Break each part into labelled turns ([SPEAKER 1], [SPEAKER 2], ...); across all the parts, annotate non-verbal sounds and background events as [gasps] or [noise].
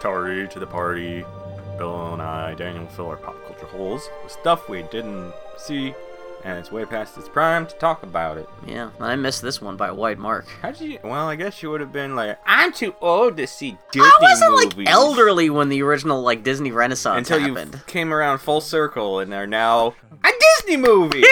[SPEAKER 1] Toru to the party. Bill and I, Daniel, fill our pop culture holes with stuff we didn't see, and it's way past its prime to talk about it.
[SPEAKER 2] Yeah, I missed this one by a wide mark.
[SPEAKER 1] How'd you? Well, I guess you would have been like, I'm too old to see Disney
[SPEAKER 2] I wasn't like
[SPEAKER 1] movies."
[SPEAKER 2] elderly when the original like Disney Renaissance
[SPEAKER 1] until you [laughs]
[SPEAKER 2] happened.
[SPEAKER 1] came around full circle and are now a Disney
[SPEAKER 2] [laughs]
[SPEAKER 1] movie.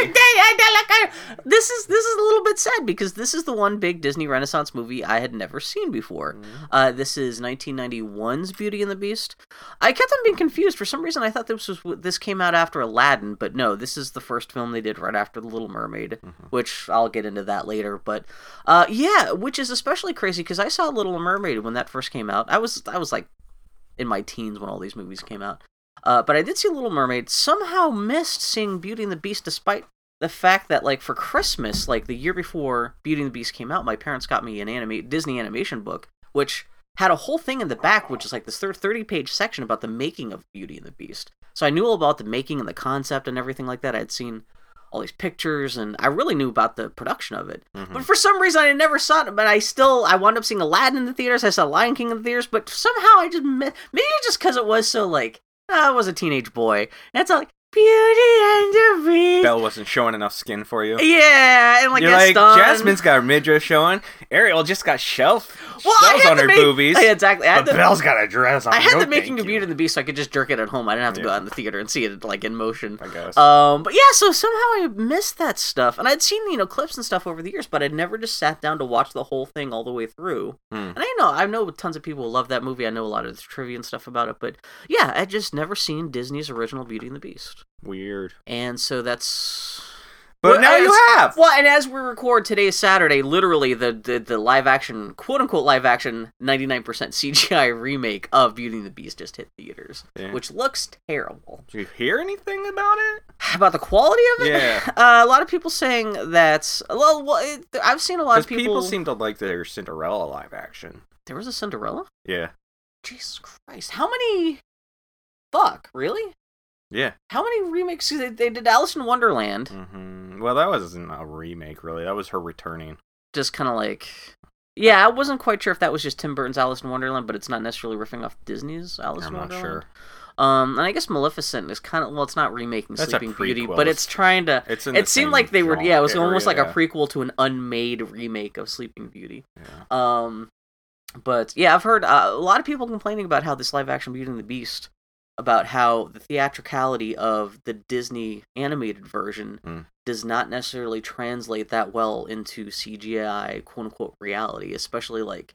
[SPEAKER 2] This is this is a little bit sad because this is the one big Disney Renaissance movie I had never seen before. Uh, this is 1991's Beauty and the Beast. I kept on being confused for some reason. I thought this was this came out after Aladdin, but no, this is the first film they did right after The Little Mermaid, which I'll get into that later. But uh, yeah, which is especially crazy because I saw Little Mermaid when that first came out. I was I was like in my teens when all these movies came out. Uh, but I did see Little Mermaid. Somehow missed seeing Beauty and the Beast, despite the fact that like for Christmas, like the year before Beauty and the Beast came out, my parents got me an anime Disney animation book, which had a whole thing in the back, which is like this thirty page section about the making of Beauty and the Beast. So I knew all about the making and the concept and everything like that. I had seen all these pictures and I really knew about the production of it. But for some reason I never saw it, but I still I wound up seeing Aladdin in the theaters, I saw Lion King in the theaters, but somehow I just mi- maybe just cuz it was so like I was a teenage boy. And it's all like Beauty and the Beast.
[SPEAKER 1] Belle wasn't showing enough skin for you.
[SPEAKER 2] Yeah, and like,
[SPEAKER 1] You're
[SPEAKER 2] that's
[SPEAKER 1] like
[SPEAKER 2] done.
[SPEAKER 1] Jasmine's got her midriff showing. Ariel just got shelf
[SPEAKER 2] Well, I
[SPEAKER 1] shells
[SPEAKER 2] had
[SPEAKER 1] on
[SPEAKER 2] the
[SPEAKER 1] her
[SPEAKER 2] ma-
[SPEAKER 1] boobies.
[SPEAKER 2] Yeah, [laughs] exactly. I had
[SPEAKER 1] But
[SPEAKER 2] the,
[SPEAKER 1] Belle's got a dress on.
[SPEAKER 2] I had
[SPEAKER 1] No,
[SPEAKER 2] the making
[SPEAKER 1] thank
[SPEAKER 2] of
[SPEAKER 1] you.
[SPEAKER 2] Beauty and the Beast, so I could just jerk it at home. I didn't have to go
[SPEAKER 1] Yeah.
[SPEAKER 2] out in the theater and see it like in motion.
[SPEAKER 1] I guess.
[SPEAKER 2] Um, but yeah, so somehow I missed that stuff, and I'd seen you know clips and stuff over the years, but I'd never just sat down to watch the whole thing all the way through.
[SPEAKER 1] Hmm.
[SPEAKER 2] And I know I know tons of people love that movie. I know a lot of the trivia and stuff about it, but yeah, I'd just never seen Disney's original Beauty and the Beast,
[SPEAKER 1] Weird.
[SPEAKER 2] and so that's
[SPEAKER 1] But
[SPEAKER 2] Well,
[SPEAKER 1] now
[SPEAKER 2] as-
[SPEAKER 1] you have.
[SPEAKER 2] Well, and as we record today is Saturday, literally the, the the live action, quote unquote live action, ninety nine percent CGI remake of Beauty and the Beast just hit theaters,
[SPEAKER 1] Yeah.
[SPEAKER 2] which looks terrible.
[SPEAKER 1] Did you hear anything about it?
[SPEAKER 2] About the quality of it,
[SPEAKER 1] Yeah.
[SPEAKER 2] [laughs] uh, a lot of people saying that. Well, well, it, I've seen a lot
[SPEAKER 1] Because
[SPEAKER 2] of people.
[SPEAKER 1] people seem to like their Cinderella live action.
[SPEAKER 2] There was a Cinderella.
[SPEAKER 1] Yeah.
[SPEAKER 2] Jesus Christ, how many? Fuck, really?
[SPEAKER 1] Yeah.
[SPEAKER 2] How many remakes? They, they did Alice in Wonderland,
[SPEAKER 1] hmm Well, that wasn't a remake, really. That was her returning.
[SPEAKER 2] just kind of like yeah i wasn't quite sure if that was just tim burton's alice in wonderland but it's not necessarily riffing off disney's alice
[SPEAKER 1] I'm
[SPEAKER 2] in
[SPEAKER 1] not sure.
[SPEAKER 2] wonderland um and i guess maleficent is kind of well it's not remaking
[SPEAKER 1] That's a
[SPEAKER 2] sleeping beauty
[SPEAKER 1] prequel.
[SPEAKER 2] but it's trying to
[SPEAKER 1] It's in the
[SPEAKER 2] it seemed
[SPEAKER 1] same
[SPEAKER 2] like they were
[SPEAKER 1] genre
[SPEAKER 2] yeah it was
[SPEAKER 1] area,
[SPEAKER 2] almost like
[SPEAKER 1] yeah.
[SPEAKER 2] a prequel to an unmade remake of sleeping beauty
[SPEAKER 1] Yeah.
[SPEAKER 2] um but yeah i've heard uh, a lot of people complaining about how this live action beauty and the beast about how the theatricality of the disney animated version
[SPEAKER 1] Mm.
[SPEAKER 2] does not necessarily translate that well into cgi quote unquote reality especially like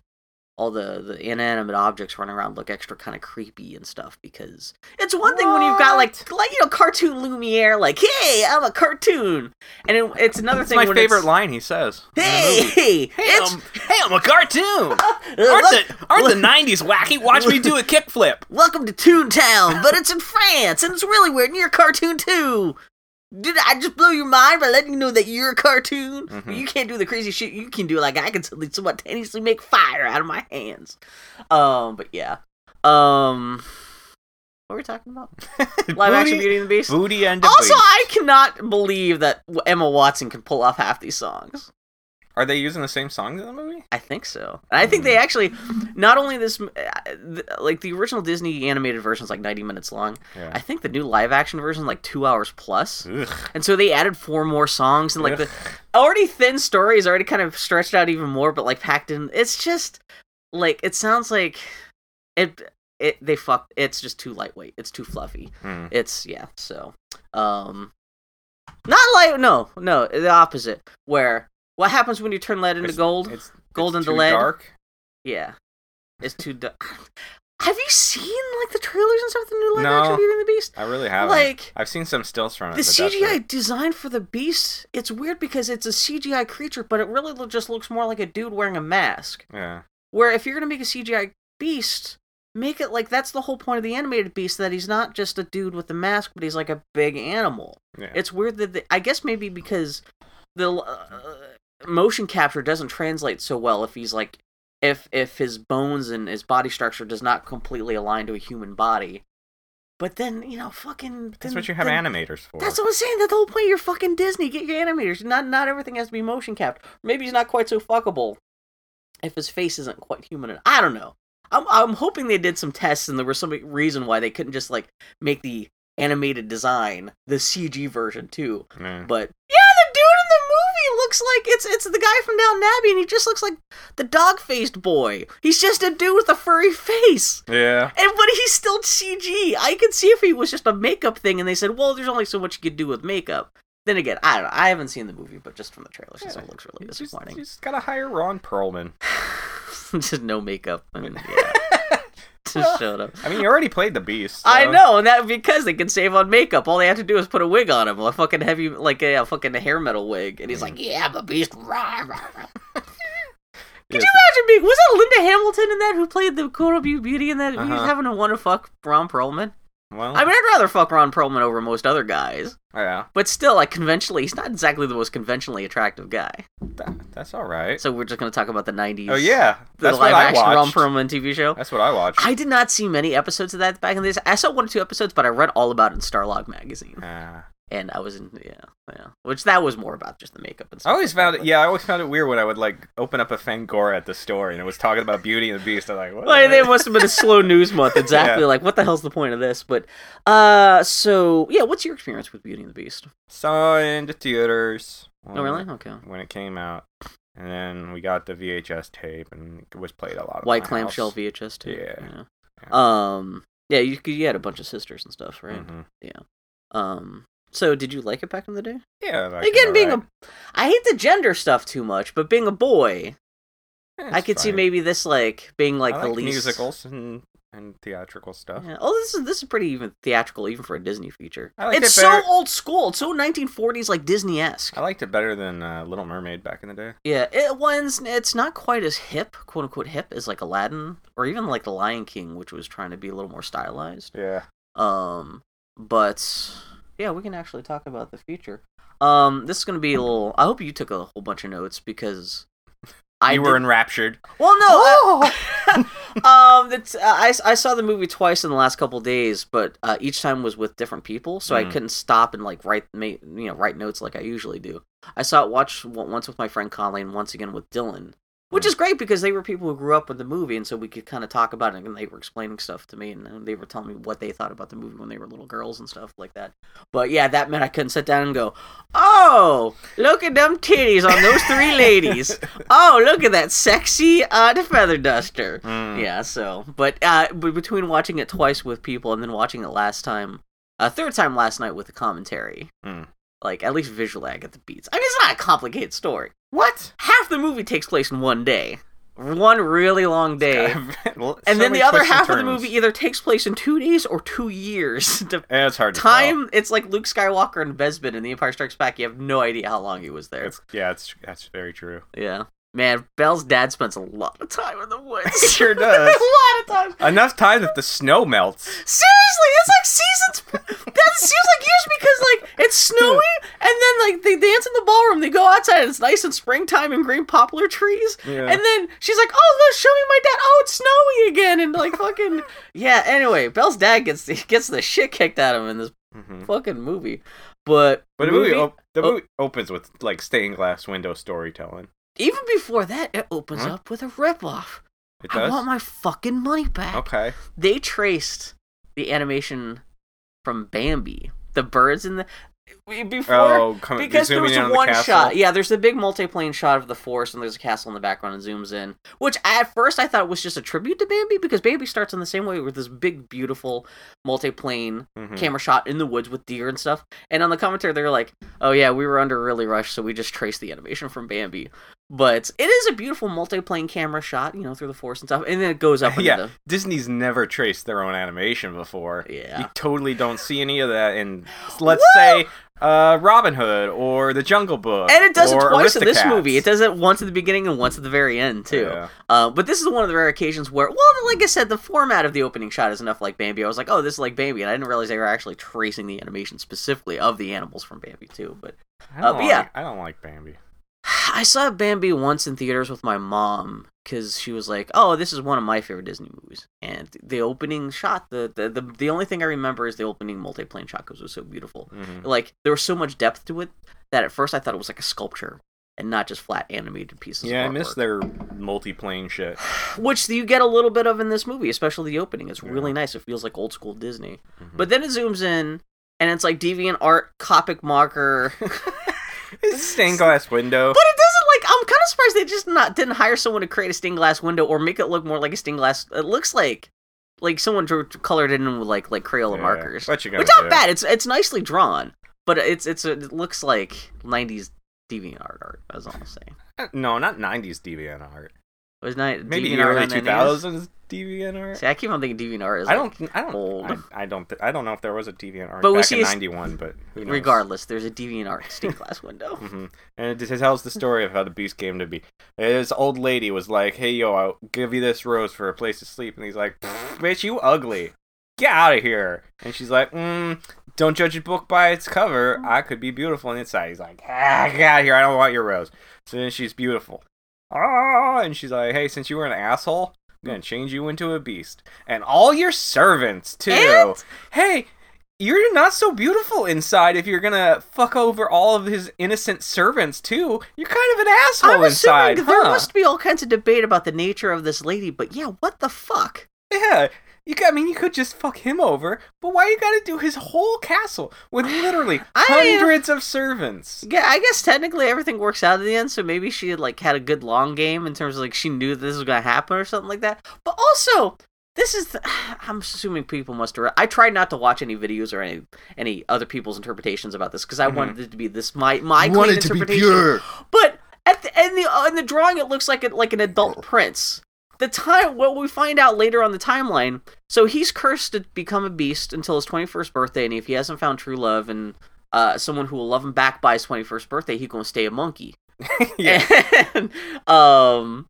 [SPEAKER 2] all the, the inanimate objects running around look extra kind of creepy and stuff because it's one thing when you've got like like you know cartoon Lumiere like hey I'm a cartoon and it, it's another
[SPEAKER 1] That's
[SPEAKER 2] thing
[SPEAKER 1] my
[SPEAKER 2] when
[SPEAKER 1] favorite
[SPEAKER 2] it's,
[SPEAKER 1] line he says. in the
[SPEAKER 2] [laughs] hey
[SPEAKER 1] movie.
[SPEAKER 2] hey
[SPEAKER 1] Hey,
[SPEAKER 2] it's
[SPEAKER 1] I'm, hey, I'm a
[SPEAKER 2] [laughs]
[SPEAKER 1] cartoon.
[SPEAKER 2] uh,
[SPEAKER 1] Aren't
[SPEAKER 2] look-
[SPEAKER 1] the, aren't
[SPEAKER 2] [laughs]
[SPEAKER 1] the 90s wacky? Watch me do a kickflip.
[SPEAKER 2] Welcome to Toontown, but it's in France, and it's really weird, and you're a cartoon too. Did I just blow your mind by letting you know that you're a cartoon?
[SPEAKER 1] Mhm.
[SPEAKER 2] You can't do the crazy shit you can do. Like I can suddenly simultaneously make fire out of my hands. Um, but yeah. Um, what were we talking about? [laughs] Live action Beauty and the Beast.
[SPEAKER 1] Booty and the
[SPEAKER 2] Also,
[SPEAKER 1] Beast.
[SPEAKER 2] I cannot believe that Emma Watson can pull off half these songs.
[SPEAKER 1] Are they using the same songs in the movie?
[SPEAKER 2] I think so. And I think
[SPEAKER 1] Hmm.
[SPEAKER 2] they actually, not only this, uh, th- like the original Disney animated version is like 90 minutes long.
[SPEAKER 1] Yeah.
[SPEAKER 2] I think the new live action version is like two hours plus.
[SPEAKER 1] Ugh.
[SPEAKER 2] And so they added four more songs and like the
[SPEAKER 1] Ugh.
[SPEAKER 2] already thin story is already kind of stretched out even more, but like packed in. It's just like, it sounds like it, it, they fucked. It's just too lightweight. It's too fluffy.
[SPEAKER 1] Hmm.
[SPEAKER 2] It's yeah. So, um, not light. No, no, the opposite. Where what happens when you turn lead into
[SPEAKER 1] It's-
[SPEAKER 2] gold?
[SPEAKER 1] It's
[SPEAKER 2] Golden
[SPEAKER 1] it's too
[SPEAKER 2] to lead.
[SPEAKER 1] dark.
[SPEAKER 2] Yeah, it's too. Du- [sighs] Have you seen like the trailers and stuff? of The new live action
[SPEAKER 1] No.
[SPEAKER 2] Beauty and the Beast.
[SPEAKER 1] I really haven't.
[SPEAKER 2] Like-
[SPEAKER 1] I've seen some stills from it.
[SPEAKER 2] The
[SPEAKER 1] but that's it.
[SPEAKER 2] CGI design for the beast, it's weird because it's a CGI creature, but it really lo- just looks more like a dude wearing a mask.
[SPEAKER 1] Yeah.
[SPEAKER 2] Where if you're going to make a CGI beast, make it like that's the whole point of the animated beast that he's not just a dude with a mask, but he's like a big animal.
[SPEAKER 1] Yeah.
[SPEAKER 2] It's weird that the, I guess maybe because the uh, motion capture doesn't translate so well if he's like if if his bones and his body structure does not completely align to a human body. But then you know, fucking.
[SPEAKER 1] that's
[SPEAKER 2] then-
[SPEAKER 1] what you have
[SPEAKER 2] then-
[SPEAKER 1] animators for.
[SPEAKER 2] That's what I'm saying. That's the whole point. You're fucking Disney. Get your animators. Not not everything has to be motion capped. Maybe he's not quite so fuckable if his face isn't quite human. enough. I don't know. I'm, I'm hoping they did some tests and there was some reason why they couldn't just like make the animated design the CG version too.
[SPEAKER 1] Yeah.
[SPEAKER 2] But yeah, the dude in the movie looks like it's it's the guy from Downton Abbey, and he just looks like the dog faced boy. He's just a dude with a furry face.
[SPEAKER 1] yeah.
[SPEAKER 2] And but he's still CG. I could see if he was just a makeup thing, and they said, "Well, there's only so much you could do with makeup." Then again, I don't. know. I haven't seen the movie, but just from the trailers,
[SPEAKER 1] Yeah.
[SPEAKER 2] it looks really
[SPEAKER 1] You just-
[SPEAKER 2] disappointing.
[SPEAKER 1] You just gotta hire Ron Perlman.
[SPEAKER 2] [laughs] just no makeup. And, yeah,
[SPEAKER 1] [laughs]
[SPEAKER 2] just showed up.
[SPEAKER 1] I mean, you already played the Beast.
[SPEAKER 2] [laughs] I
[SPEAKER 1] so-
[SPEAKER 2] know, and that because they can save on makeup. All they have to do is put a wig on him, a fucking heavy, like a, a fucking hair metal wig, and he's like, "Yeah, I'm a beast." Rah, rah, rah. Could
[SPEAKER 1] Yes.
[SPEAKER 2] you imagine being? Was that Linda Hamilton in that who played the cool Beau- beauty in that? Who's
[SPEAKER 1] Uh-huh.
[SPEAKER 2] having to want to fuck Ron Perlman?
[SPEAKER 1] Well,
[SPEAKER 2] I mean, I'd rather fuck Ron Perlman over most other guys,
[SPEAKER 1] yeah,
[SPEAKER 2] but still, like conventionally, he's not exactly the most conventionally attractive guy.
[SPEAKER 1] that, that's all right.
[SPEAKER 2] So we're just gonna talk about the '90s.
[SPEAKER 1] oh yeah,
[SPEAKER 2] the
[SPEAKER 1] that's what I
[SPEAKER 2] live-action Ron
[SPEAKER 1] watched. Uh,
[SPEAKER 2] Perlman TV show.
[SPEAKER 1] That's what I watched.
[SPEAKER 2] I did not see many episodes of that back in the days. I saw one or two episodes, but I read all about it in Starlog magazine.
[SPEAKER 1] Ah.
[SPEAKER 2] and I was in yeah, yeah. Which that was more about just the makeup and
[SPEAKER 1] I
[SPEAKER 2] stuff.
[SPEAKER 1] always
[SPEAKER 2] like that,
[SPEAKER 1] found it.
[SPEAKER 2] but-
[SPEAKER 1] Yeah, I always found it weird when I would like open up a Fangora at the store and it was talking about Beauty and the Beast. I'm like, what?
[SPEAKER 2] Like, it must have been a slow news month, exactly.
[SPEAKER 1] [laughs] Yeah.
[SPEAKER 2] Like, what the hell's the point of this? But, uh, so yeah, what's your experience with Beauty and the Beast?
[SPEAKER 1] Saw it in the theaters.
[SPEAKER 2] Oh, really? Okay.
[SPEAKER 1] When it came out, and then we got the VHS tape and it was played a lot. at
[SPEAKER 2] White
[SPEAKER 1] my
[SPEAKER 2] clamshell
[SPEAKER 1] house.
[SPEAKER 2] VHS too.
[SPEAKER 1] Yeah.
[SPEAKER 2] Um. Yeah, you you had a bunch of sisters and stuff, right?
[SPEAKER 1] Mhm.
[SPEAKER 2] Um. So, did you like it back in the day?
[SPEAKER 1] Yeah. like, uh,
[SPEAKER 2] Again, being
[SPEAKER 1] alright.
[SPEAKER 2] a, I hate the gender stuff too much, but being a boy,
[SPEAKER 1] Yeah,
[SPEAKER 2] I
[SPEAKER 1] it's
[SPEAKER 2] could see
[SPEAKER 1] fine.
[SPEAKER 2] maybe this like being like
[SPEAKER 1] I
[SPEAKER 2] the
[SPEAKER 1] like
[SPEAKER 2] least
[SPEAKER 1] musicals and, and theatrical stuff.
[SPEAKER 2] Yeah. Oh, this is this is pretty even theatrical, even for a Disney feature.
[SPEAKER 1] I liked
[SPEAKER 2] it's
[SPEAKER 1] it
[SPEAKER 2] so
[SPEAKER 1] better- Oh.
[SPEAKER 2] old school. It's so 1940s, like Disney esque.
[SPEAKER 1] I liked it better than uh, Little Mermaid back in the day.
[SPEAKER 2] Yeah, it one's it's not quite as hip, quote unquote hip, as like Aladdin or even like The Lion King, which was trying to be a little more stylized.
[SPEAKER 1] Yeah.
[SPEAKER 2] Um, but yeah, we can actually talk about the feature. Um, this is gonna be a little. I hope you took a whole bunch of notes because I
[SPEAKER 1] you
[SPEAKER 2] did-
[SPEAKER 1] were Oh! enraptured.
[SPEAKER 2] Well, no. I, um, that's, uh, I, I saw the movie twice in the last couple days, but uh, each time was with different people, so I
[SPEAKER 1] Mm.
[SPEAKER 2] couldn't stop and like write, ma- you know, write notes like I usually do. I saw it watch w- once with my friend Colleen, once again with Dylan, which
[SPEAKER 1] Mm.
[SPEAKER 2] is great because they were people who grew up with the movie, and so we could kind of talk about it, and they were explaining stuff to me, and uh, they were telling me what they thought about the movie when they were little girls and stuff like that. But yeah, that meant I couldn't sit down and go, "Oh, look at them titties on those three ladies." oh look at that sexy uh the feather duster
[SPEAKER 1] Mm.
[SPEAKER 2] yeah so but uh b- between watching it twice with people and then watching it last time a uh, third time last night with the commentary
[SPEAKER 1] Mm.
[SPEAKER 2] like at least visually i get the beats i mean it's not a complicated story
[SPEAKER 1] What?
[SPEAKER 2] half the movie takes place in one day one really
[SPEAKER 1] [laughs]
[SPEAKER 2] long day
[SPEAKER 1] So
[SPEAKER 2] and then
[SPEAKER 1] many
[SPEAKER 2] the other
[SPEAKER 1] twists and
[SPEAKER 2] half of the
[SPEAKER 1] turns.
[SPEAKER 2] movie either takes place in two days or two years [laughs] De-
[SPEAKER 1] Yeah, it's hard to
[SPEAKER 2] time it's like luke skywalker and bespin in the empire strikes back you have no idea how long he was there
[SPEAKER 1] Tell. It's, yeah, it's that's very true.
[SPEAKER 2] yeah. Man, Belle's dad spends a lot of time in the
[SPEAKER 1] It
[SPEAKER 2] woods.
[SPEAKER 1] sure
[SPEAKER 2] [laughs] a lot
[SPEAKER 1] does.
[SPEAKER 2] of time.
[SPEAKER 1] Enough time that the snow melts.
[SPEAKER 2] Seriously, it's like seasons. That seems like years because like it's snowy, and then like they dance in the ballroom. They go outside, and it's nice in springtime and green poplar trees.
[SPEAKER 1] Yeah.
[SPEAKER 2] And then she's like, "Oh, look, show me my dad. Oh, it's snowy again." And
[SPEAKER 1] [laughs]
[SPEAKER 2] like fucking yeah. Anyway, Belle's dad gets the, gets the shit kicked out of him in this
[SPEAKER 1] Mhm.
[SPEAKER 2] fucking movie. But
[SPEAKER 1] But the movie,
[SPEAKER 2] movie-
[SPEAKER 1] op- the
[SPEAKER 2] oh.
[SPEAKER 1] movie opens with like stained glass window storytelling.
[SPEAKER 2] even before that, it opens
[SPEAKER 1] Huh?
[SPEAKER 2] up with a ripoff.
[SPEAKER 1] It
[SPEAKER 2] I
[SPEAKER 1] does.
[SPEAKER 2] want my fucking money back.
[SPEAKER 1] okay.
[SPEAKER 2] they traced the animation from Bambi. The birds in the we- before
[SPEAKER 1] Oh, come,
[SPEAKER 2] because there
[SPEAKER 1] zooming
[SPEAKER 2] was
[SPEAKER 1] in
[SPEAKER 2] a
[SPEAKER 1] on the
[SPEAKER 2] one
[SPEAKER 1] castle.
[SPEAKER 2] shot. Yeah, there's a big multiplane shot of the forest and there's a castle in the background and zooms in. Which at first I thought was just a tribute to Bambi because Bambi starts in the same way with this big beautiful multiplane
[SPEAKER 1] Mhm.
[SPEAKER 2] camera shot in the woods with deer and stuff. And on the commentary, they were like, "Oh yeah, we were under really rush, so we just traced the animation from Bambi." But it is a beautiful multiplane camera shot, you know, through the forest and stuff, and then it
[SPEAKER 1] [laughs]
[SPEAKER 2] goes up. Into
[SPEAKER 1] Yeah.
[SPEAKER 2] the,
[SPEAKER 1] Disney's never traced their own animation before.
[SPEAKER 2] yeah.
[SPEAKER 1] You totally don't see any of that in, let's
[SPEAKER 2] Woo!
[SPEAKER 1] say, uh, Robin Hood or The Jungle Book.
[SPEAKER 2] And it does it
[SPEAKER 1] or
[SPEAKER 2] twice in this
[SPEAKER 1] Aristocats.
[SPEAKER 2] movie. It does it once at the beginning and once at the very end too.
[SPEAKER 1] Yeah.
[SPEAKER 2] Uh, but this is one of the rare occasions where, well, like I said, the format of the opening shot is enough like Bambi. I was like, oh, this is like Bambi, and I didn't realize they were actually tracing the animation specifically of the animals from Bambi too. But [sighs]
[SPEAKER 1] I
[SPEAKER 2] Uh,
[SPEAKER 1] don't
[SPEAKER 2] but
[SPEAKER 1] like,
[SPEAKER 2] yeah.
[SPEAKER 1] I don't like Bambi.
[SPEAKER 2] I saw Bambi once in theaters with my mom because she was like, "Oh, this is one of my favorite Disney movies." And the opening shot, the the the, the only thing I remember is the opening multiplane shot because it was so beautiful.
[SPEAKER 1] Mhm.
[SPEAKER 2] Like there was so much depth to it that at first I thought it was like a sculpture and not just flat animated pieces.
[SPEAKER 1] Yeah, I
[SPEAKER 2] of
[SPEAKER 1] miss
[SPEAKER 2] artwork.
[SPEAKER 1] their multi-plane
[SPEAKER 2] [laughs]
[SPEAKER 1] shit.
[SPEAKER 2] Which you get a little bit of in this movie, especially the opening. It's really nice. It feels like old school Disney.
[SPEAKER 1] Mhm.
[SPEAKER 2] But then it zooms in, and it's like deviant art,
[SPEAKER 1] [laughs]
[SPEAKER 2] Copic marker.
[SPEAKER 1] It's a stained glass window.
[SPEAKER 2] But it doesn't like. I'm kind of surprised they just not didn't hire someone to create a stained glass window or make it look more like a stained glass. It looks like like someone drew colored it in with like like Crayola
[SPEAKER 1] Yeah,
[SPEAKER 2] markers.
[SPEAKER 1] What you gonna
[SPEAKER 2] It's not
[SPEAKER 1] do?
[SPEAKER 2] bad. It's it's nicely drawn, but it's it's it looks like '90s deviant art art. That's all I'm saying.
[SPEAKER 1] Uh, No, not '90s deviant art.
[SPEAKER 2] It was not
[SPEAKER 1] Maybe
[SPEAKER 2] DeviantArt
[SPEAKER 1] early
[SPEAKER 2] on NES?
[SPEAKER 1] 2000s deviant art.
[SPEAKER 2] See, I keep on thinking deviant art is.
[SPEAKER 1] I
[SPEAKER 2] Like,
[SPEAKER 1] don't. I don't.
[SPEAKER 2] old.
[SPEAKER 1] I, I don't. Th- I don't know if there was a deviant art
[SPEAKER 2] But we
[SPEAKER 1] back
[SPEAKER 2] see
[SPEAKER 1] in
[SPEAKER 2] a s-
[SPEAKER 1] '91, but who knows?
[SPEAKER 2] Regardless, there's a deviant art stained
[SPEAKER 1] [laughs]
[SPEAKER 2] glass window.
[SPEAKER 1] hmm And it tells the story of how the beast came to be. This old lady was like, "Hey, yo, I'll give you this rose for a place to sleep," and he's like, "Bitch, you ugly. Get out of here." And she's like, mm, "Don't judge a book by its cover. I could be beautiful on the inside." He's like, "Ah, get out of here. I don't want your rose." So then she's beautiful. Ah, and she's like, "Hey, since you were an asshole." I'm gonna change you into a beast, and all your servants too
[SPEAKER 2] And
[SPEAKER 1] hey, you're not so beautiful inside if you're gonna fuck over all of his innocent servants too. You're kind of an asshole
[SPEAKER 2] I'm
[SPEAKER 1] inside,
[SPEAKER 2] assuming there
[SPEAKER 1] huh?
[SPEAKER 2] must be all kinds of debate about the nature of this lady, but yeah, what the fuck?
[SPEAKER 1] Yeah. You got, I mean, you could just fuck him over, but why you gotta do his whole castle with literally
[SPEAKER 2] I-
[SPEAKER 1] hundreds of servants?
[SPEAKER 2] Yeah, I guess technically everything works out in the end, so maybe she had like had a good long game in terms of like she knew this was gonna happen or something like that. But also, this is the, [sighs] I'm assuming people must. Have, I tried not to watch any videos or any any other people's interpretations about this because I
[SPEAKER 1] Mhm.
[SPEAKER 2] wanted it to be this my my clean interpretation. But at the and the uh, in the drawing, it looks like a, like an adult prince. The time what we find out later on the timeline. So he's cursed to become a beast until his twenty first birthday, and if he hasn't found true love and uh, someone who will love him back by his twenty first birthday, he gonna stay a monkey.
[SPEAKER 1] [laughs] yeah.
[SPEAKER 2] And, um.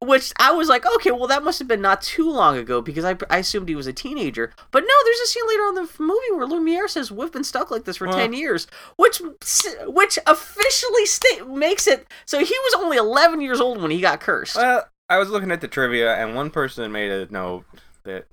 [SPEAKER 2] Which I was like, okay, well, that must have been not too long ago because I, I assumed he was a teenager. But no, there's a scene later on in the movie where Lumiere says we've been stuck like this for
[SPEAKER 1] Well-
[SPEAKER 2] ten years, which s- which officially sta- makes it so he was only eleven years old when he got cursed.
[SPEAKER 1] Well, I was looking at the trivia, and one person made a note that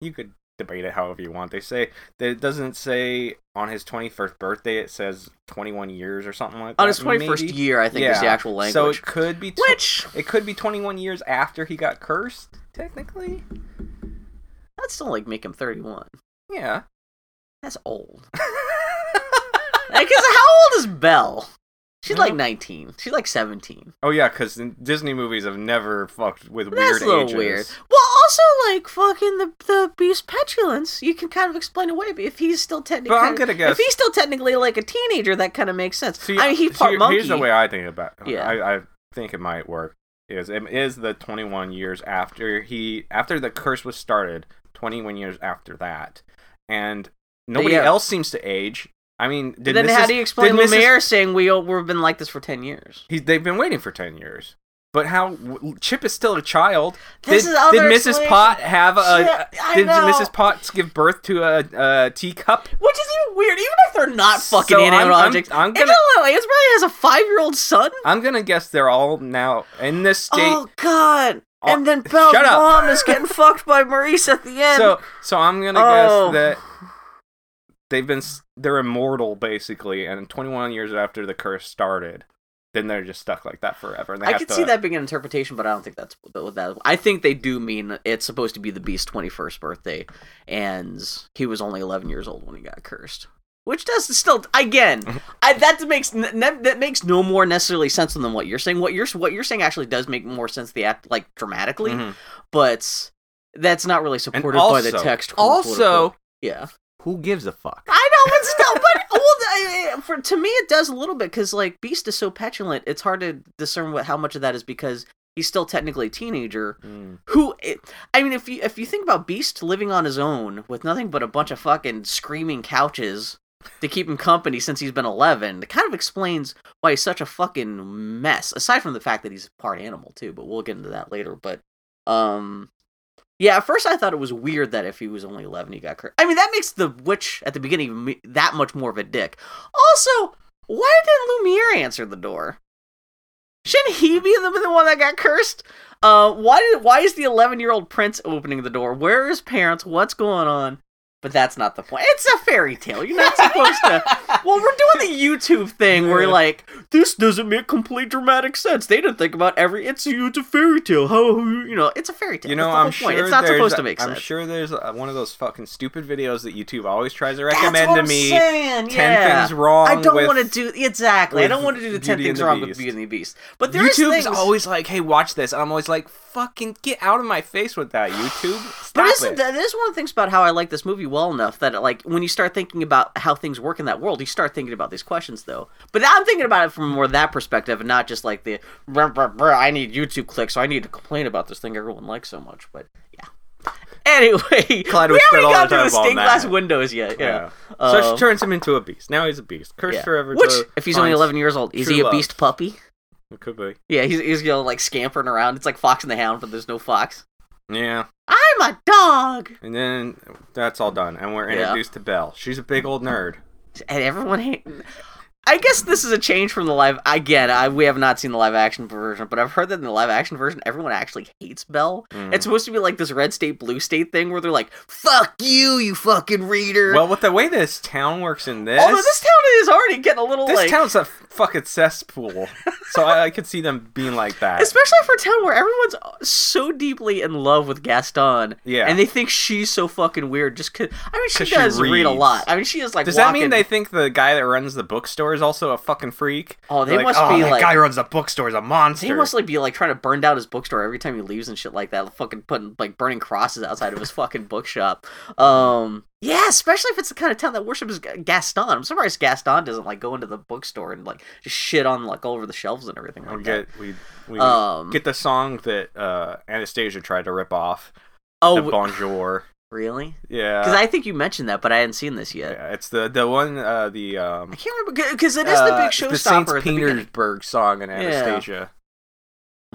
[SPEAKER 1] you could debate it however you want. They say that it doesn't say on his 21st birthday, it says 21 years or something like that.
[SPEAKER 2] On his twenty first
[SPEAKER 1] maybe.
[SPEAKER 2] year, I think is the
[SPEAKER 1] Yeah.
[SPEAKER 2] actual language.
[SPEAKER 1] So it could be tw-
[SPEAKER 2] which
[SPEAKER 1] it could be 21 years after he got cursed, technically.
[SPEAKER 2] that's still like make him thirty one.
[SPEAKER 1] Yeah. [laughs]
[SPEAKER 2] That's old. Because how old is Belle? She's like
[SPEAKER 1] Well-
[SPEAKER 2] nineteen. She's like seventeen.
[SPEAKER 1] oh yeah, because Disney movies have never fucked with
[SPEAKER 2] That's
[SPEAKER 1] weird
[SPEAKER 2] a little
[SPEAKER 1] ages.
[SPEAKER 2] weird. Well, also like fucking the the beast petulance, you can kind of explain away. But if he's still technically,
[SPEAKER 1] But I'm gonna guess-
[SPEAKER 2] if he's still technically like a teenager, that kind of makes sense.
[SPEAKER 1] See,
[SPEAKER 2] I mean, he's
[SPEAKER 1] see,
[SPEAKER 2] part monkey.
[SPEAKER 1] Here's the way I think about. It.
[SPEAKER 2] Yeah.
[SPEAKER 1] I, I think it might work. Is it is the 21 years after he after the curse was started? 21 years after that, and nobody
[SPEAKER 2] Yeah.
[SPEAKER 1] else seems to age. I mean, did
[SPEAKER 2] then
[SPEAKER 1] Mrs.
[SPEAKER 2] how do you explain
[SPEAKER 1] did Mrs.
[SPEAKER 2] Lumiere saying we all- we've been like this for ten years?
[SPEAKER 1] He, they've been waiting for 10 years. But how Chip is still a child.
[SPEAKER 2] This
[SPEAKER 1] did,
[SPEAKER 2] is other
[SPEAKER 1] did Mrs.
[SPEAKER 2] explanation.
[SPEAKER 1] Pot have a?
[SPEAKER 2] Shit, I
[SPEAKER 1] did
[SPEAKER 2] know.
[SPEAKER 1] Mrs. Potts give birth to a, a teacup?
[SPEAKER 2] Which is even weird, even if they're not fucking
[SPEAKER 1] So I'm-
[SPEAKER 2] inanimate
[SPEAKER 1] I'm-
[SPEAKER 2] objects.
[SPEAKER 1] I'm gonna-
[SPEAKER 2] Angela Lansbury has a five-year-old son.
[SPEAKER 1] I'm gonna guess they're all now in this state.
[SPEAKER 2] oh God!
[SPEAKER 1] Oh,
[SPEAKER 2] and then Belle's
[SPEAKER 1] shut up.
[SPEAKER 2] mom is [laughs] getting fucked by Maurice at the end.
[SPEAKER 1] so so I'm gonna
[SPEAKER 2] Oh.
[SPEAKER 1] guess that they've been s- they're immortal basically, and 21 years after the curse started, then they're just stuck like that forever. And they
[SPEAKER 2] I
[SPEAKER 1] have
[SPEAKER 2] could
[SPEAKER 1] to,
[SPEAKER 2] see that being an interpretation, but I don't think that's what that. I think they do mean it's supposed to be the Beast's twenty-first birthday, and he was only eleven years old when he got cursed. Which does still
[SPEAKER 1] [laughs]
[SPEAKER 2] again, I, that makes n- ne- that makes no more necessarily sense than what you're saying. What you're what you're saying actually does make more sense the act like dramatically,
[SPEAKER 1] Mhm.
[SPEAKER 2] but that's not really
[SPEAKER 1] And
[SPEAKER 2] supported by the
[SPEAKER 1] also-
[SPEAKER 2] text. quote, quote,
[SPEAKER 1] Also,
[SPEAKER 2] unquote. yeah.
[SPEAKER 1] who gives a fuck?
[SPEAKER 2] I know, but still, but well, I- I- for to me, it does a little bit because like Beast is so petulant, it's hard to discern what how much of that is because he's still technically a teenager.
[SPEAKER 1] Mm.
[SPEAKER 2] Who, eh, I mean, if you if you think about Beast living on his own with nothing but a bunch of fucking screaming couches to keep him company since he's been eleven, it kind of explains why he's such a fucking mess. Aside from the fact that he's part animal too, but we'll get into that later. But um, yeah, at first I thought it was weird that if he was only 11, he got cursed. I mean, that makes the witch at the beginning even me- that much more of a dick. Also, why didn't Lumiere answer the door? Shouldn't he be the, the one that got cursed? Uh, why did, why is the 11 year old prince opening the door? Where are his parents? What's going on? But that's not the point. It's a fairy tale. You're not supposed to. Well, we're doing the YouTube thing where
[SPEAKER 1] Yeah.
[SPEAKER 2] like this doesn't make complete dramatic sense. They didn't think about every. It's it's a fairy tale. How you know? It's a fairy tale.
[SPEAKER 1] You know,
[SPEAKER 2] That's the whole
[SPEAKER 1] I'm sure
[SPEAKER 2] point. it's not
[SPEAKER 1] there's-
[SPEAKER 2] supposed to make
[SPEAKER 1] I'm
[SPEAKER 2] sense.
[SPEAKER 1] sure there's uh, one of those fucking stupid videos that YouTube always tries to
[SPEAKER 2] That's
[SPEAKER 1] recommend
[SPEAKER 2] what
[SPEAKER 1] to
[SPEAKER 2] I'm
[SPEAKER 1] me.
[SPEAKER 2] saying,
[SPEAKER 1] Ten
[SPEAKER 2] yeah.
[SPEAKER 1] things wrong.
[SPEAKER 2] I don't
[SPEAKER 1] with-
[SPEAKER 2] want to do exactly. I
[SPEAKER 1] with
[SPEAKER 2] don't want to do the ten
[SPEAKER 1] Beauty and
[SPEAKER 2] things
[SPEAKER 1] the
[SPEAKER 2] wrong with
[SPEAKER 1] Beast.
[SPEAKER 2] Beauty and the Beast. But there is
[SPEAKER 1] YouTube's
[SPEAKER 2] things.
[SPEAKER 1] always like, "Hey, watch this," and I'm always like, "Fucking get out of my face with that,
[SPEAKER 2] [sighs]
[SPEAKER 1] YouTube!" Stop
[SPEAKER 2] But isn't
[SPEAKER 1] it.
[SPEAKER 2] that is one of the things about how I like this movie well enough that like when you start thinking about how things work in that world, you start thinking about these questions though. But I'm thinking about it from more that perspective and not just like the "Bruh, bruh, bruh, I need YouTube clicks, so I need to complain about this thing everyone likes so much. But yeah. [laughs] Anyway,
[SPEAKER 1] Clyde
[SPEAKER 2] we
[SPEAKER 1] would spend
[SPEAKER 2] haven't
[SPEAKER 1] all
[SPEAKER 2] gotten
[SPEAKER 1] the time
[SPEAKER 2] to the
[SPEAKER 1] on
[SPEAKER 2] stained
[SPEAKER 1] that.
[SPEAKER 2] glass windows yet. Yeah.
[SPEAKER 1] Yeah.
[SPEAKER 2] Uh,
[SPEAKER 1] so she turns him into a beast. Now he's a beast, cursed
[SPEAKER 2] yeah.
[SPEAKER 1] forever.
[SPEAKER 2] Which,
[SPEAKER 1] till
[SPEAKER 2] if he's only
[SPEAKER 1] finds-
[SPEAKER 2] 11 years old, is
[SPEAKER 1] true
[SPEAKER 2] he a
[SPEAKER 1] love.
[SPEAKER 2] beast puppy?
[SPEAKER 1] it could be.
[SPEAKER 2] Yeah, he's, he's you know, like scampering around. It's like Fox and the Hound, but there's no fox.
[SPEAKER 1] Yeah,
[SPEAKER 2] I'm a dog,
[SPEAKER 1] and then that's all done, and we're
[SPEAKER 2] Yeah.
[SPEAKER 1] introduced to Belle. She's a big old nerd.
[SPEAKER 2] and everyone. Hate... I guess this is a change from the live. Again, I we have not seen the live action version, but I've heard that in the live action version, everyone actually hates Belle.
[SPEAKER 1] Mm.
[SPEAKER 2] It's supposed to be like this red state, blue state thing where they're like, "Fuck you, you fucking reader."
[SPEAKER 1] well, with the way this town works in this,
[SPEAKER 2] although this town is already getting a little
[SPEAKER 1] this
[SPEAKER 2] like.
[SPEAKER 1] town's a fucking cesspool. so I, I could see them being like
[SPEAKER 2] [laughs]
[SPEAKER 1] that.
[SPEAKER 2] Especially for a town where everyone's so deeply in love with Gaston,
[SPEAKER 1] Yeah.
[SPEAKER 2] and they think she's so fucking weird. Just cause I mean, she
[SPEAKER 1] 'Cause she
[SPEAKER 2] does read a
[SPEAKER 1] reads.
[SPEAKER 2] lot. I mean, she is like.
[SPEAKER 1] Does that mean
[SPEAKER 2] walking-
[SPEAKER 1] they think the guy that runs the bookstore is also a fucking freak?
[SPEAKER 2] Oh, they
[SPEAKER 1] They're
[SPEAKER 2] must
[SPEAKER 1] "Oh,
[SPEAKER 2] be
[SPEAKER 1] that
[SPEAKER 2] like-
[SPEAKER 1] guy who runs the bookstore is a monster.
[SPEAKER 2] He must like be like trying to burn down his bookstore every time he leaves and shit like that. Fucking putting like burning crosses outside of his fucking bookshop. Um, yeah, especially if it's the kind of town that worships Ga- Gaston. I'm surprised Gaston doesn't like go into the bookstore and like just shit on like all over the shelves and everything like
[SPEAKER 1] We
[SPEAKER 2] that.
[SPEAKER 1] get we we
[SPEAKER 2] Um,
[SPEAKER 1] get the song that uh, Anastasia tried to rip off.
[SPEAKER 2] oh,
[SPEAKER 1] the Uh,
[SPEAKER 2] w- [laughs]
[SPEAKER 1] Bonjour.
[SPEAKER 2] really? Because
[SPEAKER 1] Yeah,
[SPEAKER 2] I think you mentioned that, but I hadn't seen this yet.
[SPEAKER 1] yeah, it's the the one uh, the um.
[SPEAKER 2] I can't remember because it is the
[SPEAKER 1] uh,
[SPEAKER 2] big
[SPEAKER 1] the Saint
[SPEAKER 2] showstopper at the beginning.
[SPEAKER 1] Petersburg song in
[SPEAKER 2] Yeah.
[SPEAKER 1] Anastasia.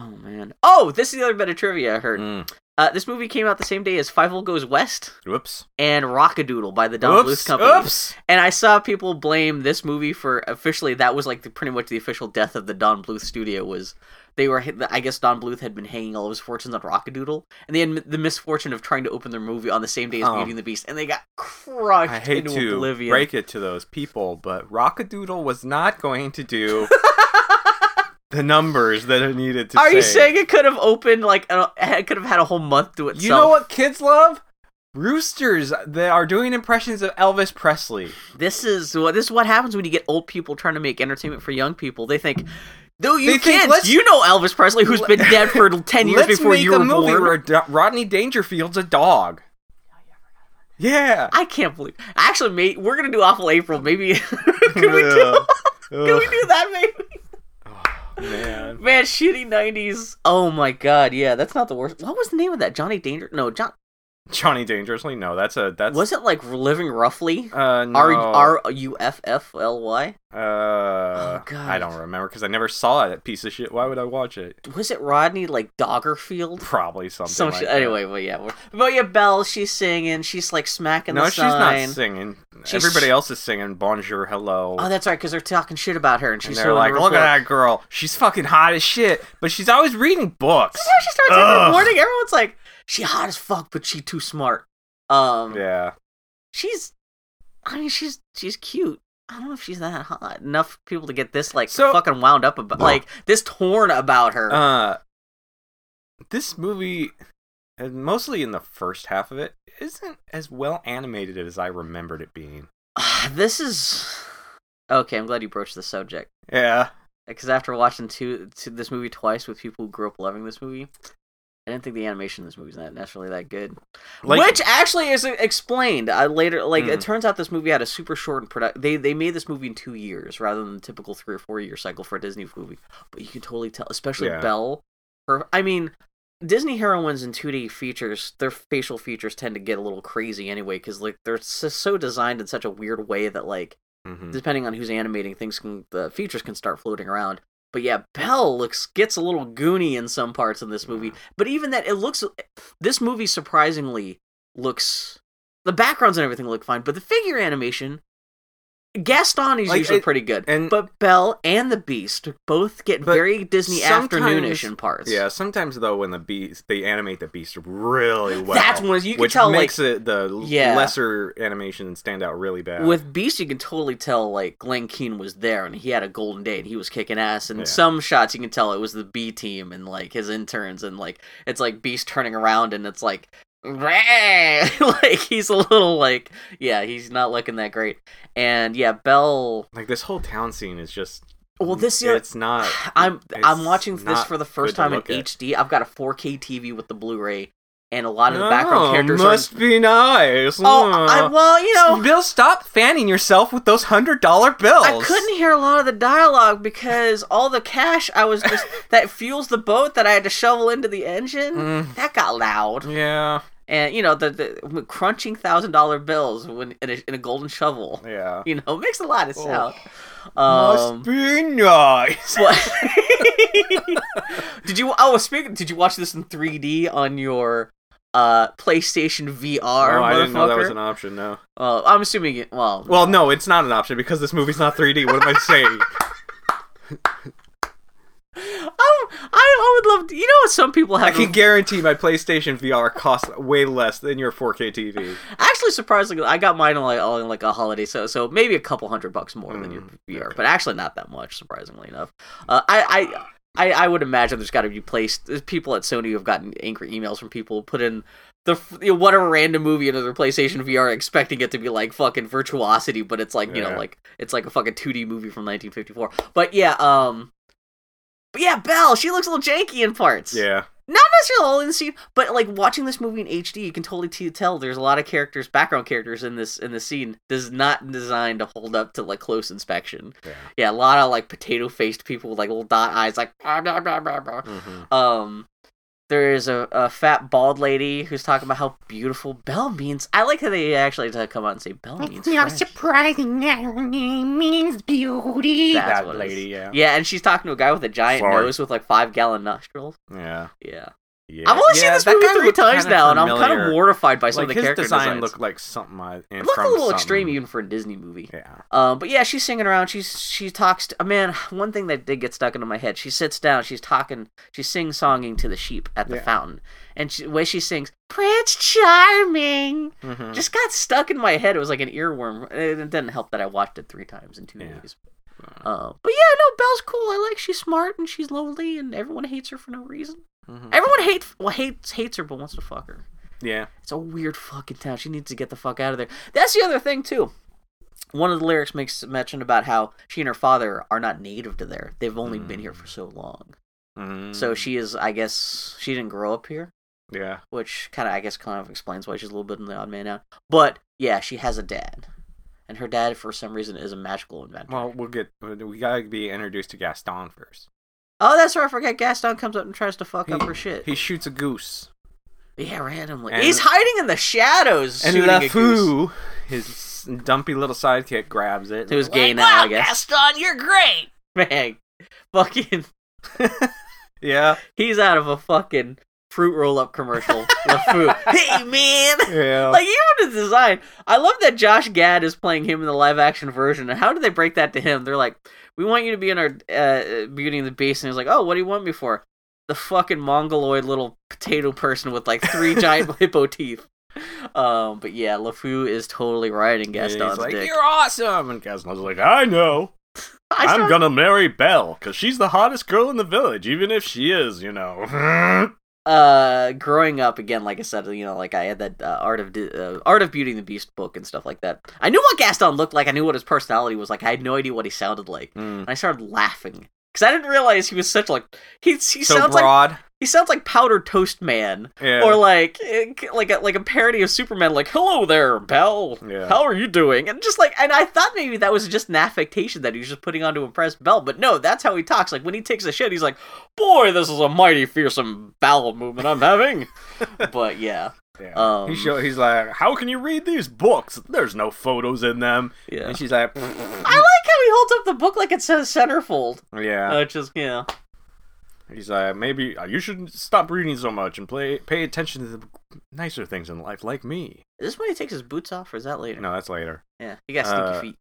[SPEAKER 2] Oh man! Oh, this is the other bit of trivia I heard.
[SPEAKER 1] Mm.
[SPEAKER 2] Uh, this movie came out the same day as Five Goes West
[SPEAKER 1] Whoops.
[SPEAKER 2] and Rockadoodle by the Don Bluth
[SPEAKER 1] Oops.
[SPEAKER 2] Company.
[SPEAKER 1] Oops.
[SPEAKER 2] And I saw people blame this movie for officially that was like the, pretty much the official death of the Don Bluth studio was they were I guess Don Bluth had been hanging all of his fortunes on Rockadoodle and they had the misfortune of trying to open their movie on the same day as
[SPEAKER 1] Oh.
[SPEAKER 2] Beauty and the Beast and they got crushed
[SPEAKER 1] I hate
[SPEAKER 2] into
[SPEAKER 1] to
[SPEAKER 2] oblivion.
[SPEAKER 1] break it to those people, but Rockadoodle was not going to
[SPEAKER 2] [laughs]
[SPEAKER 1] do the numbers that are needed to
[SPEAKER 2] Are you
[SPEAKER 1] say-
[SPEAKER 2] saying it could have opened like a, it could have had a whole month to itself?
[SPEAKER 1] You know what kids love? Roosters that are doing impressions of Elvis Presley.
[SPEAKER 2] This is what this is what happens when you get old people trying to make entertainment for young people. They think, though you
[SPEAKER 1] They
[SPEAKER 2] kids,
[SPEAKER 1] think, "Let's-
[SPEAKER 2] you know Elvis Presley,
[SPEAKER 1] [laughs]
[SPEAKER 2] who's been dead for ten years
[SPEAKER 1] Let's
[SPEAKER 2] before
[SPEAKER 1] make
[SPEAKER 2] you
[SPEAKER 1] a
[SPEAKER 2] were
[SPEAKER 1] movie
[SPEAKER 2] born."
[SPEAKER 1] where Do- Rodney Dangerfield's a dog. Yeah.
[SPEAKER 2] I can't believe. Actually, mate, we're gonna do awful April. Maybe [laughs]
[SPEAKER 1] [laughs]
[SPEAKER 2] can we [laughs] do? Can we do that? Maybe.
[SPEAKER 1] Man.
[SPEAKER 2] Man, shitty nineties. Oh my god. Yeah, that's not the worst. What was the name of that? Johnny Danger? No, John.
[SPEAKER 1] Johnny Dangerously? No, that's a that's
[SPEAKER 2] Was it like Living Roughly?
[SPEAKER 1] uh no.
[SPEAKER 2] R E R U F F L Y.
[SPEAKER 1] uh
[SPEAKER 2] Oh, God.
[SPEAKER 1] I don't remember cuz I never saw that piece of shit. Why would I watch it?
[SPEAKER 2] Was it Rodney like Doggerfield?
[SPEAKER 1] Probably something
[SPEAKER 2] Some
[SPEAKER 1] like
[SPEAKER 2] shit.
[SPEAKER 1] that.
[SPEAKER 2] Anyway, but yeah, we're- but yeah, Belle, she's singing. She's like smacking
[SPEAKER 1] No,
[SPEAKER 2] the
[SPEAKER 1] she's
[SPEAKER 2] sign.
[SPEAKER 1] not singing.
[SPEAKER 2] She's-
[SPEAKER 1] Everybody else is singing Bonjour, hello.
[SPEAKER 2] Oh, that's right, because they're talking shit about her, and
[SPEAKER 1] And
[SPEAKER 2] she's
[SPEAKER 1] they're
[SPEAKER 2] so
[SPEAKER 1] like, look at
[SPEAKER 2] unreported."
[SPEAKER 1] that girl. She's fucking hot as shit, but she's always reading books.
[SPEAKER 2] [laughs] That's how she starts every
[SPEAKER 1] Ugh.
[SPEAKER 2] morning. Everyone's like, she hot as fuck, but she too smart. Um,
[SPEAKER 1] Yeah.
[SPEAKER 2] she's, I mean, she's she's cute. I don't know if she's that hot enough people to get this like
[SPEAKER 1] So-
[SPEAKER 2] fucking wound up about, like this torn about her.
[SPEAKER 1] Uh, this movie, and mostly in the first half of it, isn't as well animated as I remembered it being.
[SPEAKER 2] [sighs] this is okay. I'm glad you broached the subject.
[SPEAKER 1] Yeah.
[SPEAKER 2] because after watching two, two this movie twice with people who grew up loving this movie, I didn't think the animation in this movie is not necessarily that good.
[SPEAKER 1] Like-
[SPEAKER 2] Which actually is explained uh, later. Like it
[SPEAKER 1] Mm.
[SPEAKER 2] turns out this movie had a super short and product. They they made this movie in two years rather than the typical three or four year cycle for a Disney movie. But you can totally tell, especially
[SPEAKER 1] Yeah.
[SPEAKER 2] Belle. Her, I mean. Disney heroines in 2D features, their facial features tend to get a little crazy anyway, because like they're s- so designed in such a weird way that like
[SPEAKER 1] Mhm.
[SPEAKER 2] depending on who's animating things can the features can start floating around but yeah belle looks gets a little goony in some parts in this movie but even that it looks this movie surprisingly looks the backgrounds and everything look fine but the figure animation Gaston is
[SPEAKER 1] Like,
[SPEAKER 2] usually
[SPEAKER 1] it-
[SPEAKER 2] pretty good,
[SPEAKER 1] and-
[SPEAKER 2] but Belle and the Beast both get
[SPEAKER 1] But
[SPEAKER 2] very Disney
[SPEAKER 1] sometimes-
[SPEAKER 2] afternoonish in parts.
[SPEAKER 1] Yeah, sometimes though, when the beast they animate the beast really well.
[SPEAKER 2] That's when you can
[SPEAKER 1] which
[SPEAKER 2] tell,
[SPEAKER 1] makes it the
[SPEAKER 2] yeah.
[SPEAKER 1] lesser animation stand out really bad.
[SPEAKER 2] With Beast, you can totally tell like Glenn Keane was there and he had a golden day and he was kicking ass. And
[SPEAKER 1] Yeah.
[SPEAKER 2] some shots you can tell it was the B team and like his interns and like it's like Beast turning around and it's like "Rah!" [laughs] like he's a little like yeah he's not looking that great. And yeah, Bell.
[SPEAKER 1] like this whole town scene is just
[SPEAKER 2] Well, this year
[SPEAKER 1] it's not.
[SPEAKER 2] [sighs] I'm
[SPEAKER 1] it's
[SPEAKER 2] I'm watching this
[SPEAKER 1] not
[SPEAKER 2] for the
[SPEAKER 1] good
[SPEAKER 2] first
[SPEAKER 1] to
[SPEAKER 2] time in
[SPEAKER 1] look at.
[SPEAKER 2] HD. I've got a 4K TV with the Blu-ray and a lot of the
[SPEAKER 1] Oh,
[SPEAKER 2] background characters are.
[SPEAKER 1] must be nice.
[SPEAKER 2] Oh, I, well, you know,
[SPEAKER 1] Bill, stop fanning yourself with those hundred dollar bills.
[SPEAKER 2] I couldn't hear a lot of the dialogue because all the cash I
[SPEAKER 1] [laughs]
[SPEAKER 2] was just that fuels the boat that I had to shovel into the engine.
[SPEAKER 1] Mm.
[SPEAKER 2] That got loud,
[SPEAKER 1] Yeah,
[SPEAKER 2] and you know the, the crunching thousand dollar bills when in a, in a golden shovel.
[SPEAKER 1] yeah.
[SPEAKER 2] You know, makes a lot of
[SPEAKER 1] Oh.
[SPEAKER 2] sound.
[SPEAKER 1] must [laughs]
[SPEAKER 2] Um, [laughs]
[SPEAKER 1] be nice.
[SPEAKER 2] what? did you? Oh, speaking. Did you watch this in 3D on your uh PlayStation
[SPEAKER 1] [laughs]
[SPEAKER 2] VR?
[SPEAKER 1] oh, I didn't know that was
[SPEAKER 2] motherfucker?
[SPEAKER 1] an option. No.
[SPEAKER 2] Oh, I'm assuming it. Well,
[SPEAKER 1] Well, no, it's not an option because this movie's not 3D. What am I [laughs] saying?
[SPEAKER 2] I, I, I would love. To, you know, what some people
[SPEAKER 1] I
[SPEAKER 2] have.
[SPEAKER 1] can guarantee my PlayStation VR costs way less than your 4K
[SPEAKER 2] [laughs]
[SPEAKER 1] TV.
[SPEAKER 2] Actually, surprisingly, I got mine on like, on like a holiday, so so maybe a couple hundred bucks more than your
[SPEAKER 1] Mm,
[SPEAKER 2] VR, but actually not that much, surprisingly enough. Uh, I. I I, I would imagine there's got to be placed there's people at Sony who have gotten angry emails from people who put in the f- you know, whatever random movie into their PlayStation VR expecting it to be like fucking virtuosity, but it's like you know
[SPEAKER 1] Yeah.
[SPEAKER 2] like it's like a fucking 2D movie from 1954. But yeah, um, but yeah, Belle, she looks a little janky in parts
[SPEAKER 1] Yeah.
[SPEAKER 2] not necessarily all in the scene, but like watching this movie in HD, you can totally t- tell there's a lot of characters, background characters in this in the scene does not designed to hold up to like close inspection.
[SPEAKER 1] Yeah.
[SPEAKER 2] a lot of like potato faced people with like little dot eyes, like "Ah, blah, blah, blah, blah."
[SPEAKER 1] hmm
[SPEAKER 2] um. There is a, a fat bald lady who's talking about how beautiful Belle means. I like how they actually had to come out and say Belle
[SPEAKER 1] Mm, Mm-hmm.
[SPEAKER 2] means.
[SPEAKER 3] It's not
[SPEAKER 2] French.
[SPEAKER 3] surprising that her name means beauty.
[SPEAKER 2] That's
[SPEAKER 1] That
[SPEAKER 2] what it
[SPEAKER 1] lady, yeah.
[SPEAKER 2] is. Yeah, and she's talking to a guy with a giant
[SPEAKER 1] Sorry.
[SPEAKER 2] nose with like five gallon nostrils.
[SPEAKER 1] Yeah.
[SPEAKER 2] Yeah.
[SPEAKER 1] Yeah.
[SPEAKER 2] I've only seen
[SPEAKER 1] Yeah,
[SPEAKER 2] this
[SPEAKER 1] that
[SPEAKER 2] movie
[SPEAKER 1] guy
[SPEAKER 2] three
[SPEAKER 1] looked
[SPEAKER 2] times
[SPEAKER 1] kinda
[SPEAKER 2] now, and I'm kind
[SPEAKER 1] familiar.
[SPEAKER 2] of mortified by some
[SPEAKER 1] Like
[SPEAKER 2] of the
[SPEAKER 1] his
[SPEAKER 2] character
[SPEAKER 1] design
[SPEAKER 2] designs.
[SPEAKER 1] looked like something I
[SPEAKER 2] it
[SPEAKER 1] and
[SPEAKER 2] looked a
[SPEAKER 1] from
[SPEAKER 2] little
[SPEAKER 1] something.
[SPEAKER 2] extreme even for a Disney movie.
[SPEAKER 1] Yeah.
[SPEAKER 2] Um, but yeah, she's singing around. She's she talks. To, man, one thing that did get stuck into my head. She sits down. She's talking. She's sing songing to the sheep at the
[SPEAKER 1] Yeah.
[SPEAKER 2] fountain, and she, the way she sings, "Prince Charming,"
[SPEAKER 1] Mhm.
[SPEAKER 2] Mm-hmm. just got stuck in my head. It was like an earworm. It it didn't help that I watched it three times in two
[SPEAKER 1] Yeah. Mm.
[SPEAKER 2] movies. Uh, but yeah, no, Belle's cool. I like she's smart and she's lonely, and everyone hates her for no reason.
[SPEAKER 1] Mhm.
[SPEAKER 2] Everyone hates well hates hates her but wants to fuck her.
[SPEAKER 1] Yeah.
[SPEAKER 2] It's a weird fucking town. She needs to get the fuck out of there. That's the other thing too. One of the lyrics makes mention about how she and her father are not native to there. They've only been here for so long.
[SPEAKER 1] Mhm.
[SPEAKER 2] So she is I guess she didn't grow up here,
[SPEAKER 1] Yeah.
[SPEAKER 2] which kind of I guess kind of explains why she's a little bit in the odd man out. But yeah, she has a dad. And her dad for some reason is a magical inventor.
[SPEAKER 1] Well, we'll get. We gotta be introduced to Gaston first.
[SPEAKER 2] oh, that's right. I forgot Gaston comes up and tries to fuck up her shit.
[SPEAKER 1] He shoots a goose.
[SPEAKER 2] yeah, randomly.
[SPEAKER 1] And-
[SPEAKER 2] He's hiding in the shadows.
[SPEAKER 1] And
[SPEAKER 2] shooting a goose.
[SPEAKER 1] LeFou, his dumpy little sidekick, grabs it.
[SPEAKER 2] Who's gay
[SPEAKER 3] Like,
[SPEAKER 2] now,
[SPEAKER 3] wow,
[SPEAKER 2] I guess.
[SPEAKER 3] Gaston, you're great.
[SPEAKER 2] [laughs] Man, fucking,
[SPEAKER 1] Yeah.
[SPEAKER 2] he's out of a fucking fruit roll up commercial.
[SPEAKER 3] [laughs]
[SPEAKER 2] LeFou. Hey, man!
[SPEAKER 1] Yeah.
[SPEAKER 2] [laughs] Like, even his design. I love that Josh Gad is playing him in the live action version. And how did they break that to him? They're like, we want you to be in our uh, Beauty and the Beast. And he's like, oh, what do you want me for? The fucking mongoloid little potato person with like
[SPEAKER 3] [laughs]
[SPEAKER 2] three giant hippo teeth. Um, but yeah, LeFou is totally riding
[SPEAKER 1] And
[SPEAKER 2] Gaston's
[SPEAKER 1] he's like,
[SPEAKER 2] dick.
[SPEAKER 1] "You're awesome," and Gaston's like, "I know.
[SPEAKER 2] I
[SPEAKER 1] I'm
[SPEAKER 2] started-
[SPEAKER 1] gonna marry Belle because she's the hottest girl in the village, even if she is, you know." [laughs]
[SPEAKER 2] uh growing up again like i said you know like i had that uh, art of Di- uh, art of beauty and the beast book and stuff like that i knew what gaston looked like i knew what his personality was like i had no idea what he sounded like
[SPEAKER 1] Mm.
[SPEAKER 2] and i started laughing because i didn't realize he was such like he, he
[SPEAKER 1] So
[SPEAKER 2] sounds like
[SPEAKER 1] broad,
[SPEAKER 2] he sounds like powder toast man
[SPEAKER 1] yeah.
[SPEAKER 2] or like eh, like a, like a parody of superman like hello there belle
[SPEAKER 1] Yeah.
[SPEAKER 2] how are you doing and just like and i thought maybe that was just an affectation that he was just putting on to impress belle but no that's how he talks like when he takes a shit he's like boy this is a mighty fearsome bowel movement
[SPEAKER 1] [laughs]
[SPEAKER 2] i'm having but yeah
[SPEAKER 1] Yeah.
[SPEAKER 2] um,
[SPEAKER 1] he show, he's like, "How can you read these books? There's no photos in them."
[SPEAKER 2] yeah
[SPEAKER 1] And she's like,
[SPEAKER 2] i like how he holds up the book like it says centerfold
[SPEAKER 1] "Yeah."
[SPEAKER 2] which is yeah
[SPEAKER 1] He's like, "Maybe uh, you should stop reading so much and play pay attention to the nicer things in life, like me."
[SPEAKER 2] is this when he takes his boots off or is that later
[SPEAKER 1] No, that's later.
[SPEAKER 2] yeah he got stinky
[SPEAKER 1] Uh,
[SPEAKER 2] feet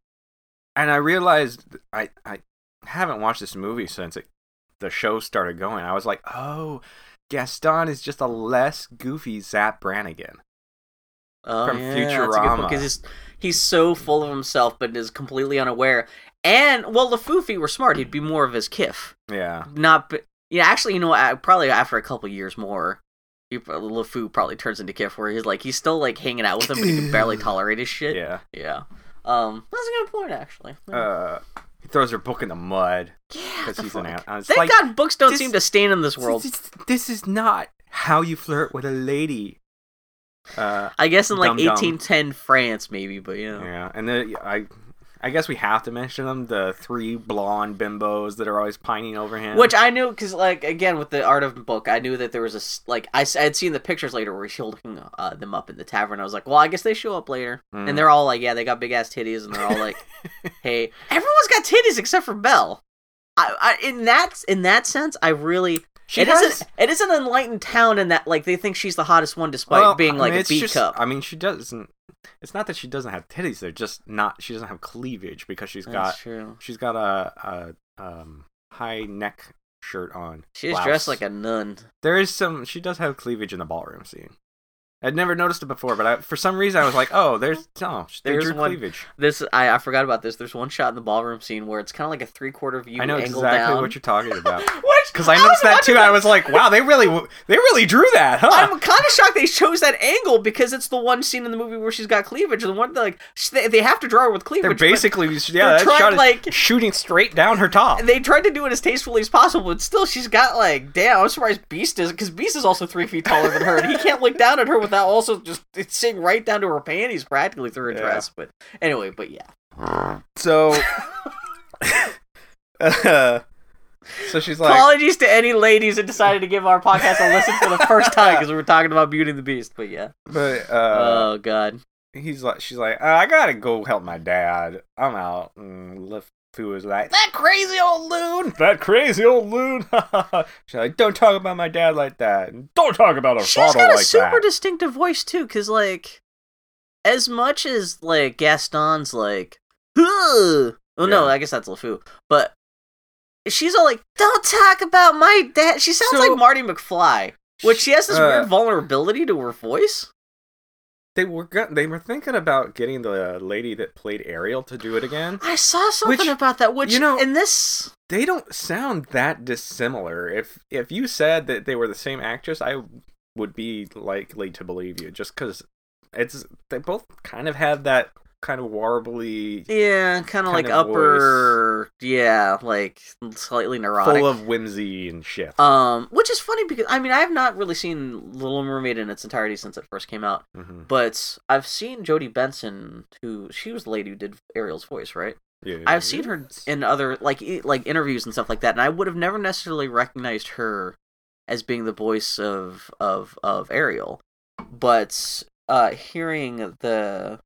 [SPEAKER 1] and I realized I I haven't watched this movie since it, the show started going. I was like, oh, Gaston is just a less goofy Zap Brannigan.
[SPEAKER 2] Oh,
[SPEAKER 1] From
[SPEAKER 2] yeah, that's a good point,
[SPEAKER 1] Futurama.
[SPEAKER 2] 'cause he's, he's so full of himself, but is completely unaware. And well, Lafufi were smart. He'd be more of his Kiff,
[SPEAKER 1] Yeah,
[SPEAKER 2] not. b- Yeah, actually, you know, what, I- probably after a couple years more, he, pro- LeFou probably turns into Kiff, where he's like he's still like hanging out with him, but he
[SPEAKER 1] [laughs]
[SPEAKER 2] can barely tolerate his shit.
[SPEAKER 1] yeah.
[SPEAKER 2] Yeah. Um, that's a good point, actually. Yeah.
[SPEAKER 1] Uh, he throws her book in the mud
[SPEAKER 2] yeah,
[SPEAKER 1] because
[SPEAKER 2] the
[SPEAKER 1] he's an
[SPEAKER 2] fuck.
[SPEAKER 1] an. I was
[SPEAKER 2] Thank
[SPEAKER 1] like,
[SPEAKER 2] God books don't
[SPEAKER 1] this-
[SPEAKER 2] seem to stand in this world.
[SPEAKER 1] This, is- this is not how you flirt with a lady. Uh,
[SPEAKER 2] I guess in like
[SPEAKER 1] Dum-dum.
[SPEAKER 2] 1810 France, maybe, but you know.
[SPEAKER 1] yeah, and then I, I guess we have to mention them. The three blonde bimbos that are always pining over him.
[SPEAKER 2] Which I knew, because like again with the art of book, I knew that there was a s- like I s- I had seen the pictures later where he's holding uh, them up in the tavern. I was like, well, I guess they show up later,
[SPEAKER 1] Mm.
[SPEAKER 2] and they're all like, yeah, they got big ass titties, and they're
[SPEAKER 1] [laughs]
[SPEAKER 2] all like, hey, everyone's got titties except for Belle. I, I in that in that sense, I really
[SPEAKER 1] she
[SPEAKER 2] it
[SPEAKER 1] has-
[SPEAKER 2] not it is an enlightened town in that like they think she's the hottest one despite
[SPEAKER 1] Well,
[SPEAKER 2] being
[SPEAKER 1] I
[SPEAKER 2] like
[SPEAKER 1] mean,
[SPEAKER 2] a
[SPEAKER 1] it's
[SPEAKER 2] B
[SPEAKER 1] just-
[SPEAKER 2] cup.
[SPEAKER 1] I mean, she doesn't. It's not that she doesn't have titties. They're just not. She doesn't have cleavage because she's got.
[SPEAKER 2] That's true.
[SPEAKER 1] She's got a, a um high neck shirt on.
[SPEAKER 2] She's
[SPEAKER 1] blouse.
[SPEAKER 2] dressed like a nun.
[SPEAKER 1] There is some. She does have cleavage in the ballroom scene. I'd never noticed it before, but I, for some reason I was like, "Oh, there's no,
[SPEAKER 2] There's
[SPEAKER 1] there's your
[SPEAKER 2] one-
[SPEAKER 1] cleavage."
[SPEAKER 2] This I, I forgot about this. There's one shot in the ballroom scene where it's kind of like a three quarter view.
[SPEAKER 1] I know
[SPEAKER 2] angle
[SPEAKER 1] exactly
[SPEAKER 2] down.
[SPEAKER 1] what you're talking
[SPEAKER 2] [laughs]
[SPEAKER 1] about
[SPEAKER 2] Which-
[SPEAKER 1] because I noticed
[SPEAKER 2] was
[SPEAKER 1] that
[SPEAKER 2] watching
[SPEAKER 1] too. I was like, "Wow, they really, they really drew that, huh?"
[SPEAKER 2] I'm kind of shocked they chose that angle because it's the one scene in the movie where she's got cleavage. The one that, like sh- they, they have to draw her with cleavage.
[SPEAKER 1] they're
[SPEAKER 2] but
[SPEAKER 1] basically,
[SPEAKER 2] they're
[SPEAKER 1] yeah, that
[SPEAKER 2] trying,
[SPEAKER 1] shot is
[SPEAKER 2] like-
[SPEAKER 1] shooting straight down her
[SPEAKER 2] [laughs]
[SPEAKER 1] top.
[SPEAKER 2] They tried to do it as tastefully as possible, but still, she's got like, damn, I'm surprised Beast is because Beast is also three feet taller than her, and he
[SPEAKER 1] [laughs]
[SPEAKER 2] can't look down at her without also just it's seeing right down to her panties practically through her
[SPEAKER 1] Yeah.
[SPEAKER 2] dress. But anyway, but yeah,
[SPEAKER 1] So,
[SPEAKER 2] [laughs]
[SPEAKER 1] uh, [laughs] so she's like,
[SPEAKER 2] apologies to any ladies that decided to give our podcast a listen for the
[SPEAKER 1] [laughs]
[SPEAKER 2] first time because we were talking about Beauty and the Beast. But yeah,
[SPEAKER 1] but uh,
[SPEAKER 2] oh god,
[SPEAKER 1] he's like, she's like, "Uh, I gotta go help my dad. I'm out. And LeFou is like, that crazy old loon, [laughs] that crazy old loon. [laughs] she's like, don't talk about my dad like that. And Don't talk about our
[SPEAKER 2] She's
[SPEAKER 1] father
[SPEAKER 2] got a
[SPEAKER 1] like
[SPEAKER 2] super
[SPEAKER 1] that.
[SPEAKER 2] distinctive voice too, because like, as much as like Gaston's like, oh no,
[SPEAKER 1] Yeah.
[SPEAKER 2] I guess that's LeFou, but she's all like, "Don't talk about my dad." She sounds
[SPEAKER 1] So-
[SPEAKER 2] like Marty McFly, which she has this
[SPEAKER 1] Uh,
[SPEAKER 2] weird vulnerability to her voice.
[SPEAKER 1] they were go- they were thinking about getting the lady that played Ariel to do it again.
[SPEAKER 2] I saw something
[SPEAKER 1] which,
[SPEAKER 2] about that. Which
[SPEAKER 1] you know-
[SPEAKER 2] in this,
[SPEAKER 1] They don't sound that dissimilar. If if you said that they were the same actress, I would be likely to believe you, just because it's they both kind of have that kind of warbly,
[SPEAKER 2] yeah, kind of
[SPEAKER 1] Kind
[SPEAKER 2] like
[SPEAKER 1] of
[SPEAKER 2] upper, yeah, like slightly neurotic.
[SPEAKER 1] full of whimsy and shit.
[SPEAKER 2] Um, which is funny because I mean I have not really seen Little Mermaid in its entirety since it first came out,
[SPEAKER 1] hmm
[SPEAKER 2] but I've seen Jodie Benson, who she was the lady who did Ariel's voice, right? I've
[SPEAKER 1] [laughs]
[SPEAKER 2] seen her in other like i- like interviews and stuff like that, and I would have never necessarily recognized her as being the voice of of of Ariel, but uh, hearing the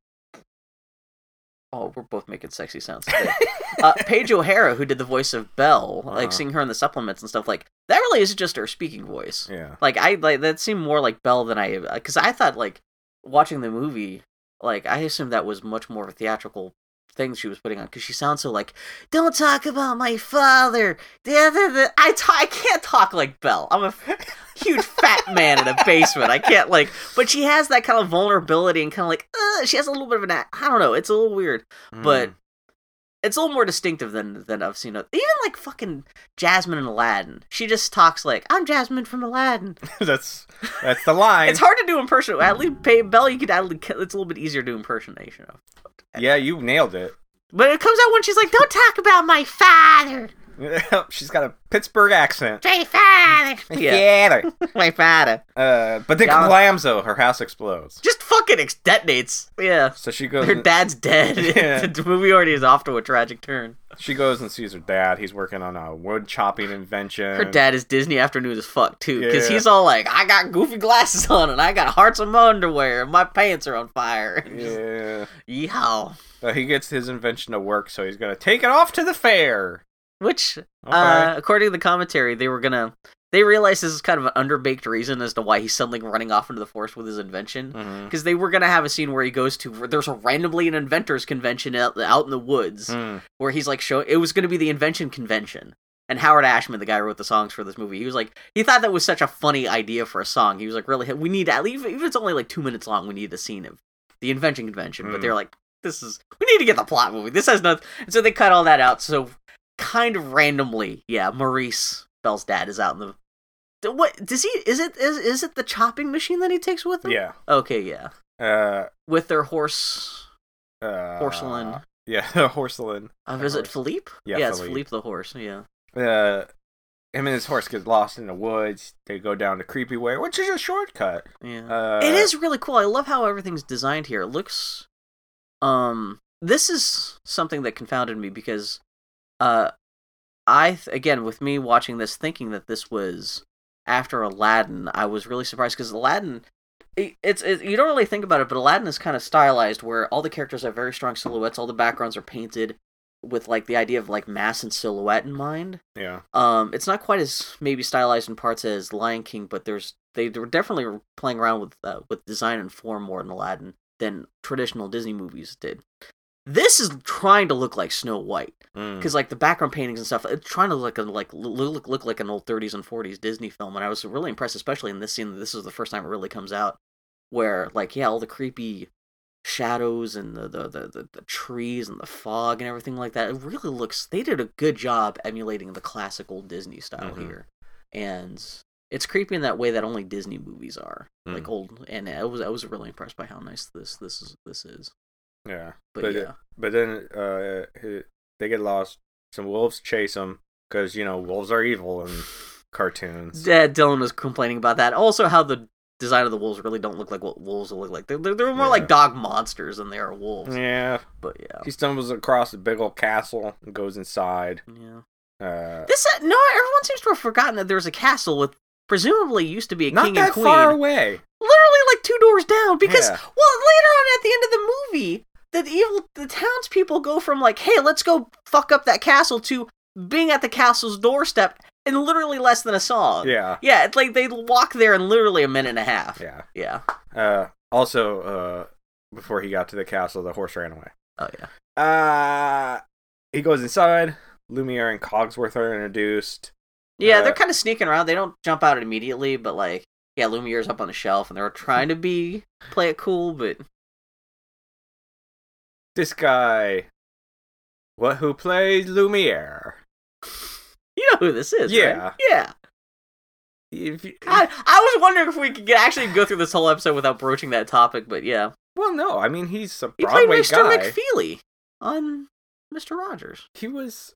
[SPEAKER 2] oh, we're both making sexy sounds. Today.
[SPEAKER 1] [laughs]
[SPEAKER 2] uh, Paige O'Hara, who did the voice of Belle,
[SPEAKER 1] Uh-huh.
[SPEAKER 2] like seeing her in the supplements and stuff like that, really is just her speaking voice.
[SPEAKER 1] yeah.
[SPEAKER 2] Like I like that seemed more like Belle than I because I thought like watching the movie, like I assumed that was much more of a theatrical thing she was putting on because she sounds so like don't talk about my father. Da, da, da." I ta- I can't talk like Belle. I'm a f- huge fat man in a basement. I can't like, but she has that kind of vulnerability and kind of like uh, she has a little bit of an a- I don't know. It's a little weird but
[SPEAKER 1] Mm.
[SPEAKER 2] it's a little more distinctive than than I've seen. oth- Even like fucking Jasmine and Aladdin, she just talks like I'm Jasmine from Aladdin.
[SPEAKER 1] Mm. [laughs] that's that's the line.
[SPEAKER 2] It's hard to do impersonate. At least pay Belle, you could. at least- It's a little bit easier to do impersonation of.
[SPEAKER 1] Yeah, you nailed it. [laughs]
[SPEAKER 2] But it comes out when she's like, "Don't talk about my father,
[SPEAKER 1] She's got a Pittsburgh accent.
[SPEAKER 3] Say father.
[SPEAKER 1] [laughs]
[SPEAKER 2] Yeah.
[SPEAKER 1] Yeah.
[SPEAKER 2] [laughs] my father."
[SPEAKER 1] Uh, but then
[SPEAKER 2] Yeah.
[SPEAKER 1] Glamzo, her house explodes.
[SPEAKER 2] Just fucking ex- detonates. Yeah,
[SPEAKER 1] So she goes.
[SPEAKER 2] her dad's dead.
[SPEAKER 1] [laughs] Yeah.
[SPEAKER 2] [laughs] the movie already is off to a tragic turn.
[SPEAKER 1] She goes and sees her dad. He's working on a wood chopping invention.
[SPEAKER 2] Her dad is Disney afternoon as fuck too, because
[SPEAKER 1] Yeah.
[SPEAKER 2] he's all like, "I got goofy glasses on, and I got hearts on my underwear, and my pants are on fire." And just-
[SPEAKER 1] Yeah.
[SPEAKER 2] Yeehaw.
[SPEAKER 1] So he gets his invention to work, so he's gonna take it off to the fair.
[SPEAKER 2] Which,
[SPEAKER 1] Okay.
[SPEAKER 2] uh, according to the commentary, they were gonna They realize this is kind of an underbaked reason as to why he's suddenly running off into the forest with his invention.
[SPEAKER 1] Mhm.
[SPEAKER 2] Because they were gonna have a scene where he goes to there's a randomly an inventors convention out, out in the woods
[SPEAKER 1] Mm.
[SPEAKER 2] where he's like show it was going to be the invention convention and howard ashman the guy who wrote the songs for this movie he was like he thought that was such a funny idea for a song he was like really we need at least even if it's only like two minutes long we need a scene of the invention convention but
[SPEAKER 1] Mm.
[SPEAKER 2] they're like this is we need to get the plot movie this has nothing and so they cut all that out so kind of randomly yeah maurice bell's dad is out in the the- what does he is it is, is it the chopping machine that he takes with him
[SPEAKER 1] Yeah.
[SPEAKER 2] okay yeah
[SPEAKER 1] Uh,
[SPEAKER 2] with their horse
[SPEAKER 1] uh,
[SPEAKER 2] porcelain
[SPEAKER 1] Yeah, [laughs] porcelain.
[SPEAKER 2] uh, is it
[SPEAKER 1] horse.
[SPEAKER 2] philippe
[SPEAKER 1] Yeah,
[SPEAKER 2] yeah it's
[SPEAKER 1] Philippe.
[SPEAKER 2] philippe the horse yeah
[SPEAKER 1] Uh, him and his horse get lost in the woods. They go down the creepy way, which is a shortcut.
[SPEAKER 2] yeah
[SPEAKER 1] Uh,
[SPEAKER 2] Mm. it is really cool. I love how everything's designed here. It looks um this is something that confounded me because uh I th- again with me watching this thinking that this was after Aladdin, I was really surprised cuz Aladdin i- it's it, you don't really think about it, but Aladdin is kind of stylized where all the characters have very strong silhouettes, all the backgrounds are painted with like the idea of like mass and silhouette in mind.
[SPEAKER 1] Yeah.
[SPEAKER 2] Um, it's not quite as maybe stylized in parts as Lion King, but there's they were definitely playing around with uh, with design and form more in Aladdin than traditional Disney movies did. This is trying to look like Snow White
[SPEAKER 1] Mm.
[SPEAKER 2] because like the background paintings and stuff, it's trying to look a- like look, look look like an old 30s and 40s Disney film, and I was really impressed, especially in this scene. that This is the first time it really comes out where like yeah, all the creepy shadows and the the, the, the, the trees and the fog and everything like that. It really looks they did a good job emulating the classic old Disney style
[SPEAKER 1] Mhm.
[SPEAKER 2] here, and it's creepy in that way that only Disney movies are like
[SPEAKER 1] Mm.
[SPEAKER 2] old. And uh, I was I was really impressed by how nice this this is this is.
[SPEAKER 1] Yeah.
[SPEAKER 2] But,
[SPEAKER 1] But
[SPEAKER 2] yeah,
[SPEAKER 1] it- But then uh, he- they get lost. Some wolves chase them because you know wolves are evil
[SPEAKER 2] [sighs]
[SPEAKER 1] in cartoons.
[SPEAKER 2] Yeah, Dylan was complaining about that. Also, how the design of the wolves really don't look like what wolves look like. They're, they're, they're more
[SPEAKER 1] Yeah.
[SPEAKER 2] like dog monsters than they are wolves.
[SPEAKER 1] Yeah,
[SPEAKER 2] But yeah.
[SPEAKER 1] he stumbles across a big old castle and goes inside.
[SPEAKER 2] Yeah.
[SPEAKER 1] Uh,
[SPEAKER 2] This uh, no, everyone seems to have forgotten that there's a castle with presumably used to be a
[SPEAKER 1] not
[SPEAKER 2] king
[SPEAKER 1] that
[SPEAKER 2] and queen.
[SPEAKER 1] far away.
[SPEAKER 2] Literally like two doors down because
[SPEAKER 1] Yeah.
[SPEAKER 2] well, later on at the end of the movie, the evil the townspeople go from like, "Hey, let's go fuck up that castle" to being at the castle's doorstep in literally less than a song.
[SPEAKER 1] Yeah,
[SPEAKER 2] Yeah, it's like they walk there in literally a minute and a half.
[SPEAKER 1] yeah.
[SPEAKER 2] yeah.
[SPEAKER 1] Uh, also, uh, before he got to the castle, the horse ran away.
[SPEAKER 2] Oh yeah.
[SPEAKER 1] Uh, he goes inside. Lumiere and Cogsworth are introduced.
[SPEAKER 2] Yeah, they're
[SPEAKER 1] Uh,
[SPEAKER 2] kind of sneaking around. They don't jump out immediately, but like, yeah, Lumiere's up on the shelf, and they're trying to be play it cool, but
[SPEAKER 1] This guy, what who plays Lumiere?
[SPEAKER 2] you know who this is, right?
[SPEAKER 1] Yeah.
[SPEAKER 2] yeah.
[SPEAKER 1] If you-
[SPEAKER 2] I, I was wondering if we could get, actually go through this whole episode without broaching that topic, but yeah,
[SPEAKER 1] well, no, I mean he's a
[SPEAKER 2] he
[SPEAKER 1] Broadway
[SPEAKER 2] played Mr.
[SPEAKER 1] guy.
[SPEAKER 2] McFeely on Mister Rogers.
[SPEAKER 1] he was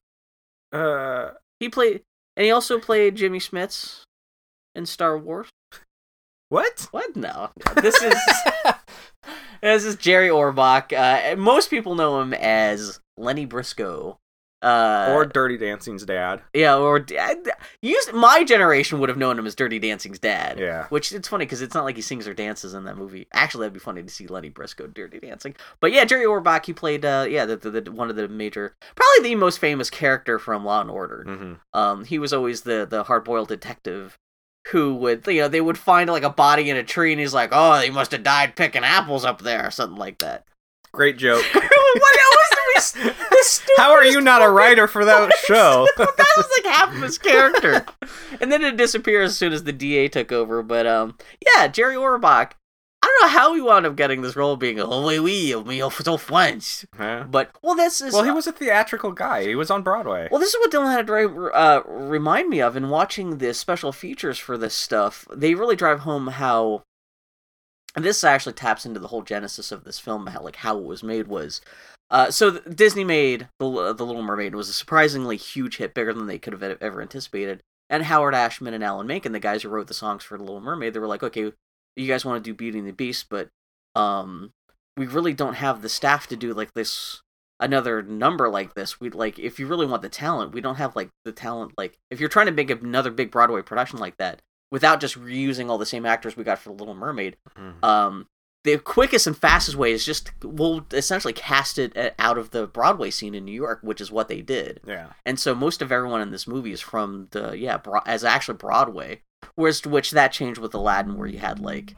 [SPEAKER 1] uh
[SPEAKER 2] He played, and he also played Jimmy Smits in Star Wars.
[SPEAKER 1] what
[SPEAKER 2] What? No,
[SPEAKER 1] [laughs]
[SPEAKER 2] this is this is Jerry Orbach. Uh, most people know him as Lenny Briscoe. Uh,
[SPEAKER 1] or dirty dancing's dad
[SPEAKER 2] Yeah, or used my generation would have known him as Dirty Dancing's dad.
[SPEAKER 1] yeah
[SPEAKER 2] Which it's funny because it's not like he sings or dances in that movie. Actually, that'd be funny to see Lenny Briscoe Dirty Dancing. But yeah, Jerry Orbach, he played uh, yeah the, the, the one of the major, probably the most famous character from Law and Order.
[SPEAKER 1] mm-hmm.
[SPEAKER 2] Um, he was always the the hard boiled detective who would you know they would find like a body in a tree and he's like, oh, he must have died picking apples up there or something like that. [laughs]
[SPEAKER 1] great joke
[SPEAKER 2] what else do we? The stupid
[SPEAKER 1] [laughs] how are you not a writer for that
[SPEAKER 2] [laughs]
[SPEAKER 1] show
[SPEAKER 2] that was like half of his character. and then it disappears as soon as the DA took over. But um, yeah, Jerry Orbach. I don't know how he wound up getting this role, being oh oui oui, me oh, so French.
[SPEAKER 1] Huh?
[SPEAKER 2] But well, this is
[SPEAKER 1] well he was a theatrical guy he was on broadway
[SPEAKER 2] well, this is what Dylan had to re- uh, remind me of in watching the special features for this stuff. They really drive home how, and this actually taps into the whole genesis of this film, how like how it was made was. Uh, so th- Disney made the L- the Little Mermaid It was a surprisingly huge hit, bigger than they could have e- ever anticipated. And Howard Ashman and Alan Menken, the guys who wrote the songs for the Little Mermaid, they were like, okay, you guys want to do Beauty and the Beast, but um, we really don't have the staff to do like this another number like this we like if you really want the talent we don't have like the talent like if you're trying to make another big broadway production like that without just reusing all the same actors we got for the little mermaid
[SPEAKER 1] Mhm.
[SPEAKER 2] um the quickest and fastest way is just we'll essentially cast it a- out of the Broadway scene in New York, which is what they did.
[SPEAKER 1] Yeah.
[SPEAKER 2] And so most of everyone in this movie is from the yeah, bro- as actually Broadway. Whereas to which that changed with Aladdin, where you had like,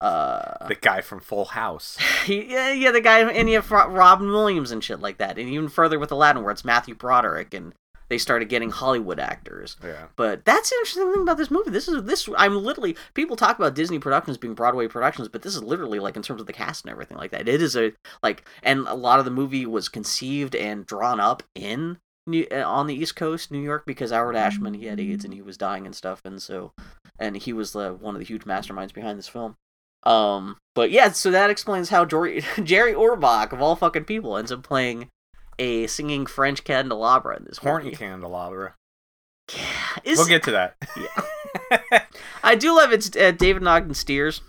[SPEAKER 2] uh,
[SPEAKER 1] The guy from Full
[SPEAKER 2] [laughs]
[SPEAKER 1] House.
[SPEAKER 2] yeah, yeah, the guy and you have Ro- Robin Williams and shit like that, and even further with Aladdin, where it's Matthew Broderick, and they started getting Hollywood actors.
[SPEAKER 1] Yeah.
[SPEAKER 2] But that's the interesting thing about this movie. This is this. I'm literally people talk about Disney productions being Broadway productions, but this is literally like in terms of the cast and everything like that. It is a like, and a lot of the movie was conceived and drawn up in New, uh, on the East Coast, New York, because Howard Ashman he had AIDS and he was dying and stuff, and so and he was the one of the huge masterminds behind this film. Um, but yeah, so that explains how Jory, [laughs] Jerry Orbach of all fucking people ends up playing a singing French candelabra in this
[SPEAKER 1] Horny
[SPEAKER 2] movie.
[SPEAKER 1] candelabra.
[SPEAKER 2] [laughs] Is-
[SPEAKER 1] We'll get to that.
[SPEAKER 2] I do love it's uh, David Ogden Steers,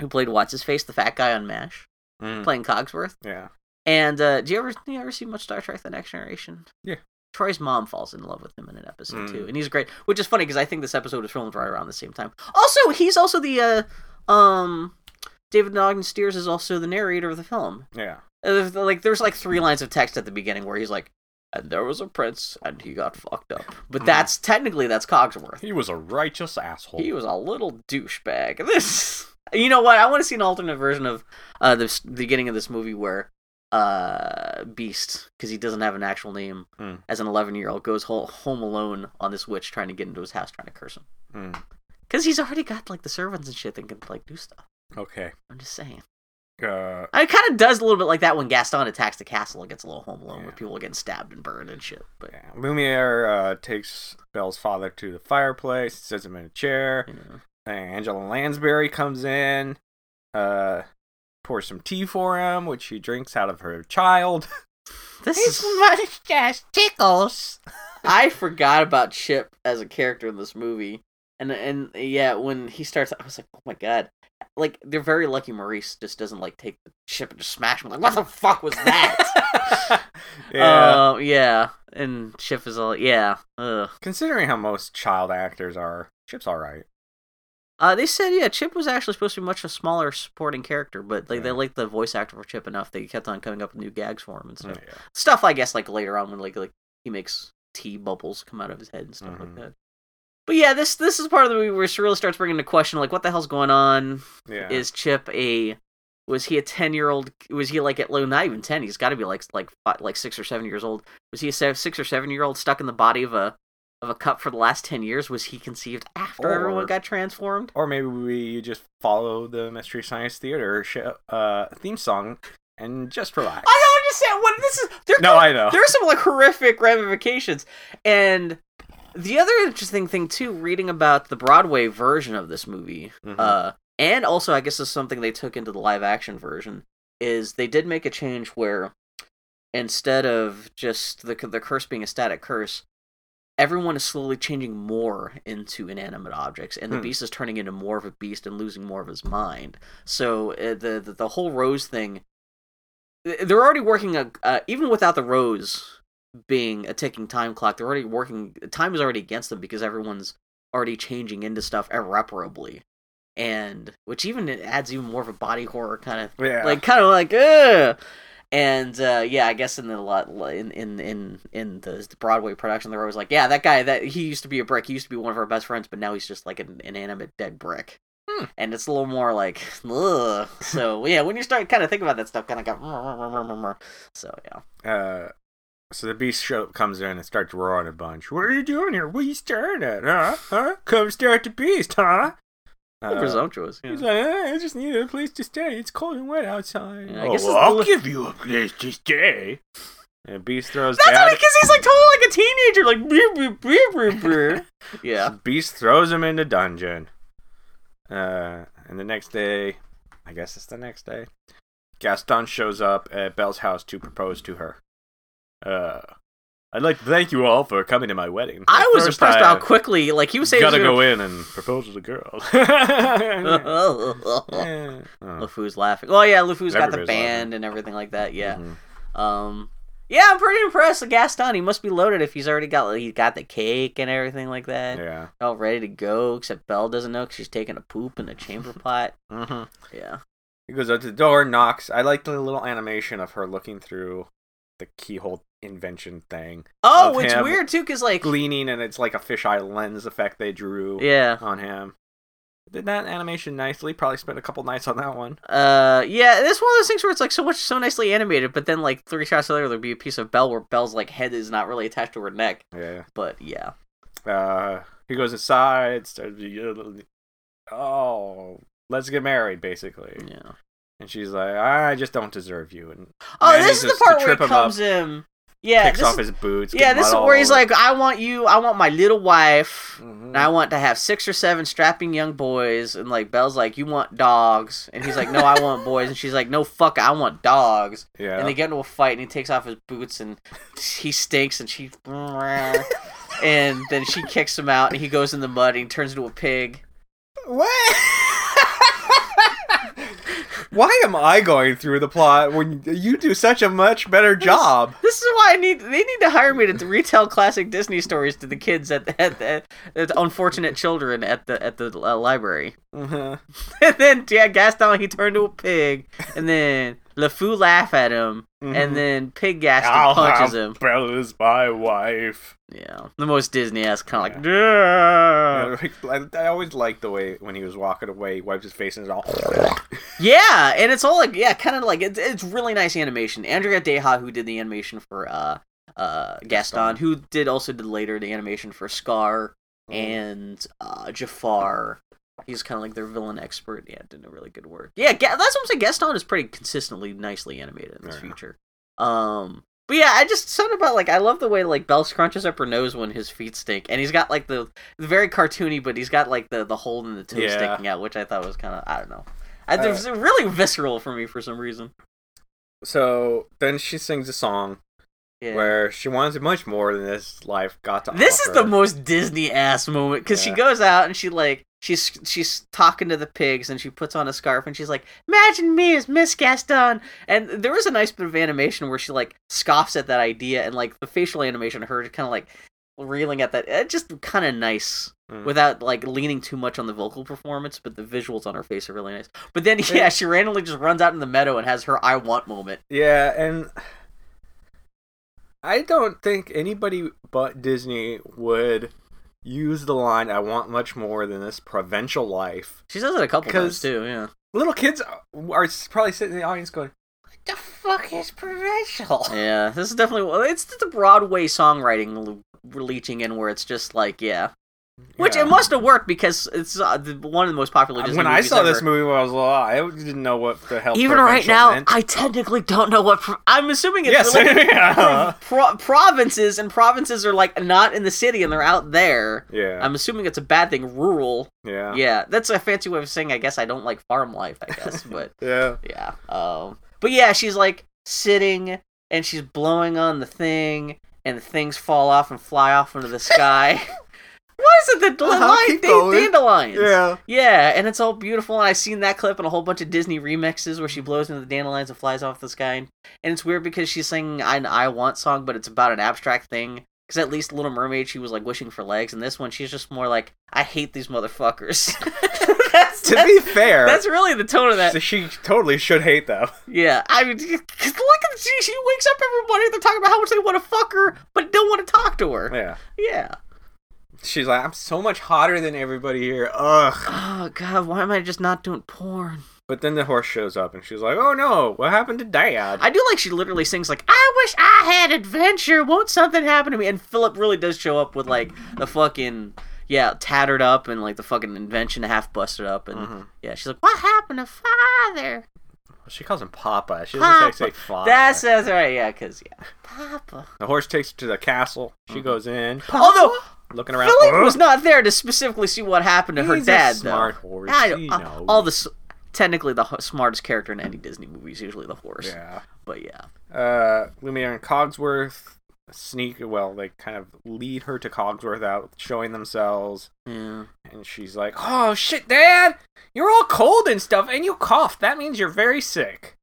[SPEAKER 2] who played What's His Face, the fat guy on MASH,
[SPEAKER 1] Mm,
[SPEAKER 2] playing Cogsworth.
[SPEAKER 1] yeah.
[SPEAKER 2] And uh, do you ever do you ever see much Star Trek: The Next Generation?
[SPEAKER 1] Yeah.
[SPEAKER 2] Troy's mom falls in love with him in an episode
[SPEAKER 1] Mm.
[SPEAKER 2] too, and he's great. Which is funny because I think this episode was filmed right around the same time. Also, he's also the uh, um, David Ogden Steers is also the narrator of the film.
[SPEAKER 1] Yeah.
[SPEAKER 2] Uh, there's, Like, there's like three lines of text at the beginning where he's like, "And there was a prince, and he got fucked up." But
[SPEAKER 1] Mm.
[SPEAKER 2] that's technically that's Cogsworth.
[SPEAKER 1] He was a righteous asshole.
[SPEAKER 2] He was a little douchebag. [laughs] This, you know what? I want to see an alternate version of uh, the s- beginning of this movie where uh, Beast, because he doesn't have an actual name
[SPEAKER 1] Hmm.
[SPEAKER 2] as an 11 year old, goes ho- home alone on this witch trying to get into his house, trying to curse him.
[SPEAKER 1] Mm,
[SPEAKER 2] Because he's already got like the servants and shit that can like do stuff.
[SPEAKER 1] okay.
[SPEAKER 2] I'm just saying.
[SPEAKER 1] Uh,
[SPEAKER 2] It kind of does a little bit like that when Gaston attacks the castle and gets a little home alone, where
[SPEAKER 1] Yeah.
[SPEAKER 2] people are getting stabbed and burned and shit. But
[SPEAKER 1] yeah. Lumiere uh, takes Belle's father to the fireplace, sits him in a chair.
[SPEAKER 2] you know.
[SPEAKER 1] And Angela Lansbury comes in, uh, pours some tea for him, which he drinks out of her child. [laughs]
[SPEAKER 2] this
[SPEAKER 3] This
[SPEAKER 2] is
[SPEAKER 3] much just tickles.
[SPEAKER 2] I forgot about Chip as a character in this movie, and and yeah, when he starts, I was like, oh my god, like they're very lucky. Maurice just doesn't like take the chip and just smash him. Like, what the fuck was that?
[SPEAKER 1] [laughs] yeah.
[SPEAKER 2] Uh, yeah, and Chip is all yeah. Ugh.
[SPEAKER 1] Considering how most child actors are, Chip's all right.
[SPEAKER 2] Uh, they said yeah, Chip was actually supposed to be much a smaller supporting character, but like they
[SPEAKER 1] Yeah.
[SPEAKER 2] liked the voice actor for Chip enough, they kept on coming up with new gags for him and stuff.
[SPEAKER 1] Yeah.
[SPEAKER 2] stuff I guess like later on when like like he makes tea bubbles come out of his head and stuff like
[SPEAKER 1] Mhm.
[SPEAKER 2] that. But yeah, this this is part of the movie where Cyril starts bringing the question like, what the hell's going on?
[SPEAKER 1] Yeah.
[SPEAKER 2] Is Chip a was he a ten year old? Was he like at low? Not even ten. He's got to be like like fi- like six or seven years old. Was he a se- six or seven year old stuck in the body of a of a cup for the last ten years? Was he conceived after everyone
[SPEAKER 1] Or-
[SPEAKER 2] got transformed?
[SPEAKER 1] or maybe we just follow the Mystery Science Theater show, uh, theme song and just relax.
[SPEAKER 2] I don't understand what this is. Oh, They're
[SPEAKER 1] no, I know.
[SPEAKER 2] there are some like horrific ramifications and the other interesting thing too reading about the broadway version of this movie
[SPEAKER 1] Mhm.
[SPEAKER 2] uh and also i guess is something they took into the live action version is they did make a change where instead of just the the curse being a static curse everyone is slowly changing more into inanimate objects and the
[SPEAKER 1] Hmm.
[SPEAKER 2] beast is turning into more of a beast and losing more of his mind so uh, the, the the whole rose thing th- they're already working a uh, even without the rose being a ticking time clock they're already working time is already against them because everyone's already changing into stuff irreparably and which even it adds even more of a body horror kind of
[SPEAKER 1] yeah.
[SPEAKER 2] like kind of like ugh. and uh, yeah i guess in the lot in in in, in the, the broadway production they're always like yeah that guy that he used to be a brick he used to be one of our best friends but now he's just like an inanimate dead brick
[SPEAKER 1] Hmm.
[SPEAKER 2] and it's a little more like ugh. so yeah when you start kind of thinking about that stuff kind of go so yeah
[SPEAKER 1] uh, so the beast show comes in and starts roaring a bunch. What are you doing here? What are you staring at? Huh? Huh? Come stare at the beast, huh? Uh,
[SPEAKER 2] presumptuous yeah.
[SPEAKER 1] He's like, "Eh, I just need a place to stay. It's cold and wet outside. "Oh,
[SPEAKER 2] Yeah, I guess it's the-
[SPEAKER 1] give you a place to stay. And Beast throws
[SPEAKER 2] that's
[SPEAKER 1] dad.
[SPEAKER 2] only because he's like totally like a teenager like brr, brr, brr,
[SPEAKER 1] [laughs]
[SPEAKER 2] brr, brr. yeah
[SPEAKER 1] Beast throws him in the dungeon. Uh, and the next day, I guess it's the next day, Gaston shows up at Belle's house to propose to her. Uh, I'd like to thank you all for coming to my wedding.
[SPEAKER 2] i was
[SPEAKER 1] First,
[SPEAKER 2] impressed
[SPEAKER 1] I
[SPEAKER 2] how quickly like he was saying
[SPEAKER 1] gotta
[SPEAKER 2] he was
[SPEAKER 1] go in and propose to the girl. [laughs] yeah.
[SPEAKER 2] gonna-
[SPEAKER 1] Oh.
[SPEAKER 2] [laughs] LeFou's laughing. Uh-huh. Oh yeah, LeFou's got the
[SPEAKER 1] Everybody's laughing.
[SPEAKER 2] band and everything like that. Yeah.
[SPEAKER 1] Mhm.
[SPEAKER 2] Um. Yeah, I'm pretty impressed with Gaston. He must be loaded if he's already got like, he got the cake and everything like that.
[SPEAKER 1] Yeah. [laughs]
[SPEAKER 2] All ready to go. Except Belle doesn't know because she's taking a poop in a chamber pot.
[SPEAKER 1] Mm-hmm.
[SPEAKER 2] Yeah.
[SPEAKER 1] He goes out to the door, knocks. I like the little animation of her looking through the keyhole invention thing,
[SPEAKER 2] Oh,
[SPEAKER 1] Of
[SPEAKER 2] it's
[SPEAKER 1] him.
[SPEAKER 2] weird too, cause like,
[SPEAKER 1] gleaning, and it's like a fisheye lens effect they drew
[SPEAKER 2] yeah,
[SPEAKER 1] on him. Did that animation nicely. Probably spent a couple nights on that one.
[SPEAKER 2] uh, yeah, it's one of those things where it's like so much, so nicely animated, but then like three shots later, there'd be a piece of Belle where Belle's like head is not really attached to her neck.
[SPEAKER 1] Yeah.
[SPEAKER 2] But yeah,
[SPEAKER 1] Uh, he goes inside. Starts, oh, let's get married, basically.
[SPEAKER 2] yeah.
[SPEAKER 1] And she's like, I just don't deserve you. And
[SPEAKER 2] Oh,
[SPEAKER 1] Mandy's
[SPEAKER 2] this is
[SPEAKER 1] just
[SPEAKER 2] the part
[SPEAKER 1] to
[SPEAKER 2] where it
[SPEAKER 1] trip him up,
[SPEAKER 2] comes in. Yeah,
[SPEAKER 1] picks
[SPEAKER 2] this
[SPEAKER 1] off
[SPEAKER 2] is,
[SPEAKER 1] his boots.
[SPEAKER 2] yeah, this is where he's like, I want you, I want my little wife,
[SPEAKER 1] Mm-hmm.
[SPEAKER 2] and I want to have six or seven strapping young boys, and like Belle's like, you want dogs, and he's like, no, I want boys, and she's like, no, fuck, I want dogs,
[SPEAKER 1] yeah.
[SPEAKER 2] and they get into a fight, and he takes off his boots, and [laughs] he stinks, and she, [laughs] and then she kicks him out, and he goes in the mud, and he turns into a pig.
[SPEAKER 1] [laughs] What? [laughs] Why am I going through the plot when you do such a much better
[SPEAKER 2] [laughs]
[SPEAKER 1] job?
[SPEAKER 2] This is why I need. They need to hire me to retell classic Disney stories to the kids at the, at the, at the unfortunate children at the at the uh, library.
[SPEAKER 1] Mm-hmm.
[SPEAKER 2] [laughs] and then yeah, Gaston he turned to a pig, and then LeFou laugh at him, and then Pig Gaston
[SPEAKER 1] I'll have
[SPEAKER 2] punches him.
[SPEAKER 1] Bella's my wife.
[SPEAKER 2] Yeah, the most Disney esque kind of like.
[SPEAKER 1] I, Uh, I always liked the way when he was walking away, he wipes his face and it's all.
[SPEAKER 2] Yeah, and it's all like yeah, kind of like it's it's really nice animation. Andrea Deha who did the animation for uh uh Gaston, who did also did later the animation for Scar.
[SPEAKER 1] Mm-hmm.
[SPEAKER 2] and uh, Jafar. He's kind of like their villain expert. Yeah, did a really good work. Yeah, Ga- that's what I'm saying. Gaston is pretty consistently nicely animated in this
[SPEAKER 1] Yeah.
[SPEAKER 2] feature. Um, but yeah, I just something about like I love the way like Bell scrunches up her nose when his feet stink, and he's got like the, the very cartoony, but he's got like the the hole in the toe
[SPEAKER 1] Yeah.
[SPEAKER 2] sticking out, which I thought was kind of I don't know. I, it
[SPEAKER 1] Uh,
[SPEAKER 2] was really visceral for me for some reason.
[SPEAKER 1] So then she sings a song
[SPEAKER 2] Yeah.
[SPEAKER 1] where she wants much more than this life got to
[SPEAKER 2] This is
[SPEAKER 1] offer.
[SPEAKER 2] the most Disney ass moment because
[SPEAKER 1] Yeah.
[SPEAKER 2] she goes out and she like she's she's talking to the pigs and she puts on a scarf and she's like, "Imagine me as Miss Gaston." And there was a nice bit of animation where she like scoffs at that idea and like the facial animation, of her kind of like reeling at that. It just kind of nice
[SPEAKER 1] Mm.
[SPEAKER 2] without like leaning too much on the vocal performance, but the visuals on her face are really nice. But then [laughs] yeah, she randomly just runs out in the meadow and has her "I want" moment.
[SPEAKER 1] Yeah, and I don't think anybody but Disney would use the line "I want much more than this provincial life."
[SPEAKER 2] She says it a couple times
[SPEAKER 1] 'Cause-
[SPEAKER 2] too. Yeah.
[SPEAKER 1] Little kids are probably sitting in the audience going, "What the fuck is provincial?"
[SPEAKER 2] Yeah, this is definitely well, it's the Broadway songwriting l- leeching in where it's just like yeah, which
[SPEAKER 1] Yeah. Uh,
[SPEAKER 2] it must have worked because it's uh, the, one of the most popular. Disney
[SPEAKER 1] when I
[SPEAKER 2] movies
[SPEAKER 1] saw this
[SPEAKER 2] ever.
[SPEAKER 1] movie when I was little, I didn't know what the hell.
[SPEAKER 2] even right
[SPEAKER 1] provincial
[SPEAKER 2] now,
[SPEAKER 1] meant.
[SPEAKER 2] I technically don't know what pro- I'm assuming it's
[SPEAKER 1] yes,
[SPEAKER 2] related
[SPEAKER 1] [laughs] yeah.
[SPEAKER 2] to pro- provinces, and provinces are like not in the city and they're out there.
[SPEAKER 1] yeah,
[SPEAKER 2] I'm assuming it's a bad thing, rural.
[SPEAKER 1] yeah,
[SPEAKER 2] Yeah, that's a fancy way of saying I guess I don't like farm life. I guess, [laughs] but
[SPEAKER 1] yeah.
[SPEAKER 2] yeah. Um, but yeah, she's like sitting and she's blowing on the thing, and the things fall off and fly
[SPEAKER 1] [laughs]
[SPEAKER 2] off into the sky. what is it? The
[SPEAKER 1] Uh-huh,
[SPEAKER 2] lion,
[SPEAKER 1] keep
[SPEAKER 2] da-
[SPEAKER 1] going.
[SPEAKER 2] dandelions.
[SPEAKER 1] Yeah.
[SPEAKER 2] Yeah, and it's all beautiful. And I've seen that clip in a whole bunch of Disney remixes where she blows into the dandelions and flies off the sky. And it's weird because she's singing an I Want song, but it's about an abstract thing. Because at least Little Mermaid, she was like wishing for legs, and this one, she's just more like, I hate these motherfuckers. [laughs] that's,
[SPEAKER 1] To
[SPEAKER 2] that's,
[SPEAKER 1] be fair,
[SPEAKER 2] that's really the tone of that.
[SPEAKER 1] so she totally should hate them.
[SPEAKER 2] Yeah, I mean, [laughs] 'cause look at she. She wakes up everybody. They're talking about how much they want to fuck her, but don't want to talk to her.
[SPEAKER 1] [laughs] Yeah,
[SPEAKER 2] Yeah.
[SPEAKER 1] she's like, I'm so much hotter than everybody here. Ugh.
[SPEAKER 2] Oh God, why am I just not doing porn?
[SPEAKER 1] But then the horse shows up, and she's like, Oh no, what happened to Dad?
[SPEAKER 2] I do like she literally sings like, "I wish I had adventure. Won't something happen to me?" And Philip really does show up with like the fucking yeah, tattered up and like the fucking invention half busted up, and
[SPEAKER 1] Mhm.
[SPEAKER 2] yeah, she's like, "What happened to father?"
[SPEAKER 1] She calls him Papa. She doesn't
[SPEAKER 2] Papa.
[SPEAKER 1] say say Father.
[SPEAKER 2] That's that's right, yeah, cause yeah, Papa.
[SPEAKER 1] the horse takes her to the castle. She goes in,
[SPEAKER 2] Although
[SPEAKER 1] looking around.
[SPEAKER 2] Mm-hmm. Philip
[SPEAKER 1] Ugh.
[SPEAKER 2] was not there to specifically see what happened to her
[SPEAKER 1] Uh-huh. He's a
[SPEAKER 2] dad,
[SPEAKER 1] smart
[SPEAKER 2] though.
[SPEAKER 1] horse.
[SPEAKER 2] I-
[SPEAKER 1] He
[SPEAKER 2] uh,
[SPEAKER 1] knows.
[SPEAKER 2] all the s- technically the h- smartest character in any Disney movie is usually the horse.
[SPEAKER 1] Yeah.
[SPEAKER 2] But yeah,
[SPEAKER 1] uh, Lumiere and Cogsworth sneak. Well, they kind of lead her to Cogsworth out showing themselves,
[SPEAKER 2] yeah.
[SPEAKER 1] and she's like, "Oh shit, Dad, you're all cold and stuff, and you coughed. That means you're very sick."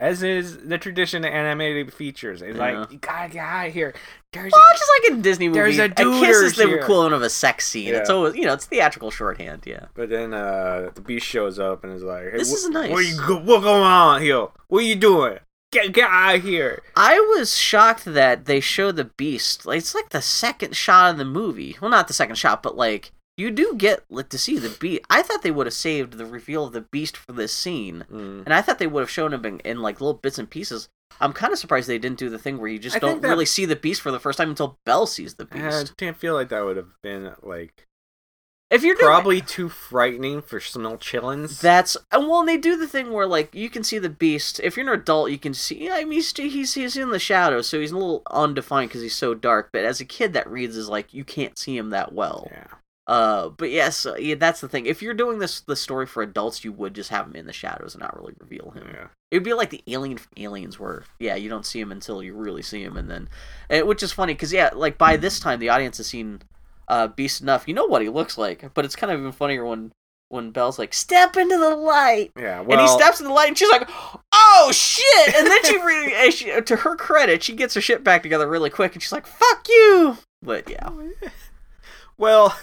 [SPEAKER 1] as is the tradition of animated features. It's
[SPEAKER 2] Yeah.
[SPEAKER 1] like you gotta get out of here. There's
[SPEAKER 2] Well, just like in Disney movies,
[SPEAKER 1] There's a
[SPEAKER 2] kiss is
[SPEAKER 1] duders
[SPEAKER 2] the
[SPEAKER 1] here.
[SPEAKER 2] equivalent of a sex scene. It's
[SPEAKER 1] Yeah.
[SPEAKER 2] always you know it's theatrical shorthand. Yeah.
[SPEAKER 1] But then uh, the beast shows up and is like, hey,
[SPEAKER 2] This
[SPEAKER 1] wh-
[SPEAKER 2] is nice.
[SPEAKER 1] What, you, go- what going on here? What you doing? Get get out of here!"
[SPEAKER 2] I was shocked that they show the beast. Like, it's like the second shot in the movie. Well, not the second shot, but like you do get like to see the beast. I thought they would have saved the reveal of the beast for this scene,
[SPEAKER 1] Mm.
[SPEAKER 2] and I thought they would have shown him in, in like little bits and pieces. I'm kind of surprised they didn't do the thing where you just
[SPEAKER 1] I
[SPEAKER 2] don't
[SPEAKER 1] think that-
[SPEAKER 2] really see the beast for the first time until Belle sees the
[SPEAKER 1] I
[SPEAKER 2] beast.
[SPEAKER 1] didn't feel like that would have been like
[SPEAKER 2] if you're
[SPEAKER 1] [laughs]
[SPEAKER 2] doing
[SPEAKER 1] probably too frightening for small chillins.
[SPEAKER 2] That's and well, and they do the thing where like you can see the beast. If you're an adult, you can see. Yeah, I mean, he's he's, he's in the shadows, so he's a little undefined because he's so dark. But as a kid, that reads as like you can't see him that well.
[SPEAKER 1] yeah.
[SPEAKER 2] Uh, but yes, uh, yeah, that's the thing. If you're doing this the story for adults, you would just have him in the shadows and not really reveal him.
[SPEAKER 1] yeah.
[SPEAKER 2] It would be like the alien from Aliens, where yeah, you don't see him until you really see him, and then, eh, which is funny because yeah, like by this time the audience has seen uh, Beast enough, you know what he looks like. But it's kind of even funnier when when Belle's like, "Step into the light,"
[SPEAKER 1] Yeah.
[SPEAKER 2] and
[SPEAKER 1] Well,
[SPEAKER 2] he steps in the light, and she's like, "Oh shit!" And then she really, and she, to her credit, she gets her shit back together really quick, and she's like, "Fuck you," but yeah,
[SPEAKER 1] well,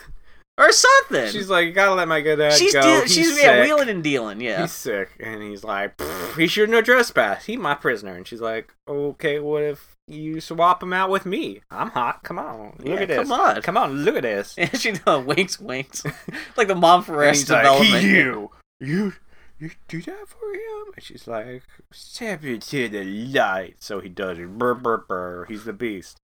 [SPEAKER 2] or something.
[SPEAKER 1] she's like, "You gotta let my good dad
[SPEAKER 2] she's
[SPEAKER 1] go.
[SPEAKER 2] deal-
[SPEAKER 1] He's
[SPEAKER 2] she's
[SPEAKER 1] sick.
[SPEAKER 2] yeah, wheeling and dealing, yeah.
[SPEAKER 1] He's sick, and he's like, "Pfft, he shouldn't have trespassed. He my prisoner. And she's like, okay, what if you swap him out with me? I'm hot. Come on, look
[SPEAKER 2] Yeah,
[SPEAKER 1] at this.
[SPEAKER 2] come on.
[SPEAKER 1] come on, look at this.
[SPEAKER 2] [laughs] And she uh, winks, winks, [laughs] like the mom for
[SPEAKER 1] And
[SPEAKER 2] us
[SPEAKER 1] he's like,
[SPEAKER 2] development.
[SPEAKER 1] you, you, you do that for him? And she's like, step into the light. So he does it. Brr, brr, brr. He's the beast.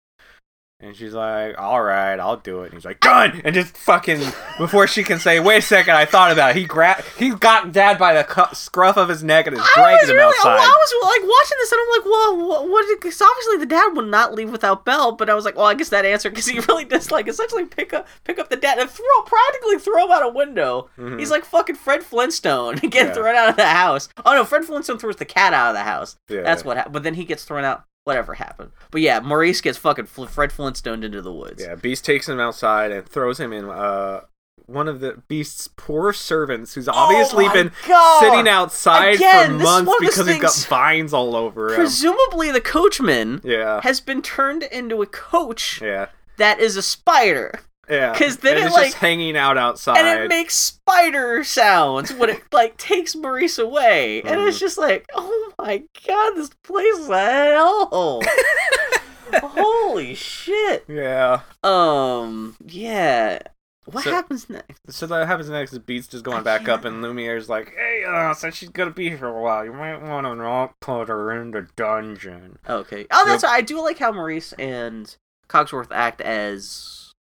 [SPEAKER 1] And she's like, all right, I'll do it. And he's like, done. And just fucking before she can say, wait a second, I thought about it. He grabbed, he got dad by the cu- scruff of his neck and is
[SPEAKER 2] I
[SPEAKER 1] dragging
[SPEAKER 2] was
[SPEAKER 1] him
[SPEAKER 2] really,
[SPEAKER 1] outside.
[SPEAKER 2] I was like watching this, and I'm like, well, what? what because obviously the dad would not leave without Belle, but I was like, well, I guess that answer because he [laughs] really does like essentially pick up pick up the dad and throw practically throw him out a window.
[SPEAKER 1] Mhm.
[SPEAKER 2] He's like fucking Fred Flintstone [laughs] and get
[SPEAKER 1] Yeah.
[SPEAKER 2] thrown out of the house. Oh no, Fred Flintstone throws the cat out of the house.
[SPEAKER 1] Yeah.
[SPEAKER 2] That's what happened. But then he gets thrown out. Whatever happened. But yeah, Maurice gets fucking fl- Fred Flintstone into the woods.
[SPEAKER 1] Yeah, Beast takes him outside and throws him in uh, one of the Beast's poor servants, who's obviously
[SPEAKER 2] Oh my
[SPEAKER 1] been
[SPEAKER 2] God.
[SPEAKER 1] sitting outside
[SPEAKER 2] Oh, Again,
[SPEAKER 1] for
[SPEAKER 2] this is
[SPEAKER 1] months
[SPEAKER 2] one of those
[SPEAKER 1] because he's got
[SPEAKER 2] things-
[SPEAKER 1] vines all over him.
[SPEAKER 2] Presumably, the coachman
[SPEAKER 1] Yeah,
[SPEAKER 2] has been turned into a coach
[SPEAKER 1] yeah,
[SPEAKER 2] that is a spider.
[SPEAKER 1] yeah.
[SPEAKER 2] 'Cause then
[SPEAKER 1] And
[SPEAKER 2] it,
[SPEAKER 1] it's
[SPEAKER 2] like-
[SPEAKER 1] just hanging out outside.
[SPEAKER 2] and it makes spider sounds
[SPEAKER 1] [laughs]
[SPEAKER 2] when it like takes Maurice away, and
[SPEAKER 1] Mm.
[SPEAKER 2] it's just like, oh my god, this place is a
[SPEAKER 1] [laughs]
[SPEAKER 2] hellhole. Holy shit.
[SPEAKER 1] yeah.
[SPEAKER 2] Um, yeah. What
[SPEAKER 1] So-
[SPEAKER 2] happens next?
[SPEAKER 1] So that happens next. is Beast is going back up, and Lumiere's like, "Hey, uh, since she's gonna be here for a while, you might want to not put her in the dungeon."
[SPEAKER 2] Okay. Oh, that's
[SPEAKER 1] Yep.
[SPEAKER 2] right. I do like how Maurice and Cogsworth act as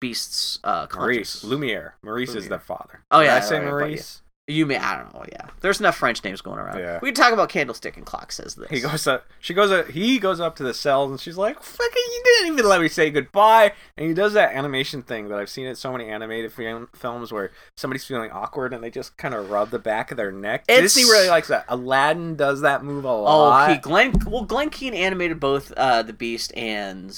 [SPEAKER 2] Beast's uh
[SPEAKER 1] Maurice,
[SPEAKER 2] conscience.
[SPEAKER 1] Lumiere, Maurice is
[SPEAKER 2] Lumiere.
[SPEAKER 1] their father.
[SPEAKER 2] Oh,
[SPEAKER 1] Did
[SPEAKER 2] yeah,
[SPEAKER 1] I say
[SPEAKER 2] right, right,
[SPEAKER 1] Maurice.
[SPEAKER 2] You may I don't know, yeah. There's enough French names going around.
[SPEAKER 1] Yeah.
[SPEAKER 2] We can talk about Candlestick and Clock says this.
[SPEAKER 1] He goes up. She goes up. He goes up to the cells, and she's like, "Fucking, you didn't even let me say goodbye." And he does that animation thing that I've seen in so many animated film, films where somebody's feeling awkward and they just kind of rub the back of their neck.
[SPEAKER 2] It's-
[SPEAKER 1] Disney really likes that. Aladdin does that move a
[SPEAKER 2] Oh,
[SPEAKER 1] lot.
[SPEAKER 2] he Glenn. Well, Glenn Keane animated both uh, the Beast and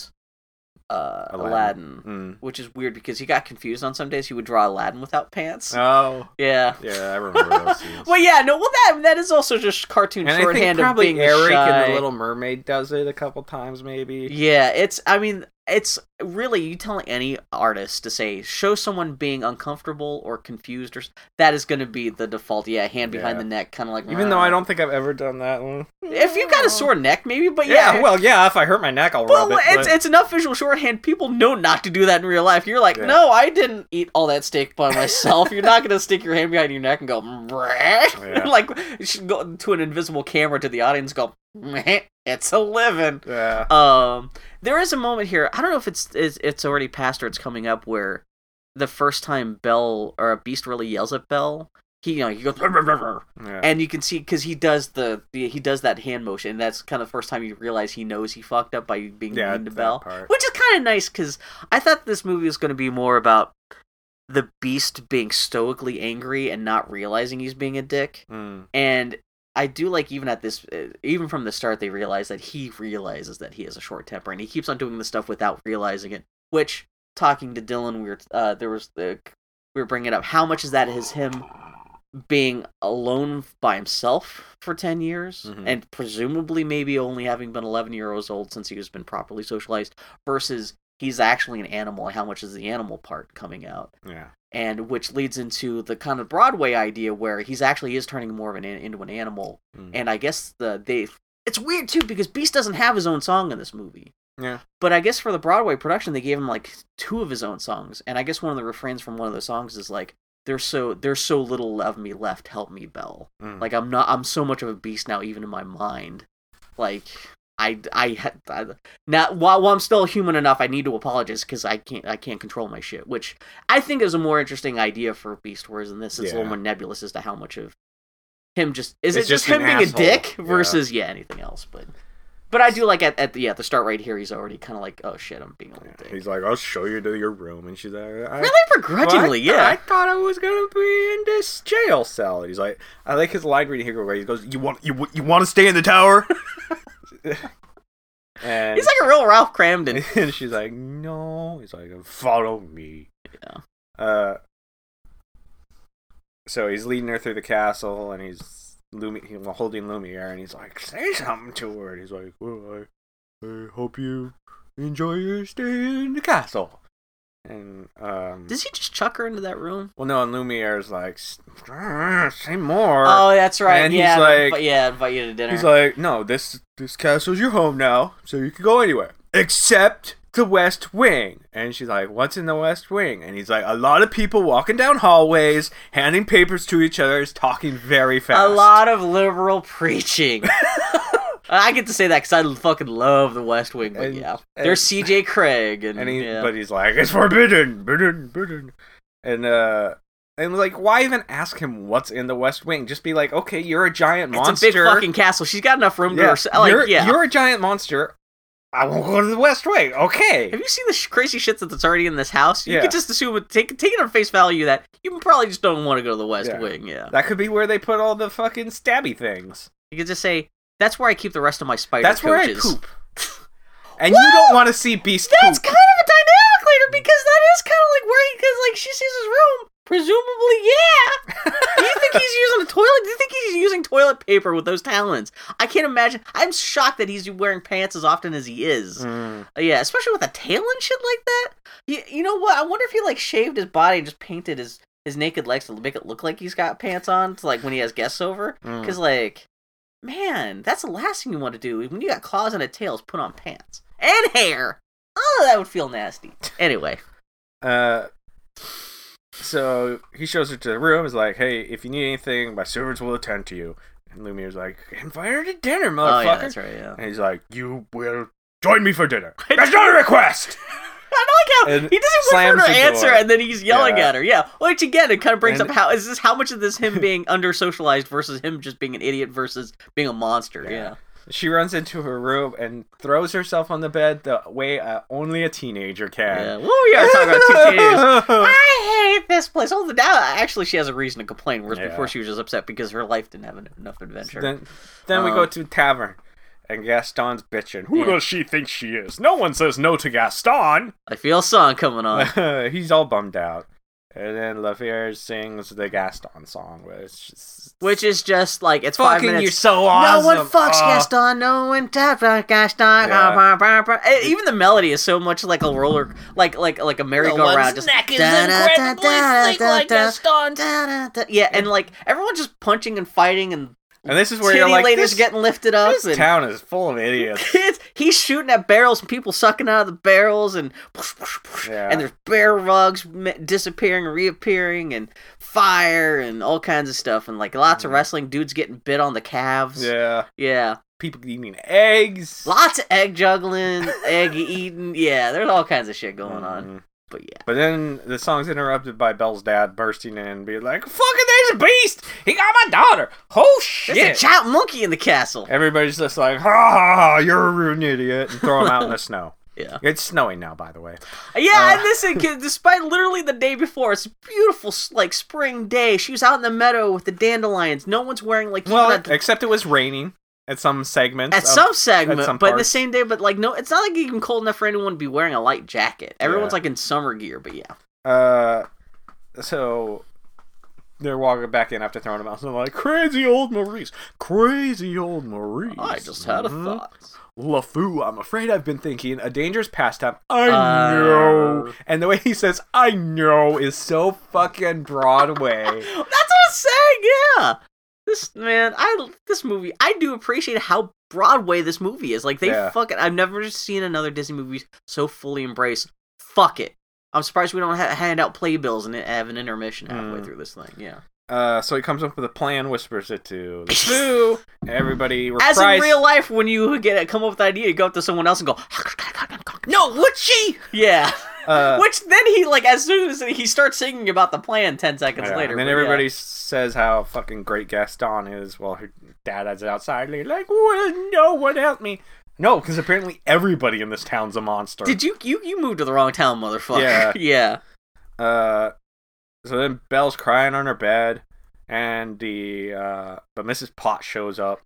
[SPEAKER 2] uh, Aladdin.
[SPEAKER 1] Aladdin. Mm.
[SPEAKER 2] which is weird because he got confused on some days. He would draw Aladdin without pants.
[SPEAKER 1] Oh,
[SPEAKER 2] yeah.
[SPEAKER 1] yeah, I remember
[SPEAKER 2] [laughs]
[SPEAKER 1] those scenes.
[SPEAKER 2] Well, yeah. No. Well, that that is also just cartoon
[SPEAKER 1] and I think
[SPEAKER 2] shorthand of
[SPEAKER 1] probably
[SPEAKER 2] being
[SPEAKER 1] Eric
[SPEAKER 2] shy.
[SPEAKER 1] in The Little Mermaid does it a couple times, maybe.
[SPEAKER 2] Yeah, it's. I mean, it's really you tell any artist to say show someone being uncomfortable or confused or s- that is going to be the default. Yeah, hand behind
[SPEAKER 1] Yeah.
[SPEAKER 2] the neck, kind of like.
[SPEAKER 1] Even though I don't think I've ever done that one.
[SPEAKER 2] If you've got a sore neck, maybe, but
[SPEAKER 1] Yeah,
[SPEAKER 2] yeah
[SPEAKER 1] well, yeah. If I hurt my neck, I'll
[SPEAKER 2] Well,
[SPEAKER 1] rub it.
[SPEAKER 2] it's, it's enough visual shorthand. People know not to do that in real life. You're like,
[SPEAKER 1] Yeah.
[SPEAKER 2] no, I didn't eat all that steak by myself. You're not gonna stick your hand behind your neck and go "Mreh."
[SPEAKER 1] Yeah.
[SPEAKER 2] [laughs] like you should go to an invisible camera to the audience. And go, "Mreh, it's a living.
[SPEAKER 1] but- yeah.
[SPEAKER 2] Um, there is a moment here. I don't know if it's it's, it's already past or it's coming up where the first time Bell or a beast really yells at Bell, he you know he goes. "Rrr, rrr, rrr, rrr."
[SPEAKER 1] yeah.
[SPEAKER 2] and you can see because he does the, the he does that hand motion and that's kind of the first time you realize he knows he fucked up by being
[SPEAKER 1] Yeah,
[SPEAKER 2] mean to
[SPEAKER 1] that
[SPEAKER 2] belle
[SPEAKER 1] part.
[SPEAKER 2] which is kind of nice because i thought this movie was going to be more about the beast being stoically angry and not realizing he's being a dick
[SPEAKER 1] Mm.
[SPEAKER 2] Mm-hmm. and i do like even at this uh, even from the start they realize that he realizes that he has a short temper and he keeps on doing this stuff without realizing it which talking to dylan we were uh there was the we were bringing up how much is that is him being alone by himself for 10 years
[SPEAKER 1] Mhm.
[SPEAKER 2] and presumably maybe only having been 11 years old since he was been properly socialized versus he's actually an animal and how much is the animal part coming out
[SPEAKER 1] Yeah.
[SPEAKER 2] and which leads into the kind of broadway idea where he's actually is turning more of an into an animal
[SPEAKER 1] Mm.
[SPEAKER 2] and i guess the they it's weird too because beast doesn't have his own song in this movie
[SPEAKER 1] Yeah.
[SPEAKER 2] but I guess for the Broadway production, they gave him like two of his own songs, and I guess one of the refrains from one of those songs is like, "There's so there's so little of me left. Help me, Bell.
[SPEAKER 1] Mm.
[SPEAKER 2] Like I'm not I'm so much of a beast now, even in my mind. Like I I, had- I now while, while I'm still human enough, I need to apologize because I can't I can't control my shit, which I think is a more interesting idea for Beast. Whereas in this, it's a
[SPEAKER 1] Yeah.
[SPEAKER 2] little more nebulous as to how much of him just is
[SPEAKER 1] It's
[SPEAKER 2] it just,
[SPEAKER 1] just
[SPEAKER 2] him
[SPEAKER 1] an
[SPEAKER 2] being
[SPEAKER 1] asshole.
[SPEAKER 2] a dick
[SPEAKER 1] Yeah.
[SPEAKER 2] versus yeah anything else, but. But I do like at, at the yeah the start right here. He's already kind of like, oh shit, I'm being a little dick.
[SPEAKER 1] He's like, I'll show you to your room, and she's like, I,
[SPEAKER 2] really
[SPEAKER 1] well, I
[SPEAKER 2] begrudgingly,
[SPEAKER 1] thought- I
[SPEAKER 2] yeah.
[SPEAKER 1] thought I was gonna be in this jail cell. And he's like, I like his line reading here where he goes, "You want you wa- you want to stay in the
[SPEAKER 2] [laughs]
[SPEAKER 1] tower?" [laughs] and,
[SPEAKER 2] He's like a real Ralph
[SPEAKER 1] [laughs]
[SPEAKER 2] Cramden.
[SPEAKER 1] and she's like, "No." He's like, "Follow me."
[SPEAKER 2] Yeah.
[SPEAKER 1] Uh. So he's leading her through the castle, and he's Lumi- he- holding Lumiere, and he's like, "Say something to her." And he's like, "Well, I, I hope you enjoy your stay in the castle." And um,
[SPEAKER 2] Does he just chuck her into that room?
[SPEAKER 1] well, no, and Lumiere's like, "S- grr, say more.
[SPEAKER 2] oh, that's right.
[SPEAKER 1] and he's
[SPEAKER 2] yeah,
[SPEAKER 1] like-
[SPEAKER 2] but yeah, invite you to dinner.
[SPEAKER 1] He's like, no, this this castle's your home now, so you can go anywhere except the West Wing. And she's like, what's in the West Wing? And he's like, a lot of people walking down hallways, handing papers to each other, is talking very fast.
[SPEAKER 2] a lot of
[SPEAKER 1] [laughs]
[SPEAKER 2] liberal preaching. I get to say that because I fucking love The West Wing. But
[SPEAKER 1] And-
[SPEAKER 2] yeah,
[SPEAKER 1] and-
[SPEAKER 2] there's C.J. Craig and,
[SPEAKER 1] And he,
[SPEAKER 2] yeah.
[SPEAKER 1] but he's like, it's forbidden, forbidden, forbidden. And uh, and like, why even ask him what's in the West Wing? Just be like, okay, you're a giant
[SPEAKER 2] it's
[SPEAKER 1] monster.
[SPEAKER 2] a big fucking castle. She's got enough room to herself. Like
[SPEAKER 1] you're,
[SPEAKER 2] yeah.
[SPEAKER 1] you're a giant monster. I won't go to the West Wing. Okay.
[SPEAKER 2] Have you seen the sh- crazy shit that's already in this house? You
[SPEAKER 1] Yeah.
[SPEAKER 2] could just assume, it- take take it on face value that you probably just don't want to go to the West
[SPEAKER 1] Yeah.
[SPEAKER 2] Wing. Yeah,
[SPEAKER 1] That could be where they put all the fucking stabby things.
[SPEAKER 2] you could just say that's where I keep the rest of my spider.
[SPEAKER 1] That's where I
[SPEAKER 2] coaches." [laughs]
[SPEAKER 1] poop. And you don't want to see Beast
[SPEAKER 2] That's
[SPEAKER 1] poop.
[SPEAKER 2] kind of a dynamic later because that is kind of like where he because like she sees his room. Presumably, yeah. Do you think he's using a toilet? Do you think he's using toilet paper with those talons? I can't imagine. I'm shocked that he's wearing pants as often as he is.
[SPEAKER 1] Mm.
[SPEAKER 2] Yeah, especially with a tail and shit like that. You, you know what? I wonder if he like shaved his body and just painted his his naked legs to make it look like he's got pants on. To, like when he has guests over,
[SPEAKER 1] Mm.
[SPEAKER 2] because like, man, that's the last thing you want to do when you got claws and a tail is put on pants and hair. Oh, that would feel nasty.
[SPEAKER 1] [laughs]
[SPEAKER 2] Anyway,
[SPEAKER 1] Uh, so he shows her to the room. Is like, hey, if you need anything, my servants will attend to you. And Lumiere's like, invite her to dinner, motherfucker.
[SPEAKER 2] oh yeah, that's right. Yeah.
[SPEAKER 1] And he's like, you will join me for dinner. That's not a request.
[SPEAKER 2] [laughs] I like how
[SPEAKER 1] And
[SPEAKER 2] he doesn't want her
[SPEAKER 1] slams
[SPEAKER 2] to
[SPEAKER 1] the
[SPEAKER 2] answer,
[SPEAKER 1] door.
[SPEAKER 2] and then he's yelling
[SPEAKER 1] Yeah.
[SPEAKER 2] at her. Yeah, which again, it kind of brings
[SPEAKER 1] And-
[SPEAKER 2] up how is this how much of this him being [laughs] under socialized versus him just being an idiot versus being a monster?
[SPEAKER 1] Yeah.
[SPEAKER 2] yeah.
[SPEAKER 1] She runs into her room and throws herself on the bed the way uh, only a teenager
[SPEAKER 2] Yeah,
[SPEAKER 1] can.
[SPEAKER 2] well, we are talking about two teenagers.
[SPEAKER 1] teenagers.
[SPEAKER 2] [laughs] I hate this place. Oh, now actually, she has a reason to complain. Whereas
[SPEAKER 1] Yeah.
[SPEAKER 2] before, she was just upset because her life didn't have en- enough adventure.
[SPEAKER 1] Then, then we go
[SPEAKER 2] Um,
[SPEAKER 1] to tavern, and Gaston's bitching. Who
[SPEAKER 2] Yeah.
[SPEAKER 1] does she think she is? No one says no to Gaston.
[SPEAKER 2] I feel a song coming
[SPEAKER 1] [laughs]
[SPEAKER 2] on.
[SPEAKER 1] He's all bummed out, and then Lafier sings the Gaston song, which is
[SPEAKER 2] Which is just like it's five
[SPEAKER 1] fucking
[SPEAKER 2] minutes.
[SPEAKER 1] you're so
[SPEAKER 2] No
[SPEAKER 1] awesome.
[SPEAKER 2] one fucks
[SPEAKER 1] Ah.
[SPEAKER 2] Gaston. No one talks about Gaston.
[SPEAKER 1] Yeah.
[SPEAKER 2] Bah, bah, bah, bah. Eh, Even the melody is so much like a roller, like like like a merry-go-round. Just
[SPEAKER 4] neck is
[SPEAKER 2] da, da, da,
[SPEAKER 4] incredibly
[SPEAKER 2] da,
[SPEAKER 4] sleek
[SPEAKER 2] da,
[SPEAKER 4] like
[SPEAKER 2] da,
[SPEAKER 4] Gaston's.
[SPEAKER 2] da, da, da. Yeah, and like everyone just punching and fighting and
[SPEAKER 1] And this is where
[SPEAKER 2] titty
[SPEAKER 1] you're like,
[SPEAKER 2] ladies
[SPEAKER 1] this,
[SPEAKER 2] getting lifted up.
[SPEAKER 1] this
[SPEAKER 2] and,
[SPEAKER 1] town is full of
[SPEAKER 2] [laughs]
[SPEAKER 1] idiots.
[SPEAKER 2] kids. He's shooting at barrels and people sucking out of the barrels and
[SPEAKER 1] Yeah.
[SPEAKER 2] and there's bear rugs me- disappearing and reappearing and fire and all kinds of stuff and like lots of wrestling dudes getting bit on the calves.
[SPEAKER 1] yeah,
[SPEAKER 2] Yeah.
[SPEAKER 1] people eating eggs.
[SPEAKER 2] Lots of egg juggling,
[SPEAKER 1] [laughs]
[SPEAKER 2] egg eating. Yeah, there's all kinds of shit going on.
[SPEAKER 1] Mhm.
[SPEAKER 2] But yeah.
[SPEAKER 1] But then the song's interrupted by Belle's dad bursting in and being like, "Fucking, there's a beast! He got my daughter! Oh shit!"
[SPEAKER 2] There's a giant monkey in the castle.
[SPEAKER 1] Everybody's just like, ha ha, ha you're an idiot, and throw him out in
[SPEAKER 2] [laughs]
[SPEAKER 1] the snow.
[SPEAKER 2] Yeah.
[SPEAKER 1] It's snowing now, by the way.
[SPEAKER 2] Yeah,
[SPEAKER 1] Uh.
[SPEAKER 2] and listen, kid, despite literally the day before, it's a beautiful s- like spring day. She was out in the meadow with the dandelions. No one's wearing like even
[SPEAKER 1] Well,
[SPEAKER 2] a
[SPEAKER 1] except it was raining at some segments.
[SPEAKER 2] at
[SPEAKER 1] of-
[SPEAKER 2] some segment,
[SPEAKER 1] some
[SPEAKER 2] but the
[SPEAKER 1] parts.
[SPEAKER 2] same day. But like, no, it's not like even cold enough for anyone to be wearing a light jacket. Everyone's
[SPEAKER 1] Yeah.
[SPEAKER 2] like in summer gear, but yeah,
[SPEAKER 1] Uh, so they're walking back in after throwing him out. So I'm like, crazy old Maurice, crazy old Maurice.
[SPEAKER 2] I just had a
[SPEAKER 1] Mhm.
[SPEAKER 2] thought.
[SPEAKER 1] LeFou, I'm afraid I've been thinking a dangerous pastime. I
[SPEAKER 2] Uh.
[SPEAKER 1] know. And the way he says, I know, is so fucking Broadway.
[SPEAKER 2] That's what I'm saying. Yeah. This man, I this movie, I do appreciate how Broadway this movie is. Like they
[SPEAKER 1] Yeah.
[SPEAKER 2] fucking. I've never seen another Disney movie so fully embrace. Fuck it. I'm surprised we don't ha- hand out playbills and have an intermission halfway
[SPEAKER 1] Mm.
[SPEAKER 2] through this thing. Yeah.
[SPEAKER 1] [laughs] uh, so he comes up with a plan, whispers it to
[SPEAKER 2] [laughs]
[SPEAKER 1] LeFou. Everybody
[SPEAKER 2] As
[SPEAKER 1] reprise.
[SPEAKER 2] in real life, when you get a, come up with an idea, you go up to someone else
[SPEAKER 1] [laughs]
[SPEAKER 2] and go, "No, would she?" Yeah. [laughs]
[SPEAKER 1] uh,
[SPEAKER 2] Which then he like as soon as he starts singing about the plan ten seconds
[SPEAKER 1] yeah,
[SPEAKER 2] later.
[SPEAKER 1] And then
[SPEAKER 2] but yeah.
[SPEAKER 1] everybody says how fucking great Gaston is while her dad is outside. and they're Like, well, no one help me. No, because apparently everybody in this town's a monster.
[SPEAKER 2] Did you you you moved to the wrong town,
[SPEAKER 1] Yeah.
[SPEAKER 2] motherfucker? [laughs] Yeah.
[SPEAKER 1] Uh, so then Belle's crying on her bed, and the uh, but Mrs. Pot shows up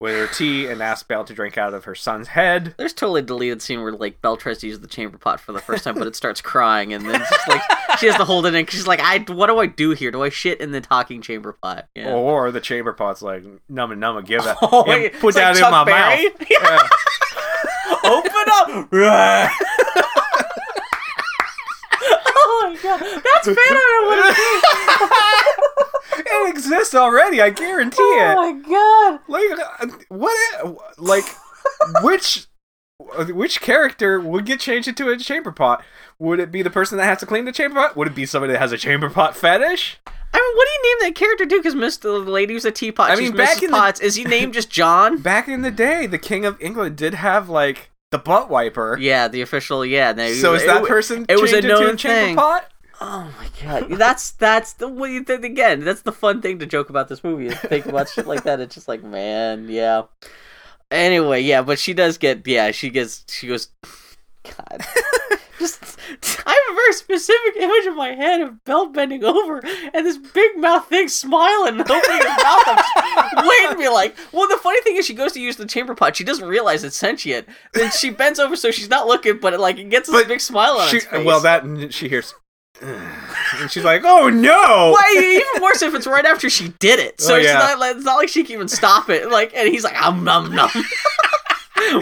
[SPEAKER 1] with her tea and asks Belle to drink out of her son's head.
[SPEAKER 2] There's totally a deleted scene where like Belle tries to use the chamber pot for the first time, but it starts crying, and then just like she has to hold it in. 'cause she's like, I what do I do here? Do I shit in the talking chamber pot? Yeah.
[SPEAKER 1] Or the chamber pot's like, numma numma, give that.
[SPEAKER 2] [laughs] Oh,
[SPEAKER 1] Oh, and
[SPEAKER 2] wait,
[SPEAKER 1] put
[SPEAKER 2] it's
[SPEAKER 1] that
[SPEAKER 2] like
[SPEAKER 1] in
[SPEAKER 2] Chuck
[SPEAKER 1] my
[SPEAKER 2] Berry? [laughs] uh,
[SPEAKER 1] mouth. Yeah.
[SPEAKER 2] Open up. oh my god,
[SPEAKER 1] [laughs]
[SPEAKER 2] that's better than what it is.
[SPEAKER 1] [laughs] it exists already, I guarantee it.
[SPEAKER 2] Oh my
[SPEAKER 1] Like
[SPEAKER 2] god.
[SPEAKER 1] uh, what? Like which which character would get changed into a chamber pot? Would it be the person that has to clean the chamber pot? Would it be somebody that has a chamber pot fetish?
[SPEAKER 2] I mean, what do you name that character too? Because Miss the lady who's a teapot.
[SPEAKER 1] I
[SPEAKER 2] she's
[SPEAKER 1] mean, back
[SPEAKER 2] Mrs.
[SPEAKER 1] in the-
[SPEAKER 2] Potts. Is he named just John?
[SPEAKER 1] Back in the day, the king of England did have like the butt wiper.
[SPEAKER 2] yeah, the official. Yeah. They,
[SPEAKER 1] So is
[SPEAKER 2] it-
[SPEAKER 1] that person
[SPEAKER 2] it was a
[SPEAKER 1] changed into a
[SPEAKER 2] known
[SPEAKER 1] chamber
[SPEAKER 2] thing.
[SPEAKER 1] pot?
[SPEAKER 2] Oh my god, that's that's the what you think again. That's the fun thing to joke about this movie is think about shit like that. It's just like, man, yeah. Anyway, yeah, but she does get yeah, she gets she goes.
[SPEAKER 1] [laughs]
[SPEAKER 2] God, just I have a very specific image in my head of Belle bending over and this big mouth thing smiling and opening her
[SPEAKER 1] [laughs]
[SPEAKER 2] mouth up, waiting to be like. Well, the funny thing is, she goes to use the chamber pot. She doesn't realize it's sentient. Then she bends over so she's not looking, but it like it gets this
[SPEAKER 1] But
[SPEAKER 2] big smile on
[SPEAKER 1] She,
[SPEAKER 2] its face.
[SPEAKER 1] well, that and she hears, [sighs] and she's like, "Oh no!" [laughs]
[SPEAKER 2] Why even worse if it's right after she did it. So
[SPEAKER 1] Oh, yeah.
[SPEAKER 2] it's not like it's not like she can even stop it. Like and he's like, um
[SPEAKER 1] [laughs]
[SPEAKER 2] num [laughs] num.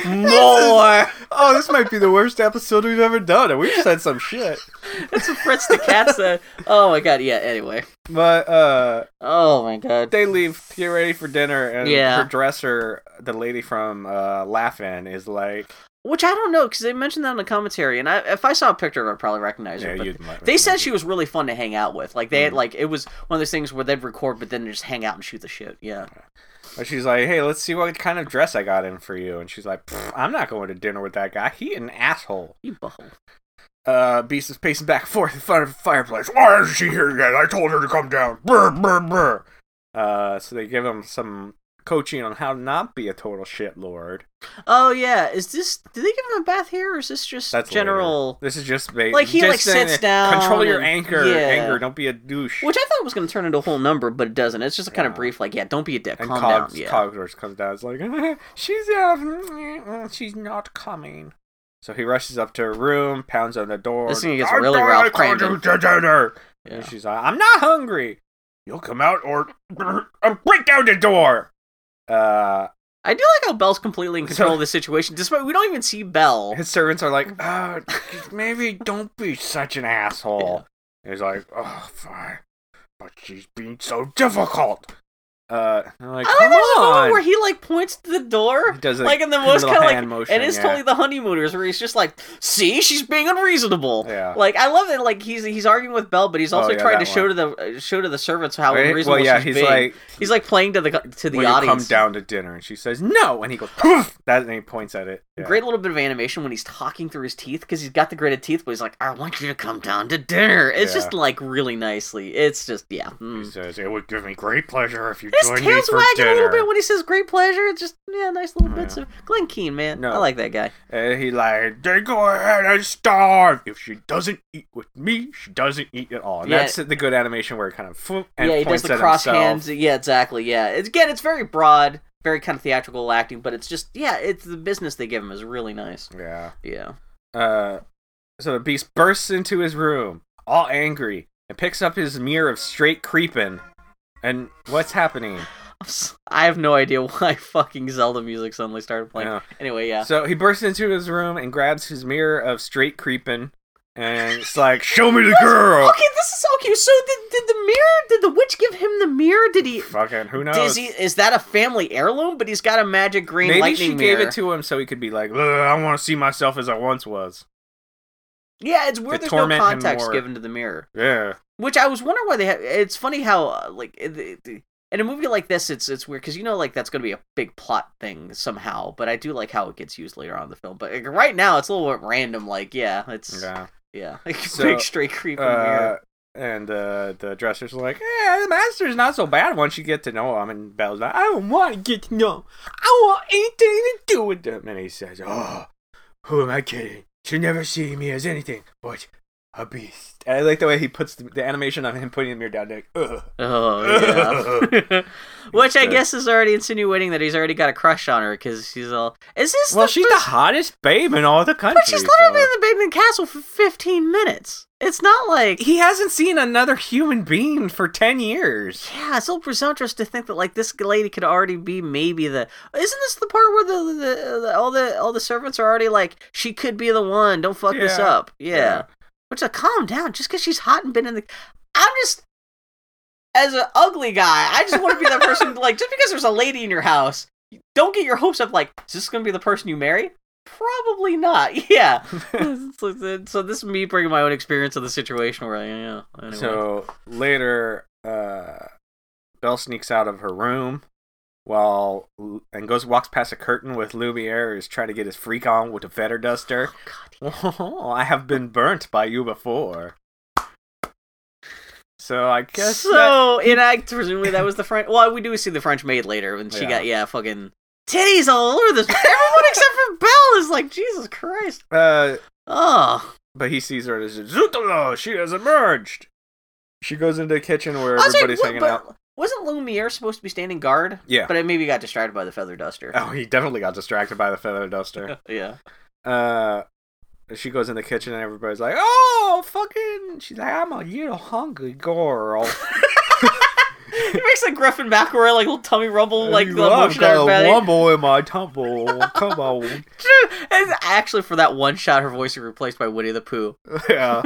[SPEAKER 1] More. Oh, this might be the worst episode we've ever done, and we've said some shit.
[SPEAKER 2] That's what Fritz the cat's uh, oh my god, yeah, anyway.
[SPEAKER 1] But uh,
[SPEAKER 2] Oh my god.
[SPEAKER 1] they leave to get ready for dinner, and
[SPEAKER 2] Yeah.
[SPEAKER 1] her dresser, the lady from uh, Laughing, is like,
[SPEAKER 2] Which I don't know, because they mentioned that in the commentary, and I, if I saw a picture of her, I'd probably recognize her.
[SPEAKER 1] yeah,
[SPEAKER 2] but
[SPEAKER 1] you'd like
[SPEAKER 2] they
[SPEAKER 1] me."
[SPEAKER 2] said she was really fun to hang out with. Like they had,
[SPEAKER 1] Mhm.
[SPEAKER 2] like it was one of those things where they'd record, but then just hang out and shoot the shit. Yeah.
[SPEAKER 1] But she's like, "Hey, let's see what kind of dress I got in for you," and she's like, "Pfft, "I'm not going to dinner with that guy. He an asshole."
[SPEAKER 2] You butthole.
[SPEAKER 1] Uh, Beast is pacing back and forth in front of the fireplace. Why is she here yet? I told her to come down. Brr, brr, brr. Uh, so they give him some coaching on how to not be a total shitlord.
[SPEAKER 2] Oh yeah. Is this did they give him a bath here or is this just
[SPEAKER 1] That's later.
[SPEAKER 2] general
[SPEAKER 1] This is just ba-
[SPEAKER 2] Like, he,
[SPEAKER 1] just
[SPEAKER 2] like,
[SPEAKER 1] saying,
[SPEAKER 2] sits down
[SPEAKER 1] Control your
[SPEAKER 2] and-
[SPEAKER 1] anger,
[SPEAKER 2] yeah.
[SPEAKER 1] anger. Don't be a douche.
[SPEAKER 2] Which I thought was going to turn into a whole number, but it doesn't. It's just kind
[SPEAKER 1] Yeah.
[SPEAKER 2] of brief, like, yeah, don't be a dick.
[SPEAKER 1] and
[SPEAKER 2] calm
[SPEAKER 1] Cogs,
[SPEAKER 2] down. Yeah.
[SPEAKER 1] Cogdors comes down. It's like [laughs] she's uh, [laughs] she's not coming. So he rushes up to her room, pounds on the door.
[SPEAKER 2] This thing gets
[SPEAKER 1] "I'm
[SPEAKER 2] really
[SPEAKER 1] sorry
[SPEAKER 2] Ralph
[SPEAKER 1] I called you
[SPEAKER 2] Cramden.
[SPEAKER 1] to dinner.
[SPEAKER 2] Yeah.
[SPEAKER 1] And she's like, I'm not hungry. You'll come out or [laughs] I'll break down the door. Uh,
[SPEAKER 2] I do like how Belle's completely in control
[SPEAKER 1] So-
[SPEAKER 2] of the situation, despite we don't even see Belle.
[SPEAKER 1] his servants are like, uh, maybe don't be such an asshole. And he's like, oh, fine. But she's being so difficult. Uh, I'm like,
[SPEAKER 2] I
[SPEAKER 1] come
[SPEAKER 2] like there's a moment
[SPEAKER 1] on.
[SPEAKER 2] where he like points to the door,
[SPEAKER 1] He does, like,
[SPEAKER 2] like in the
[SPEAKER 1] a
[SPEAKER 2] most
[SPEAKER 1] little
[SPEAKER 2] kind of like,
[SPEAKER 1] hand motion,
[SPEAKER 2] and it's
[SPEAKER 1] yeah.
[SPEAKER 2] totally the honeymooners where he's just like, "See, she's being unreasonable."
[SPEAKER 1] Yeah.
[SPEAKER 2] Like I love that. Like he's he's arguing with Belle, but he's
[SPEAKER 1] Oh,
[SPEAKER 2] also
[SPEAKER 1] yeah,
[SPEAKER 2] trying
[SPEAKER 1] that
[SPEAKER 2] to show
[SPEAKER 1] one.
[SPEAKER 2] to the uh, show to the servants how
[SPEAKER 1] Right?
[SPEAKER 2] unreasonable
[SPEAKER 1] well, yeah,
[SPEAKER 2] she's
[SPEAKER 1] he's
[SPEAKER 2] being.
[SPEAKER 1] like,
[SPEAKER 2] he's like playing to the to the
[SPEAKER 1] when you come
[SPEAKER 2] audience.
[SPEAKER 1] down to dinner, and she says no, and he goes, "Poof!" that, and he points at it. Yeah.
[SPEAKER 2] Great little bit of animation when he's talking through his teeth because he's got the gritted teeth, but he's like, "I want you to come down to dinner." It's
[SPEAKER 1] Yeah.
[SPEAKER 2] just like really nicely. It's just yeah.
[SPEAKER 1] He
[SPEAKER 2] Mm.
[SPEAKER 1] says, "It would give me great pleasure if you
[SPEAKER 2] His
[SPEAKER 1] joined me
[SPEAKER 2] tail's
[SPEAKER 1] for
[SPEAKER 2] wagging
[SPEAKER 1] dinner." Oh,
[SPEAKER 2] a little bit when he says "great pleasure." It's just yeah, nice little
[SPEAKER 1] Yeah.
[SPEAKER 2] bits of Glenn Keane, man.
[SPEAKER 1] No.
[SPEAKER 2] I like that guy.
[SPEAKER 1] And he like, they go ahead and starve. If she doesn't eat with me, she doesn't eat at all. And
[SPEAKER 2] Yeah.
[SPEAKER 1] that's the good animation where it kind of foo- and
[SPEAKER 2] yeah, he does
[SPEAKER 1] points
[SPEAKER 2] the
[SPEAKER 1] at
[SPEAKER 2] cross
[SPEAKER 1] himself.
[SPEAKER 2] hands. Yeah, exactly. Yeah, it's, again, it's very broad, very kind of theatrical acting, but it's just yeah, it's the business they give him is really nice.
[SPEAKER 1] Yeah.
[SPEAKER 2] Yeah. [laughs]
[SPEAKER 1] Uh, so the beast bursts into his room, all angry, and picks up his mirror of straight creeping And what's happening?
[SPEAKER 2] I'm s- I have no idea why fucking Zelda music suddenly started playing.
[SPEAKER 1] Yeah.
[SPEAKER 2] Anyway, yeah.
[SPEAKER 1] So he bursts into his room and grabs his mirror of straight creeping, and it's like, "Show me the girl."
[SPEAKER 2] Okay, this is okay. So did, did the mirror? Did the witch give him the mirror? Did he?
[SPEAKER 1] Fucking who knows?
[SPEAKER 2] Is he? Is that a family heirloom? But he's got a magic green
[SPEAKER 1] Maybe
[SPEAKER 2] lightning
[SPEAKER 1] she
[SPEAKER 2] mirror.
[SPEAKER 1] gave it to him so he could be like, "Ugh, "I want to see myself as I once was."
[SPEAKER 2] yeah, it's weird.
[SPEAKER 1] to
[SPEAKER 2] There's no
[SPEAKER 1] torment him
[SPEAKER 2] context
[SPEAKER 1] more.
[SPEAKER 2] given to the mirror,
[SPEAKER 1] Yeah,
[SPEAKER 2] which I was wondering why they had. It's funny how uh, like it- it- it- in a movie like this, it's it's weird because you know like that's going to be a big plot thing somehow. But I do like how it gets used later on in the film. But like, right now, it's a little bit random. Like yeah, it's yeah, [laughs]
[SPEAKER 1] yeah.
[SPEAKER 2] like
[SPEAKER 1] So,
[SPEAKER 2] big straight creep in the mirror.
[SPEAKER 1] Uh, and uh, the dresser's like, "Yeah, the master's not so bad once you get to know him." And Belle's like, "I don't want to get to know. Him. I want anything to do with them." And he says, "Oh, who am I kidding? She'll never see me as anything but a beast." And I like the way he puts the, the animation of him putting the mirror down. Like, Ugh.
[SPEAKER 2] Oh yeah. [laughs] Which I
[SPEAKER 1] Good.
[SPEAKER 2] guess is already insinuating that he's already got a crush on her because she's all. Is this?
[SPEAKER 1] Well,
[SPEAKER 2] the
[SPEAKER 1] she's the
[SPEAKER 2] first...
[SPEAKER 1] hottest babe in all the country.
[SPEAKER 2] But she's literally
[SPEAKER 1] so-
[SPEAKER 2] been in the Bateman Castle for fifteen minutes. It's not like.
[SPEAKER 1] he hasn't seen another human being for 10 years.
[SPEAKER 2] Yeah, it's a little presumptuous to think that like this lady could already be maybe the. Isn't this the part where the, the, the all the all the servants are already like she could be the one? Don't fuck this
[SPEAKER 1] Yeah.
[SPEAKER 2] up. Yeah. Which like calm down, just because she's hot and been in the. I'm just. As an ugly guy, I just want to be that person. [laughs] Like, just because there's a lady in your house, don't get your hopes up. Like, is this going to be the person you marry? Probably not.
[SPEAKER 1] [laughs]
[SPEAKER 2] [laughs] Yeah. so, so this is me bringing my own experience of the situation where I, yeah. Anyway.
[SPEAKER 1] So later, uh, Belle sneaks out of her room while and goes walks past a curtain with Lumiere who's trying to get his freak on with a feather duster. [laughs]
[SPEAKER 2] God,
[SPEAKER 1] Oh, I have been burnt by you before. So I guess that-
[SPEAKER 2] so and I presumably that was the French. Well, we do see the French maid later, and she
[SPEAKER 1] Yeah.
[SPEAKER 2] got yeah, fucking titties all over this. Everyone except for Belle is like Jesus Christ.
[SPEAKER 1] uh,
[SPEAKER 2] Oh,
[SPEAKER 1] but he sees her and says, "Zutolo, she has emerged." She goes into the kitchen where
[SPEAKER 2] I was like,
[SPEAKER 1] everybody's
[SPEAKER 2] what-
[SPEAKER 1] hanging
[SPEAKER 2] but
[SPEAKER 1] out.
[SPEAKER 2] Wasn't Lumiere supposed to be standing guard?
[SPEAKER 1] Yeah.
[SPEAKER 2] but I maybe got distracted by the feather duster. [laughs]
[SPEAKER 1] Oh, he definitely got distracted by the feather duster.
[SPEAKER 2] yeah,
[SPEAKER 1] uh she goes in the kitchen and everybody's like, "Oh, fucking!" She's like, "I'm a little hungry girl."
[SPEAKER 2] it makes like Griffin McElroy like little tummy rumble [laughs] like
[SPEAKER 1] Uh, You
[SPEAKER 2] the
[SPEAKER 1] know,
[SPEAKER 2] motion
[SPEAKER 1] got
[SPEAKER 2] out of her belly.
[SPEAKER 1] a wumble in my tumble. Come
[SPEAKER 2] [laughs]
[SPEAKER 1] on,
[SPEAKER 2] Dude, [laughs] and actually, for that one shot, her voice was replaced by Winnie the Pooh.
[SPEAKER 1] yeah.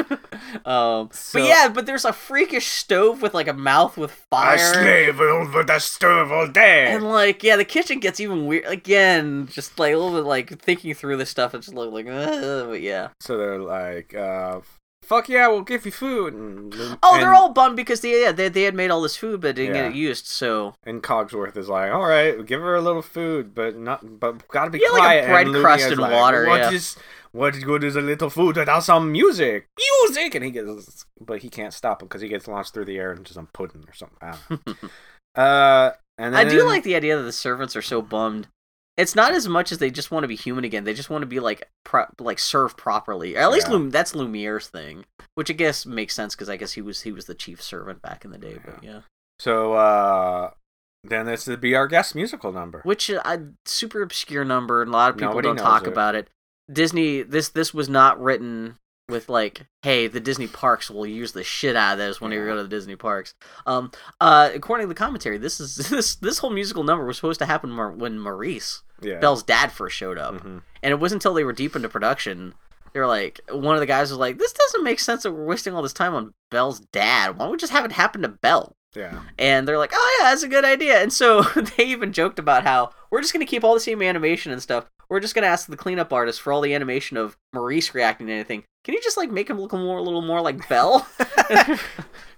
[SPEAKER 2] Um,
[SPEAKER 1] So-
[SPEAKER 2] but yeah, but there's a freakish stove with like a mouth with fire.
[SPEAKER 1] over the stove all day.
[SPEAKER 2] And like, yeah, the kitchen gets even weird again. Just like a little bit like thinking through this stuff. It's just look like, "Ugh," but yeah.
[SPEAKER 1] so they're like, uh, "Fuck yeah, we'll give you food." And,
[SPEAKER 2] Oh,
[SPEAKER 1] and,
[SPEAKER 2] they're all bummed because they yeah they, they had made all this food but didn't
[SPEAKER 1] Yeah.
[SPEAKER 2] get it used. So
[SPEAKER 1] And Cogsworth is like, "All right, we'll give her a little food, but not, but gotta be
[SPEAKER 2] Yeah, like a
[SPEAKER 1] quiet."
[SPEAKER 2] bread
[SPEAKER 1] and Lumia's
[SPEAKER 2] crust and
[SPEAKER 1] like,
[SPEAKER 2] water,
[SPEAKER 1] "What
[SPEAKER 2] yeah.
[SPEAKER 1] is- what good is a little food without some music? Music, and he gets, but he can't stop him because he gets launched through the air into some pudding or something. I don't [laughs] know. uh, and
[SPEAKER 2] I do
[SPEAKER 1] then-
[SPEAKER 2] like the idea that the servants are so bummed. It's not as much as they just want to be human again. They just want to be like pro- like served properly. At least
[SPEAKER 1] Yeah.
[SPEAKER 2] Lum- that's Lumiere's thing, which I guess makes sense because I guess he was he was the chief servant back in the day. But yeah,
[SPEAKER 1] so. uh Then it's the Be Our Guest musical number.
[SPEAKER 2] which uh, I super obscure number and a lot of people
[SPEAKER 1] Nobody
[SPEAKER 2] don't
[SPEAKER 1] knows
[SPEAKER 2] talk
[SPEAKER 1] it.
[SPEAKER 2] about it. Disney this this was not written with like, hey, the Disney parks will use the shit out of this when you
[SPEAKER 1] Yeah.
[SPEAKER 2] go to the Disney parks. Um, uh, according to the commentary, this is [laughs] this this whole musical number was supposed to happen mar- when Maurice
[SPEAKER 1] Yeah.
[SPEAKER 2] Bell's dad first showed up,
[SPEAKER 1] Mhm.
[SPEAKER 2] and it wasn't until they were deep into production. They were like, one of the guys was like, "This doesn't make sense that we're wasting all this time on Bell's dad. Why don't we just have it happen to Bell?"
[SPEAKER 1] Yeah.
[SPEAKER 2] and they're like, "Oh yeah, that's a good idea." And so [laughs] they even joked about how we're just gonna keep all the same animation and stuff. We're just gonna ask the cleanup artist for all the animation of Maurice reacting to anything. Can you just like make him look more, a little more
[SPEAKER 1] [laughs]
[SPEAKER 2] like Belle? [laughs] yeah,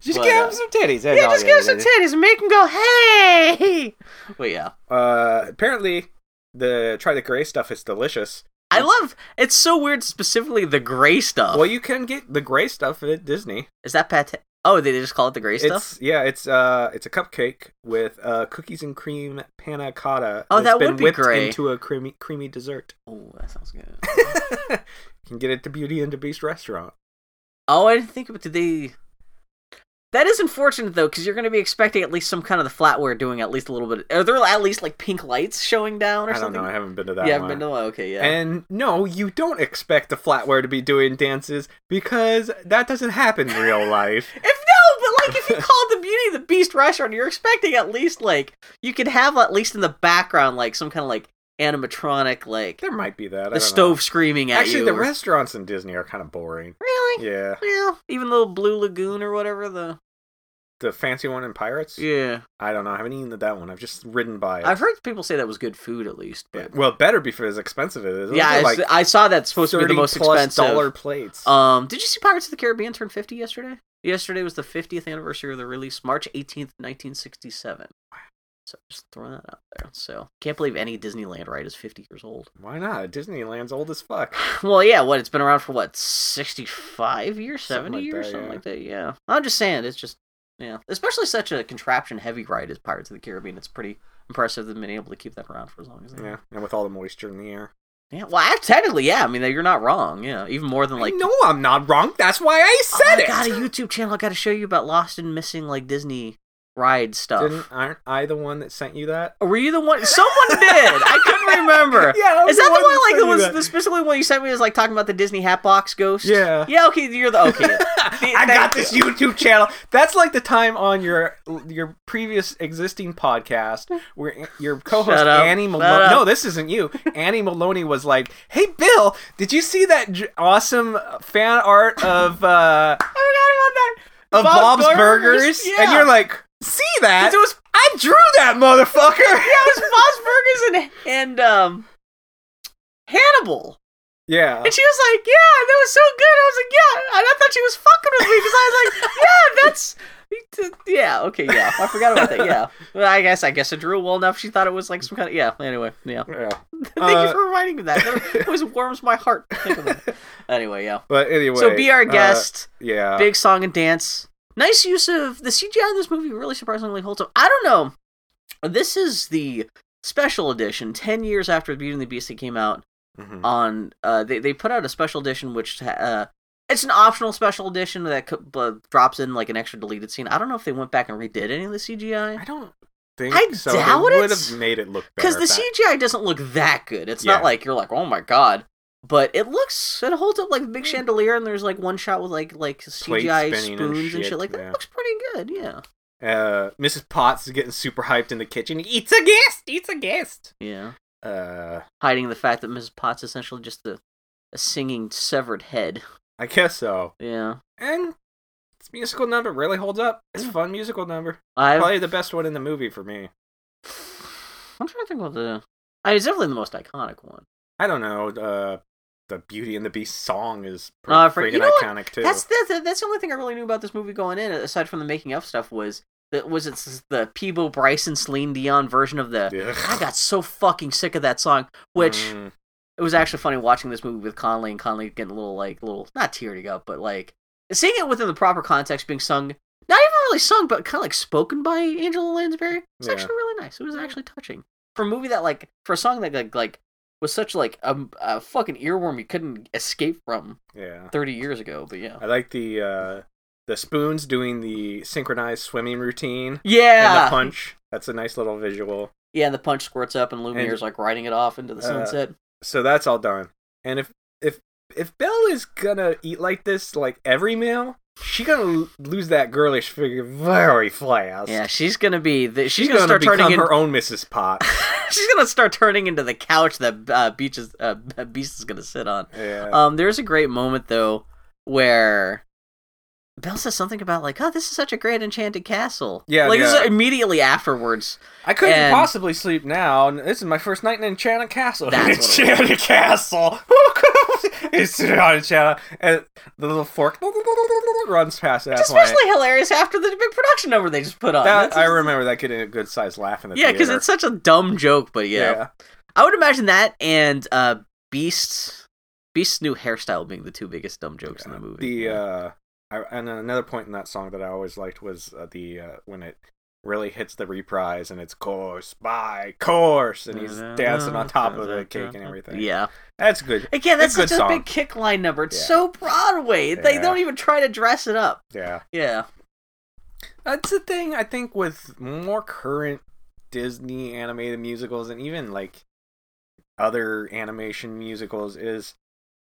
[SPEAKER 1] Just
[SPEAKER 2] But,
[SPEAKER 1] give
[SPEAKER 2] uh,
[SPEAKER 1] him some titties. that's all
[SPEAKER 2] just
[SPEAKER 1] you
[SPEAKER 2] give him some
[SPEAKER 1] gotta do.
[SPEAKER 2] titties and make him go, "Hey!" [laughs] But yeah,
[SPEAKER 1] Uh, apparently, the try the gray stuff is delicious.
[SPEAKER 2] I love. It's so weird, specifically the gray stuff.
[SPEAKER 1] Well, you can get the gray stuff at Disney.
[SPEAKER 2] Is that pate? Oh, they just call it the gray
[SPEAKER 1] It's
[SPEAKER 2] stuff.
[SPEAKER 1] yeah, it's uh, it's a cupcake with uh, cookies and cream panna cotta.
[SPEAKER 2] Oh,
[SPEAKER 1] that's
[SPEAKER 2] that would
[SPEAKER 1] been
[SPEAKER 2] be
[SPEAKER 1] whipped
[SPEAKER 2] great.
[SPEAKER 1] into a creamy creamy dessert. [laughs]
[SPEAKER 2] Oh, that sounds good.
[SPEAKER 1] you can get it to Beauty and the Beast restaurant.
[SPEAKER 2] Oh, I didn't think about did they. That is unfortunate though, because you're going to be expecting at least some kind of the flatware doing at least a little bit. Are there at least like pink lights showing down or
[SPEAKER 1] I don't
[SPEAKER 2] something?
[SPEAKER 1] know. I haven't been to that.
[SPEAKER 2] yeah,
[SPEAKER 1] one.
[SPEAKER 2] but no, okay, yeah.
[SPEAKER 1] And no, you don't expect
[SPEAKER 2] [laughs]
[SPEAKER 1] the flatware to be doing dances because that doesn't happen in real life.
[SPEAKER 2] if no,
[SPEAKER 1] [laughs]
[SPEAKER 2] like if you called the Beauty and the Beast restaurant, you're expecting at least like you could have at least in the background like some kind of like animatronic like
[SPEAKER 1] There might be that. I
[SPEAKER 2] the
[SPEAKER 1] don't
[SPEAKER 2] stove
[SPEAKER 1] know.
[SPEAKER 2] screaming at
[SPEAKER 1] Actually,
[SPEAKER 2] you.
[SPEAKER 1] the
[SPEAKER 2] or-
[SPEAKER 1] restaurants in Disney are kind of
[SPEAKER 2] [laughs]
[SPEAKER 1] boring.
[SPEAKER 2] really?
[SPEAKER 1] Yeah,
[SPEAKER 2] Well, even little Blue Lagoon or whatever the
[SPEAKER 1] the fancy one in Pirates.
[SPEAKER 2] yeah.
[SPEAKER 1] I don't know. I haven't eaten that one. I've just ridden by it.
[SPEAKER 2] I've heard people say that was good food at least.
[SPEAKER 1] Yeah.
[SPEAKER 2] But
[SPEAKER 1] Well, it better be for as expensive as it is. Those
[SPEAKER 2] yeah,
[SPEAKER 1] are
[SPEAKER 2] I,
[SPEAKER 1] like
[SPEAKER 2] I saw that's supposed to be the
[SPEAKER 1] 30
[SPEAKER 2] most
[SPEAKER 1] plus
[SPEAKER 2] expensive.
[SPEAKER 1] dollar plates.
[SPEAKER 2] Um, did you see Pirates of the Caribbean turn 50 yesterday? Yesterday was the 50th anniversary of the release, March 18th, 1967. So just throwing that out there. So can't believe any Disneyland ride is 50 years old. [sighs]
[SPEAKER 1] Why not? Disneyland's old as fuck.
[SPEAKER 2] Well, yeah, what it's been around for what 65 years, 70
[SPEAKER 1] Something like
[SPEAKER 2] years,
[SPEAKER 1] that,
[SPEAKER 2] something
[SPEAKER 1] yeah.
[SPEAKER 2] like that. Yeah, I'm just saying it's just yeah, especially such a contraption heavy ride as Pirates of the Caribbean. It's pretty impressive they've been able to keep that around for as long as they
[SPEAKER 1] Yeah,
[SPEAKER 2] have.
[SPEAKER 1] and with all the moisture in the air.
[SPEAKER 2] Yeah, well, I, technically, yeah. I mean, you're not wrong. Yeah, even more than like Oh,
[SPEAKER 1] no, I'm not wrong. That's why I said
[SPEAKER 2] I
[SPEAKER 1] it.
[SPEAKER 2] got a YouTube channel. I got to show you about lost and missing like Disney ride stuff.
[SPEAKER 1] Didn't aren't I the one that sent you that?
[SPEAKER 2] Were you the one? Someone did. I couldn't remember.
[SPEAKER 1] [laughs] Yeah, I was
[SPEAKER 2] Is that the one like
[SPEAKER 1] sent
[SPEAKER 2] that
[SPEAKER 1] you
[SPEAKER 2] was the specifically one you sent me was like talking about the Disney Hatbox ghost?
[SPEAKER 1] Yeah.
[SPEAKER 2] Yeah. Okay, you're the
[SPEAKER 1] [laughs]
[SPEAKER 2] okay. [laughs] The-
[SPEAKER 1] I got
[SPEAKER 2] thank
[SPEAKER 1] this YouTube channel. That's like the time on your your previous existing podcast where your co-host
[SPEAKER 2] Shut up.
[SPEAKER 1] Annie
[SPEAKER 2] Shut
[SPEAKER 1] Maloney.
[SPEAKER 2] up.
[SPEAKER 1] No, this isn't you. Annie Maloney was like, "Hey, Bill, did you see that j- awesome fan art of uh,
[SPEAKER 2] [laughs] I
[SPEAKER 1] of
[SPEAKER 2] forgot about that.
[SPEAKER 1] Bob's, Burgers?"
[SPEAKER 2] Yeah.
[SPEAKER 1] And you're like, "See that?
[SPEAKER 2] It was
[SPEAKER 1] I drew that motherfucker."
[SPEAKER 2] [laughs] yeah, it was Bob's Burgers and and um Hannibal.
[SPEAKER 1] [laughs] Yeah.
[SPEAKER 2] And she was like, "Yeah, that was so good." I was like, "Yeah," and I thought she was fucking with me because I was like,
[SPEAKER 1] [laughs]
[SPEAKER 2] "Yeah, that's." Yeah. Okay. Yeah. I forgot about that. Yeah. Well, I guess I guess I drew it well enough. She thought it was like some kind of yeah. Anyway. Yeah. [laughs]
[SPEAKER 1] Yeah.
[SPEAKER 2] Thank
[SPEAKER 1] Uh,
[SPEAKER 2] you for reminding me that.
[SPEAKER 1] [laughs]
[SPEAKER 2] It always warms my heart. to think of that. Anyway. Yeah.
[SPEAKER 1] But anyway,
[SPEAKER 2] so be our
[SPEAKER 1] uh,
[SPEAKER 2] guest.
[SPEAKER 1] yeah.
[SPEAKER 2] Big song and dance. Nice use of the CGI in this movie. Really surprisingly holds up. I don't know. This is the special edition, ten years after Beauty and the Beast that came out
[SPEAKER 1] Mhm.
[SPEAKER 2] on uh they, they put out a special edition which uh it's an optional special edition that co- uh, drops in like an extra deleted scene i don't know if they went back and redid any of the
[SPEAKER 1] I
[SPEAKER 2] cgi
[SPEAKER 1] don't think
[SPEAKER 2] I
[SPEAKER 1] so.
[SPEAKER 2] doubt
[SPEAKER 1] they
[SPEAKER 2] it.
[SPEAKER 1] would have made it look better.
[SPEAKER 2] because the
[SPEAKER 1] if that-
[SPEAKER 2] cgi doesn't look that good it's
[SPEAKER 1] Yeah.
[SPEAKER 2] not like you're like oh my god but it looks it holds up like a big chandelier and there's like one shot with like like cgi
[SPEAKER 1] Mm. spinning and
[SPEAKER 2] spoons and shit,
[SPEAKER 1] shit,
[SPEAKER 2] like that
[SPEAKER 1] yeah.
[SPEAKER 2] looks pretty good yeah
[SPEAKER 1] uh, Mrs. Potts is getting super hyped in the kitchen. It's a guest. It's a guest.
[SPEAKER 2] yeah
[SPEAKER 1] Uh,
[SPEAKER 2] hiding the fact that mrs potts is essentially just a, a singing severed head
[SPEAKER 1] I guess so.
[SPEAKER 2] yeah
[SPEAKER 1] And this musical number really holds up. It's a fun musical number.
[SPEAKER 2] i've
[SPEAKER 1] Probably the best one in the movie for me.
[SPEAKER 2] i'm trying to think about the I mean, it's definitely the most iconic one
[SPEAKER 1] I don't know. Uh, the Beauty and the Beast song is pretty
[SPEAKER 2] Uh, for-
[SPEAKER 1] freaking
[SPEAKER 2] you know what?
[SPEAKER 1] iconic too.
[SPEAKER 2] That's, that's that's the only thing I really knew about this movie going in, aside from the making of stuff, was that was it s- the Peebo Bryson Celine Dion version of the. I
[SPEAKER 1] Ugh.
[SPEAKER 2] got so fucking sick of that song, which
[SPEAKER 1] Mm,
[SPEAKER 2] it was actually funny watching this movie with Conley and Conley getting a little like little not tearing up, but like seeing it within the proper context, being sung, not even really sung, but kind of like spoken by Angela Lansbury. It's
[SPEAKER 1] Yeah.
[SPEAKER 2] actually really nice. It was actually touching for a movie that like for a song that like like was such like a, a fucking earworm you couldn't escape from
[SPEAKER 1] yeah.
[SPEAKER 2] 30 years ago. But yeah,
[SPEAKER 1] I like the uh, the spoons doing the synchronized swimming routine
[SPEAKER 2] yeah,
[SPEAKER 1] and the punch. That's a nice little visual.
[SPEAKER 2] Yeah, and the punch squirts up, and Lumiere's like riding it off into the
[SPEAKER 1] Uh,
[SPEAKER 2] sunset.
[SPEAKER 1] So that's all done. And if if if Belle is gonna eat like this, like every meal, she gonna lo- lose that girlish figure very fast.
[SPEAKER 2] Yeah, she's gonna be. The,
[SPEAKER 1] uh, she's,
[SPEAKER 2] she's, gonna,
[SPEAKER 1] gonna,
[SPEAKER 2] start
[SPEAKER 1] become
[SPEAKER 2] [laughs] turning. In,
[SPEAKER 1] her own Mrs. Pot.
[SPEAKER 2] she's gonna start turning into the couch that uh, Beach is, uh, [laughs] Beast is gonna sit on.
[SPEAKER 1] yeah.
[SPEAKER 2] Um, there's a great moment though where Belle says something about like, "Oh, this is such a great enchanted castle."
[SPEAKER 1] Yeah,
[SPEAKER 2] like this
[SPEAKER 1] yeah.
[SPEAKER 2] is immediately afterwards.
[SPEAKER 1] I couldn't
[SPEAKER 2] and-
[SPEAKER 1] possibly sleep now. and This is my first night in Enchanted Castle. [laughs]
[SPEAKER 2] That's what it
[SPEAKER 1] Enchanted Castle. [laughs] it's not Enchanted. And the little fork runs past that
[SPEAKER 2] It's
[SPEAKER 1] point.
[SPEAKER 2] especially hilarious after the big production number they just put on.
[SPEAKER 1] That,
[SPEAKER 2] uh, That's-
[SPEAKER 1] I remember that getting a good sized laugh in the
[SPEAKER 2] Yeah, because
[SPEAKER 1] theater.
[SPEAKER 2] it's such a dumb joke, but yeah. I would imagine that and uh Beast's Beast's new hairstyle being the two biggest dumb jokes in the movie.
[SPEAKER 1] The uh, I, and another point in that song that I always liked was uh, the uh, when it really hits the reprise and it's course by course and he's dancing on top of the cake and everything.
[SPEAKER 2] Yeah.
[SPEAKER 1] that's good.
[SPEAKER 2] Again,
[SPEAKER 1] It's
[SPEAKER 2] that's
[SPEAKER 1] a good
[SPEAKER 2] such a
[SPEAKER 1] song.
[SPEAKER 2] big kick line number. It's
[SPEAKER 1] Yeah.
[SPEAKER 2] so Broadway. They
[SPEAKER 1] Yeah.
[SPEAKER 2] don't even try to dress it up.
[SPEAKER 1] Yeah,
[SPEAKER 2] Yeah.
[SPEAKER 1] that's the thing. I think with more current Disney animated musicals and even like other animation musicals is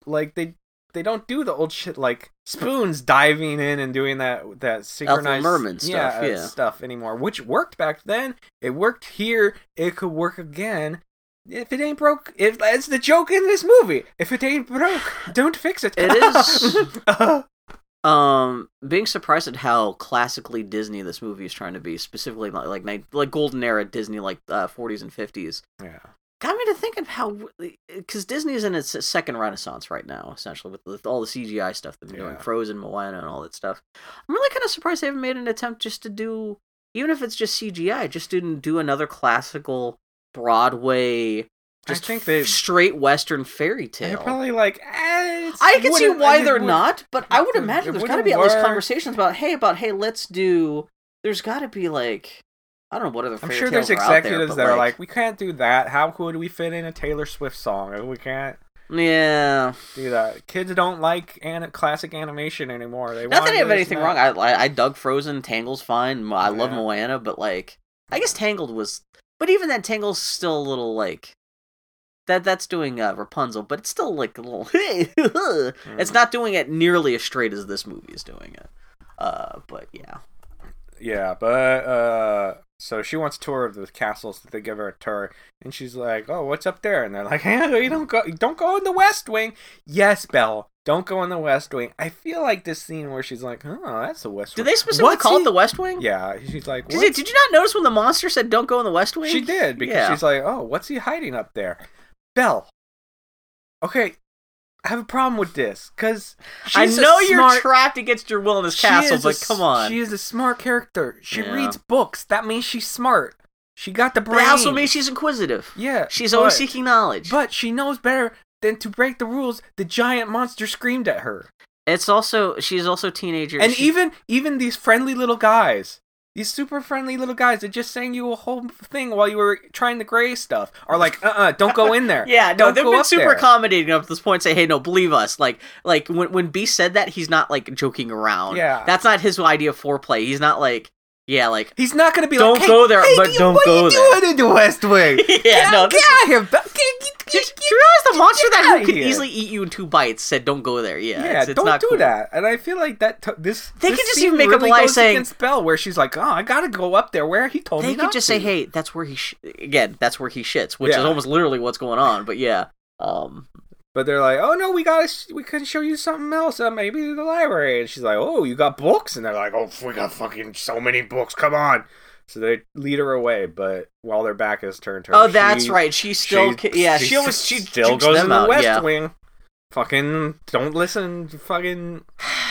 [SPEAKER 1] like they they don't do the old shit like spoons diving in and doing that that synchronized
[SPEAKER 2] Merman stuff,
[SPEAKER 1] uh,
[SPEAKER 2] yeah.
[SPEAKER 1] stuff anymore, which worked back then. It worked here. It could work again. If it ain't broke, if it's the joke in this movie. If it ain't broke,
[SPEAKER 2] [sighs]
[SPEAKER 1] don't fix it. [laughs]
[SPEAKER 2] It is-
[SPEAKER 1] Uh,
[SPEAKER 2] Um, being surprised at how classically Disney this movie is trying to be, specifically like like, ni- like golden era Disney, like uh, 40s and 50s.
[SPEAKER 1] yeah.
[SPEAKER 2] got me to think of how because Disney is in its eh, second renaissance right now, essentially with, with all the CGI stuff they've been doing,
[SPEAKER 1] Yeah.
[SPEAKER 2] Frozen, Moana, and all that stuff. I'm really kind of surprised they haven't made an attempt just to do, even if it's just CGI, just to do another classical Broadway, just
[SPEAKER 1] think they-
[SPEAKER 2] straight Western fairy
[SPEAKER 1] They're
[SPEAKER 2] tale.
[SPEAKER 1] probably like, eh, it's-
[SPEAKER 2] I can see
[SPEAKER 1] wouldn't-
[SPEAKER 2] why
[SPEAKER 1] it
[SPEAKER 2] they're
[SPEAKER 1] wouldn't-
[SPEAKER 2] not, but I would
[SPEAKER 1] it
[SPEAKER 2] imagine there's got to
[SPEAKER 1] wouldn't
[SPEAKER 2] be at least
[SPEAKER 1] work.
[SPEAKER 2] conversations about hey, about hey, let's do. There's got to be like. I don't know what other.
[SPEAKER 1] I'm
[SPEAKER 2] fairy
[SPEAKER 1] sure there's
[SPEAKER 2] tales are out there,
[SPEAKER 1] executives
[SPEAKER 2] but,
[SPEAKER 1] that are like, we can't do that. How could we fit in a Taylor Swift song? We can't
[SPEAKER 2] yeah,
[SPEAKER 1] do that. Kids don't like an- classic animation anymore. They
[SPEAKER 2] Not
[SPEAKER 1] want
[SPEAKER 2] that I have
[SPEAKER 1] this
[SPEAKER 2] anything
[SPEAKER 1] and
[SPEAKER 2] wrong.
[SPEAKER 1] that.
[SPEAKER 2] I, I I dug Frozen. Tangled's fine. Mo- I love
[SPEAKER 1] Yeah.
[SPEAKER 2] Moana, but like, I guess Tangled was. But even then, Tangled's still a little like. That that's doing uh, Rapunzel, but it's still like a little. [laughs]
[SPEAKER 1] Mm.
[SPEAKER 2] It's not doing it nearly as straight as this movie is doing it. Uh, but yeah,
[SPEAKER 1] Yeah, but uh, so she wants a tour of the castles that they give her a tour, and she's like, "Oh, what's up there?" And they're like, "Eh, "You don't go, you don't go in the West Wing." Yes, Belle, don't go in the West Wing. I feel like this scene where she's like, "Oh, that's the West
[SPEAKER 2] do
[SPEAKER 1] Wing."
[SPEAKER 2] they specifically
[SPEAKER 1] What's
[SPEAKER 2] call
[SPEAKER 1] he-
[SPEAKER 2] it the West Wing?
[SPEAKER 1] Yeah, she's like,
[SPEAKER 2] Did,
[SPEAKER 1] "What's
[SPEAKER 2] you- did you not notice when the monster said "Don't go in the West Wing"?
[SPEAKER 1] She did because
[SPEAKER 2] Yeah.
[SPEAKER 1] she's like, "Oh, what's he hiding up there?" Belle. Okay, I have a problem with this because
[SPEAKER 2] I know you're trapped against your will in this castle, but come on.
[SPEAKER 1] She is a smart character. She
[SPEAKER 2] Yeah.
[SPEAKER 1] reads books. That means she's smart. She got the brain.
[SPEAKER 2] That also means she's inquisitive.
[SPEAKER 1] yeah.
[SPEAKER 2] She's
[SPEAKER 1] but,
[SPEAKER 2] always seeking knowledge.
[SPEAKER 1] But she knows better than to break the rules. The giant monster screamed at her,
[SPEAKER 2] It's also she's also a teenager.
[SPEAKER 1] and
[SPEAKER 2] She-
[SPEAKER 1] even even these friendly little guys. These super friendly little guys that just sang you a whole thing while you were trying the gray stuff are like, uh uh-uh, uh, do not go in there.
[SPEAKER 2] [laughs] [laughs] yeah, no,
[SPEAKER 1] Don't
[SPEAKER 2] they've
[SPEAKER 1] go
[SPEAKER 2] been
[SPEAKER 1] up
[SPEAKER 2] super
[SPEAKER 1] there.
[SPEAKER 2] accommodating up to this point. Say, hey, no, believe us. Like, like when when B said that, he's not like joking around.
[SPEAKER 1] Yeah.
[SPEAKER 2] that's not his idea of foreplay. He's not like, yeah, like,
[SPEAKER 1] He's not gonna be
[SPEAKER 2] Don't
[SPEAKER 1] like, hey,
[SPEAKER 2] go there,
[SPEAKER 1] hey,
[SPEAKER 2] but
[SPEAKER 1] you-
[SPEAKER 2] don't
[SPEAKER 1] what
[SPEAKER 2] go
[SPEAKER 1] are you
[SPEAKER 2] there."
[SPEAKER 1] doing in the West Wing?
[SPEAKER 2] [laughs] yeah,
[SPEAKER 1] Get
[SPEAKER 2] no.
[SPEAKER 1] out,
[SPEAKER 2] This,
[SPEAKER 1] get out of here! Bel- Get, get,
[SPEAKER 2] do you
[SPEAKER 1] get,
[SPEAKER 2] do you realize the monster that
[SPEAKER 1] outta
[SPEAKER 2] who could
[SPEAKER 1] here.
[SPEAKER 2] easily eat you in two bites said, don't go there. Yeah,
[SPEAKER 1] yeah,
[SPEAKER 2] it's, it's
[SPEAKER 1] don't
[SPEAKER 2] not
[SPEAKER 1] do
[SPEAKER 2] cool.
[SPEAKER 1] that. And I feel like that t- this
[SPEAKER 2] They
[SPEAKER 1] this
[SPEAKER 2] could just
[SPEAKER 1] scene
[SPEAKER 2] even make up
[SPEAKER 1] really
[SPEAKER 2] a lie
[SPEAKER 1] goes
[SPEAKER 2] saying-
[SPEAKER 1] against Bell, where she's like, "Oh, I gotta go up there." Where he told me
[SPEAKER 2] They could
[SPEAKER 1] not
[SPEAKER 2] just
[SPEAKER 1] to.
[SPEAKER 2] say, hey, that's where he sh-. again, that's where he shits, which is
[SPEAKER 1] Yeah.
[SPEAKER 2] almost literally what's going on. But yeah, um,
[SPEAKER 1] But they're like, "Oh no, we gotta, sh- we could show you something else. Uh, maybe the library." And she's like, "Oh, you got books?" And they're like, "Oh, we got fucking so many books. Come on." So they lead her away, but while their back is turned to her,
[SPEAKER 2] oh, that's
[SPEAKER 1] she-
[SPEAKER 2] right. She still,
[SPEAKER 1] she,
[SPEAKER 2] ca- yeah, she,
[SPEAKER 1] she
[SPEAKER 2] almost she
[SPEAKER 1] still
[SPEAKER 2] jukes
[SPEAKER 1] goes
[SPEAKER 2] them
[SPEAKER 1] in the
[SPEAKER 2] out,
[SPEAKER 1] West
[SPEAKER 2] yeah.
[SPEAKER 1] Wing. Fucking don't listen.
[SPEAKER 2] [sighs]
[SPEAKER 1] Fucking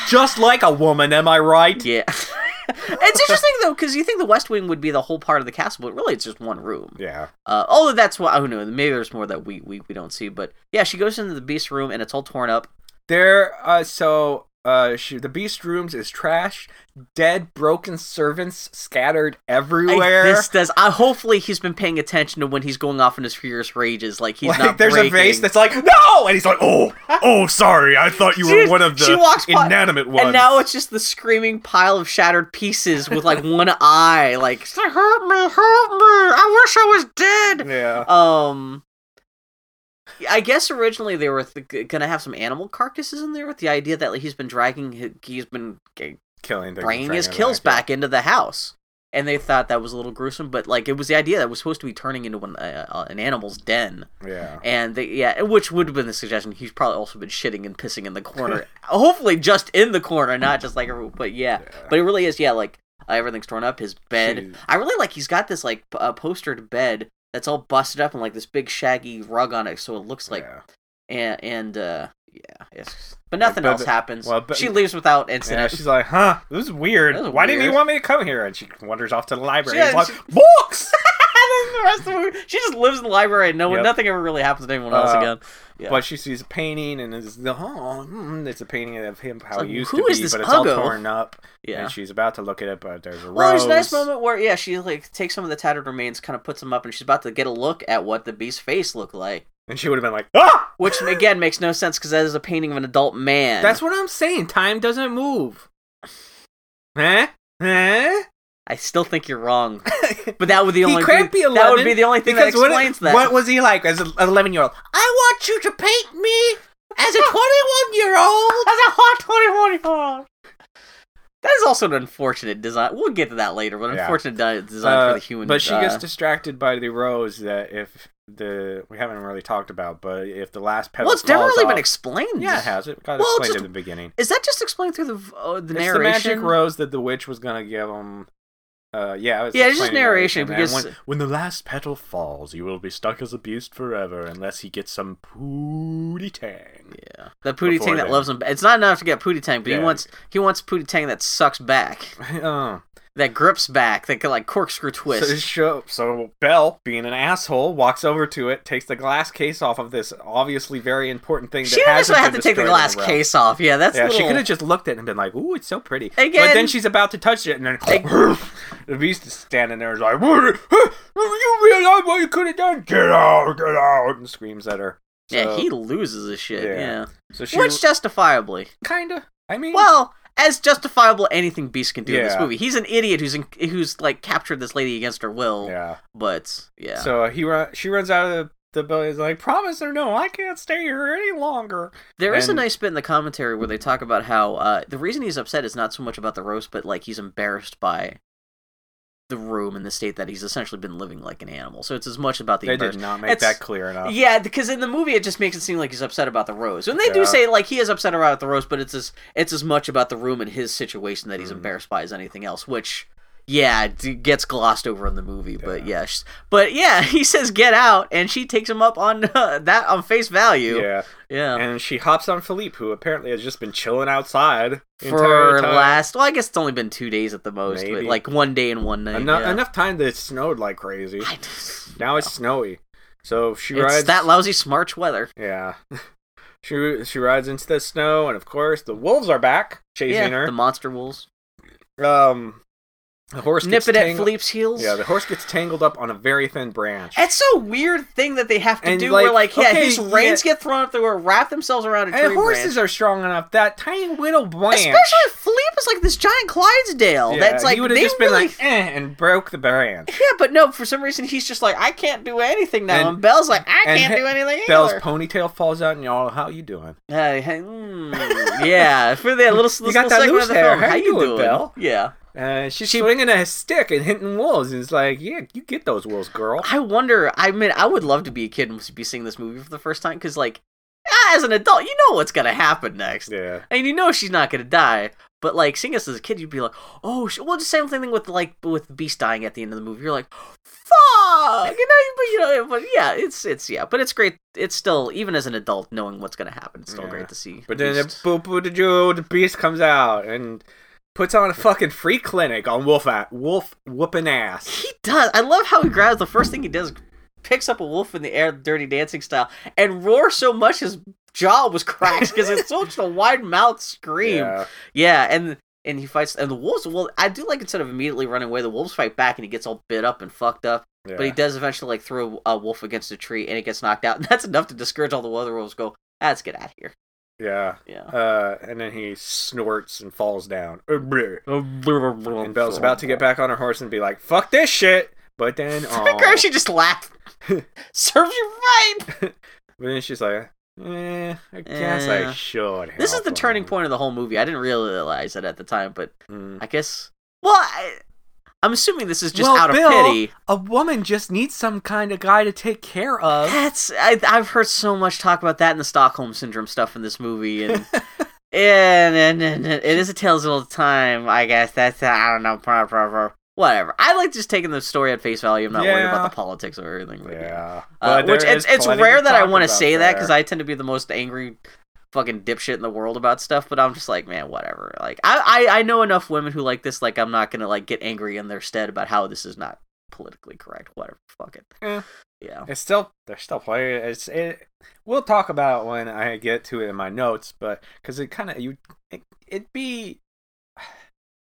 [SPEAKER 1] just like a woman, am I right?
[SPEAKER 2] Yeah. [laughs] it's interesting though, because you think the West Wing would be the whole part of the castle, but really it's just one room.
[SPEAKER 1] Yeah,
[SPEAKER 2] Uh, although that's what I don't know. Maybe there's more that we, we we don't see, but yeah, she goes into the beast room and it's all torn up.
[SPEAKER 1] there. Uh, so uh, she, the Beast Rooms is trash. Dead, broken servants scattered
[SPEAKER 2] I-
[SPEAKER 1] everywhere.
[SPEAKER 2] this does. I hopefully he's been paying attention to when he's going off in his furious rages. Like he's
[SPEAKER 1] like
[SPEAKER 2] not.
[SPEAKER 1] there's
[SPEAKER 2] breaking.
[SPEAKER 1] a vase that's like no, and he's like, oh, oh, sorry, I thought you were
[SPEAKER 2] Dude,
[SPEAKER 1] one of the
[SPEAKER 2] she walks by-
[SPEAKER 1] inanimate ones.
[SPEAKER 2] And now it's just the screaming pile of shattered pieces with like one eye, like hurt me, hurt me. I wish I was dead.
[SPEAKER 1] yeah,
[SPEAKER 2] Um, I guess originally they were th- gonna have some animal carcasses in there with the idea that like, he's been dragging, hi- he's been g-
[SPEAKER 1] killing, things,
[SPEAKER 2] bringing his
[SPEAKER 1] it
[SPEAKER 2] kills
[SPEAKER 1] yeah.
[SPEAKER 2] back into the house, and they thought that was a little gruesome. But like, it was the idea that was supposed to be turning into an, uh, uh, an animal's den,
[SPEAKER 1] Yeah.
[SPEAKER 2] and they, yeah, which would have been the suggestion. He's probably also been shitting and pissing in the corner, hopefully just in the corner, not just like, every- but yeah,
[SPEAKER 1] Yeah.
[SPEAKER 2] but it really is, yeah. Like uh, everything's torn up. His bed.
[SPEAKER 1] Jeez.
[SPEAKER 2] I really like. He's got this like p- uh, postered bed that's all busted up and like this big shaggy rug on it, so it looks like
[SPEAKER 1] Yeah.
[SPEAKER 2] and and uh, yeah. It's, but nothing
[SPEAKER 1] but
[SPEAKER 2] else
[SPEAKER 1] the-
[SPEAKER 2] happens.
[SPEAKER 1] well, but-
[SPEAKER 2] she leaves without incident. [laughs]
[SPEAKER 1] Yeah, she's like, huh, this is weird.
[SPEAKER 2] This is
[SPEAKER 1] Why didn't you
[SPEAKER 2] weird."
[SPEAKER 1] want me to come here? And she wanders off to the library.
[SPEAKER 2] Yeah,
[SPEAKER 1] It's like,
[SPEAKER 2] she-
[SPEAKER 1] books!
[SPEAKER 2] And then the rest of the movie, she just lives in the library and no one,
[SPEAKER 1] Yep.
[SPEAKER 2] nothing ever really happens to anyone else
[SPEAKER 1] Uh,
[SPEAKER 2] again. [laughs] Yeah.
[SPEAKER 1] But she sees a painting and is, oh, mm, it's a painting of him, how
[SPEAKER 2] like,
[SPEAKER 1] he used
[SPEAKER 2] who
[SPEAKER 1] to
[SPEAKER 2] is
[SPEAKER 1] be,
[SPEAKER 2] this
[SPEAKER 1] but it's all
[SPEAKER 2] uggo?
[SPEAKER 1] torn up.
[SPEAKER 2] Yeah.
[SPEAKER 1] And she's about to look at it, but there's a
[SPEAKER 2] Well,
[SPEAKER 1] rose.
[SPEAKER 2] there's a nice moment where yeah, she like takes some of the tattered remains, kind of puts them up, and she's about to get a look at what the beast's face looked like,
[SPEAKER 1] And she would have been like, ah! [gasps]
[SPEAKER 2] which again makes no sense because that is a painting of an adult man.
[SPEAKER 1] That's what I'm saying. Time doesn't move. Huh? Huh?
[SPEAKER 2] I still think you're wrong.
[SPEAKER 1] [laughs]
[SPEAKER 2] But that would the
[SPEAKER 1] He
[SPEAKER 2] only
[SPEAKER 1] can't be
[SPEAKER 2] thing, that would
[SPEAKER 1] 11,
[SPEAKER 2] be the only thing that
[SPEAKER 1] Because what,
[SPEAKER 2] explains that.
[SPEAKER 1] what was he like as an 11 year old? I want you to paint me
[SPEAKER 2] As a 21 year old!
[SPEAKER 3] That's a hot 21 year old.
[SPEAKER 2] That is also an unfortunate design. We'll get to that later, but
[SPEAKER 1] Yeah.
[SPEAKER 2] unfortunate di- design for
[SPEAKER 1] Uh,
[SPEAKER 2] the human.
[SPEAKER 1] but she gets
[SPEAKER 2] uh,
[SPEAKER 1] distracted by the rose that if the we haven't really talked about, but if the last petal
[SPEAKER 2] Well, it's never
[SPEAKER 1] falls
[SPEAKER 2] really
[SPEAKER 1] off,
[SPEAKER 2] been explained.
[SPEAKER 1] yeah, it has it got
[SPEAKER 2] Well, it's
[SPEAKER 1] explained
[SPEAKER 2] just-
[SPEAKER 1] in the beginning.
[SPEAKER 2] Is that just explained through the uh, the
[SPEAKER 1] It's the
[SPEAKER 2] narration?
[SPEAKER 1] magic rose that the witch was gonna give him. Uh, yeah,
[SPEAKER 2] Yeah, it's just
[SPEAKER 1] explained in narration.
[SPEAKER 2] narration,
[SPEAKER 1] And
[SPEAKER 2] because-
[SPEAKER 1] when, when the last petal falls, you will be stuck as abused forever unless he gets some pooty tang.
[SPEAKER 2] Yeah, the Pootie
[SPEAKER 1] Before
[SPEAKER 2] Tang that
[SPEAKER 1] then.
[SPEAKER 2] loves him. ba- It's not enough to get Pootie Tang, but he
[SPEAKER 1] Yeah.
[SPEAKER 2] wants he wants Pootie Tang that sucks back,
[SPEAKER 1] [laughs] Uh,
[SPEAKER 2] that grips back, that can like corkscrew twist.
[SPEAKER 1] So, show, so Belle, being an asshole, walks over to it, takes the glass case off of this obviously very important thing. that
[SPEAKER 2] she didn't
[SPEAKER 1] hasn't
[SPEAKER 2] necessarily have
[SPEAKER 1] been
[SPEAKER 2] to take the
[SPEAKER 1] destroyed
[SPEAKER 2] glass
[SPEAKER 1] in a row.
[SPEAKER 2] case off. Yeah, that's
[SPEAKER 1] Yeah,
[SPEAKER 2] a
[SPEAKER 1] she
[SPEAKER 2] little-
[SPEAKER 1] could have just looked at it and been like, "Ooh, it's so pretty." But
[SPEAKER 2] Again-
[SPEAKER 1] then she's about to touch it, [laughs] and
[SPEAKER 2] [laughs]
[SPEAKER 1] then the beast is standing there, is like, "What? [laughs] "You realize what you could have done? Get out! Get out!" and screams at her.
[SPEAKER 2] yeah,
[SPEAKER 1] So-
[SPEAKER 2] he loses his shit.
[SPEAKER 1] Yeah.
[SPEAKER 2] Yeah,
[SPEAKER 1] So she
[SPEAKER 2] which justifiably,
[SPEAKER 1] kinda. I mean,
[SPEAKER 2] well, as justifiable anything Beast can do in this
[SPEAKER 1] Yeah.
[SPEAKER 2] movie. He's an idiot who's in, who's like captured this lady against her will.
[SPEAKER 1] yeah.
[SPEAKER 2] But yeah,
[SPEAKER 1] So he run, she runs out of the, the building. Is like, "Promise her no, I can't stay here any longer."
[SPEAKER 2] There is
[SPEAKER 1] And-
[SPEAKER 2] a nice bit in the commentary where they talk about how uh, the reason he's upset is not so much about the roast, but like he's embarrassed by the room and the state that he's essentially been living like an animal. So it's as much about the
[SPEAKER 1] They did
[SPEAKER 2] embarrassment.
[SPEAKER 1] not make
[SPEAKER 2] It's-
[SPEAKER 1] that clear enough.
[SPEAKER 2] Yeah, because in the movie it just makes it seem like he's upset about the rose. And they do
[SPEAKER 1] Yeah.
[SPEAKER 2] say like he is upset about the rose, but it's as it's as much about the room and his situation that he's
[SPEAKER 1] Mhm.
[SPEAKER 2] embarrassed by as anything else, which yeah, d- gets glossed over in the movie, but yeah, sh- but yeah, [laughs] he says get out, and she takes him up on [laughs] uh, that on face value.
[SPEAKER 1] Yeah.
[SPEAKER 2] yeah.
[SPEAKER 1] and she hops on Philippe, who apparently has just been chilling outside the
[SPEAKER 2] for
[SPEAKER 1] entire time.
[SPEAKER 2] last. Well, I guess it's only been two days at the most, but
[SPEAKER 1] Maybe.
[SPEAKER 2] like one day and one night.
[SPEAKER 1] Enough,
[SPEAKER 2] yeah.
[SPEAKER 1] enough time that it snowed like crazy.
[SPEAKER 2] I just-
[SPEAKER 1] Now it's snowy, so she
[SPEAKER 2] it's
[SPEAKER 1] rides.
[SPEAKER 2] that lousy smarch weather.
[SPEAKER 1] yeah, [laughs] she she rides into the snow, and of course the wolves are back
[SPEAKER 2] Yeah,
[SPEAKER 1] chasing
[SPEAKER 2] the monster wolves
[SPEAKER 1] her. Um, the horse
[SPEAKER 2] nip
[SPEAKER 1] gets
[SPEAKER 2] it at
[SPEAKER 1] tangled-
[SPEAKER 2] Philippe's heels.
[SPEAKER 1] Yeah, the horse gets tangled up on a very thin branch.
[SPEAKER 2] it's a weird thing that they have to
[SPEAKER 1] And,
[SPEAKER 2] do.
[SPEAKER 1] like,
[SPEAKER 2] where like, yeah,
[SPEAKER 1] okay,
[SPEAKER 2] his
[SPEAKER 1] yeah.
[SPEAKER 2] reins get thrown up, they were wrap themselves around a tree
[SPEAKER 1] and horses
[SPEAKER 2] branch.
[SPEAKER 1] are strong enough. That tiny little branch.
[SPEAKER 2] Especially if Philippe is like this giant Clydesdale.
[SPEAKER 1] yeah,
[SPEAKER 2] that's like
[SPEAKER 1] he
[SPEAKER 2] they
[SPEAKER 1] would have just been
[SPEAKER 2] really-
[SPEAKER 1] like, eh, and broke the branch.
[SPEAKER 2] [laughs] yeah, but no, for some reason he's just like, I can't do anything now. And,
[SPEAKER 1] And-
[SPEAKER 2] Belle's like, I
[SPEAKER 1] and
[SPEAKER 2] can't
[SPEAKER 1] he-
[SPEAKER 2] do anything
[SPEAKER 1] Belle's
[SPEAKER 2] either.
[SPEAKER 1] ponytail falls out, and y'all, how you doing?
[SPEAKER 2] Hey, hey, mm, yeah, for that little,
[SPEAKER 1] You
[SPEAKER 2] this
[SPEAKER 1] got
[SPEAKER 2] little
[SPEAKER 1] that
[SPEAKER 2] segment
[SPEAKER 1] loose
[SPEAKER 2] of the
[SPEAKER 1] hair.
[SPEAKER 2] film.
[SPEAKER 1] How you doing, Belle?
[SPEAKER 2] Yeah.
[SPEAKER 1] Uh, she's
[SPEAKER 2] She-
[SPEAKER 1] swinging a stick and hitting wolves, and it's like, yeah, you get those wolves, girl.
[SPEAKER 2] I wonder. I mean, I would love to be a kid and be seeing this movie for the first time because, like, ah, as an adult, you know what's gonna happen next,
[SPEAKER 1] Yeah,
[SPEAKER 2] and you know she's not gonna die. But like, seeing us as a kid, you'd be like, oh, sh-. well, the same thing with like with Beast dying at the end of the movie. You're like, fuck, you know. But you know, but yeah, it's it's yeah, but it's great. It's still even as an adult, knowing what's gonna happen, it's still
[SPEAKER 1] Yeah.
[SPEAKER 2] great to see.
[SPEAKER 1] but then
[SPEAKER 2] Beast.
[SPEAKER 1] boo boo doo the beast comes out and puts on a fucking free clinic on wolf at wolf whooping ass.
[SPEAKER 2] He does. I love how he grabs the first thing he does, picks up a wolf in the air, dirty dancing style, and roars so much his jaw was cracked because it's such a wide mouth scream. Yeah.
[SPEAKER 1] Yeah,
[SPEAKER 2] and and he fights and the wolves. Well, I do like instead of immediately running away, the wolves fight back and he gets all bit up and fucked up.
[SPEAKER 1] yeah.
[SPEAKER 2] But he does eventually like throw a wolf against a tree and it gets knocked out. [laughs] And that's enough to discourage all the other wolves. Go, "Ah, let's get out of here.
[SPEAKER 1] yeah.
[SPEAKER 2] Yeah.
[SPEAKER 1] Uh, and then he snorts and falls down. Uh, bleh. And Belle's about to get
[SPEAKER 2] [laughs]
[SPEAKER 1] back on her horse and be like, "Fuck this shit." But then, aw.
[SPEAKER 2] Gross, she just laughed. [laughs] Serves you right.
[SPEAKER 1] but then she's like, "Eh, I guess
[SPEAKER 2] Yeah.
[SPEAKER 1] I should."
[SPEAKER 2] This is
[SPEAKER 1] help
[SPEAKER 2] the turning
[SPEAKER 1] him."
[SPEAKER 2] point of the whole movie. I didn't realize it at the time, but
[SPEAKER 1] Mm.
[SPEAKER 2] I guess. Well, I, I'm assuming this is just
[SPEAKER 1] Well,
[SPEAKER 2] out of
[SPEAKER 1] Bill-
[SPEAKER 2] pity.
[SPEAKER 1] A woman just needs some kind of guy to take care of.
[SPEAKER 2] That's I, I've heard so much talk about that in the Stockholm syndrome stuff in this
[SPEAKER 1] [laughs]
[SPEAKER 2] movie, and and, and, and, and it is a tales all the time. I guess that's I don't know, blah, blah, blah. whatever. I like just taking the story at face value. I'm not worried about
[SPEAKER 1] Yeah.
[SPEAKER 2] the politics or everything.
[SPEAKER 1] Yeah,
[SPEAKER 2] Uh,
[SPEAKER 1] But
[SPEAKER 2] which
[SPEAKER 1] there
[SPEAKER 2] it's,
[SPEAKER 1] is
[SPEAKER 2] it's
[SPEAKER 1] plenty
[SPEAKER 2] rare
[SPEAKER 1] to
[SPEAKER 2] that I
[SPEAKER 1] talk
[SPEAKER 2] want to
[SPEAKER 1] about
[SPEAKER 2] say that
[SPEAKER 1] there.
[SPEAKER 2] because I tend to be the most angry fucking dipshit in the world about stuff. But I'm just like, man, whatever. Like I, I, I know enough women who like this. Like I'm not gonna like get angry in their stead about how this is not politically correct. Whatever. Fuck it.
[SPEAKER 1] Eh.
[SPEAKER 2] Yeah.
[SPEAKER 1] it's still they're still playing. It's it. We'll talk about it when I get to it in my notes, but because it kind of you, it, it'd be.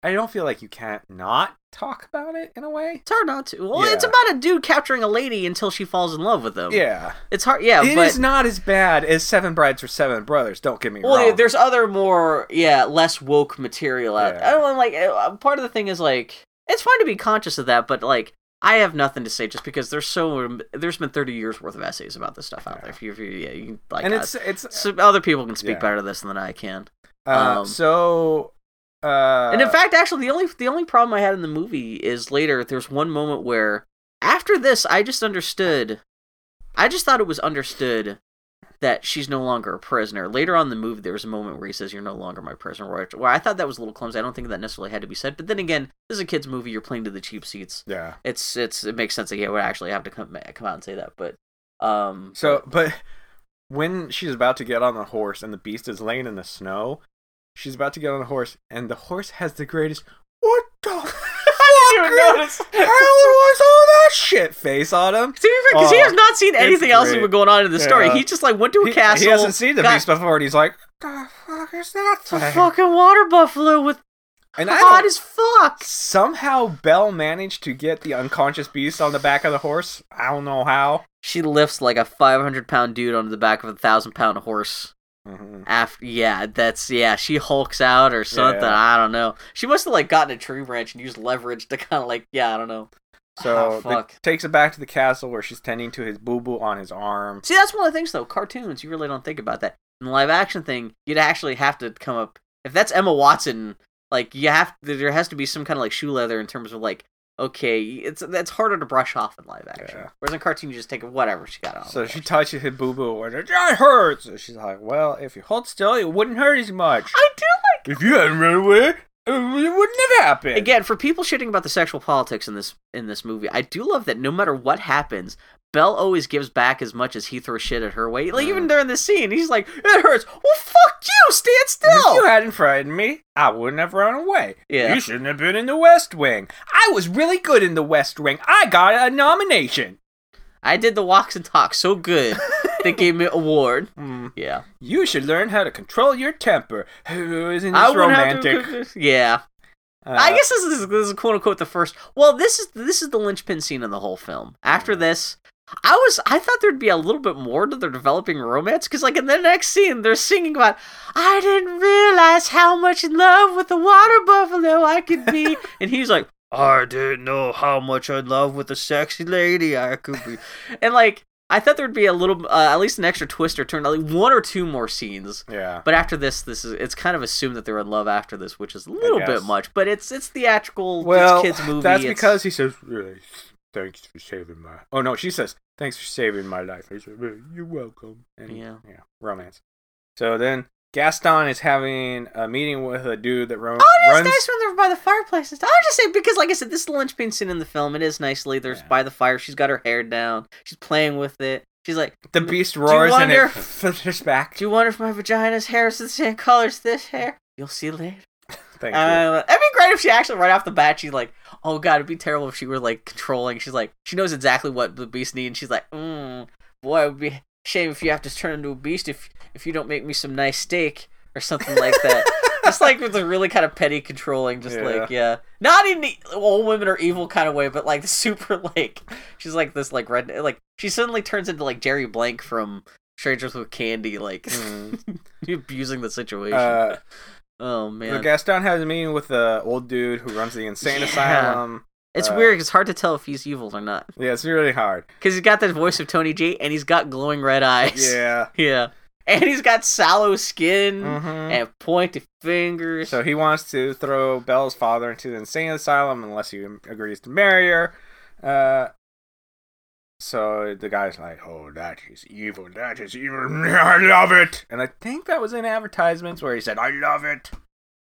[SPEAKER 1] I don't feel like you can't not talk about it in a way.
[SPEAKER 2] It's hard not to. Well, it's
[SPEAKER 1] Yeah.
[SPEAKER 2] about a dude capturing a lady until she falls in love with him.
[SPEAKER 1] Yeah,
[SPEAKER 2] It's hard. Um, Yeah.
[SPEAKER 1] it is
[SPEAKER 2] but
[SPEAKER 1] not as bad as Seven Brides for Seven Brothers. Don't get me
[SPEAKER 2] Well,
[SPEAKER 1] wrong.
[SPEAKER 2] there's other more, yeah, less woke material out.
[SPEAKER 1] Yeah.
[SPEAKER 2] uh, I don't know, like uh, part of the thing is like it's fine to be conscious of that, but like I have nothing to say just because there's so um, there's been 30 years worth of essays about this stuff out there. If you, if you yeah, you like
[SPEAKER 1] and
[SPEAKER 2] uh,
[SPEAKER 1] it's it's
[SPEAKER 2] so other people can speak
[SPEAKER 1] Yeah.
[SPEAKER 2] better to this than I can.
[SPEAKER 1] uh,
[SPEAKER 2] um,
[SPEAKER 1] so. Uh,
[SPEAKER 2] and in fact, actually, the only the only problem I had in the movie is later. There's one moment where after this, I just understood. I just thought it was understood that she's no longer a prisoner. Later on in the movie, there was a moment where he says, "You're no longer my prisoner." Where I, where I thought that was a little clumsy. I don't think that necessarily had to be said. But then again, this is a kids' movie. You're playing to the cheap seats.
[SPEAKER 1] yeah.
[SPEAKER 2] It's it's it makes sense that he would actually have to come come out and say that. But um,
[SPEAKER 1] So, but when she's about to get on the horse and the beast is laying in the snow, she's about to get on the horse and the horse has the greatest what
[SPEAKER 2] [laughs]
[SPEAKER 1] the fuck
[SPEAKER 2] even
[SPEAKER 1] is-
[SPEAKER 2] notice.
[SPEAKER 1] hell was all that shit face on him.
[SPEAKER 2] because he
[SPEAKER 1] Oh,
[SPEAKER 2] has not seen
[SPEAKER 1] it's
[SPEAKER 2] anything else that's
[SPEAKER 1] great.
[SPEAKER 2] been going on in the story.
[SPEAKER 1] Yeah.
[SPEAKER 2] He just like went to a
[SPEAKER 1] He, he
[SPEAKER 2] castle.
[SPEAKER 1] hasn't seen the
[SPEAKER 2] got-
[SPEAKER 1] beast before, and he's like, "The fuck is that
[SPEAKER 2] It's a
[SPEAKER 1] thing?"
[SPEAKER 2] fucking water buffalo with
[SPEAKER 1] And I
[SPEAKER 2] hot
[SPEAKER 1] don't-
[SPEAKER 2] as fuck.
[SPEAKER 1] somehow Belle managed to get the unconscious beast on the back of the horse. I don't know how.
[SPEAKER 2] She lifts like a 500 pound dude onto the back of a thousand pound horse.
[SPEAKER 1] Mhm.
[SPEAKER 2] After yeah, that's yeah. She hulks out or something.
[SPEAKER 1] Yeah.
[SPEAKER 2] I don't know. She must have like gotten a tree branch and used leverage to kind of like yeah. I don't know.
[SPEAKER 1] So
[SPEAKER 2] Ah,
[SPEAKER 1] they-
[SPEAKER 2] fuck.
[SPEAKER 1] takes it back to the castle where she's tending to his boo boo on his arm.
[SPEAKER 2] See, that's one of the things though. Cartoons, you really don't think about that. In the live action thing, you'd actually have to come up. If that's Emma Watson, like you have, there has to be some kind of like shoe leather in terms of like, okay, it's that's harder to brush off in live action.
[SPEAKER 1] Yeah.
[SPEAKER 2] Whereas in cartoon, you just take whatever she got on.
[SPEAKER 1] So she touches his boo boo and it "Ah, it hurts. And she's like, "Well, if you hold still, it wouldn't hurt as much.
[SPEAKER 2] I do
[SPEAKER 1] If you hadn't run away, it would never happen."
[SPEAKER 2] again for people shitting about the sexual politics in this in this movie i do love that no matter what happens Belle always gives back as much as he throws shit at her way. Like
[SPEAKER 1] Mm.
[SPEAKER 2] even during this scene, he's like, "It hurts." Well, fuck you. Stand
[SPEAKER 1] If you
[SPEAKER 2] still.
[SPEAKER 1] hadn't frightened me, I wouldn't have run away.
[SPEAKER 2] Yeah.
[SPEAKER 1] You shouldn't have been in the West Wing. I was really good in the West Wing. I got a nomination.
[SPEAKER 2] I did the walks and talks
[SPEAKER 1] [laughs]
[SPEAKER 2] so good they gave me an award.
[SPEAKER 1] Hmm.
[SPEAKER 2] Yeah,
[SPEAKER 1] You should learn how to control your temper. Isn't this
[SPEAKER 2] I wouldn't have
[SPEAKER 1] romantic?
[SPEAKER 2] to- [laughs] Yeah,
[SPEAKER 1] Uh,
[SPEAKER 2] I guess this is, this is quote unquote the first. Well, this is this is the linchpin scene in the whole film. After this, I was I thought there'd be a little bit more to their developing romance because like in the next scene they're singing about I didn't realize how much in love with the water buffalo I could be, and he's like I didn't know how much in love with a sexy lady I could be, and like I thought there'd be a little uh, at least an extra twist or turn, like one or two more scenes
[SPEAKER 1] Yeah.
[SPEAKER 2] But after this, this is it's kind of assumed that they're in love after this, which is a little bit
[SPEAKER 1] guess.
[SPEAKER 2] much. But it's it's theatrical,
[SPEAKER 1] Well,
[SPEAKER 2] it's kids movie.
[SPEAKER 1] that's
[SPEAKER 2] it's-
[SPEAKER 1] because he says, "Really, "Thanks for saving my." Oh no, she says, "Thanks for saving my life." He says, "Really, "You're welcome." And,
[SPEAKER 2] Yeah.
[SPEAKER 1] romance. So then Gaston is having a meeting with a dude that ro-
[SPEAKER 2] oh, it is
[SPEAKER 1] runs.
[SPEAKER 2] nice when they're by the fireplace. and stuff. I'm just saying because, like I said, this is the linchpin scene in the film. It is nicely there's
[SPEAKER 1] Yeah.
[SPEAKER 2] by the fire. She's got her hair down. She's playing with it. She's like,
[SPEAKER 1] The beast roars and
[SPEAKER 2] wonder-
[SPEAKER 1] it flitters back.
[SPEAKER 2] "Do you wonder if my vagina's hair is the same color as this hair?" You'll see later.
[SPEAKER 1] Thank you.
[SPEAKER 2] Uh, it'd be great if she actually right off the bat she's like, "Oh God, it'd be terrible if she were like controlling." She's like, she knows exactly what the beast need, and she's like, mm, "Boy, it would be a shame if you have to turn into a beast if if you don't make me some nice steak or something like that."
[SPEAKER 1] [laughs]
[SPEAKER 2] Just like with a really kind of petty controlling, just
[SPEAKER 1] Yeah.
[SPEAKER 2] like yeah, not in the all women are evil kind of way, but like [laughs] the super like she's like this like red like she suddenly turns into like Jerry Blank from Strangers with
[SPEAKER 1] [laughs]
[SPEAKER 2] Candy, like [laughs]
[SPEAKER 1] Mm.
[SPEAKER 2] abusing the situation.
[SPEAKER 1] Uh,
[SPEAKER 2] oh
[SPEAKER 1] so
[SPEAKER 2] man,
[SPEAKER 1] Gaston has a meeting with the old dude who runs the insane
[SPEAKER 2] Yeah.
[SPEAKER 1] asylum.
[SPEAKER 2] It's
[SPEAKER 1] Uh,
[SPEAKER 2] weird 'cause weird. It's hard to tell if he's evil or not
[SPEAKER 1] Yeah, it's really hard.
[SPEAKER 2] because he's got the voice of Tony J and he's got glowing red eyes.
[SPEAKER 1] Yeah.
[SPEAKER 2] [laughs] yeah, and he's got sallow skin
[SPEAKER 1] Mhm.
[SPEAKER 2] and pointy fingers.
[SPEAKER 1] So he wants to throw Belle's father into the insane asylum unless he agrees to marry her. Uh, so the guy's like, "Oh, that is evil. That is evil. [laughs] I love it." And I think that was in advertisements where he said, "I love it."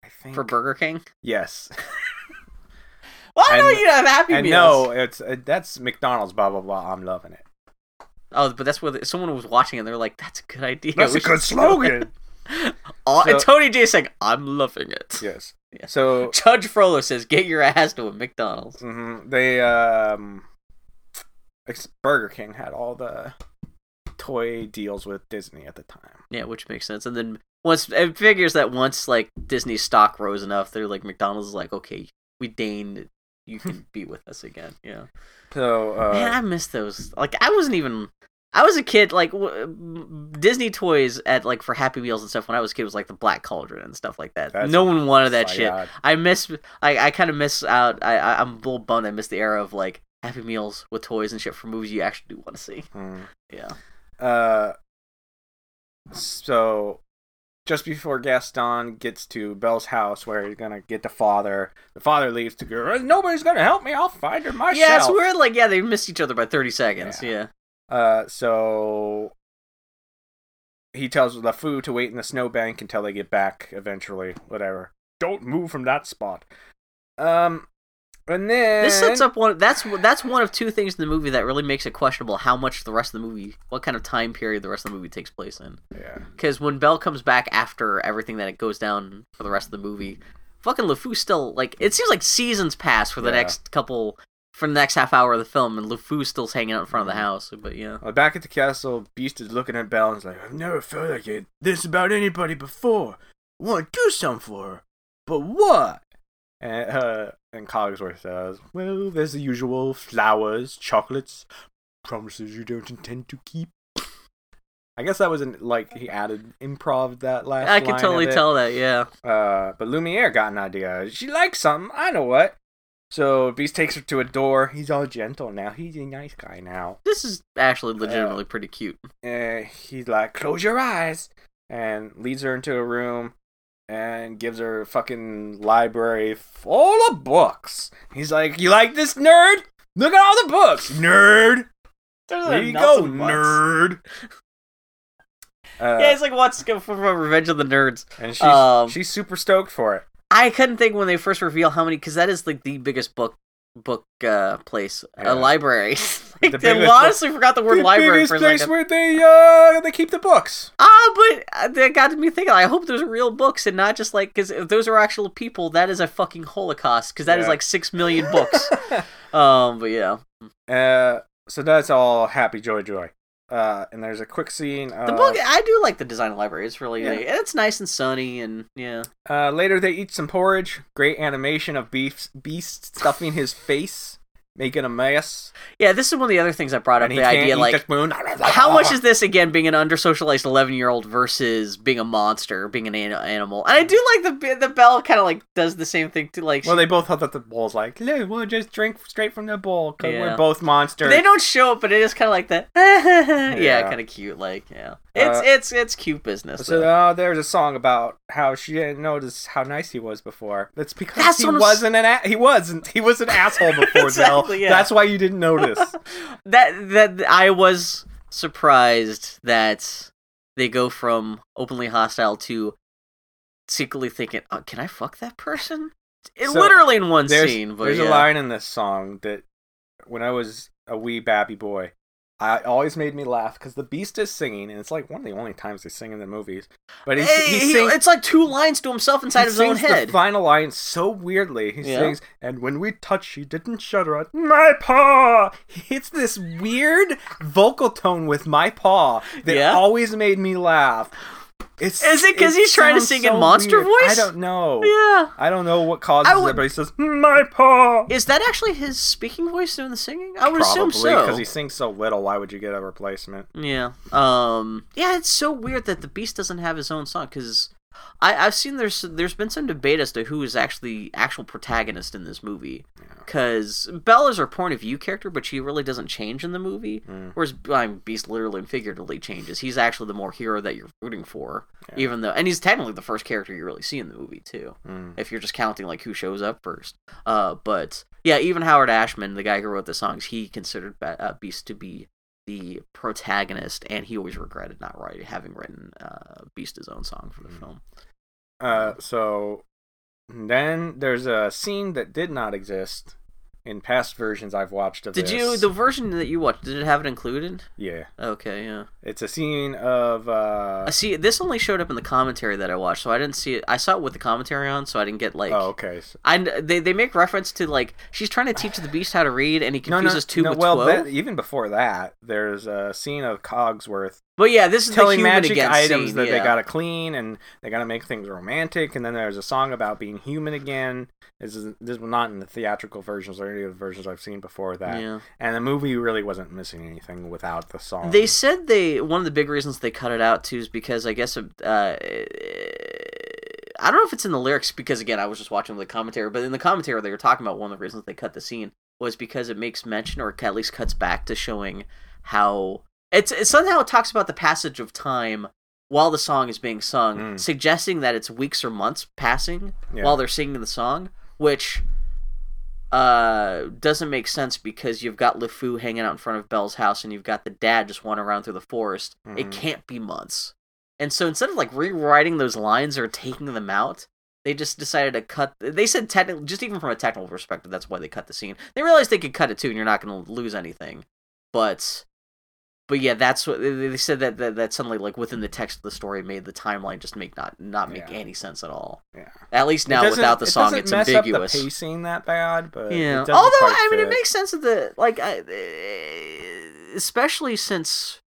[SPEAKER 1] I think
[SPEAKER 2] for Burger King.
[SPEAKER 1] [laughs] yes.
[SPEAKER 2] Well, I know
[SPEAKER 1] And-
[SPEAKER 2] you have Happy
[SPEAKER 1] and
[SPEAKER 2] Meals.
[SPEAKER 1] no, it's uh, that's McDonald's. Blah blah blah. I'm loving it.
[SPEAKER 2] Oh, but that's where the, someone was watching and they're like, "That's a good idea."
[SPEAKER 1] That's
[SPEAKER 2] We
[SPEAKER 1] a good
[SPEAKER 2] should do it."
[SPEAKER 1] slogan.
[SPEAKER 2] [laughs] Aw, and
[SPEAKER 1] So-
[SPEAKER 2] Tony J is like, "I'm loving it."
[SPEAKER 1] [laughs] [laughs] yes.
[SPEAKER 2] Yeah.
[SPEAKER 1] So
[SPEAKER 2] Judge Frollo says, "Get your ass to a McDonald's."
[SPEAKER 1] hmm They um, ex- Burger King had all the toy deals with Disney at the time.
[SPEAKER 2] Yeah, which makes sense. And then once it figures that once like Disney stock rose enough, they're like McDonald's is like, okay, we deign you can be with us again. Yeah,
[SPEAKER 1] So uh,
[SPEAKER 2] man, I miss those. Like I wasn't even. I was a kid, like w- Disney toys at like for Happy Meals and stuff. When I was a kid, was like the Black Cauldron and stuff like that.
[SPEAKER 1] That's
[SPEAKER 2] no one wanted that
[SPEAKER 1] my
[SPEAKER 2] shit.
[SPEAKER 1] God.
[SPEAKER 2] I miss. I, I kind of miss out. I, I I'm a little bummed. I missed the era of like Happy Meals with toys and shit for movies you actually do want to see.
[SPEAKER 1] Hmm.
[SPEAKER 2] Yeah.
[SPEAKER 1] Uh, so just before Gaston gets to Belle's house, where he's gonna get the father, the father leaves to go. Nobody's gonna help me. I'll find her myself.
[SPEAKER 2] Yeah, it's weird. Like, yeah, they missed each other by 30 seconds. Yeah.
[SPEAKER 1] Uh, so he tells LeFou to wait in the snowbank until they get back eventually. Whatever. Don't move from that spot. Um, and then
[SPEAKER 2] This sets up one. That's that's one of two things in the movie that really makes it questionable how much the rest of the movie, what kind of time period the rest of the movie takes place in.
[SPEAKER 1] Yeah.
[SPEAKER 2] Because when Bell comes back after everything that it goes down for the rest of the movie, fucking LeFou still like it seems like seasons pass for the
[SPEAKER 1] Yeah.
[SPEAKER 2] next couple for the next half hour of the film, and LeFou still's hanging out in front of
[SPEAKER 1] Mm-hmm.
[SPEAKER 2] the house. But yeah,
[SPEAKER 1] Uh, back at the castle, Beast is looking at Belle and is like, I've never felt like it- this about anybody before. I want to do something for her, but what? And, uh, and Cogsworth says, Well, there's the usual flowers, chocolates, promises you don't intend to keep. I guess that was an, like he added improv that last.
[SPEAKER 2] I could
[SPEAKER 1] line
[SPEAKER 2] totally
[SPEAKER 1] of it.
[SPEAKER 2] tell that. Yeah,
[SPEAKER 1] Uh, but Lumiere got an idea. She likes something. I know what. So Beast takes her to a door. He's all gentle now. He's a nice guy now.
[SPEAKER 2] this is actually legitimately pretty cute.
[SPEAKER 1] uh, he's like, "Close your eyes," and leads her into a room and gives her a fucking library full of books. He's like, "You like this, nerd? Look at all the books, nerd. There you go, nerd."
[SPEAKER 2] [laughs]
[SPEAKER 1] Uh,
[SPEAKER 2] Yeah, it's like what's go from Revenge of the Nerds.
[SPEAKER 1] and she's
[SPEAKER 2] um,
[SPEAKER 1] she's super stoked for it.
[SPEAKER 2] I couldn't think when they first reveal how many because that is like the biggest book book uh place
[SPEAKER 1] Yeah.
[SPEAKER 2] a library. [laughs] like,
[SPEAKER 1] The
[SPEAKER 2] they
[SPEAKER 1] biggest
[SPEAKER 2] honestly forgot the word
[SPEAKER 1] the
[SPEAKER 2] library
[SPEAKER 1] biggest
[SPEAKER 2] for a
[SPEAKER 1] place
[SPEAKER 2] second.
[SPEAKER 1] where
[SPEAKER 2] [laughs]
[SPEAKER 1] they uh they keep the books.
[SPEAKER 2] Ah, but uh, that got me thinking. I hope there's real books and not just like because if those are actual people, that is a fucking holocaust because that is
[SPEAKER 1] Yeah.
[SPEAKER 2] like six million
[SPEAKER 1] [laughs]
[SPEAKER 2] books. um, but yeah,
[SPEAKER 1] uh, so that's all happy joy joy. Uh, and there's a quick scene. Of,
[SPEAKER 2] the book I do like the design of the library. It's really
[SPEAKER 1] Uh, Yeah.
[SPEAKER 2] like, it's nice and sunny and yeah.
[SPEAKER 1] Uh, later, they eat some porridge. Great animation of beef, Beast stuffing his face, making a mess.
[SPEAKER 2] Yeah, this is one of the other things I brought up.
[SPEAKER 1] And he
[SPEAKER 2] The
[SPEAKER 1] can't
[SPEAKER 2] idea
[SPEAKER 1] eat
[SPEAKER 2] like
[SPEAKER 1] the spoon.
[SPEAKER 2] How much
[SPEAKER 1] Uh-huh.
[SPEAKER 2] is this again being an undersocialized eleven year old versus being a monster, being an an- animal? And I do like the the bell kind of like does the same thing too. Like
[SPEAKER 1] Well, they both thought that the bowl's like, look, we'll just drink straight from the bowl because
[SPEAKER 2] Yeah.
[SPEAKER 1] we're both monsters.
[SPEAKER 2] they don't show it, but it is kind of like that. [laughs] yeah,
[SPEAKER 1] Yeah.
[SPEAKER 2] kind of cute. Like yeah, it's
[SPEAKER 1] Uh,
[SPEAKER 2] it's it's cute business.
[SPEAKER 1] So
[SPEAKER 2] though.
[SPEAKER 1] uh, there's a song about how she didn't notice how nice he was before. That's because
[SPEAKER 2] That's
[SPEAKER 1] he
[SPEAKER 2] what I'm s-
[SPEAKER 1] wasn't an a- he wasn't he was an
[SPEAKER 2] [laughs]
[SPEAKER 1] asshole before
[SPEAKER 2] Exactly,
[SPEAKER 1] Bill.
[SPEAKER 2] yeah.
[SPEAKER 1] That's why you didn't notice.
[SPEAKER 2] that that I was surprised that they go from openly hostile to secretly thinking, oh, "Can I fuck that person?" It,
[SPEAKER 1] So,
[SPEAKER 2] literally in one
[SPEAKER 1] there's,
[SPEAKER 2] scene, but
[SPEAKER 1] there's
[SPEAKER 2] yeah.
[SPEAKER 1] a line in this song that when I was a wee babby boy, I always made me laugh because the Beast is singing, and it's like one of the only times they sing in the movies. But he,
[SPEAKER 2] Hey,
[SPEAKER 1] he,
[SPEAKER 2] he-
[SPEAKER 1] sings.
[SPEAKER 2] it's like two lines to himself
[SPEAKER 1] he
[SPEAKER 2] inside his own
[SPEAKER 1] sings
[SPEAKER 2] head.
[SPEAKER 1] the final line so weirdly. He
[SPEAKER 2] Yeah.
[SPEAKER 1] sings, "And when we touched, she didn't shudder at my paw." It's this weird vocal tone with my paw that
[SPEAKER 2] Yeah.
[SPEAKER 1] always made me laugh. It's,
[SPEAKER 2] Is it 'cause he's trying to
[SPEAKER 1] sounds
[SPEAKER 2] sing in monster
[SPEAKER 1] weird.
[SPEAKER 2] voice?
[SPEAKER 1] I don't know.
[SPEAKER 2] yeah.
[SPEAKER 1] I don't know what causes
[SPEAKER 2] I would-
[SPEAKER 1] it, but he says, "My paw."
[SPEAKER 2] Is that actually his speaking voice doing the singing? I would assume so.
[SPEAKER 1] because he sings so little. Why would you get a replacement?
[SPEAKER 2] Yeah. Um. Yeah, it's so weird that the Beast doesn't have his own song because I I've seen there's there's been some debate as to who is actually actual protagonist in this movie because Belle is her point of view character, but she really doesn't change in the movie.
[SPEAKER 1] Mm.
[SPEAKER 2] Whereas I mean, Beast literally and figuratively changes. He's actually the more hero that you're rooting for,
[SPEAKER 1] Yeah.
[SPEAKER 2] even though and he's technically the first character you really see in the movie too.
[SPEAKER 1] Mm.
[SPEAKER 2] if you're just counting like who shows up first. Uh, but yeah, even Howard Ashman, the guy who wrote the songs, he considered Be- uh, Beast to be the protagonist, and he always regretted not writing, having written uh, Beast his own song for the
[SPEAKER 1] Mhm.
[SPEAKER 2] film.
[SPEAKER 1] Uh, so then there's a scene that did not exist in past versions I've watched of
[SPEAKER 2] Did
[SPEAKER 1] this.
[SPEAKER 2] you the version that you watched? Did it have it included?
[SPEAKER 1] Yeah,
[SPEAKER 2] Okay, yeah.
[SPEAKER 1] it's a scene of uh.
[SPEAKER 2] I see. This only showed up in the commentary that I watched, so I didn't see it. I saw it with the commentary on, so I didn't get like.
[SPEAKER 1] oh, okay. So-
[SPEAKER 2] I they they make reference to like she's trying to teach the beast how to read, and he
[SPEAKER 1] No, no,
[SPEAKER 2] confuses two
[SPEAKER 1] no,
[SPEAKER 2] with
[SPEAKER 1] well,
[SPEAKER 2] two.
[SPEAKER 1] that, even before that, there's a scene of Cogsworth
[SPEAKER 2] but yeah, this is the
[SPEAKER 1] telling
[SPEAKER 2] human
[SPEAKER 1] magic
[SPEAKER 2] again
[SPEAKER 1] items
[SPEAKER 2] scene,
[SPEAKER 1] that
[SPEAKER 2] yeah.
[SPEAKER 1] they gotta clean and they gotta make things romantic. And then there's a song about being human again. This is this was not in the theatrical versions or any of the versions I've seen before that.
[SPEAKER 2] Yeah.
[SPEAKER 1] And the movie really wasn't missing anything without the song.
[SPEAKER 2] They said they one of the big reasons they cut it out too is because I guess uh, uh, I don't know if it's in the lyrics because again I was just watching the commentary, but in the commentary they were talking about one of the reasons they cut the scene was because it makes mention or at least cuts back to showing how it's it somehow it talks about the passage of time while the song is being sung,
[SPEAKER 1] Mm.
[SPEAKER 2] suggesting that it's weeks or months passing
[SPEAKER 1] Yeah.
[SPEAKER 2] while they're singing the song, which uh doesn't make sense because you've got LeFou hanging out in front of Belle's house and you've got the dad just wandering around through the forest.
[SPEAKER 1] Mhm.
[SPEAKER 2] It can't be months. And so instead of like rewriting those lines or taking them out, they just decided to cut they said technical just even from a technical perspective, that's why they cut the scene. They realized they could cut it too and you're not gonna lose anything. But but yeah, that's what they they said that, that that suddenly like within the text of the story made the timeline just make not not make
[SPEAKER 1] Yeah.
[SPEAKER 2] any sense at all.
[SPEAKER 1] Yeah.
[SPEAKER 2] At least
[SPEAKER 1] It
[SPEAKER 2] now
[SPEAKER 1] doesn't-
[SPEAKER 2] without the
[SPEAKER 1] it
[SPEAKER 2] song,
[SPEAKER 1] doesn't
[SPEAKER 2] it's
[SPEAKER 1] mess
[SPEAKER 2] ambiguous.
[SPEAKER 1] Up the pacing that bad, but it
[SPEAKER 2] yeah.
[SPEAKER 1] doesn't
[SPEAKER 2] Although
[SPEAKER 1] quite
[SPEAKER 2] I mean, it
[SPEAKER 1] fit.
[SPEAKER 2] makes sense that the like, I, eh, especially since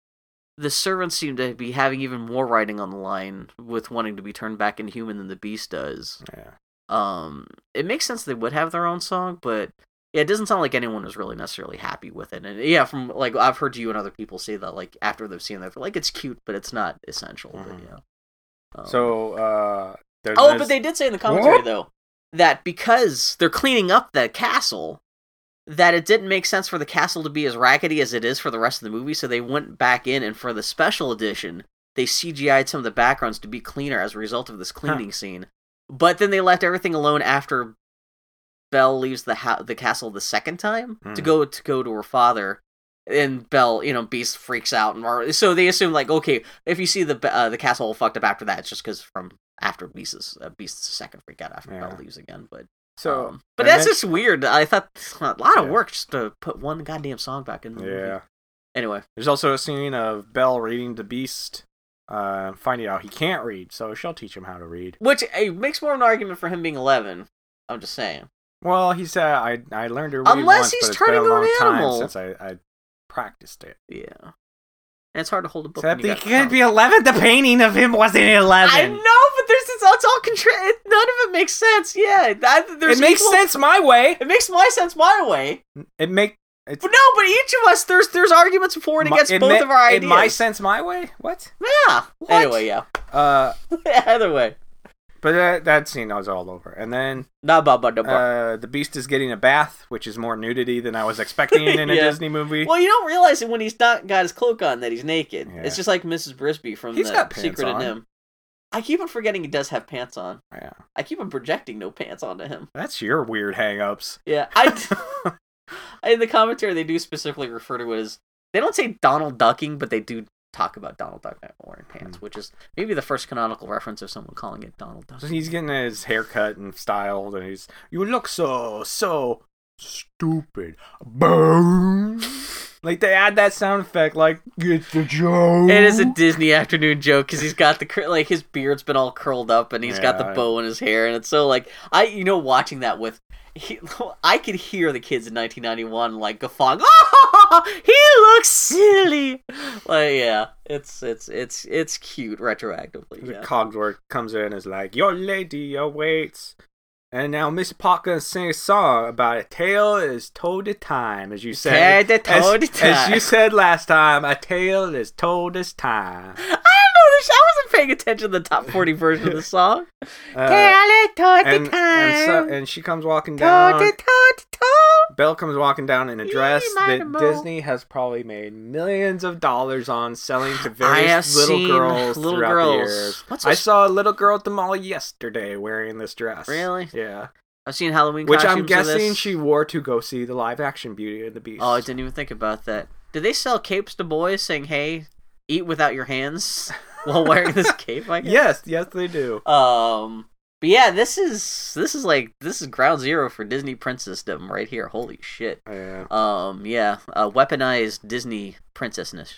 [SPEAKER 2] the servants seem to be having even more writing on the line with wanting to be turned back into human than the beast does.
[SPEAKER 1] Yeah.
[SPEAKER 2] Um, it makes sense they would have their own song, but yeah, it doesn't sound like anyone was really necessarily happy with it. And yeah, from like I've heard you and other people say that like after they've seen that, they're like it's cute, but it's not essential. But
[SPEAKER 1] Mhm.
[SPEAKER 2] yeah. Um,
[SPEAKER 1] So uh, there's
[SPEAKER 2] Oh,
[SPEAKER 1] this-
[SPEAKER 2] but they did say in the commentary
[SPEAKER 1] What?
[SPEAKER 2] though that because they're cleaning up the castle, that it didn't make sense for the castle to be as raggedy as it is for the rest of the movie. So they went back in, and for the special edition, they CGI'd some of the backgrounds to be cleaner as a result of this cleaning scene. But then they left everything alone after Belle leaves the ha- the castle the second time to
[SPEAKER 1] Mhm.
[SPEAKER 2] go to go to her father. And Belle, you know, Beast freaks out, and Mar- so they assume like, okay, if you see the ba- uh, the castle all fucked up after that, it's just because from after Beast's uh, Beast's second freak out after
[SPEAKER 1] Yeah.
[SPEAKER 2] Belle leaves again. But
[SPEAKER 1] so
[SPEAKER 2] um, but
[SPEAKER 1] and
[SPEAKER 2] that's
[SPEAKER 1] then-
[SPEAKER 2] just weird. I thought a lot of
[SPEAKER 1] Yeah.
[SPEAKER 2] work just to put one goddamn song back in. The
[SPEAKER 1] yeah.
[SPEAKER 2] Movie. Anyway,
[SPEAKER 1] There's also a scene of Belle reading to Beast, uh, finding out he can't read, so she'll teach him how to read.
[SPEAKER 2] which eh, makes more of an argument for him being eleven. I'm just saying.
[SPEAKER 1] Well, he said I I learned to read
[SPEAKER 2] Unless
[SPEAKER 1] once,
[SPEAKER 2] he's
[SPEAKER 1] but it's
[SPEAKER 2] turning
[SPEAKER 1] been a
[SPEAKER 2] into an
[SPEAKER 1] long
[SPEAKER 2] animal.
[SPEAKER 1] time since I, I practiced it.
[SPEAKER 2] Yeah. And it's hard to hold a book.
[SPEAKER 1] Except
[SPEAKER 2] when you
[SPEAKER 1] he
[SPEAKER 2] got
[SPEAKER 1] can't
[SPEAKER 2] drunk.
[SPEAKER 1] be 11. The painting of him wasn't 11.
[SPEAKER 2] I know, but there's it's, it's all contra- it- None of it makes sense. Yeah, that, there's
[SPEAKER 1] it makes
[SPEAKER 2] equal-
[SPEAKER 1] sense my way.
[SPEAKER 2] It makes my sense my way.
[SPEAKER 1] It make
[SPEAKER 2] But no, but each of us there's there's arguments for and
[SPEAKER 1] my-
[SPEAKER 2] against
[SPEAKER 1] it
[SPEAKER 2] both
[SPEAKER 1] ma-
[SPEAKER 2] of our
[SPEAKER 1] it
[SPEAKER 2] ideas.
[SPEAKER 1] my sense my way. What?
[SPEAKER 2] Yeah.
[SPEAKER 1] What?
[SPEAKER 2] Anyway, yeah.
[SPEAKER 1] Uh,
[SPEAKER 2] [laughs] Either way.
[SPEAKER 1] but that, that scene was all over, and then
[SPEAKER 2] Nah, bah, bah, nah, bah.
[SPEAKER 1] uh, the beast is getting a bath, which is more nudity than I was expecting
[SPEAKER 2] [laughs]
[SPEAKER 1] in a
[SPEAKER 2] Yeah.
[SPEAKER 1] Disney movie.
[SPEAKER 2] Well, you don't realize it when he's not got his cloak on that he's naked.
[SPEAKER 1] Yeah.
[SPEAKER 2] It's just like Mrs. Brisby from
[SPEAKER 1] He's
[SPEAKER 2] the
[SPEAKER 1] got pants
[SPEAKER 2] Secret
[SPEAKER 1] on.
[SPEAKER 2] in Him. I keep on forgetting he does have pants on.
[SPEAKER 1] Yeah.
[SPEAKER 2] I keep on projecting no pants onto him.
[SPEAKER 1] That's your weird hang-ups.
[SPEAKER 2] Yeah, I
[SPEAKER 1] [laughs]
[SPEAKER 2] [laughs] in the commentary they do specifically refer to it as they don't say Donald ducking, but they do talk about Donald Duck not wearing
[SPEAKER 1] Hmm.
[SPEAKER 2] pants, which is maybe the first canonical reference of someone calling it Donald Duck.
[SPEAKER 1] So he's getting his hair cut and styled, and he's you look so so stupid. Boom! like they add that sound effect, like it's a joke.
[SPEAKER 2] It is a Disney afternoon joke because he's got the cur- like his beard's been all curled up and he's got the
[SPEAKER 1] Yeah.
[SPEAKER 2] bow in his hair and it's so like I you know watching that with he, [laughs] I could hear the kids in 1991 like guffawing. Oh, he looks silly. Like yeah, it's it's it's it's cute retroactively.
[SPEAKER 1] The
[SPEAKER 2] Yeah.
[SPEAKER 1] Cogsworth comes in and is like, Your lady awaits. And now Miss Parker sings a song about a tale is told at time, as you said.
[SPEAKER 2] Tale to
[SPEAKER 1] as-
[SPEAKER 2] told at
[SPEAKER 1] as
[SPEAKER 2] time.
[SPEAKER 1] you said last time, a tale is told as time.
[SPEAKER 2] I don't know this. I wasn't paying attention to the top 40 version
[SPEAKER 1] [laughs]
[SPEAKER 2] of the song.
[SPEAKER 1] Uh, and, and, so, and she comes walking down. Belle comes walking down in a
[SPEAKER 2] Yee,
[SPEAKER 1] dress that
[SPEAKER 2] Manimal.
[SPEAKER 1] Disney has probably made millions of dollars on selling to
[SPEAKER 2] [gasps] I have
[SPEAKER 1] various little
[SPEAKER 2] seen
[SPEAKER 1] girls
[SPEAKER 2] little
[SPEAKER 1] throughout
[SPEAKER 2] girls.
[SPEAKER 1] the years.
[SPEAKER 2] What's
[SPEAKER 1] I
[SPEAKER 2] this-
[SPEAKER 1] saw a little girl at the mall yesterday wearing this dress.
[SPEAKER 2] Really?
[SPEAKER 1] Yeah.
[SPEAKER 2] I've seen Halloween
[SPEAKER 1] Which I'm
[SPEAKER 2] costumes of this.
[SPEAKER 1] guessing she wore to go see the live action Beauty and the Beast.
[SPEAKER 2] Oh, I didn't even think about that. Did they sell capes to boys saying, "Hey, eat without
[SPEAKER 1] [laughs]
[SPEAKER 2] your hands" while wearing this cape? I guess.
[SPEAKER 1] Yes, yes, they do.
[SPEAKER 2] Um. But yeah, this is this is like this is ground zero for Disney princessdom right here. Holy shit.
[SPEAKER 1] Yeah.
[SPEAKER 2] Um. Yeah. Uh, weaponized Disney princessness.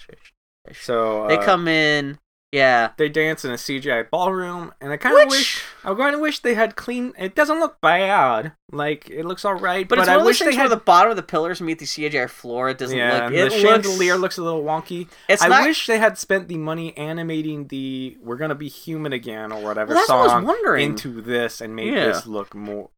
[SPEAKER 1] So uh,
[SPEAKER 2] They come in. Yeah.
[SPEAKER 1] They dance in a CGI ballroom, and I kind of wish I kind of wish they had clean. It doesn't look bad. Like it looks all right,
[SPEAKER 2] But,
[SPEAKER 1] but,
[SPEAKER 2] it's
[SPEAKER 1] I
[SPEAKER 2] one of those
[SPEAKER 1] wish
[SPEAKER 2] things
[SPEAKER 1] they had.
[SPEAKER 2] where the bottom of the pillars meet the CGI floor. It doesn't
[SPEAKER 1] yeah,
[SPEAKER 2] look.
[SPEAKER 1] and
[SPEAKER 2] It
[SPEAKER 1] the
[SPEAKER 2] looks,
[SPEAKER 1] chandelier looks a little wonky.
[SPEAKER 2] It's
[SPEAKER 1] I
[SPEAKER 2] not.
[SPEAKER 1] wish they had spent the money animating the "We're gonna be human again" or whatever
[SPEAKER 2] well, that's what I was
[SPEAKER 1] song
[SPEAKER 2] wondering.
[SPEAKER 1] into this and made
[SPEAKER 2] Yeah.
[SPEAKER 1] this look more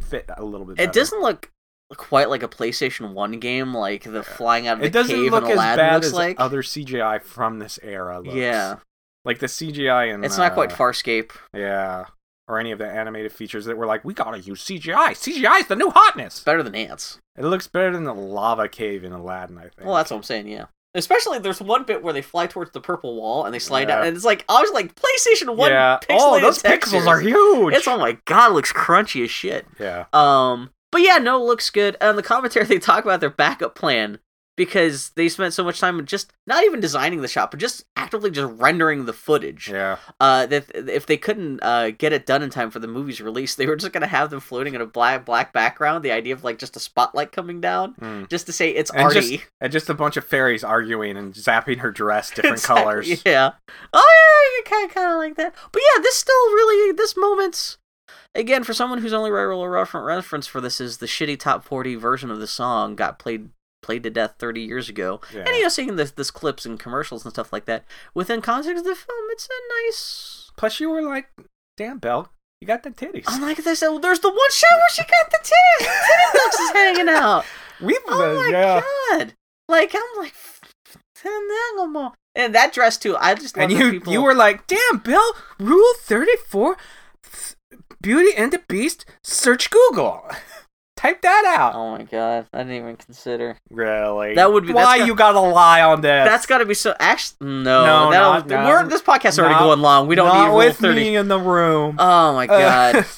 [SPEAKER 1] fit a little bit.
[SPEAKER 2] It
[SPEAKER 1] better.
[SPEAKER 2] doesn't look quite like a PlayStation One game, like the flying out of the
[SPEAKER 1] It doesn't
[SPEAKER 2] cave
[SPEAKER 1] look
[SPEAKER 2] and
[SPEAKER 1] as
[SPEAKER 2] Aladdin
[SPEAKER 1] bad
[SPEAKER 2] looks
[SPEAKER 1] as
[SPEAKER 2] like.
[SPEAKER 1] other CGI from this era. Looks.
[SPEAKER 2] yeah,
[SPEAKER 1] like the CGI in
[SPEAKER 2] it's not quite
[SPEAKER 1] uh,
[SPEAKER 2] Farscape.
[SPEAKER 1] Yeah, or any of the animated features that were like, we gotta use CGI. CGI is the new hotness.
[SPEAKER 2] Better than ants.
[SPEAKER 1] It looks better than the lava cave in Aladdin, I think.
[SPEAKER 2] Well, that's what I'm saying. Yeah. Especially there's one bit where they fly towards the purple wall and they slide
[SPEAKER 1] Yeah.
[SPEAKER 2] down, and it's like I was like PlayStation One.
[SPEAKER 1] yeah.
[SPEAKER 2] pixelated
[SPEAKER 1] Oh, those
[SPEAKER 2] textures.
[SPEAKER 1] pixels are huge.
[SPEAKER 2] It's oh my god, it looks crunchy as shit.
[SPEAKER 1] yeah.
[SPEAKER 2] Um, but yeah, no, it looks good. And the commentary [laughs] they talk about their backup plan because they spent so much time just not even designing the shot, but just actively just rendering the footage.
[SPEAKER 1] Yeah.
[SPEAKER 2] Uh, that if they couldn't uh get it done in time for the movie's release, they were just gonna have them floating in a black black background. The idea of like just a spotlight coming down
[SPEAKER 1] Mm.
[SPEAKER 2] just to say it's
[SPEAKER 1] And
[SPEAKER 2] Artie.
[SPEAKER 1] just and just a bunch of fairies arguing and zapping her
[SPEAKER 2] [laughs]
[SPEAKER 1] dress different
[SPEAKER 2] Exactly,
[SPEAKER 1] colors.
[SPEAKER 2] Yeah. Oh yeah, kind of kind of like that. But yeah, this still really this moment's again for someone whose only regular refer- reference for this is the shitty top forty version of the song got played played to death thirty years ago.
[SPEAKER 1] Yeah.
[SPEAKER 2] And you know, seeing this this clips and commercials and stuff like that within context of the film, it's a nice.
[SPEAKER 1] Plus, you were like, damn, Belle, you got the titties.
[SPEAKER 2] I'm like they said, well, there's the one shot where she got the titty, titty box is
[SPEAKER 1] [laughs]
[SPEAKER 2] hanging out.
[SPEAKER 1] We've
[SPEAKER 2] Oh my
[SPEAKER 1] been, yeah.
[SPEAKER 2] god! Like I'm like, and that dress too. I just love
[SPEAKER 1] And
[SPEAKER 2] that
[SPEAKER 1] you
[SPEAKER 2] people...
[SPEAKER 1] you were like, damn, Bill, Rule 34, th- Beauty and the Beast, search Google. [laughs] Type that out.
[SPEAKER 2] Oh my god, I didn't even consider.
[SPEAKER 1] Really?
[SPEAKER 2] That would be- that's
[SPEAKER 1] Why
[SPEAKER 2] got-
[SPEAKER 1] you gotta lie on this?
[SPEAKER 2] That's got to be so. Actually, no,
[SPEAKER 1] No,
[SPEAKER 2] that'll-
[SPEAKER 1] not- no.
[SPEAKER 2] We're, this podcast's already
[SPEAKER 1] Not-
[SPEAKER 2] going long. We don't
[SPEAKER 1] Not
[SPEAKER 2] need rule
[SPEAKER 1] with
[SPEAKER 2] thirty.
[SPEAKER 1] me in the [laughs] room.
[SPEAKER 2] Oh my god.
[SPEAKER 1] Uh, [laughs]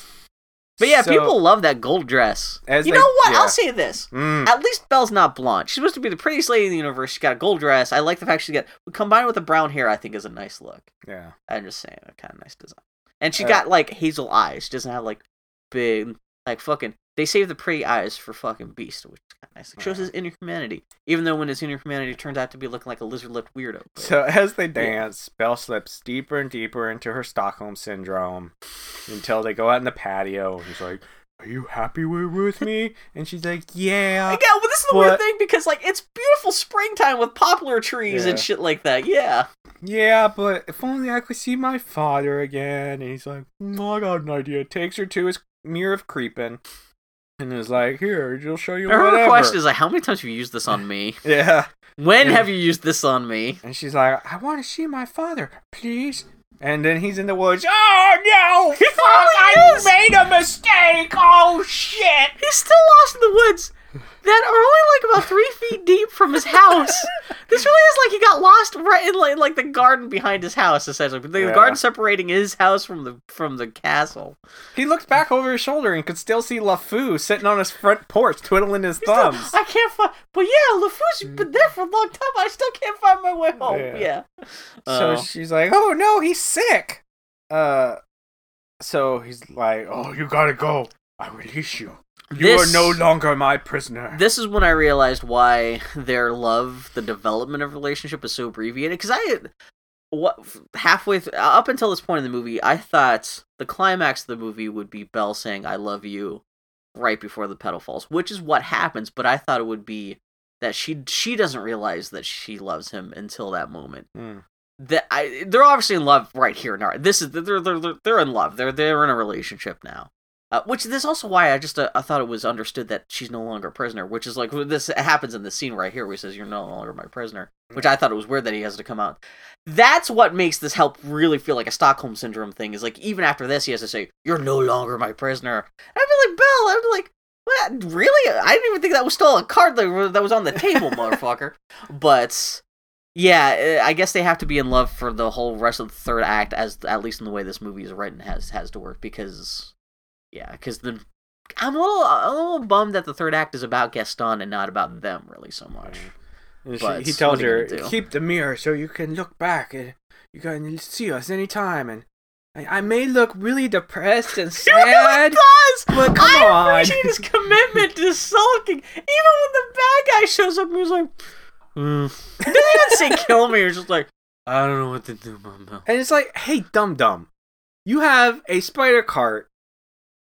[SPEAKER 2] [laughs] but yeah,
[SPEAKER 1] so-
[SPEAKER 2] people love that gold dress. You know
[SPEAKER 1] As they-
[SPEAKER 2] what?
[SPEAKER 1] yeah.
[SPEAKER 2] I'll say this.
[SPEAKER 1] Mm,
[SPEAKER 2] At least Belle's not blonde. She's supposed to be the prettiest lady in the universe. She's got a gold dress. I like the fact she's got combined with the brown hair. I think is a nice look.
[SPEAKER 1] yeah.
[SPEAKER 2] I'm just saying, a kind of nice design. And she
[SPEAKER 1] Uh,
[SPEAKER 2] got like hazel eyes. She doesn't have like big, like fucking. They save the pretty eyes for fucking Beast, which is kind of nice. It shows his inner humanity, even though when his inner humanity turns out to be looking like a lizard lipped weirdo. But-
[SPEAKER 1] So as they dance, Belle slips deeper and deeper into her Stockholm syndrome until they go out in the patio. And he's like, "Are you happy we're with me?" And she's like, "Yeah."
[SPEAKER 2] Again, well, this is the weird
[SPEAKER 1] But-
[SPEAKER 2] thing because like it's beautiful springtime with poplar trees and
[SPEAKER 1] Yeah.
[SPEAKER 2] shit like that. Yeah,
[SPEAKER 1] Yeah, but if only I could see my father again. And he's like, "Mm, I got an idea. Takes her to his mirror of creeping, and is like, "Here, she'll show you
[SPEAKER 2] her
[SPEAKER 1] whatever."
[SPEAKER 2] question is like, how many times have you used this on me?
[SPEAKER 1] [laughs] yeah,
[SPEAKER 2] When
[SPEAKER 1] Yeah.
[SPEAKER 2] have you used this on me?
[SPEAKER 1] and she's like, "I want to see my father, please." And then he's in the woods. Oh
[SPEAKER 2] [laughs]
[SPEAKER 1] no! Fuck! I
[SPEAKER 2] is.
[SPEAKER 1] made a mistake. Oh shit!
[SPEAKER 2] He's still lost in the woods that are only like about three feet deep from his house. This really is like he got lost right in like, like the garden behind his house, essentially. The
[SPEAKER 1] Yeah.
[SPEAKER 2] garden separating his house from the from the castle.
[SPEAKER 1] He looked back over his shoulder and could still see LaFou sitting on his front porch, twiddling his thumbs.
[SPEAKER 2] I can't find. But yeah, LeFou's been there for a long time. I still can't find my way home.
[SPEAKER 1] Yeah.
[SPEAKER 2] Yeah.
[SPEAKER 1] So
[SPEAKER 2] Oh.
[SPEAKER 1] she's like, "Oh no, he's sick." Uh, so he's like, "Oh, you gotta go. I release you. You
[SPEAKER 2] This-
[SPEAKER 1] are no longer my prisoner."
[SPEAKER 2] [sighs] this is when I realized why their love, the development of relationship, is so abbreviated. Because I, what halfway th- uh, up until this point in the movie, I thought the climax of the movie would be Belle saying "I love you" right before the pedal falls, which is what happens. But I thought it would be that she she doesn't realize that she loves him until that moment.
[SPEAKER 1] Mm.
[SPEAKER 2] That I they're obviously in love right here. Now this is they're they're they're, they're in love. They're they're in a relationship now. Uh, which this is also why I just uh, I thought it was understood that she's no longer a prisoner, which is like this happens in the scene right here where he says you're no longer my prisoner, which I thought it was weird that he has to come out. That's what makes this help really feel like a Stockholm syndrome thing. Is like even after this he has to say you're no longer my prisoner. And I'd be like Belle, I'd be like, what? Really? I didn't even think that was still a card that wa- that was on the table, motherfucker. But yeah, uh, I guess they have to be in love for the whole rest of the third act, as at least in the way this movie is written has has to work because yeah, because the I'm a little a little bummed that the third act is about Gaston and not about them really so much.
[SPEAKER 1] And
[SPEAKER 2] But
[SPEAKER 1] she, he
[SPEAKER 2] what
[SPEAKER 1] tells
[SPEAKER 2] are you
[SPEAKER 1] her,
[SPEAKER 2] gonna do?
[SPEAKER 1] "Keep the mirror so you can look back, and you can see us anytime." And I, I may look really depressed
[SPEAKER 2] [laughs]
[SPEAKER 1] and
[SPEAKER 2] He really
[SPEAKER 1] sad,
[SPEAKER 2] does.
[SPEAKER 1] but come
[SPEAKER 2] I
[SPEAKER 1] on.
[SPEAKER 2] appreciate his commitment to sulking, even when the bad guy shows up. He was like, mm. he didn't even say kill me. He was just like, I don't know what to do, Mama.
[SPEAKER 1] And it's like, hey, dum dum, you have a spider cart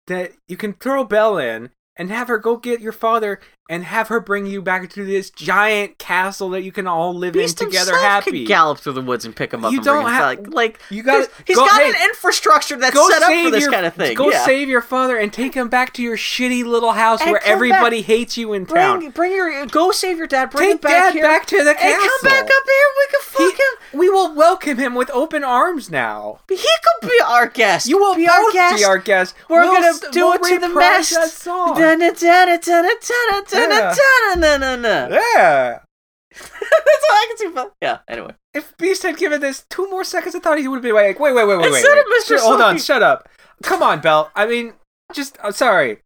[SPEAKER 1] that you can throw Belle in and have her go get your father and have her bring you back to this giant castle that you can all live
[SPEAKER 2] Beast
[SPEAKER 1] in together
[SPEAKER 2] himself
[SPEAKER 1] happy.
[SPEAKER 2] could gallop through the woods and pick him up.
[SPEAKER 1] You
[SPEAKER 2] and bring
[SPEAKER 1] don't
[SPEAKER 2] him
[SPEAKER 1] have-
[SPEAKER 2] back. like
[SPEAKER 1] you gotta-
[SPEAKER 2] there's- He's
[SPEAKER 1] go-
[SPEAKER 2] got
[SPEAKER 1] hey,
[SPEAKER 2] an infrastructure that's
[SPEAKER 1] Go
[SPEAKER 2] set up
[SPEAKER 1] save
[SPEAKER 2] for this
[SPEAKER 1] your,
[SPEAKER 2] kind of thing.
[SPEAKER 1] Go
[SPEAKER 2] yeah.
[SPEAKER 1] save your father and take him back to your shitty little house
[SPEAKER 2] And
[SPEAKER 1] where
[SPEAKER 2] come
[SPEAKER 1] everybody hates you in town.
[SPEAKER 2] Bring, bring your go save your dad. Bring him
[SPEAKER 1] take
[SPEAKER 2] back
[SPEAKER 1] dad
[SPEAKER 2] here
[SPEAKER 1] back to the
[SPEAKER 2] and
[SPEAKER 1] castle.
[SPEAKER 2] come back up here. We can fuck
[SPEAKER 1] He-
[SPEAKER 2] him.
[SPEAKER 1] We will welcome him with open arms now.
[SPEAKER 2] He could be our guest.
[SPEAKER 1] You will
[SPEAKER 2] be
[SPEAKER 1] both
[SPEAKER 2] our guest.
[SPEAKER 1] be our guest.
[SPEAKER 2] We're
[SPEAKER 1] We'll
[SPEAKER 2] gonna
[SPEAKER 1] st-
[SPEAKER 2] do
[SPEAKER 1] we'll
[SPEAKER 2] it to the
[SPEAKER 1] reprise
[SPEAKER 2] best.
[SPEAKER 1] that song.
[SPEAKER 2] Dun, dun, dun, dun, dun, dun, dun,
[SPEAKER 1] Yeah.
[SPEAKER 2] dun, dun, dun, dun.
[SPEAKER 1] yeah.
[SPEAKER 2] [laughs] That's all I can see. From. Yeah. Anyway.
[SPEAKER 1] If Beast had given this two more seconds, I thought he would be like, wait, wait, wait, wait,
[SPEAKER 2] Instead
[SPEAKER 1] wait.
[SPEAKER 2] of
[SPEAKER 1] wait.
[SPEAKER 2] Mr.
[SPEAKER 1] Shut- Hold on,
[SPEAKER 2] Sloppy.
[SPEAKER 1] shut up. Come on, Belle. I mean, just, I'm sorry.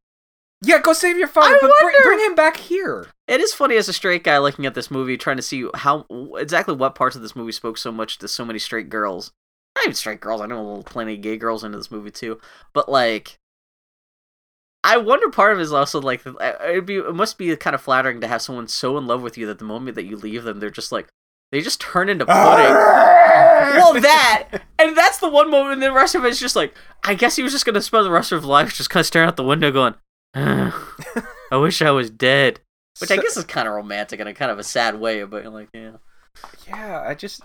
[SPEAKER 1] Yeah, go save your father,
[SPEAKER 2] I
[SPEAKER 1] but br-
[SPEAKER 2] wonder-
[SPEAKER 1] bring him back here.
[SPEAKER 2] It is funny as a straight guy looking at this movie, trying to see how exactly what parts of this movie spoke so much to so many straight girls. Not even straight girls. I know a little plenty of gay girls into this movie too, but like, I wonder. Part of it is also like it'd be it must be kind of flattering to have someone so in love with you that the moment that you leave them, they're just like they just turn into
[SPEAKER 1] Ah! [laughs]
[SPEAKER 2] pudding. [laughs] well, that and that's the one moment, and the rest of it's just like I guess he was just gonna spend the rest of his life just kind of staring out the window, going, "Ugh, "I wish I was dead." Which I
[SPEAKER 1] So-
[SPEAKER 2] guess is kind of romantic in a kind of a sad way, but you're like, yeah.
[SPEAKER 1] Yeah, I just.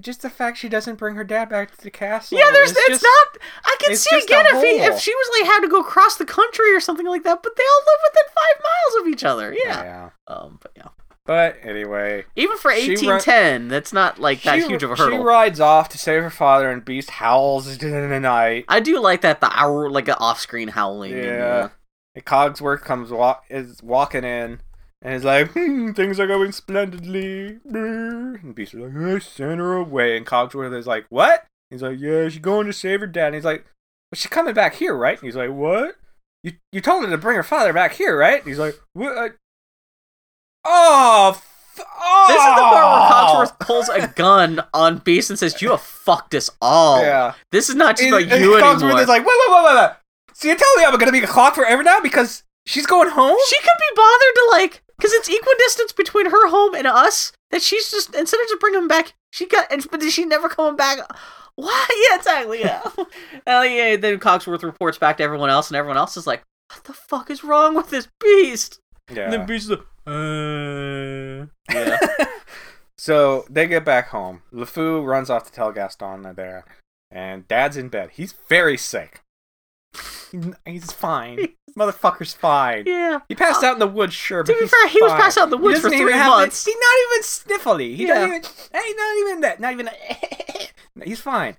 [SPEAKER 1] Just the fact she doesn't bring her dad back to the castle.
[SPEAKER 2] yeah, there's
[SPEAKER 1] is
[SPEAKER 2] it's
[SPEAKER 1] just-
[SPEAKER 2] not. I can
[SPEAKER 1] it's
[SPEAKER 2] see
[SPEAKER 1] just
[SPEAKER 2] again
[SPEAKER 1] a
[SPEAKER 2] if he,
[SPEAKER 1] hole.
[SPEAKER 2] if she was like had to go across the country or something like that, but they all live within five miles of each other. Yeah. Um. But yeah,
[SPEAKER 1] But anyway,
[SPEAKER 2] even for
[SPEAKER 1] She ru-
[SPEAKER 2] 1810, that's not like that
[SPEAKER 1] she,
[SPEAKER 2] huge of a
[SPEAKER 1] She
[SPEAKER 2] hurdle.
[SPEAKER 1] rides off to save her father, and Beast howls in the night.
[SPEAKER 2] I do like that the hour like an off-screen howling. and, uh,
[SPEAKER 1] Yeah. And Cogsworth comes walk is walking in and is like, hmm, things are going splendidly. Brr. And Beast is like, I sent her away. And Cogsworth is like, what? He's like, yeah, she's going to save her dad. And he's like, but she's coming back here, right? And he's like, what? You you told her to bring her father back here, right? And he's like, what? I- Oh, f- oh.
[SPEAKER 2] This is the part where Cogsworth pulls a gun on Beast and says, "You have fucked us all.
[SPEAKER 1] Yeah.
[SPEAKER 2] This is not just
[SPEAKER 1] And-
[SPEAKER 2] about
[SPEAKER 1] and
[SPEAKER 2] Oh, you
[SPEAKER 1] Cogsworth
[SPEAKER 2] anymore."
[SPEAKER 1] is like, wait, wait, wait, wait, wait. So you tell me I'm going to be a clock forever now because she's going home?
[SPEAKER 2] she could be bothered to like because it's equidistance between her home and us that she's just instead of just bringing him back she got and but she never coming back what [laughs] yeah exactly yeah Hell yeah then cogsworth reports back to everyone else and everyone else is like what the fuck is wrong with this beast
[SPEAKER 1] yeah.
[SPEAKER 2] and then beast is like uh... yeah
[SPEAKER 1] [laughs] So they get back home. LeFou runs off to tell Gaston they're there, and Dad's in bed. He's very sick. He's- He's
[SPEAKER 2] [laughs]
[SPEAKER 1] fine. Motherfucker's fine.
[SPEAKER 2] yeah
[SPEAKER 1] He passed out in the woods, sure.
[SPEAKER 2] Uh, to
[SPEAKER 1] but
[SPEAKER 2] be
[SPEAKER 1] he's
[SPEAKER 2] fair he was
[SPEAKER 1] fine.
[SPEAKER 2] passed out in the
[SPEAKER 1] He
[SPEAKER 2] woods for
[SPEAKER 1] doesn't even
[SPEAKER 2] three
[SPEAKER 1] have the-
[SPEAKER 2] months
[SPEAKER 1] he's not even sniffly. He
[SPEAKER 2] Yeah.
[SPEAKER 1] doesn't even. He's not even that. Not even. [laughs] a- No, he's fine.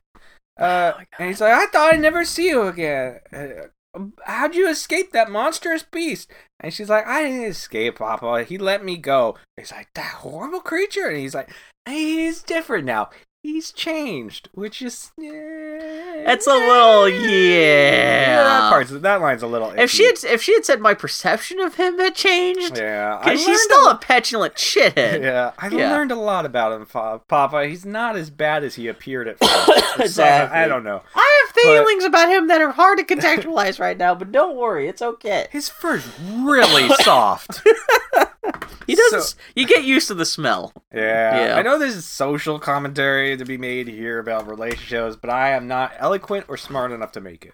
[SPEAKER 1] Uh,
[SPEAKER 2] Oh my God.
[SPEAKER 1] and he's like, I thought I'd never see you again. Uh, how'd you escape that monstrous beast? And she's like, I didn't escape, Papa. He let me go. He's like, that horrible creature. And he's like, he's different now. He's changed, which is. It's
[SPEAKER 2] it's a little yeah,
[SPEAKER 1] that part's that line's a little.
[SPEAKER 2] if
[SPEAKER 1] icky.
[SPEAKER 2] she had if she had said my perception of him had changed
[SPEAKER 1] yeah, I
[SPEAKER 2] Because she's
[SPEAKER 1] learned a
[SPEAKER 2] still a petulant
[SPEAKER 1] [laughs]
[SPEAKER 2] shithead.
[SPEAKER 1] Yeah, I
[SPEAKER 2] Yeah.
[SPEAKER 1] learned a lot about him, Fa- Papa. He's not as bad as he appeared at [coughs] first. So,
[SPEAKER 2] Exactly.
[SPEAKER 1] I don't know.
[SPEAKER 2] I have
[SPEAKER 1] But-
[SPEAKER 2] feelings about him that are hard to contextualize right now, but don't worry, it's okay.
[SPEAKER 1] His fur's really
[SPEAKER 2] [laughs]
[SPEAKER 1] soft.
[SPEAKER 2] He doesn't.
[SPEAKER 1] So-
[SPEAKER 2] you get used to the smell.
[SPEAKER 1] Yeah.
[SPEAKER 2] Yeah.
[SPEAKER 1] I know there's social commentary to be made here about relationships, but I am not eloquent or smart enough to make it.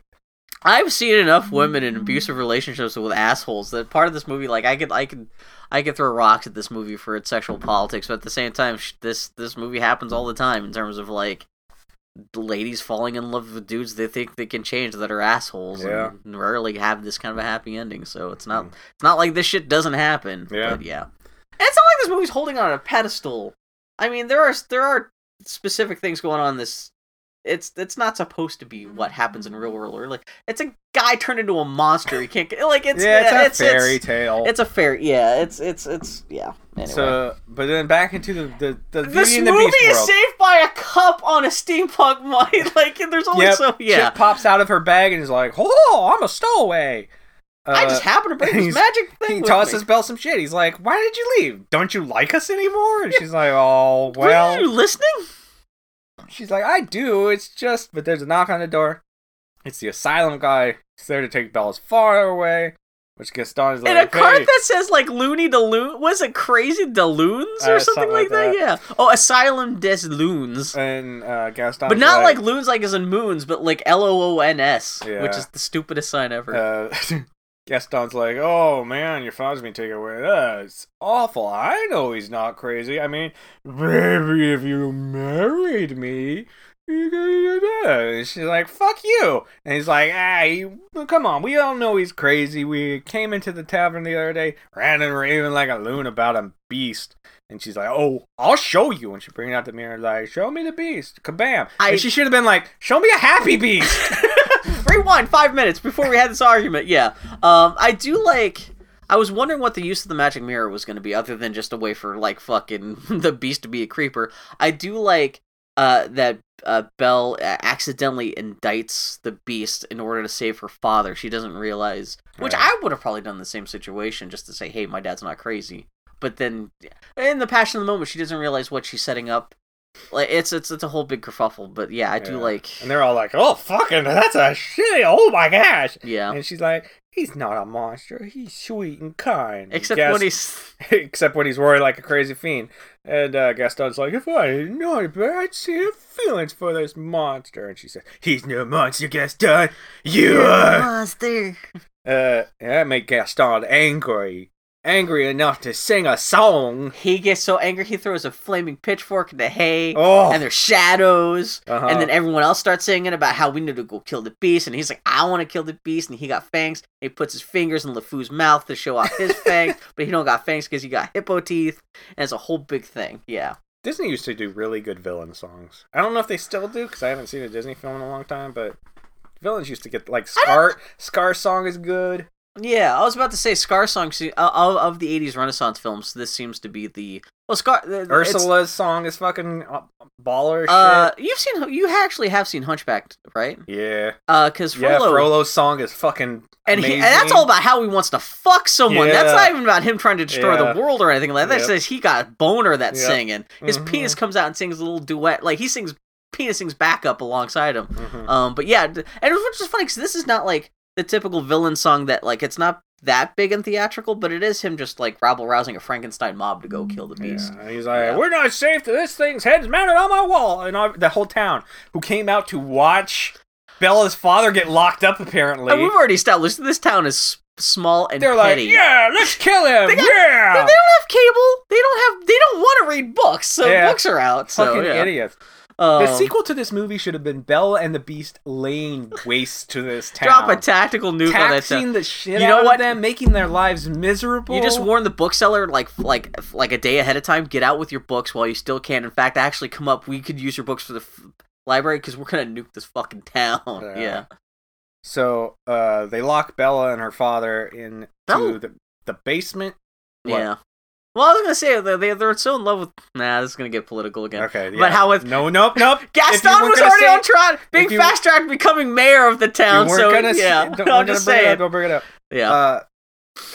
[SPEAKER 2] I've seen enough women
[SPEAKER 1] Mm.
[SPEAKER 2] in abusive relationships with assholes that part of this movie, like I could, I could, I could throw rocks at this movie for its sexual politics, but at the same time, sh- this this movie happens all the time in terms of like ladies falling in love with dudes they think they can change that are assholes
[SPEAKER 1] Yeah.
[SPEAKER 2] and rarely have this kind of a happy ending. So it's not
[SPEAKER 1] Mm.
[SPEAKER 2] it's not like this shit doesn't happen.
[SPEAKER 1] Yeah.
[SPEAKER 2] But yeah. And it's not like this movie's holding on a pedestal. I mean, there are there are specific things going on in this it's it's not supposed to be what happens in real world or like it's a guy turned into a monster. You can't get- like it's
[SPEAKER 1] yeah, it's a
[SPEAKER 2] it's,
[SPEAKER 1] fairy
[SPEAKER 2] It's,
[SPEAKER 1] tale.
[SPEAKER 2] it's a fair yeah, it's it's it's yeah. Anyway.
[SPEAKER 1] So, but then back into the the, the
[SPEAKER 2] this
[SPEAKER 1] Beauty and
[SPEAKER 2] movie
[SPEAKER 1] the Beast
[SPEAKER 2] is
[SPEAKER 1] world.
[SPEAKER 2] saved by a cup on a steampunk [laughs] mine. Like there's only
[SPEAKER 1] Yep.
[SPEAKER 2] so yeah.
[SPEAKER 1] Chick pops out of her bag and is like, "Oh, I'm a stowaway."
[SPEAKER 2] I
[SPEAKER 1] Uh,
[SPEAKER 2] just happen to bring
[SPEAKER 1] he's-
[SPEAKER 2] this magic thing.
[SPEAKER 1] He
[SPEAKER 2] with
[SPEAKER 1] tosses
[SPEAKER 2] me.
[SPEAKER 1] Belle some shit. He's like, "Why did you leave? Don't you like us anymore?" And she's like,
[SPEAKER 2] [laughs]
[SPEAKER 1] "Oh
[SPEAKER 2] Were you
[SPEAKER 1] well."
[SPEAKER 2] listening?
[SPEAKER 1] She's like, "I do. It's just." But there's a knock on the door. It's the asylum guy. He's there to take Belle as far away. Which Gaston is like,
[SPEAKER 2] In a card
[SPEAKER 1] "Hey."
[SPEAKER 2] that says like Looney Deloon was it crazy Deloons or
[SPEAKER 1] Uh,
[SPEAKER 2] something,
[SPEAKER 1] something like
[SPEAKER 2] like that?
[SPEAKER 1] that.
[SPEAKER 2] Yeah. Oh, Asylum des Loons.
[SPEAKER 1] and uh, Gaston,
[SPEAKER 2] but not like loons like as in moons, but like L O O N S,
[SPEAKER 1] Yeah.
[SPEAKER 2] which is the stupidest sign ever.
[SPEAKER 1] uh, [laughs] Gaston's like, "Oh man, your father's been taken away. That's awful. I know he's not crazy. I mean, baby, if you married me." you could do that." And She's like, "Fuck you," and he's like, "Ah, you, come on. We all know he's crazy. We came into the tavern the other day, ran and raving like a loon about a beast." And she's like, "Oh, I'll show you." And she brings out the mirror, like, "Show me the beast." Kabam!
[SPEAKER 2] I-
[SPEAKER 1] and she should have been like, "Show me a happy beast."
[SPEAKER 2] Rewind five minutes before we had this argument. Yeah. Um, I do like. I was wondering what the use of the magic mirror was going to be, other than just a way for like fucking [laughs] the beast to be a creeper. I do like uh, that uh, Belle uh, accidentally indicts the beast in order to save her father. She doesn't realize, which
[SPEAKER 1] Right.
[SPEAKER 2] I would have probably done in the same situation, just to say, "Hey, my dad's not crazy." But then, in the passion of the moment, she doesn't realize what she's setting up. Like it's it's it's a whole big kerfuffle. But yeah, I do
[SPEAKER 1] Yeah.
[SPEAKER 2] like
[SPEAKER 1] And they're all like, "Oh, fucking, that's a shitty. Oh my gosh!"
[SPEAKER 2] yeah.
[SPEAKER 1] And she's like, "He's not a monster. He's sweet and kind."
[SPEAKER 2] Except
[SPEAKER 1] Gas-
[SPEAKER 2] when he's
[SPEAKER 1] [laughs] except when he's roaring like a crazy fiend. And uh, Gaston's like, "If I had known it, but I'd see the feelings for this monster." And she says, "He's no monster, Gaston. You are."
[SPEAKER 2] monster.
[SPEAKER 1] Uh, and that made Gaston angry, angry enough to sing a song.
[SPEAKER 2] He gets so angry he throws a flaming pitchfork into hay,
[SPEAKER 1] Oh,
[SPEAKER 2] and there's shadows.
[SPEAKER 1] uh-huh.
[SPEAKER 2] And then everyone else starts singing about how we need to go kill the beast, and he's like, "I want to kill the beast," and he got fangs. He puts his fingers in LeFou's mouth to show off
[SPEAKER 1] [laughs]
[SPEAKER 2] his fangs, but he don't got fangs because he got hippo teeth, and it's a whole big thing. Yeah,
[SPEAKER 1] Disney used to do really good villain songs. I don't know if they still do because I haven't seen a Disney film in a long time. But villains used to get like
[SPEAKER 2] I
[SPEAKER 1] Scar. Scar song is good.
[SPEAKER 2] yeah. I was about to say Scar song se- uh, of, of the '80s Renaissance films. This seems to be the well Scar the, it's-
[SPEAKER 1] Ursula's song is fucking uh, baller as
[SPEAKER 2] Uh, you've seen you actually have seen Hunchback, right?
[SPEAKER 1] shit. Yeah,
[SPEAKER 2] Uh, because
[SPEAKER 1] yeah. Frollo's song is fucking
[SPEAKER 2] And, he, and
[SPEAKER 1] amazing.
[SPEAKER 2] that's all about how he wants to fuck someone. That's
[SPEAKER 1] Yeah.
[SPEAKER 2] not even about him trying to destroy
[SPEAKER 1] Yeah.
[SPEAKER 2] the world or anything like that. It
[SPEAKER 1] Yep.
[SPEAKER 2] says he got a boner that's
[SPEAKER 1] Yep. Mm-hmm.
[SPEAKER 2] singing. His penis comes out and sings a little duet. Like he sings, penis sings back up alongside him.
[SPEAKER 1] Mhm.
[SPEAKER 2] Um, but yeah, d- and it was- which is funny because this is not like the typical villain song that like it's not that big and theatrical, but it is him just like rabble rousing a Frankenstein mob to go kill the beast.
[SPEAKER 1] Mm, Yeah, and he's like,
[SPEAKER 2] Yeah.
[SPEAKER 1] "We're not safe. To this thing's head's mounted on my wall." And I, the whole town who came out to watch Bella's father get locked up apparently.
[SPEAKER 2] And we've already established this town is s- small and
[SPEAKER 1] They're like,
[SPEAKER 2] petty.
[SPEAKER 1] "Yeah, let's kill him."
[SPEAKER 2] They got-
[SPEAKER 1] yeah,
[SPEAKER 2] They don't have cable. They don't have. They don't want to read books. So
[SPEAKER 1] Yeah.
[SPEAKER 2] books are out. So
[SPEAKER 1] fucking
[SPEAKER 2] yeah.
[SPEAKER 1] idiots.
[SPEAKER 2] Um,
[SPEAKER 1] The sequel to this movie should have been Belle and the Beast laying waste to this town.
[SPEAKER 2] [laughs] Drop a tactical nuke on that
[SPEAKER 1] taxing
[SPEAKER 2] stuff.
[SPEAKER 1] the shit
[SPEAKER 2] You know
[SPEAKER 1] out
[SPEAKER 2] what?
[SPEAKER 1] of them, making their lives miserable.
[SPEAKER 2] You just warn the bookseller like like like a day ahead of time. Get out with your books while you still can. In fact, actually, come up. We could use your books for the f- library because we're gonna nuke this fucking town. Yeah.
[SPEAKER 1] Yeah. so uh, they lock Bella and her father into
[SPEAKER 2] Belle?
[SPEAKER 1] the, the basement. What?
[SPEAKER 2] Yeah. Well, I was gonna say they they're so in love with. Nah, this is gonna get political again.
[SPEAKER 1] Okay,
[SPEAKER 2] But
[SPEAKER 1] yeah.
[SPEAKER 2] how with-
[SPEAKER 1] no, nope, nope. If you
[SPEAKER 2] Gaston
[SPEAKER 1] weren't
[SPEAKER 2] was
[SPEAKER 1] gonna
[SPEAKER 2] already
[SPEAKER 1] say-
[SPEAKER 2] on track, being
[SPEAKER 1] if you-
[SPEAKER 2] fast tracked, becoming mayor of the
[SPEAKER 1] You
[SPEAKER 2] town.
[SPEAKER 1] weren't
[SPEAKER 2] So
[SPEAKER 1] gonna, s- [laughs]
[SPEAKER 2] [laughs] yeah,
[SPEAKER 1] don't,
[SPEAKER 2] [laughs] I'm
[SPEAKER 1] weren't
[SPEAKER 2] just
[SPEAKER 1] gonna bring it up,
[SPEAKER 2] saying.
[SPEAKER 1] don't bring it up.
[SPEAKER 2] Yeah.
[SPEAKER 1] Uh,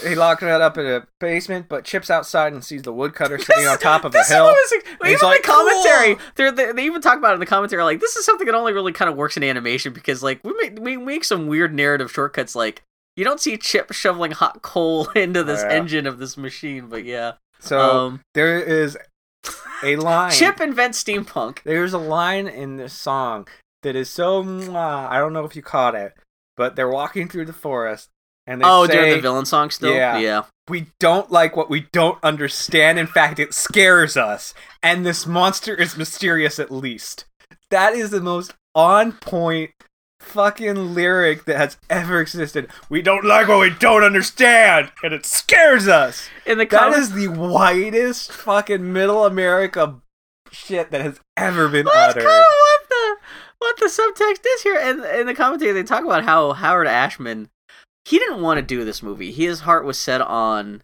[SPEAKER 1] he locked that up in a basement, but Chip's outside and sees the woodcutter sitting on top of a
[SPEAKER 2] [laughs] this is
[SPEAKER 1] hill.
[SPEAKER 2] what was- even
[SPEAKER 1] he's
[SPEAKER 2] in
[SPEAKER 1] like,
[SPEAKER 2] the commentary, they're, they they even talk about it in the commentary. Like this is something that only really kind of works in animation because like we make we make some weird narrative shortcuts. Like you don't see Chip shoveling hot coal [laughs] into this
[SPEAKER 1] yeah.
[SPEAKER 2] engine of this machine, but yeah.
[SPEAKER 1] So
[SPEAKER 2] um,
[SPEAKER 1] there is
[SPEAKER 2] [laughs]
[SPEAKER 1] a line.
[SPEAKER 2] Chip invents steampunk.
[SPEAKER 1] There's a line in this song that is so mwah, I don't know if you caught it, but they're walking through the forest and they
[SPEAKER 2] Oh,
[SPEAKER 1] say,
[SPEAKER 2] during the villain song still,
[SPEAKER 1] Yeah. "We don't like what we don't understand. In fact, it scares us. And this monster is mysterious at least." That is the most on point fucking lyric that has ever existed. We don't like what we don't understand, and it scares us.
[SPEAKER 2] In the
[SPEAKER 1] That
[SPEAKER 2] comments,
[SPEAKER 1] is the whitest fucking middle America shit that has ever been
[SPEAKER 2] Well, that's
[SPEAKER 1] uttered.
[SPEAKER 2] kind of what the what the subtext is here. And in the commentary, they talk about how Howard Ashman he didn't want to do this movie. His heart was set on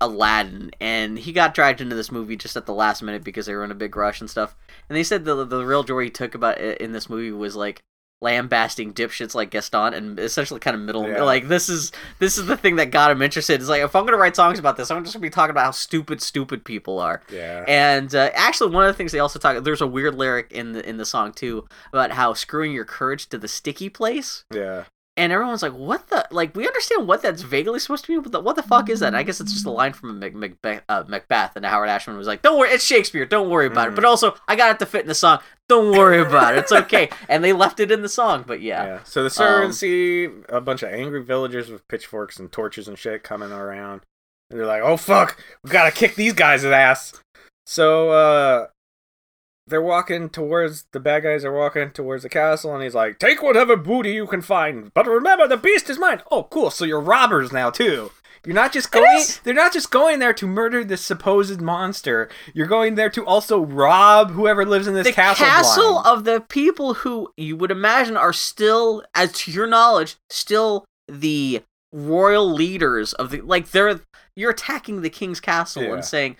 [SPEAKER 2] Aladdin, and he got dragged into this movie just at the last minute because they were in a big rush and stuff. And they said the the real joy he took about it in this movie was like lambasting dipshits like Gaston and essentially kind of middle
[SPEAKER 1] Yeah.
[SPEAKER 2] like this is this is the thing that got him interested. It's like if I'm gonna write songs about this, I'm just gonna be talking about how stupid stupid people are.
[SPEAKER 1] Yeah.
[SPEAKER 2] And uh, actually, one of the things they also talk there's a weird lyric in the in the song too about how screwing your courage to the sticky place.
[SPEAKER 1] yeah.
[SPEAKER 2] and everyone's like, "What the? Like, we understand what that's vaguely supposed to mean, but the, what the fuck is that?" And I guess it's just a line from Mac- Macbeth, uh, Macbeth, and Howard Ashman was like, "Don't worry, it's Shakespeare. Don't worry about
[SPEAKER 1] Mhm.
[SPEAKER 2] it." But also, I got it to fit in the song. Don't worry about it. It's okay. and they left it in the song, but yeah. Um,
[SPEAKER 1] Yeah. So the servants see a bunch of angry villagers with pitchforks and torches and shit coming around. And they're like, oh fuck, we gotta kick these guys' ass. So uh they're walking towards the bad guys are walking towards the castle and he's like, Take whatever booty you can find, but remember the beast is mine. Oh cool, so you're robbers now too. You're not just going
[SPEAKER 2] is.
[SPEAKER 1] they're not just going there to murder this supposed monster. You're going there to also rob whoever lives in this
[SPEAKER 2] the
[SPEAKER 1] castle.
[SPEAKER 2] castle,
[SPEAKER 1] blind.
[SPEAKER 2] of the people who you would imagine are still, as to your knowledge, still the royal leaders of the like they're you're attacking the king's castle
[SPEAKER 1] Yeah.
[SPEAKER 2] and saying,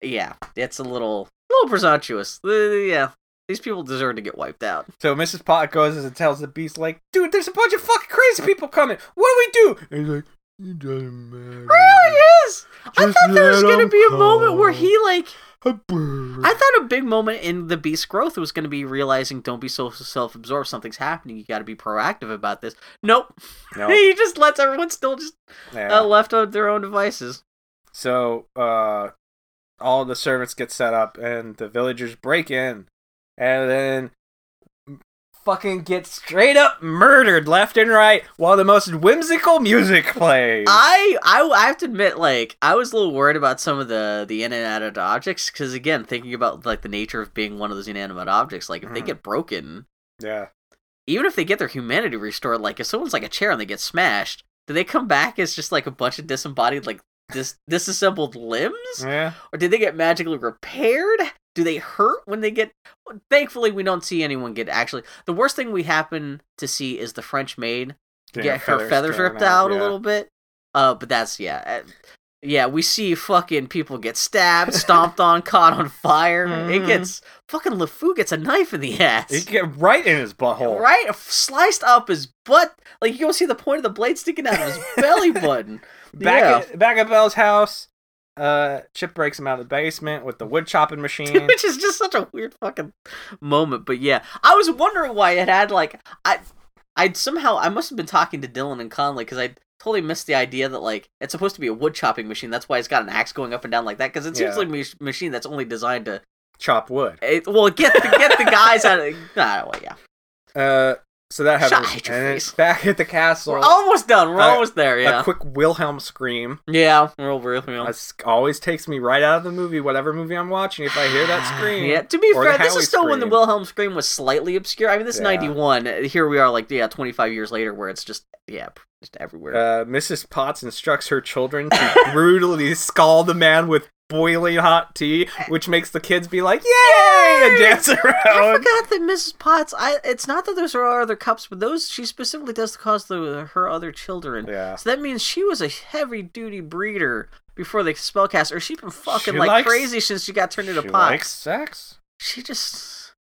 [SPEAKER 2] yeah, it's a little little presumptuous. Uh, yeah, these people deserve to get
[SPEAKER 1] [laughs]
[SPEAKER 2] wiped out.
[SPEAKER 1] So Mrs. Pot goes and tells the beast, like, dude, there's a bunch of fucking crazy people coming. What do we do? And he's like, it doesn't matter.
[SPEAKER 2] Really is. I
[SPEAKER 1] Just
[SPEAKER 2] thought there was
[SPEAKER 1] let
[SPEAKER 2] gonna
[SPEAKER 1] 'em
[SPEAKER 2] be a moment where
[SPEAKER 1] come.
[SPEAKER 2] he like
[SPEAKER 1] I
[SPEAKER 2] I thought a big moment in the beast's growth was going to be realizing don't be so self-absorbed. Something's happening. You got to be proactive about this. Nope.
[SPEAKER 1] no.
[SPEAKER 2] [laughs] he just lets everyone still just
[SPEAKER 1] Yeah.
[SPEAKER 2] uh, left on their own devices.
[SPEAKER 1] So uh, all the servants get set up, and the villagers break in, and then fucking get straight up murdered left and right while the most whimsical music plays.
[SPEAKER 2] I, I I have to admit, like I was a little worried about some of the the inanimate objects because again, thinking about like the nature of being one of those inanimate objects, like if they
[SPEAKER 1] Mhm.
[SPEAKER 2] get broken,
[SPEAKER 1] yeah.
[SPEAKER 2] even if they get their humanity restored, like if someone's like a chair and they get smashed, do they come back as just like a bunch of disembodied like dis- disassembled limbs?
[SPEAKER 1] Yeah.
[SPEAKER 2] or did they get magically repaired? Do they hurt when they get? Thankfully, we don't see anyone get actually. The worst thing we happen to see is the French maid get her feathers
[SPEAKER 1] tearing
[SPEAKER 2] ripped out a
[SPEAKER 1] yeah.
[SPEAKER 2] little bit. Uh, but that's yeah, uh, yeah. We see fucking people
[SPEAKER 1] [laughs]
[SPEAKER 2] get stabbed, stomped on, caught on fire. It
[SPEAKER 1] Mhm.
[SPEAKER 2] gets fucking LeFou gets a knife in the ass. [laughs]
[SPEAKER 1] It get right in his butthole.
[SPEAKER 2] Right, sliced up his butt. Like you don't see the point of the blade sticking out of his belly button.
[SPEAKER 1] [laughs] Back
[SPEAKER 2] Yeah.
[SPEAKER 1] at, back at Belle's house, uh, Chip breaks him out of the basement with the wood chopping
[SPEAKER 2] [laughs]
[SPEAKER 1] machine.
[SPEAKER 2] which is just such a weird fucking moment. But yeah, I was wondering why it had like I, I'd somehow I must have been talking to Dylan and Conley because I totally missed the idea that like it's supposed to be a wood chopping machine. That's why it's got an axe going up and down like that because it seems
[SPEAKER 1] Yeah.
[SPEAKER 2] like a mach- machine that's only designed to
[SPEAKER 1] Chop wood.
[SPEAKER 2] it, well get the, get the guys out of [laughs] nah, well, yeah.
[SPEAKER 1] Uh, so that
[SPEAKER 2] Shut-
[SPEAKER 1] happens.
[SPEAKER 2] I hate your
[SPEAKER 1] and then
[SPEAKER 2] face.
[SPEAKER 1] back at the castle,
[SPEAKER 2] We're almost done. We're
[SPEAKER 1] uh,
[SPEAKER 2] almost there. Yeah, Oh.
[SPEAKER 1] a quick Wilhelm scream.
[SPEAKER 2] yeah. We're over. you know.
[SPEAKER 1] That s- always takes me right out of the movie, whatever movie I'm watching. If I hear that
[SPEAKER 2] [sighs]
[SPEAKER 1] scream,
[SPEAKER 2] Ah, Yeah, to be
[SPEAKER 1] Or the
[SPEAKER 2] fair, this
[SPEAKER 1] Howie
[SPEAKER 2] is still when the
[SPEAKER 1] scream.
[SPEAKER 2] Wilhelm scream was slightly obscure. I mean, this is
[SPEAKER 1] Yeah.
[SPEAKER 2] 91. Here we are, like, yeah, 25 years later, where it's just, yeah, just everywhere.
[SPEAKER 1] uh, Mrs. Potts instructs her children to [laughs] brutally scald the man with boiling hot tea, which makes the kids be like, "Yay!" and dance [laughs]
[SPEAKER 2] I
[SPEAKER 1] around.
[SPEAKER 2] forgot that Mrs. Potts. I it's not that those are our other cups, but those she specifically does cause the, her other children.
[SPEAKER 1] Yeah.
[SPEAKER 2] So that means she was a heavy duty breeder before the spellcast, or she's been fucking
[SPEAKER 1] She
[SPEAKER 2] like
[SPEAKER 1] likes-
[SPEAKER 2] crazy since she got turned into
[SPEAKER 1] She
[SPEAKER 2] Potts.
[SPEAKER 1] likes sex.
[SPEAKER 2] She just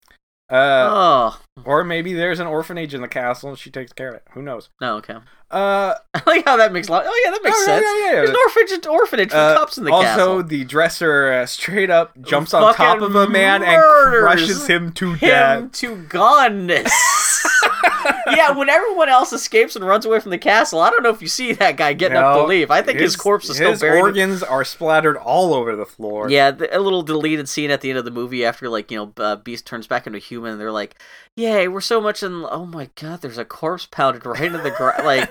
[SPEAKER 1] Uh,
[SPEAKER 2] oh
[SPEAKER 1] Or maybe there's an orphanage in the castle and she takes care of it. Who knows?
[SPEAKER 2] no okay. [laughs]
[SPEAKER 1] Uh,
[SPEAKER 2] I like how that makes lo- oh yeah that makes
[SPEAKER 1] oh, yeah,
[SPEAKER 2] sense.
[SPEAKER 1] yeah, yeah.
[SPEAKER 2] There's an orphanage orphanage for
[SPEAKER 1] Uh,
[SPEAKER 2] cups in the
[SPEAKER 1] also,
[SPEAKER 2] castle.
[SPEAKER 1] the dresser uh, straight up jumps on
[SPEAKER 2] Fucking
[SPEAKER 1] top of a man and
[SPEAKER 2] murders
[SPEAKER 1] crushes him to
[SPEAKER 2] him
[SPEAKER 1] death.
[SPEAKER 2] to goneness.
[SPEAKER 1] [laughs]
[SPEAKER 2] yeah, when everyone else escapes and runs away from the castle, I don't know if you see that guy getting up to
[SPEAKER 1] No,
[SPEAKER 2] leave. I think his, corpse is still
[SPEAKER 1] his
[SPEAKER 2] buried.
[SPEAKER 1] organs are splattered all over the floor.
[SPEAKER 2] Yeah, the, a little deleted scene at the end of the movie after like you know uh, Beast turns back into a human. and They're like, "Yay, we're so much in." Oh my god, there's a corpse pounded right into
[SPEAKER 1] [laughs]
[SPEAKER 2] the ground. like,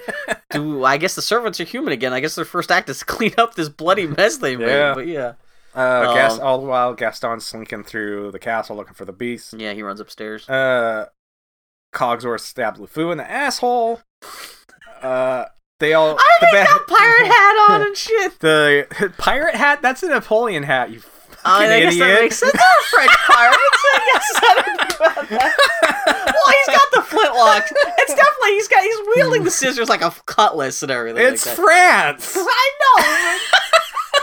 [SPEAKER 2] do I guess the servants are human again? I guess their first act is to clean up this bloody mess they made.
[SPEAKER 1] Yeah.
[SPEAKER 2] But yeah,
[SPEAKER 1] Uh,
[SPEAKER 2] Um,
[SPEAKER 1] Gas- all the while, Gaston's slinking through the castle looking for the beast.
[SPEAKER 2] yeah, he runs upstairs.
[SPEAKER 1] Uh, Cogsworth stabs LeFou in the asshole. Uh, they all.
[SPEAKER 2] I
[SPEAKER 1] the
[SPEAKER 2] already
[SPEAKER 1] ba- [laughs]
[SPEAKER 2] got pirate hat on and shit.
[SPEAKER 1] The pirate hat? That's a Napoleon hat, you fucking
[SPEAKER 2] I, I guess
[SPEAKER 1] idiot.
[SPEAKER 2] that makes sense. Ah, They're French pirates. I guess I don't
[SPEAKER 1] [laughs]
[SPEAKER 2] know about that. [laughs] Well, he's got the flintlock. It's definitely he's got he's wielding the scissors like a f- cutlass and everything. like
[SPEAKER 1] it's
[SPEAKER 2] that. [laughs]
[SPEAKER 1] France! [laughs]
[SPEAKER 2] I know.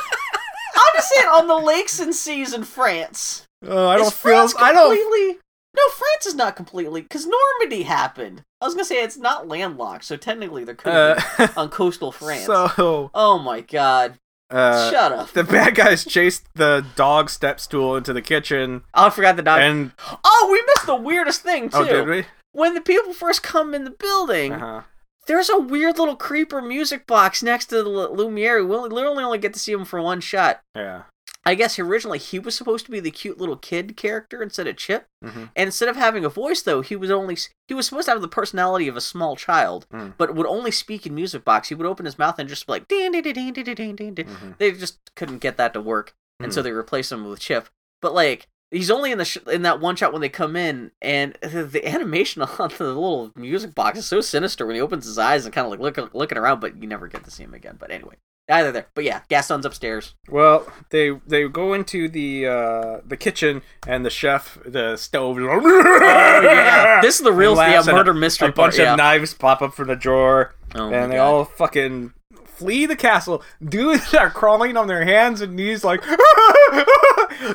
[SPEAKER 2] I'm just saying on the lakes and seas in France.
[SPEAKER 1] Oh, I
[SPEAKER 2] Is
[SPEAKER 1] don't feel.
[SPEAKER 2] France
[SPEAKER 1] I don't.
[SPEAKER 2] completely. No, France is not completely because Normandy happened. I was gonna say it's not landlocked, so technically there could have
[SPEAKER 1] Uh, [laughs]
[SPEAKER 2] been on coastal France.
[SPEAKER 1] so,
[SPEAKER 2] Oh my god!
[SPEAKER 1] uh,
[SPEAKER 2] Shut up!
[SPEAKER 1] the bad guys chased the dog step stool into the kitchen,
[SPEAKER 2] Oh, I forgot the dog.
[SPEAKER 1] and
[SPEAKER 2] Oh, we missed the weirdest thing too.
[SPEAKER 1] oh, did we?
[SPEAKER 2] When the people first come in the building,
[SPEAKER 1] Uh-huh.
[SPEAKER 2] There's a weird little creeper music box next to the Lu- Lumiere. We only- literally only get to see him for one shot.
[SPEAKER 1] Yeah.
[SPEAKER 2] I guess originally he was supposed to be the cute little kid character instead of Chip.
[SPEAKER 1] Mm-hmm.
[SPEAKER 2] And instead of having a voice, though, he was only he was supposed to have the personality of a small child,
[SPEAKER 1] Mm.
[SPEAKER 2] but would only speak in music box. He would open his mouth and just be like, "Ding, ding, ding, ding, ding, ding, ding, ding."
[SPEAKER 1] Mm-hmm.
[SPEAKER 2] they just couldn't get that to work, and
[SPEAKER 1] Hmm.
[SPEAKER 2] so they replaced him with Chip. But like, he's only in the sh- in that one shot when they come in, and [laughs] the, the animation [laughs] on the little music box is so sinister when he opens his eyes and kind of like look, looking around, but you never get to see him again. But anyway, either there. But yeah,
[SPEAKER 1] [laughs]
[SPEAKER 2] Gaston's upstairs.
[SPEAKER 1] Well, they they go into the uh, the kitchen and the chef the stove. oh, [laughs]
[SPEAKER 2] this is the real yeah,
[SPEAKER 1] Laughs and
[SPEAKER 2] murder
[SPEAKER 1] a
[SPEAKER 2] mystery part.
[SPEAKER 1] bunch
[SPEAKER 2] Yeah.
[SPEAKER 1] of knives pop up from the drawer,
[SPEAKER 2] Oh my
[SPEAKER 1] and they
[SPEAKER 2] God.
[SPEAKER 1] all fucking flee the castle. Dudes [laughs] are crawling on their hands and knees, like [laughs]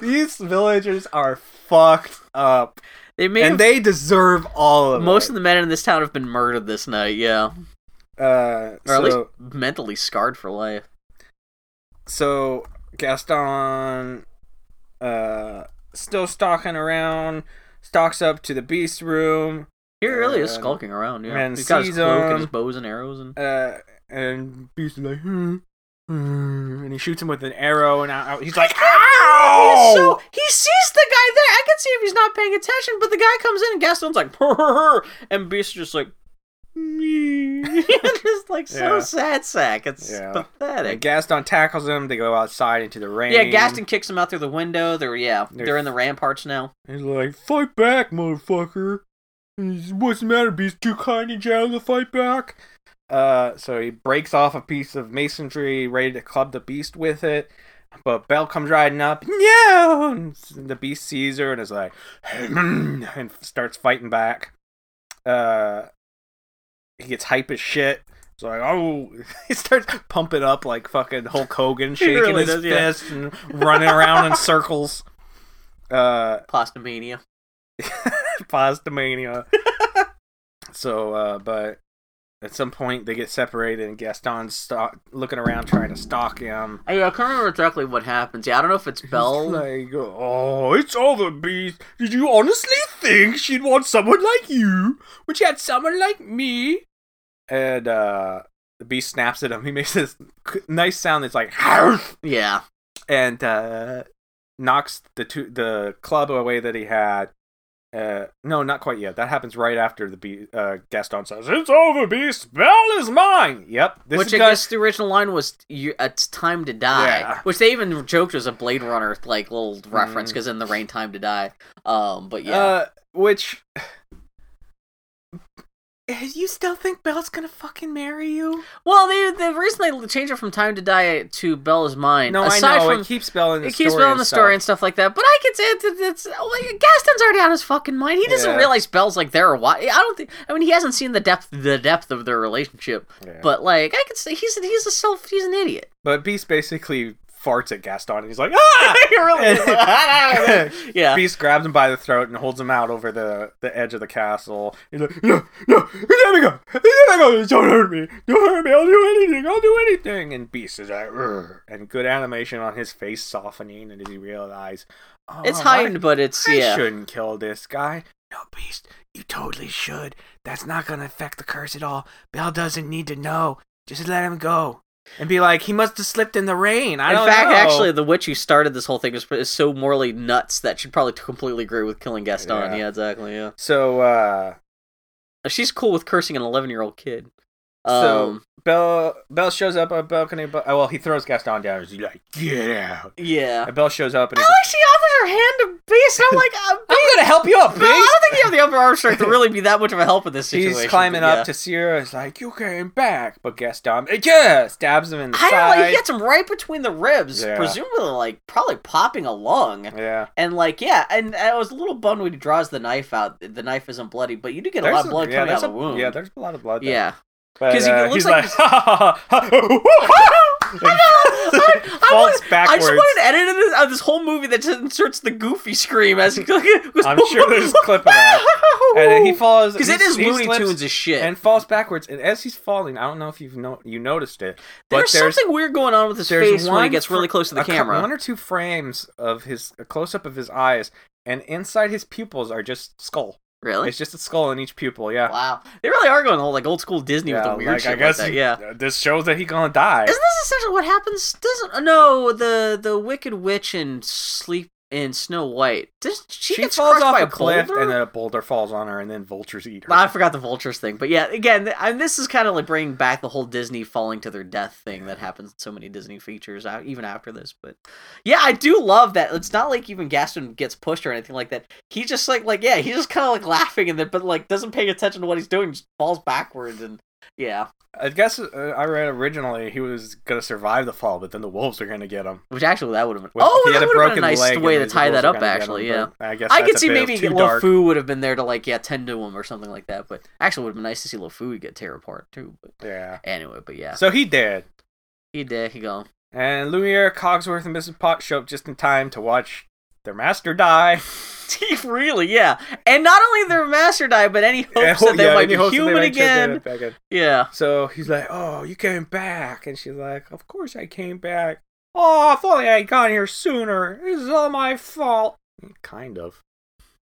[SPEAKER 1] these villagers are fucked up,
[SPEAKER 2] they made
[SPEAKER 1] and they deserve all of
[SPEAKER 2] Most
[SPEAKER 1] it.
[SPEAKER 2] of the men in this town have been murdered this night, yeah.
[SPEAKER 1] Uh,
[SPEAKER 2] Or at
[SPEAKER 1] so,
[SPEAKER 2] least mentally scarred for life.
[SPEAKER 1] so Gaston uh still stalking around, stalks up to the beast room,
[SPEAKER 2] He really is
[SPEAKER 1] And-
[SPEAKER 2] skulking around, yeah.
[SPEAKER 1] and
[SPEAKER 2] He's got his
[SPEAKER 1] sees
[SPEAKER 2] cloak and his
[SPEAKER 1] him.
[SPEAKER 2] bows and arrows and
[SPEAKER 1] uh and beast is like hmm, hmm," and he shoots him with an arrow and out, out- he's
[SPEAKER 2] [laughs]
[SPEAKER 1] like ow
[SPEAKER 2] So he sees the guy there. I can see if he's not paying attention, but the guy comes in and Gaston's like [laughs] "Purr, purr, purr," and Beast is just like [laughs] "Me." just like so
[SPEAKER 1] Yeah.
[SPEAKER 2] sad sack. It's
[SPEAKER 1] Yeah. And
[SPEAKER 2] pathetic.
[SPEAKER 1] Gaston tackles him, they go outside into the rain.
[SPEAKER 2] Yeah, Gaston kicks him out through the window. They're yeah,
[SPEAKER 1] They're-
[SPEAKER 2] they're in the ramparts now.
[SPEAKER 1] He's like, Fight back, motherfucker. He's, What's the matter, beast? Too kind and gentle to fight back? Uh, so he breaks off a piece of masonry, ready to club the beast with it. But Bell comes riding up, no! And the beast sees her and is like, [clears throat] and starts fighting back. Uh, he gets hype as shit. It's like, oh, [laughs] he starts pumping up like fucking Hulk
[SPEAKER 2] [laughs]
[SPEAKER 1] Hogan, shaking
[SPEAKER 2] really
[SPEAKER 1] his
[SPEAKER 2] does, yeah.
[SPEAKER 1] fist and running around in circles. Uh,
[SPEAKER 2] Plastomania.
[SPEAKER 1] [laughs] Postomania. so, uh, but at some point they get separated, and Gaston's stalk- looking around trying to stalk him.
[SPEAKER 2] I, I can't remember exactly what happens. Yeah, I don't know
[SPEAKER 1] [laughs]
[SPEAKER 2] if it's Bell.
[SPEAKER 1] He's like, oh, it's over, Beast. Did you honestly think she'd want someone like you when she had someone like me? And uh, the Beast snaps at him. He makes this [laughs] c- nice sound that's like, "Harf!"
[SPEAKER 2] yeah.
[SPEAKER 1] and uh, knocks the two, the club away that he had. Uh, no, not quite yet. That happens right after the be- uh, Gaston says, "It's over, beast. Bell is mine." Yep. This
[SPEAKER 2] which I
[SPEAKER 1] guy-
[SPEAKER 2] guess the original line was you, "It's time to die,"
[SPEAKER 1] Yeah. Mm.
[SPEAKER 2] which they even joked was a Blade Runner like little reference because in the rain, time to die. Um, but yeah,
[SPEAKER 1] Uh, which. [sighs] You still think Belle's gonna fucking marry you?
[SPEAKER 2] well, they the reason they changed it from time to die to Bell is mine.
[SPEAKER 1] No, I
[SPEAKER 2] aside
[SPEAKER 1] know.
[SPEAKER 2] from
[SPEAKER 1] it keeps Bell in the
[SPEAKER 2] it
[SPEAKER 1] story.
[SPEAKER 2] keeps Bell in
[SPEAKER 1] and
[SPEAKER 2] the
[SPEAKER 1] stuff.
[SPEAKER 2] story and stuff like that, but I could say it's, it's, it's- oh, like, Gaston's already out of his fucking mind. He doesn't
[SPEAKER 1] Yeah.
[SPEAKER 2] realize Bell's like there or why. I don't think. I mean, he hasn't seen the depth the depth of their relationship.
[SPEAKER 1] Yeah.
[SPEAKER 2] But like, I could say he's he's a self he's
[SPEAKER 1] [laughs]
[SPEAKER 2] an idiot. [laughs]
[SPEAKER 1] But Beast basically farts at Gaston and he's like, ah!
[SPEAKER 2] He
[SPEAKER 1] [laughs]
[SPEAKER 2] really is. yeah.
[SPEAKER 1] Beast grabs him by the throat and holds him out over the, the edge of the castle. He's like, no, no, let me go, let me go, don't hurt me, don't hurt me, I'll do anything, I'll do anything. And Beast is like, "Urgh." and good animation on his face softening and he realizes, oh,
[SPEAKER 2] It's
[SPEAKER 1] I-
[SPEAKER 2] heightened, but it's
[SPEAKER 1] I
[SPEAKER 2] yeah.
[SPEAKER 1] shouldn't kill this guy. No, Beast, you totally should. That's not gonna affect the curse at all. Bell doesn't need to know. Just let him go. And be like, he must have slipped in the rain. I
[SPEAKER 2] In
[SPEAKER 1] don't
[SPEAKER 2] fact,
[SPEAKER 1] know."
[SPEAKER 2] actually, the witch who started this whole thing is, is so morally nuts that she'd probably completely agree with killing Gaston. Yeah,
[SPEAKER 1] Yeah.
[SPEAKER 2] exactly. Yeah,
[SPEAKER 1] So, uh,
[SPEAKER 2] she's cool with cursing an eleven-year-old kid.
[SPEAKER 1] So-
[SPEAKER 2] Um,
[SPEAKER 1] Bell Bell shows up on a balcony. But, oh, well, he throws Gaston down. He's like, "Get out!"
[SPEAKER 2] yeah.
[SPEAKER 1] And Bell shows up and
[SPEAKER 2] I
[SPEAKER 1] he's
[SPEAKER 2] like she offers her hand to Beast. and I'm like,
[SPEAKER 1] [laughs]
[SPEAKER 2] uh,
[SPEAKER 1] like, "I'm gonna help you up,
[SPEAKER 2] Beast, Bell, I
[SPEAKER 1] Beast."
[SPEAKER 2] don't think you have the upper arm strength to really be that much of a help
[SPEAKER 1] [laughs]
[SPEAKER 2] in this situation.
[SPEAKER 1] He's climbing
[SPEAKER 2] but yeah.
[SPEAKER 1] up to Sierra. He's like, "You came back," but Gaston, eh, yeah, stabs him in the
[SPEAKER 2] I don't know. He
[SPEAKER 1] side.
[SPEAKER 2] gets him right between the ribs,
[SPEAKER 1] Yeah.
[SPEAKER 2] presumably like probably popping a lung.
[SPEAKER 1] Yeah,
[SPEAKER 2] And like, yeah, and I was a little bummed when he draws the knife out. The knife isn't bloody, but you do get a lot of blood
[SPEAKER 1] yeah,
[SPEAKER 2] coming out
[SPEAKER 1] there's
[SPEAKER 2] of the
[SPEAKER 1] a-
[SPEAKER 2] wound.
[SPEAKER 1] Yeah, there's a lot of blood. there. [laughs]
[SPEAKER 2] yeah. [laughs]
[SPEAKER 1] But,
[SPEAKER 2] 'Cause he
[SPEAKER 1] uh,
[SPEAKER 2] looks
[SPEAKER 1] he's
[SPEAKER 2] like
[SPEAKER 1] like,
[SPEAKER 2] he's-
[SPEAKER 1] [laughs] ha ha
[SPEAKER 2] [laughs] I, I
[SPEAKER 1] falls
[SPEAKER 2] wanted- I
[SPEAKER 1] backwards.
[SPEAKER 2] just wanted to edit this, uh, this whole movie that just inserts the goofy scream as he. [laughs]
[SPEAKER 1] I'm sure there's a clip of that. And then he falls
[SPEAKER 2] because
[SPEAKER 1] he-
[SPEAKER 2] it is
[SPEAKER 1] he
[SPEAKER 2] Looney
[SPEAKER 1] slips
[SPEAKER 2] Tunes as shit.
[SPEAKER 1] and falls backwards. And as he's falling, I don't know if you've no- you noticed it, but
[SPEAKER 2] there's,
[SPEAKER 1] there's
[SPEAKER 2] something weird going on with his
[SPEAKER 1] there's
[SPEAKER 2] face when he
[SPEAKER 1] one
[SPEAKER 2] gets really
[SPEAKER 1] fr-
[SPEAKER 2] close to the
[SPEAKER 1] a cou-
[SPEAKER 2] camera.
[SPEAKER 1] one or two frames of his a close up of his eyes, and inside his pupils are just skull.
[SPEAKER 2] Really?
[SPEAKER 1] It's just a skull in each pupil. Yeah.
[SPEAKER 2] Wow. They really are going all like old school Disney with the
[SPEAKER 1] Yeah,
[SPEAKER 2] weird
[SPEAKER 1] like,
[SPEAKER 2] shit
[SPEAKER 1] I guess uh,
[SPEAKER 2] like that. Yeah.
[SPEAKER 1] this shows that he gonna die.
[SPEAKER 2] Isn't this essentially what happens? Doesn't uh, no the the Wicked Witch in Sleep in Snow White? Does she, gets
[SPEAKER 1] falls
[SPEAKER 2] crushed
[SPEAKER 1] off
[SPEAKER 2] by
[SPEAKER 1] a cliff,
[SPEAKER 2] boulder?
[SPEAKER 1] and then a boulder falls on her, and then vultures eat her.
[SPEAKER 2] Well, I forgot the vultures thing, but yeah, again, th- and this is kind of like bringing back the whole Disney falling to their death thing that happens in so many Disney features out even after this. But yeah, I do love that. It's not like even Gaston gets pushed or anything like that. He just like like yeah, he's just kind of like laughing and then but like doesn't pay attention to what he's doing, just falls backwards and yeah,
[SPEAKER 1] I guess uh, I read originally he was gonna survive the fall, but then the wolves are gonna get him.
[SPEAKER 2] which actually that would have been
[SPEAKER 1] With-
[SPEAKER 2] oh
[SPEAKER 1] he had
[SPEAKER 2] that
[SPEAKER 1] a
[SPEAKER 2] would have been
[SPEAKER 1] broken
[SPEAKER 2] a nice
[SPEAKER 1] leg,
[SPEAKER 2] way to
[SPEAKER 1] and the
[SPEAKER 2] tie
[SPEAKER 1] wolves
[SPEAKER 2] that
[SPEAKER 1] are
[SPEAKER 2] up
[SPEAKER 1] gonna get
[SPEAKER 2] actually.
[SPEAKER 1] him,
[SPEAKER 2] Yeah.
[SPEAKER 1] but I guess
[SPEAKER 2] I
[SPEAKER 1] that's
[SPEAKER 2] could
[SPEAKER 1] a
[SPEAKER 2] see
[SPEAKER 1] bit
[SPEAKER 2] maybe
[SPEAKER 1] too dark.
[SPEAKER 2] LeFou would have been there to like yeah tend to him or something like that, but actually would have been nice to see LeFou get tear apart too. But
[SPEAKER 1] Yeah.
[SPEAKER 2] anyway, but yeah,
[SPEAKER 1] So he did,
[SPEAKER 2] he did. He [laughs] go.
[SPEAKER 1] and Lumiere, Cogsworth, and Mrs. Pot show up just in time to watch their master
[SPEAKER 2] [laughs]
[SPEAKER 1] die.
[SPEAKER 2] really, yeah. And not only their master die, but any hopes
[SPEAKER 1] And ho-
[SPEAKER 2] that they
[SPEAKER 1] yeah,
[SPEAKER 2] might
[SPEAKER 1] and
[SPEAKER 2] be
[SPEAKER 1] he hopes that they
[SPEAKER 2] human
[SPEAKER 1] might check that
[SPEAKER 2] again.
[SPEAKER 1] back in.
[SPEAKER 2] Yeah.
[SPEAKER 1] So he's like, "Oh, you came back," and she's like, "Of course I came back. Oh, if only I had gone here sooner. This is all my fault." Kind of.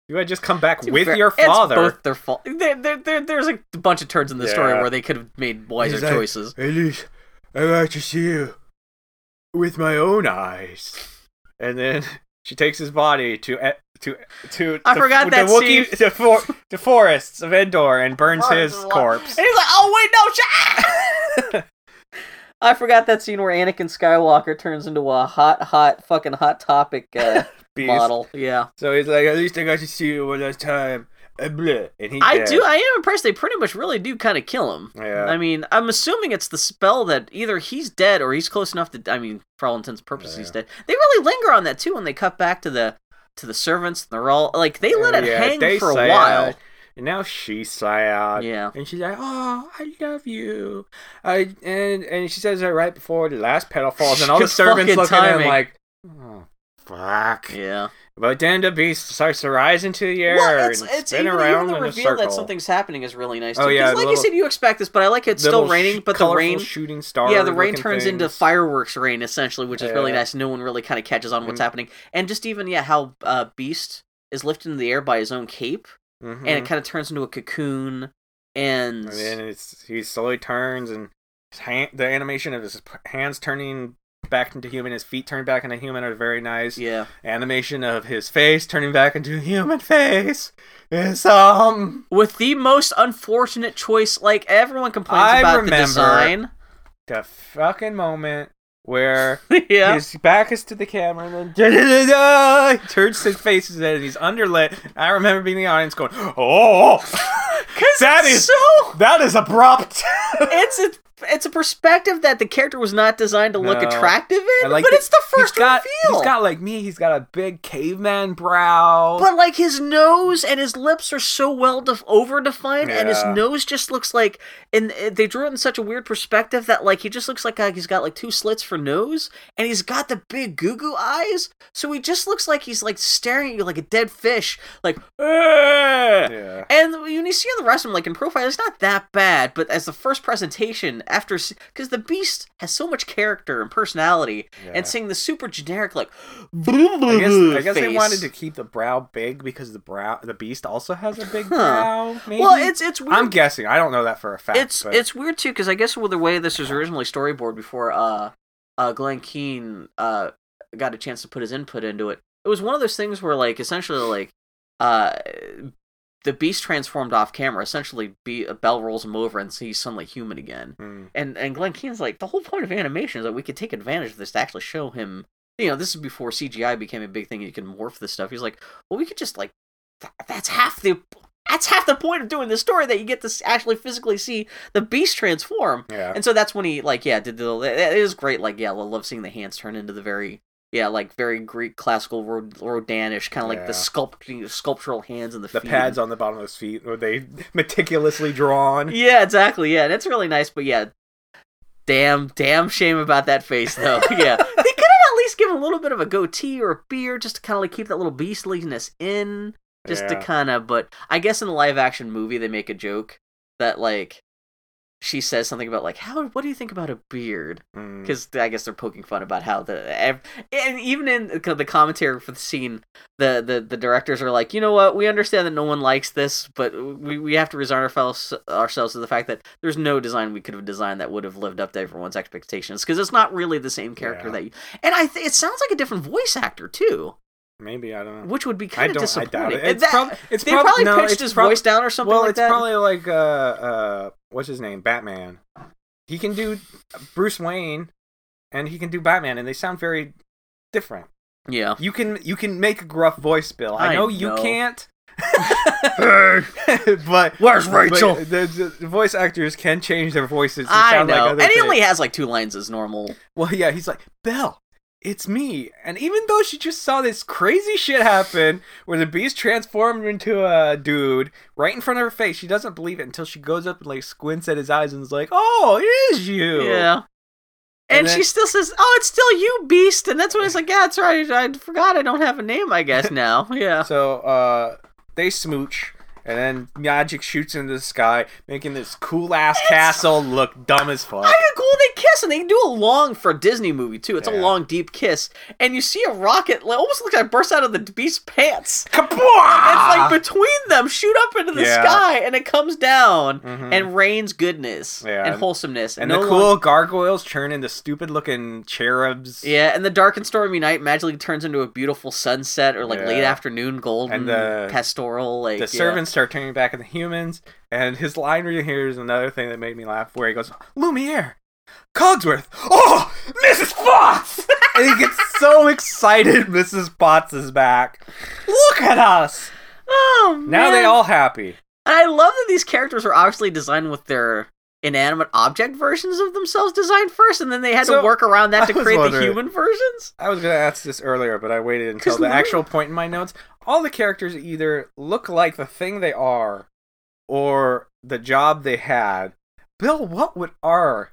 [SPEAKER 1] You had just come back with your
[SPEAKER 2] It's
[SPEAKER 1] father.
[SPEAKER 2] both their fault. There, there, there, there's like a bunch of turns in the story
[SPEAKER 1] Yeah.
[SPEAKER 2] where they could have made wiser
[SPEAKER 1] He's like-
[SPEAKER 2] choices.
[SPEAKER 1] At least I got to see you with my own eyes. And then she takes his body to eh, to to.
[SPEAKER 2] I
[SPEAKER 1] to,
[SPEAKER 2] forgot
[SPEAKER 1] the
[SPEAKER 2] that
[SPEAKER 1] Wookiee-
[SPEAKER 2] scene.
[SPEAKER 1] to, for, to forests of Endor and burns his corpse.
[SPEAKER 2] And he's like, oh, wait, no, shit! I forgot that scene where Anakin Skywalker turns into a hot, hot, fucking hot topic
[SPEAKER 1] [laughs]
[SPEAKER 2] uh,
[SPEAKER 1] [laughs] Beast.
[SPEAKER 2] model. Yeah.
[SPEAKER 1] So he's like, at least I got to see you one last time. Uh, bleh. And he
[SPEAKER 2] I
[SPEAKER 1] dead.
[SPEAKER 2] do. I am impressed. They pretty much really do kind of kill him.
[SPEAKER 1] Yeah.
[SPEAKER 2] I mean, I'm assuming it's the spell that either he's dead or he's close enough to. I mean, for all intents and purposes, he's dead. They really linger on that too when they cut back to the to the servants. And they're all like they let it
[SPEAKER 1] Yeah,
[SPEAKER 2] hang
[SPEAKER 1] they "Oh,
[SPEAKER 2] for a
[SPEAKER 1] sighed.
[SPEAKER 2] while.
[SPEAKER 1] And now she's sad.
[SPEAKER 2] Yeah.
[SPEAKER 1] And she's like, "Oh, I love you," I, and and she says that right before the last petal falls, and all the
[SPEAKER 2] Good
[SPEAKER 1] servants
[SPEAKER 2] fucking
[SPEAKER 1] look at him
[SPEAKER 2] timing.
[SPEAKER 1] like, "Oh, fuck."
[SPEAKER 2] Yeah.
[SPEAKER 1] But then the beast starts to rise into the air
[SPEAKER 2] well, it's
[SPEAKER 1] and
[SPEAKER 2] it's
[SPEAKER 1] spin
[SPEAKER 2] even,
[SPEAKER 1] around
[SPEAKER 2] even the
[SPEAKER 1] in a
[SPEAKER 2] reveal
[SPEAKER 1] circle.
[SPEAKER 2] that something's happening is really nice. Too,
[SPEAKER 1] Oh,
[SPEAKER 2] 'cause
[SPEAKER 1] yeah,
[SPEAKER 2] like you
[SPEAKER 1] little-
[SPEAKER 2] said, you expect this, but I like it's still
[SPEAKER 1] Little
[SPEAKER 2] raining,
[SPEAKER 1] sh-
[SPEAKER 2] but the
[SPEAKER 1] colorful
[SPEAKER 2] rain.
[SPEAKER 1] shooting stars.
[SPEAKER 2] yeah, the rain
[SPEAKER 1] looking
[SPEAKER 2] turns into
[SPEAKER 1] things.
[SPEAKER 2] fireworks rain essentially, which is really
[SPEAKER 1] Yeah.
[SPEAKER 2] nice. No one really kind of catches on what's
[SPEAKER 1] Mm.
[SPEAKER 2] happening, and just even yeah, how uh, Beast is lifted in the air by his own cape,
[SPEAKER 1] Mhm.
[SPEAKER 2] and it kind of turns into a cocoon, and,
[SPEAKER 1] And then it's he slowly turns, and his hand, the animation of his p- hands turning back into human, his feet turning back into human are very nice.
[SPEAKER 2] yeah,
[SPEAKER 1] Animation of his face turning back into a human face is um.
[SPEAKER 2] with the most unfortunate choice. Like everyone complains
[SPEAKER 1] I
[SPEAKER 2] about the
[SPEAKER 1] remember-
[SPEAKER 2] design. [laughs]
[SPEAKER 1] the fucking moment where
[SPEAKER 2] yeah,
[SPEAKER 1] his back is to the camera and [laughs] then he turns his face is and he's underlit. I remember being in the audience going,
[SPEAKER 2] [laughs]
[SPEAKER 1] "Oh,
[SPEAKER 2] because
[SPEAKER 1] that
[SPEAKER 2] it's
[SPEAKER 1] is-
[SPEAKER 2] so.
[SPEAKER 1] that is abrupt." [laughs]
[SPEAKER 2] It's a it's a perspective that the character was not designed to look
[SPEAKER 1] No.
[SPEAKER 2] attractive in,
[SPEAKER 1] And, like,
[SPEAKER 2] but
[SPEAKER 1] the-
[SPEAKER 2] it's the
[SPEAKER 1] he's
[SPEAKER 2] first
[SPEAKER 1] got
[SPEAKER 2] reveal.
[SPEAKER 1] he's got like me. He's got a big caveman brow.
[SPEAKER 2] But like his nose and his lips are so well def- over defined, and his
[SPEAKER 1] Yeah.
[SPEAKER 2] nose just looks like, and uh, they drew it in such a weird perspective that like he just looks like uh, he's got like two slits for nose, and he's got the big goo goo eyes, so he just looks like he's like staring at you like a dead fish, like. "Eh."
[SPEAKER 1] yeah,
[SPEAKER 2] And when you see on the rest of him, like in profile, it's not that bad. But as the first presentation, after because the beast has so much character and personality,
[SPEAKER 1] Yeah.
[SPEAKER 2] and seeing the super generic like,
[SPEAKER 1] I guess, I guess they
[SPEAKER 2] Mm-hmm. face.
[SPEAKER 1] wanted to keep the brow big because the brow the beast also has a big
[SPEAKER 2] Huh.
[SPEAKER 1] brow. Maybe?
[SPEAKER 2] Well, it's it's weird.
[SPEAKER 1] I'm guessing. I don't know that for a fact.
[SPEAKER 2] it's
[SPEAKER 1] but
[SPEAKER 2] it's weird too because I guess with the way this was originally storyboarded before uh uh Glenn Keane uh got a chance to put his input into it. It was one of those things where like essentially like uh the beast transformed off camera. Essentially, be a bell rolls him over and he's suddenly human again.
[SPEAKER 1] Hmm.
[SPEAKER 2] And and Glenn Keane's like the whole point of animation is that we could take advantage of this to actually show him. You know, this is before CGI became a big thing. You can morph this stuff. He's like, well, we could just like th- that's half the that's half the point of doing this story that you get to s- actually physically see the beast transform.
[SPEAKER 1] yeah.
[SPEAKER 2] And so that's when he like yeah did the it is great like yeah I love seeing the hands turn into the very yeah like very Greek classical Rod- Rodanish kind of like
[SPEAKER 1] Yeah.
[SPEAKER 2] the sculpting sculptural hands and the
[SPEAKER 1] the
[SPEAKER 2] feet.
[SPEAKER 1] pads on the bottom of his feet were they [laughs] meticulously drawn
[SPEAKER 2] Yeah, exactly. Yeah, that's really nice. But yeah, damn, damn shame about that face though. [laughs] yeah, they could have at least given a little bit of a goatee or a beard just to kind of like keep that little beastliness in, just to
[SPEAKER 1] Yeah.
[SPEAKER 2] kind of. But I guess in the live action movie they make a joke that like she says something about like how what do you think about a beard
[SPEAKER 1] Mm.
[SPEAKER 2] because I guess they're poking fun about how the ev- and even in the commentary for the scene, the, the the directors are like, you know what, we understand that no one likes this, but we, we have to resign ourselves ourselves to the fact that there's no design we could have designed that would have lived up to everyone's expectations because it's not really the same character
[SPEAKER 1] Yeah.
[SPEAKER 2] that you. And I th- it sounds like a different voice actor too,
[SPEAKER 1] Maybe I don't know.
[SPEAKER 2] which would be
[SPEAKER 1] I
[SPEAKER 2] kind of
[SPEAKER 1] don't. I
[SPEAKER 2] disappointing.
[SPEAKER 1] doubt it.
[SPEAKER 2] And
[SPEAKER 1] It's
[SPEAKER 2] that-
[SPEAKER 1] prob- it's
[SPEAKER 2] they
[SPEAKER 1] prob-
[SPEAKER 2] probably
[SPEAKER 1] no,
[SPEAKER 2] pitched
[SPEAKER 1] it's
[SPEAKER 2] his
[SPEAKER 1] prob-
[SPEAKER 2] voice down or something
[SPEAKER 1] Well,
[SPEAKER 2] like
[SPEAKER 1] it's
[SPEAKER 2] that.
[SPEAKER 1] probably like uh uh what's his name, Batman. He can do Bruce Wayne, and he can do Batman, and they sound very different.
[SPEAKER 2] yeah.
[SPEAKER 1] [laughs] You can you can make a gruff voice, Bill. I,
[SPEAKER 2] I
[SPEAKER 1] know, you
[SPEAKER 2] know.
[SPEAKER 1] can't. [laughs] but
[SPEAKER 2] Where's Rachel?
[SPEAKER 1] But the, the, the voice actors can change their voices. to
[SPEAKER 2] I
[SPEAKER 1] sound
[SPEAKER 2] know,
[SPEAKER 1] Like
[SPEAKER 2] and
[SPEAKER 1] other
[SPEAKER 2] he
[SPEAKER 1] things.
[SPEAKER 2] only has like two lines as normal.
[SPEAKER 1] Well, yeah, he's like, Belle, it's me. And even though she just saw this crazy shit happen where the beast transformed into a dude right in front of her face, she doesn't believe it until she goes up and like squints at his eyes and is like, Oh, it is you.
[SPEAKER 2] Yeah. And,
[SPEAKER 1] And then-
[SPEAKER 2] she still says, "Oh, it's still you, Beast." And that's when it's like, "Yeah, that's right. I forgot I don't have a name. I [laughs] guess now." Yeah.
[SPEAKER 1] So uh they smooch and then Magic shoots into the sky, making this cool ass castle look dumb as fuck.
[SPEAKER 2] I think cool. They kiss and they do a long for a Disney movie too. It's a
[SPEAKER 1] Yeah.
[SPEAKER 2] long, deep kiss, and you see a rocket like, almost looks like it burst out of the Beast's pants. It's
[SPEAKER 1] Kaboom!
[SPEAKER 2] like between them, shoot up into the
[SPEAKER 1] Yeah.
[SPEAKER 2] sky, and it comes down
[SPEAKER 1] Mhm.
[SPEAKER 2] and rains goodness
[SPEAKER 1] Yeah,
[SPEAKER 2] Mm-hmm. and
[SPEAKER 1] and-
[SPEAKER 2] wholesomeness
[SPEAKER 1] and
[SPEAKER 2] no
[SPEAKER 1] the
[SPEAKER 2] long-
[SPEAKER 1] cool gargoyles turn into stupid looking cherubs.
[SPEAKER 2] Yeah, and the dark and stormy night magically turns into a beautiful sunset or like late
[SPEAKER 1] Yeah.
[SPEAKER 2] afternoon golden
[SPEAKER 1] And the-
[SPEAKER 2] pastoral like
[SPEAKER 1] the
[SPEAKER 2] yeah.
[SPEAKER 1] servants start turning back at the humans, and his line reading here is another thing that made me laugh, where he goes, Lumiere! Cogsworth! Oh! Mrs. Potts! [laughs] and he gets so excited Mrs. Potts is back. Look at us!
[SPEAKER 2] Oh man.
[SPEAKER 1] Now they all happy.
[SPEAKER 2] And I love that these characters were obviously designed with their inanimate object versions of themselves designed first, and then they had to
[SPEAKER 1] So,
[SPEAKER 2] work around that
[SPEAKER 1] I
[SPEAKER 2] to
[SPEAKER 1] was
[SPEAKER 2] create the
[SPEAKER 1] wondering-
[SPEAKER 2] human versions.
[SPEAKER 1] I was gonna ask this earlier, but I waited until
[SPEAKER 2] 'Cause
[SPEAKER 1] the
[SPEAKER 2] Lumia-
[SPEAKER 1] actual point in my notes. All the characters either look like the thing they are, or the job they had. Bill, what would our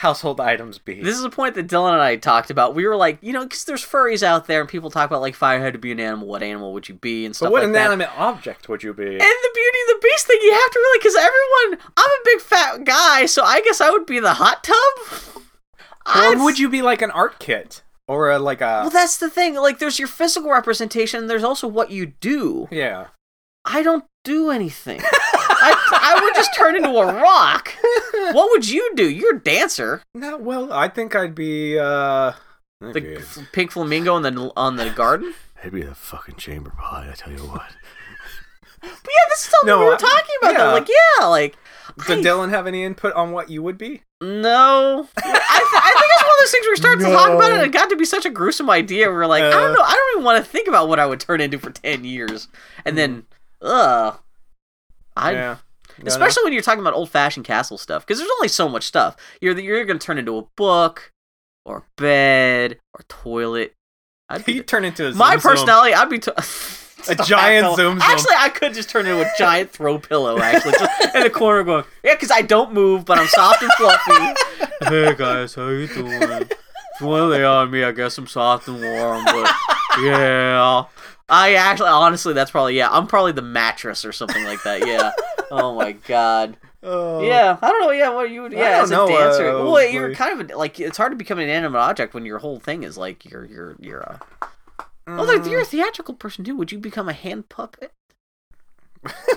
[SPEAKER 1] household items be?
[SPEAKER 2] This is a point that Dylan and I talked about. We were like, you know, because there's furries out there, and people talk about like if I had to be an animal, what animal would you be, and stuff
[SPEAKER 1] but what
[SPEAKER 2] like that.
[SPEAKER 1] inanimate object would you be?
[SPEAKER 2] And the Beauty and the Beast thing, you have to really, because everyone, I'm a big fat guy, so I guess I would be the hot tub.
[SPEAKER 1] Or would you be like an art kit or a, like a
[SPEAKER 2] Well, that's the thing. Like, there's your physical representation, and there's also what you do.
[SPEAKER 1] yeah?
[SPEAKER 2] I don't do anything. I, I would just turn into a rock. What would you do? You're a dancer.
[SPEAKER 1] No, well, I think I'd be uh. I'd
[SPEAKER 2] The f- pink flamingo on the on the garden.
[SPEAKER 4] I'd be the fucking chamber pot, I tell you what.
[SPEAKER 2] But yeah, this is something
[SPEAKER 1] No,
[SPEAKER 2] we were
[SPEAKER 1] I-
[SPEAKER 2] talking about. though.
[SPEAKER 1] yeah.
[SPEAKER 2] Like, yeah, like.
[SPEAKER 1] Did
[SPEAKER 2] I-
[SPEAKER 1] Dylan have any input on what you would be?
[SPEAKER 2] No, I, th- I think it's one of those things where we started to talk about it,
[SPEAKER 1] No.
[SPEAKER 2] and it got to be such a gruesome idea. We were like, I don't
[SPEAKER 1] Uh.
[SPEAKER 2] know, I don't even want to think about what I would turn into for ten years, and then,
[SPEAKER 1] Hmm.
[SPEAKER 2] ugh, I.
[SPEAKER 1] yeah. No, no. [laughs]
[SPEAKER 2] Especially when you're talking about old-fashioned castle stuff, because there's only so much stuff. You're you're gonna turn into a book, or bed, or toilet.
[SPEAKER 5] [laughs]
[SPEAKER 2] I'd be,
[SPEAKER 1] he'd turn into a
[SPEAKER 2] my
[SPEAKER 1] Zoom Zoom.
[SPEAKER 2] personality, I'd be t- [laughs] Stop
[SPEAKER 1] giant
[SPEAKER 2] that pillow.
[SPEAKER 1] zoom zoom.
[SPEAKER 2] Actually, I could just turn into a giant throw pillow. Actually, just in the corner going, yeah, because I don't move, but I'm soft and
[SPEAKER 5] [laughs]
[SPEAKER 2] fluffy.
[SPEAKER 5] Hey guys, how you doing? If you want to lay on me, I guess I'm soft and warm,
[SPEAKER 2] [laughs]
[SPEAKER 5] but
[SPEAKER 2] Yeah. I actually, honestly, that's probably yeah. I'm probably the mattress or something like that. Yeah. oh my god.
[SPEAKER 1] [laughs] Oh.
[SPEAKER 2] Yeah. I don't know. Yeah. What you would?
[SPEAKER 1] I
[SPEAKER 2] Yeah.
[SPEAKER 1] don't
[SPEAKER 2] As a
[SPEAKER 1] know,
[SPEAKER 2] dancer,
[SPEAKER 1] uh,
[SPEAKER 2] well, you're
[SPEAKER 1] like-
[SPEAKER 2] kind of a- like it's hard to become an inanimate object when your whole thing is like you're you're you're a. Although
[SPEAKER 1] Mm. [laughs]
[SPEAKER 2] you're a theatrical person too, would you become a hand puppet? [laughs]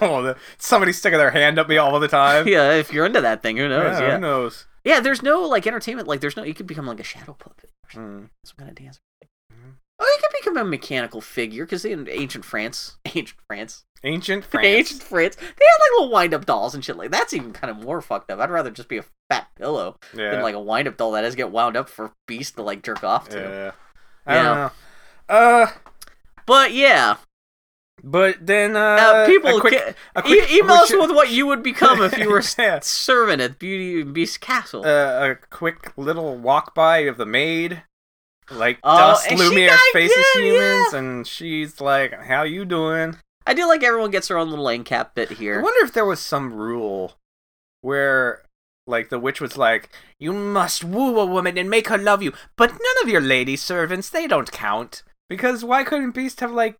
[SPEAKER 1] oh, the, somebody sticking their hand up me all the time.
[SPEAKER 2] [laughs] yeah, if you're into that thing, who
[SPEAKER 1] Yeah,
[SPEAKER 2] knows? Yeah, yeah.
[SPEAKER 1] Who knows?
[SPEAKER 2] there's no like entertainment. Like there's no. You could become like a shadow puppet. Or something.
[SPEAKER 1] Mm.
[SPEAKER 2] Some kind of dancer.
[SPEAKER 1] Mhm.
[SPEAKER 2] Oh, you could become a mechanical figure because in ancient France, [laughs] ancient France, [laughs]
[SPEAKER 1] Ancient France.
[SPEAKER 2] ancient France, they had like little wind-up dolls and shit like that's even kind of more fucked up. I'd rather just be a fat pillow
[SPEAKER 1] yeah.
[SPEAKER 2] than like a wind-up doll that has to get wound up for beast to like jerk off to.
[SPEAKER 1] yeah. I
[SPEAKER 2] Yeah.
[SPEAKER 1] don't know. Uh,
[SPEAKER 2] But yeah,
[SPEAKER 1] but then uh,
[SPEAKER 2] uh, people
[SPEAKER 1] a quick,
[SPEAKER 2] ca-
[SPEAKER 1] a quick
[SPEAKER 2] e- email us
[SPEAKER 1] quick- [laughs]
[SPEAKER 2] with what you would become if you were a
[SPEAKER 1] Yeah.
[SPEAKER 2] servant at Beauty and Beast Castle.
[SPEAKER 1] uh, a quick little walk by of the maid, like
[SPEAKER 2] Oh,
[SPEAKER 1] dust
[SPEAKER 2] and she
[SPEAKER 1] Lumiere's
[SPEAKER 2] got-
[SPEAKER 1] faces
[SPEAKER 2] yeah,
[SPEAKER 1] humans, and she's like, "How you doing?"
[SPEAKER 2] I do like everyone gets their own little end cap bit
[SPEAKER 1] I
[SPEAKER 2] here.
[SPEAKER 1] wonder if there was some rule where, like, the witch was like, "You must woo a woman and make her love you, but none of your lady servants they don't count because why couldn't Beast have like?"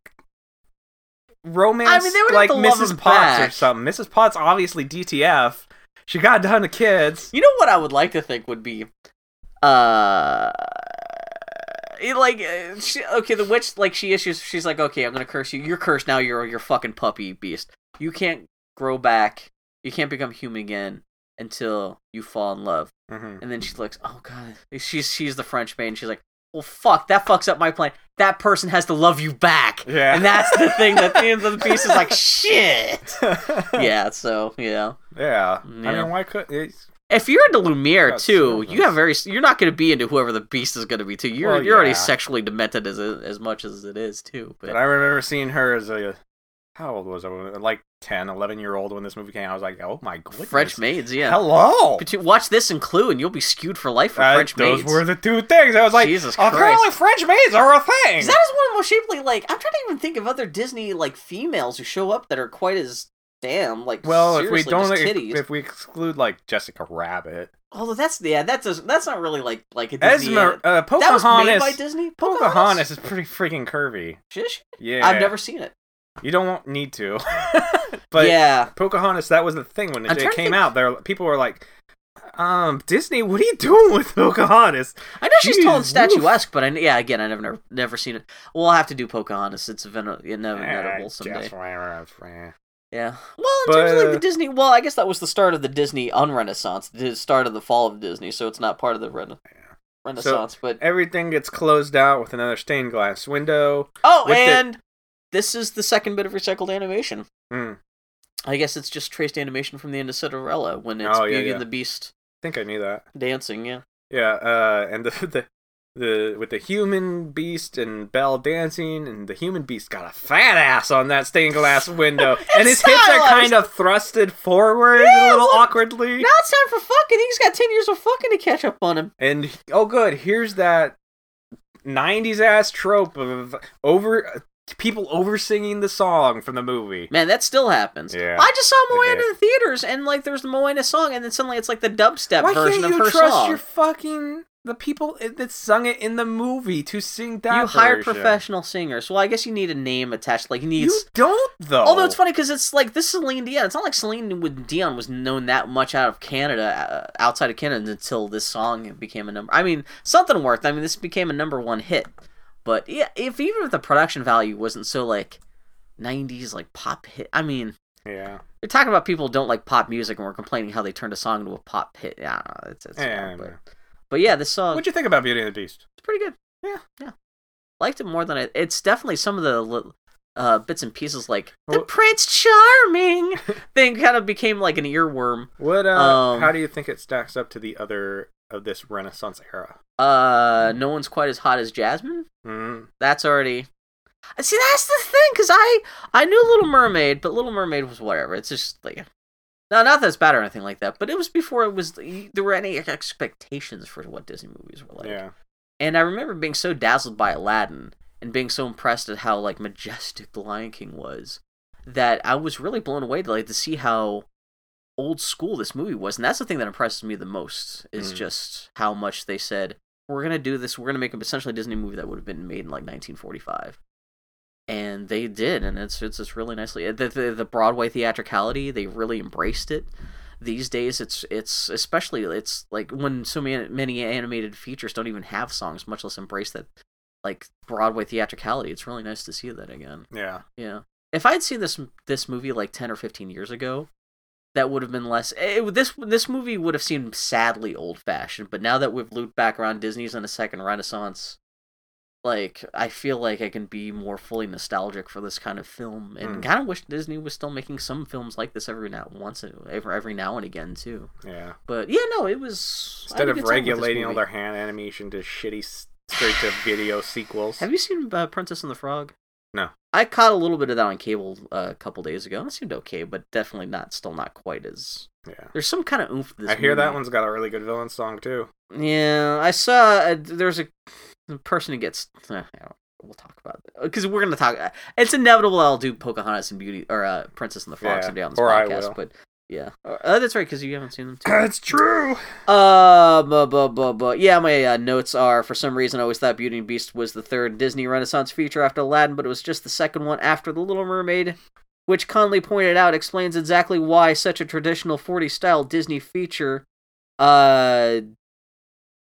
[SPEAKER 1] Romance,
[SPEAKER 2] they would have
[SPEAKER 1] like
[SPEAKER 2] to love
[SPEAKER 1] Mrs.
[SPEAKER 2] him
[SPEAKER 1] Potts or
[SPEAKER 2] back.
[SPEAKER 1] something. Mrs. Potts obviously DTF. She got done the kids.
[SPEAKER 2] You know what I would like to think would be, uh, it, like uh, she, okay, the witch like she issues. She's like, okay, I'm gonna curse you. You're cursed now. You're you're a fucking puppy beast. You can't grow back. You can't become human again until you fall in love.
[SPEAKER 1] Mm-hmm.
[SPEAKER 2] And then she looks, oh god, she's she's the French maid. And she's like, well, fuck, that fucks up my plan. That person has to love you back.
[SPEAKER 1] Yeah.
[SPEAKER 2] And that's the
[SPEAKER 1] [laughs]
[SPEAKER 2] thing that the end of the piece is like, shit. Yeah. So yeah.
[SPEAKER 1] yeah. I
[SPEAKER 2] Yeah.
[SPEAKER 1] mean, why couldn't? It's,
[SPEAKER 2] If you're into Lumiere
[SPEAKER 1] That's
[SPEAKER 2] too,
[SPEAKER 1] so
[SPEAKER 2] you have very you're not going to be into whoever the beast is going to be too. You're
[SPEAKER 1] Well,
[SPEAKER 2] you're already
[SPEAKER 1] yeah.
[SPEAKER 2] sexually demented as as much as it is too. But
[SPEAKER 1] but I remember seeing her as a how old was I? Like 10, 11 year old when this movie came. out. I was like, oh my goodness.
[SPEAKER 2] French maids, yeah.
[SPEAKER 1] Hello.
[SPEAKER 2] But you watch this and Clue, and you'll be skewed for life for
[SPEAKER 1] Uh,
[SPEAKER 2] French
[SPEAKER 1] those
[SPEAKER 2] maids.
[SPEAKER 1] were the two things. I was like, "Oh,
[SPEAKER 2] Jesus
[SPEAKER 1] apparently
[SPEAKER 2] Christ.
[SPEAKER 1] French maids are a thing.
[SPEAKER 2] 'Cause That is one of the most shapely. Like I'm trying to even think of other Disney like females who show up that are quite as damn like
[SPEAKER 1] well, if we
[SPEAKER 2] seriously
[SPEAKER 1] don't,
[SPEAKER 2] just
[SPEAKER 1] if,
[SPEAKER 2] titties.
[SPEAKER 1] if we exclude like Jessica Rabbit,
[SPEAKER 2] Although that's yeah that does that's not really like like a Disney.
[SPEAKER 1] Esmer, uh,
[SPEAKER 2] that was made
[SPEAKER 1] Pocahontas,
[SPEAKER 2] by Disney.
[SPEAKER 1] Pocahontas is pretty freaking curvy.
[SPEAKER 2] Shish?
[SPEAKER 1] Yeah,
[SPEAKER 2] I've never seen it.
[SPEAKER 1] You don't want- need
[SPEAKER 2] [laughs]
[SPEAKER 1] to, but
[SPEAKER 2] yeah,
[SPEAKER 1] Pocahontas, that was the thing when
[SPEAKER 2] I'm
[SPEAKER 1] it
[SPEAKER 2] trying
[SPEAKER 1] came
[SPEAKER 2] to think-
[SPEAKER 1] out. There, people were like, "Um, Disney, what are you doing with Pocahontas?"
[SPEAKER 2] I know she's tall and
[SPEAKER 1] Jeez, woof.
[SPEAKER 2] statuesque, but I yeah again I've never never seen it. We'll I'll have to do Pocahontas. It's inevitable,
[SPEAKER 1] Eh,
[SPEAKER 2] inevitable someday.
[SPEAKER 1] just-
[SPEAKER 2] Yeah. Well, in terms of like
[SPEAKER 1] But- uh,
[SPEAKER 2] the Disney, well, I guess that was the start of the Disney unrenaissance, the start of the fall of Disney. So it's not part of the rena- renaissance. but
[SPEAKER 1] Everything gets closed out with another stained glass window.
[SPEAKER 2] oh,
[SPEAKER 1] with the-
[SPEAKER 2] and this is the second bit of recycled animation.
[SPEAKER 1] Mm, I
[SPEAKER 2] I guess it's just traced animation from the end of Cinderella when it's
[SPEAKER 1] Oh, yeah,
[SPEAKER 2] Beauty
[SPEAKER 1] yeah.
[SPEAKER 2] and the Beast
[SPEAKER 1] think I knew that.
[SPEAKER 2] dancing. Yeah.
[SPEAKER 1] Yeah, uh, and [laughs] the, the the with the human beast and Belle dancing, and the human beast got a fat ass on that stained glass
[SPEAKER 2] [laughs]
[SPEAKER 1] window, and his hips are
[SPEAKER 2] stylized.
[SPEAKER 1] kind of thrusted forward a
[SPEAKER 2] Yeah,
[SPEAKER 1] little
[SPEAKER 2] look.
[SPEAKER 1] awkwardly.
[SPEAKER 2] Now it's time for fucking. He's got ten years of fucking to catch up on him.
[SPEAKER 1] And oh, good, here's that '90s ass trope of over people over singing the song from the movie.
[SPEAKER 2] Man, that still happens.
[SPEAKER 1] Yeah.
[SPEAKER 2] I just saw Moana
[SPEAKER 1] Yeah.
[SPEAKER 2] in the theaters, and like there's the Moana song, and then suddenly it's like the dubstep
[SPEAKER 1] Why
[SPEAKER 2] version
[SPEAKER 1] can't
[SPEAKER 2] of
[SPEAKER 1] you
[SPEAKER 2] her
[SPEAKER 1] trust
[SPEAKER 2] song.
[SPEAKER 1] your fucking the people that sung it in the movie to sing that?
[SPEAKER 2] you hired
[SPEAKER 1] version?
[SPEAKER 2] professional singers. Well, I guess you need a name attached. Like you need.
[SPEAKER 1] You don't though.
[SPEAKER 2] Although it's funny because it's like this is Celine Dion. It's not like Celine with Dion was known that much out of Canada, uh, outside of Canada, until this song became a number. I mean, something worked. I mean, this became a number one hit. But yeah, if even if the production value wasn't so like '90s like pop hit, I mean,
[SPEAKER 1] Yeah.
[SPEAKER 2] you're talking about people who don't like pop music and we're complaining how they turned a song into a pop hit. Yeah, I don't know. It's, it's,
[SPEAKER 1] Yeah,
[SPEAKER 2] but, but yeah, this song.
[SPEAKER 1] What'd you think about Beauty and the Beast?
[SPEAKER 2] It's pretty good.
[SPEAKER 1] Yeah.
[SPEAKER 2] yeah. Liked it more than I. It's definitely some of the li- uh, bits and pieces, like the
[SPEAKER 1] Well-
[SPEAKER 2] Prince Charming [laughs] thing, kind of became like an earworm.
[SPEAKER 1] What? Uh,
[SPEAKER 2] Um,
[SPEAKER 1] how do you think it stacks up to the other of this Renaissance era?
[SPEAKER 2] Uh, no one's quite as hot as Jasmine.
[SPEAKER 1] Mm.
[SPEAKER 2] That's already. Uh, See, that's the thing, because I I knew Little Mermaid, but Little Mermaid was whatever. It's just like. No, not that it's bad or anything like that, but it was before it was there were any expectations for what Disney movies were like.
[SPEAKER 1] yeah.
[SPEAKER 2] And I remember being so dazzled by Aladdin and being so impressed at how like majestic the Lion King was that I was really blown away to like to see how old school this movie was. And that's the thing that impresses me the most is
[SPEAKER 1] Mhm.
[SPEAKER 2] just how much they said we're gonna do this. We're gonna make a essentially a Disney movie that would have been made in like 1945. And they did, and it's it's just really nicely uh, the, the the Broadway theatricality. They really embraced it these days it's it's especially it's like when so many, many animated features don't even have songs much less embrace that like broadway theatricality it's really nice to see that again
[SPEAKER 1] Yeah.
[SPEAKER 2] yeah if i had seen this this movie like 10 or 15 years ago that would have been less eh, it, this this movie would have seemed sadly old fashioned but now that we've looped back around disney's in a second renaissance like i feel like i can be more fully nostalgic for this kind of film and
[SPEAKER 1] Mm.
[SPEAKER 2] kind of wish disney was still making some films like this every now once every, every now and again too
[SPEAKER 1] Yeah.
[SPEAKER 2] but yeah, no, it was. I
[SPEAKER 1] Instead
[SPEAKER 2] had a
[SPEAKER 1] of
[SPEAKER 2] good time with this
[SPEAKER 1] regulating all
[SPEAKER 2] movie.
[SPEAKER 1] their hand animation to shitty straight to video
[SPEAKER 2] [laughs]
[SPEAKER 1] sequels.
[SPEAKER 2] Have you seen uh, Princess and the Frog?
[SPEAKER 1] No.
[SPEAKER 2] I caught a little bit of that on cable uh, a couple days ago. and It seemed okay, but definitely not. Still not quite as.
[SPEAKER 1] yeah.
[SPEAKER 2] There's some kind of oomph. To this
[SPEAKER 1] I hear that
[SPEAKER 2] movie.
[SPEAKER 1] one's got a really good villain song too.
[SPEAKER 2] Yeah, I saw. Uh, there's a, a person who gets. Uh, I don't- we'll talk about it because we're gonna talk. uh, It's inevitable. I'll do Pocahontas and Beauty or uh, Princess and the Frog
[SPEAKER 1] Yeah,
[SPEAKER 2] someday on this
[SPEAKER 1] or I
[SPEAKER 2] podcast.
[SPEAKER 1] will.
[SPEAKER 2] But yeah, uh, that's right because you haven't seen them. Too.
[SPEAKER 1] That's true.
[SPEAKER 2] Uh, bu- bu- bu- bu- yeah, my uh, notes are for some reason I always thought Beauty and the Beast was the third Disney Renaissance feature after Aladdin, but it was just the second one after The Little Mermaid, which Conley pointed out explains exactly why such a traditional 40 style Disney feature, uh,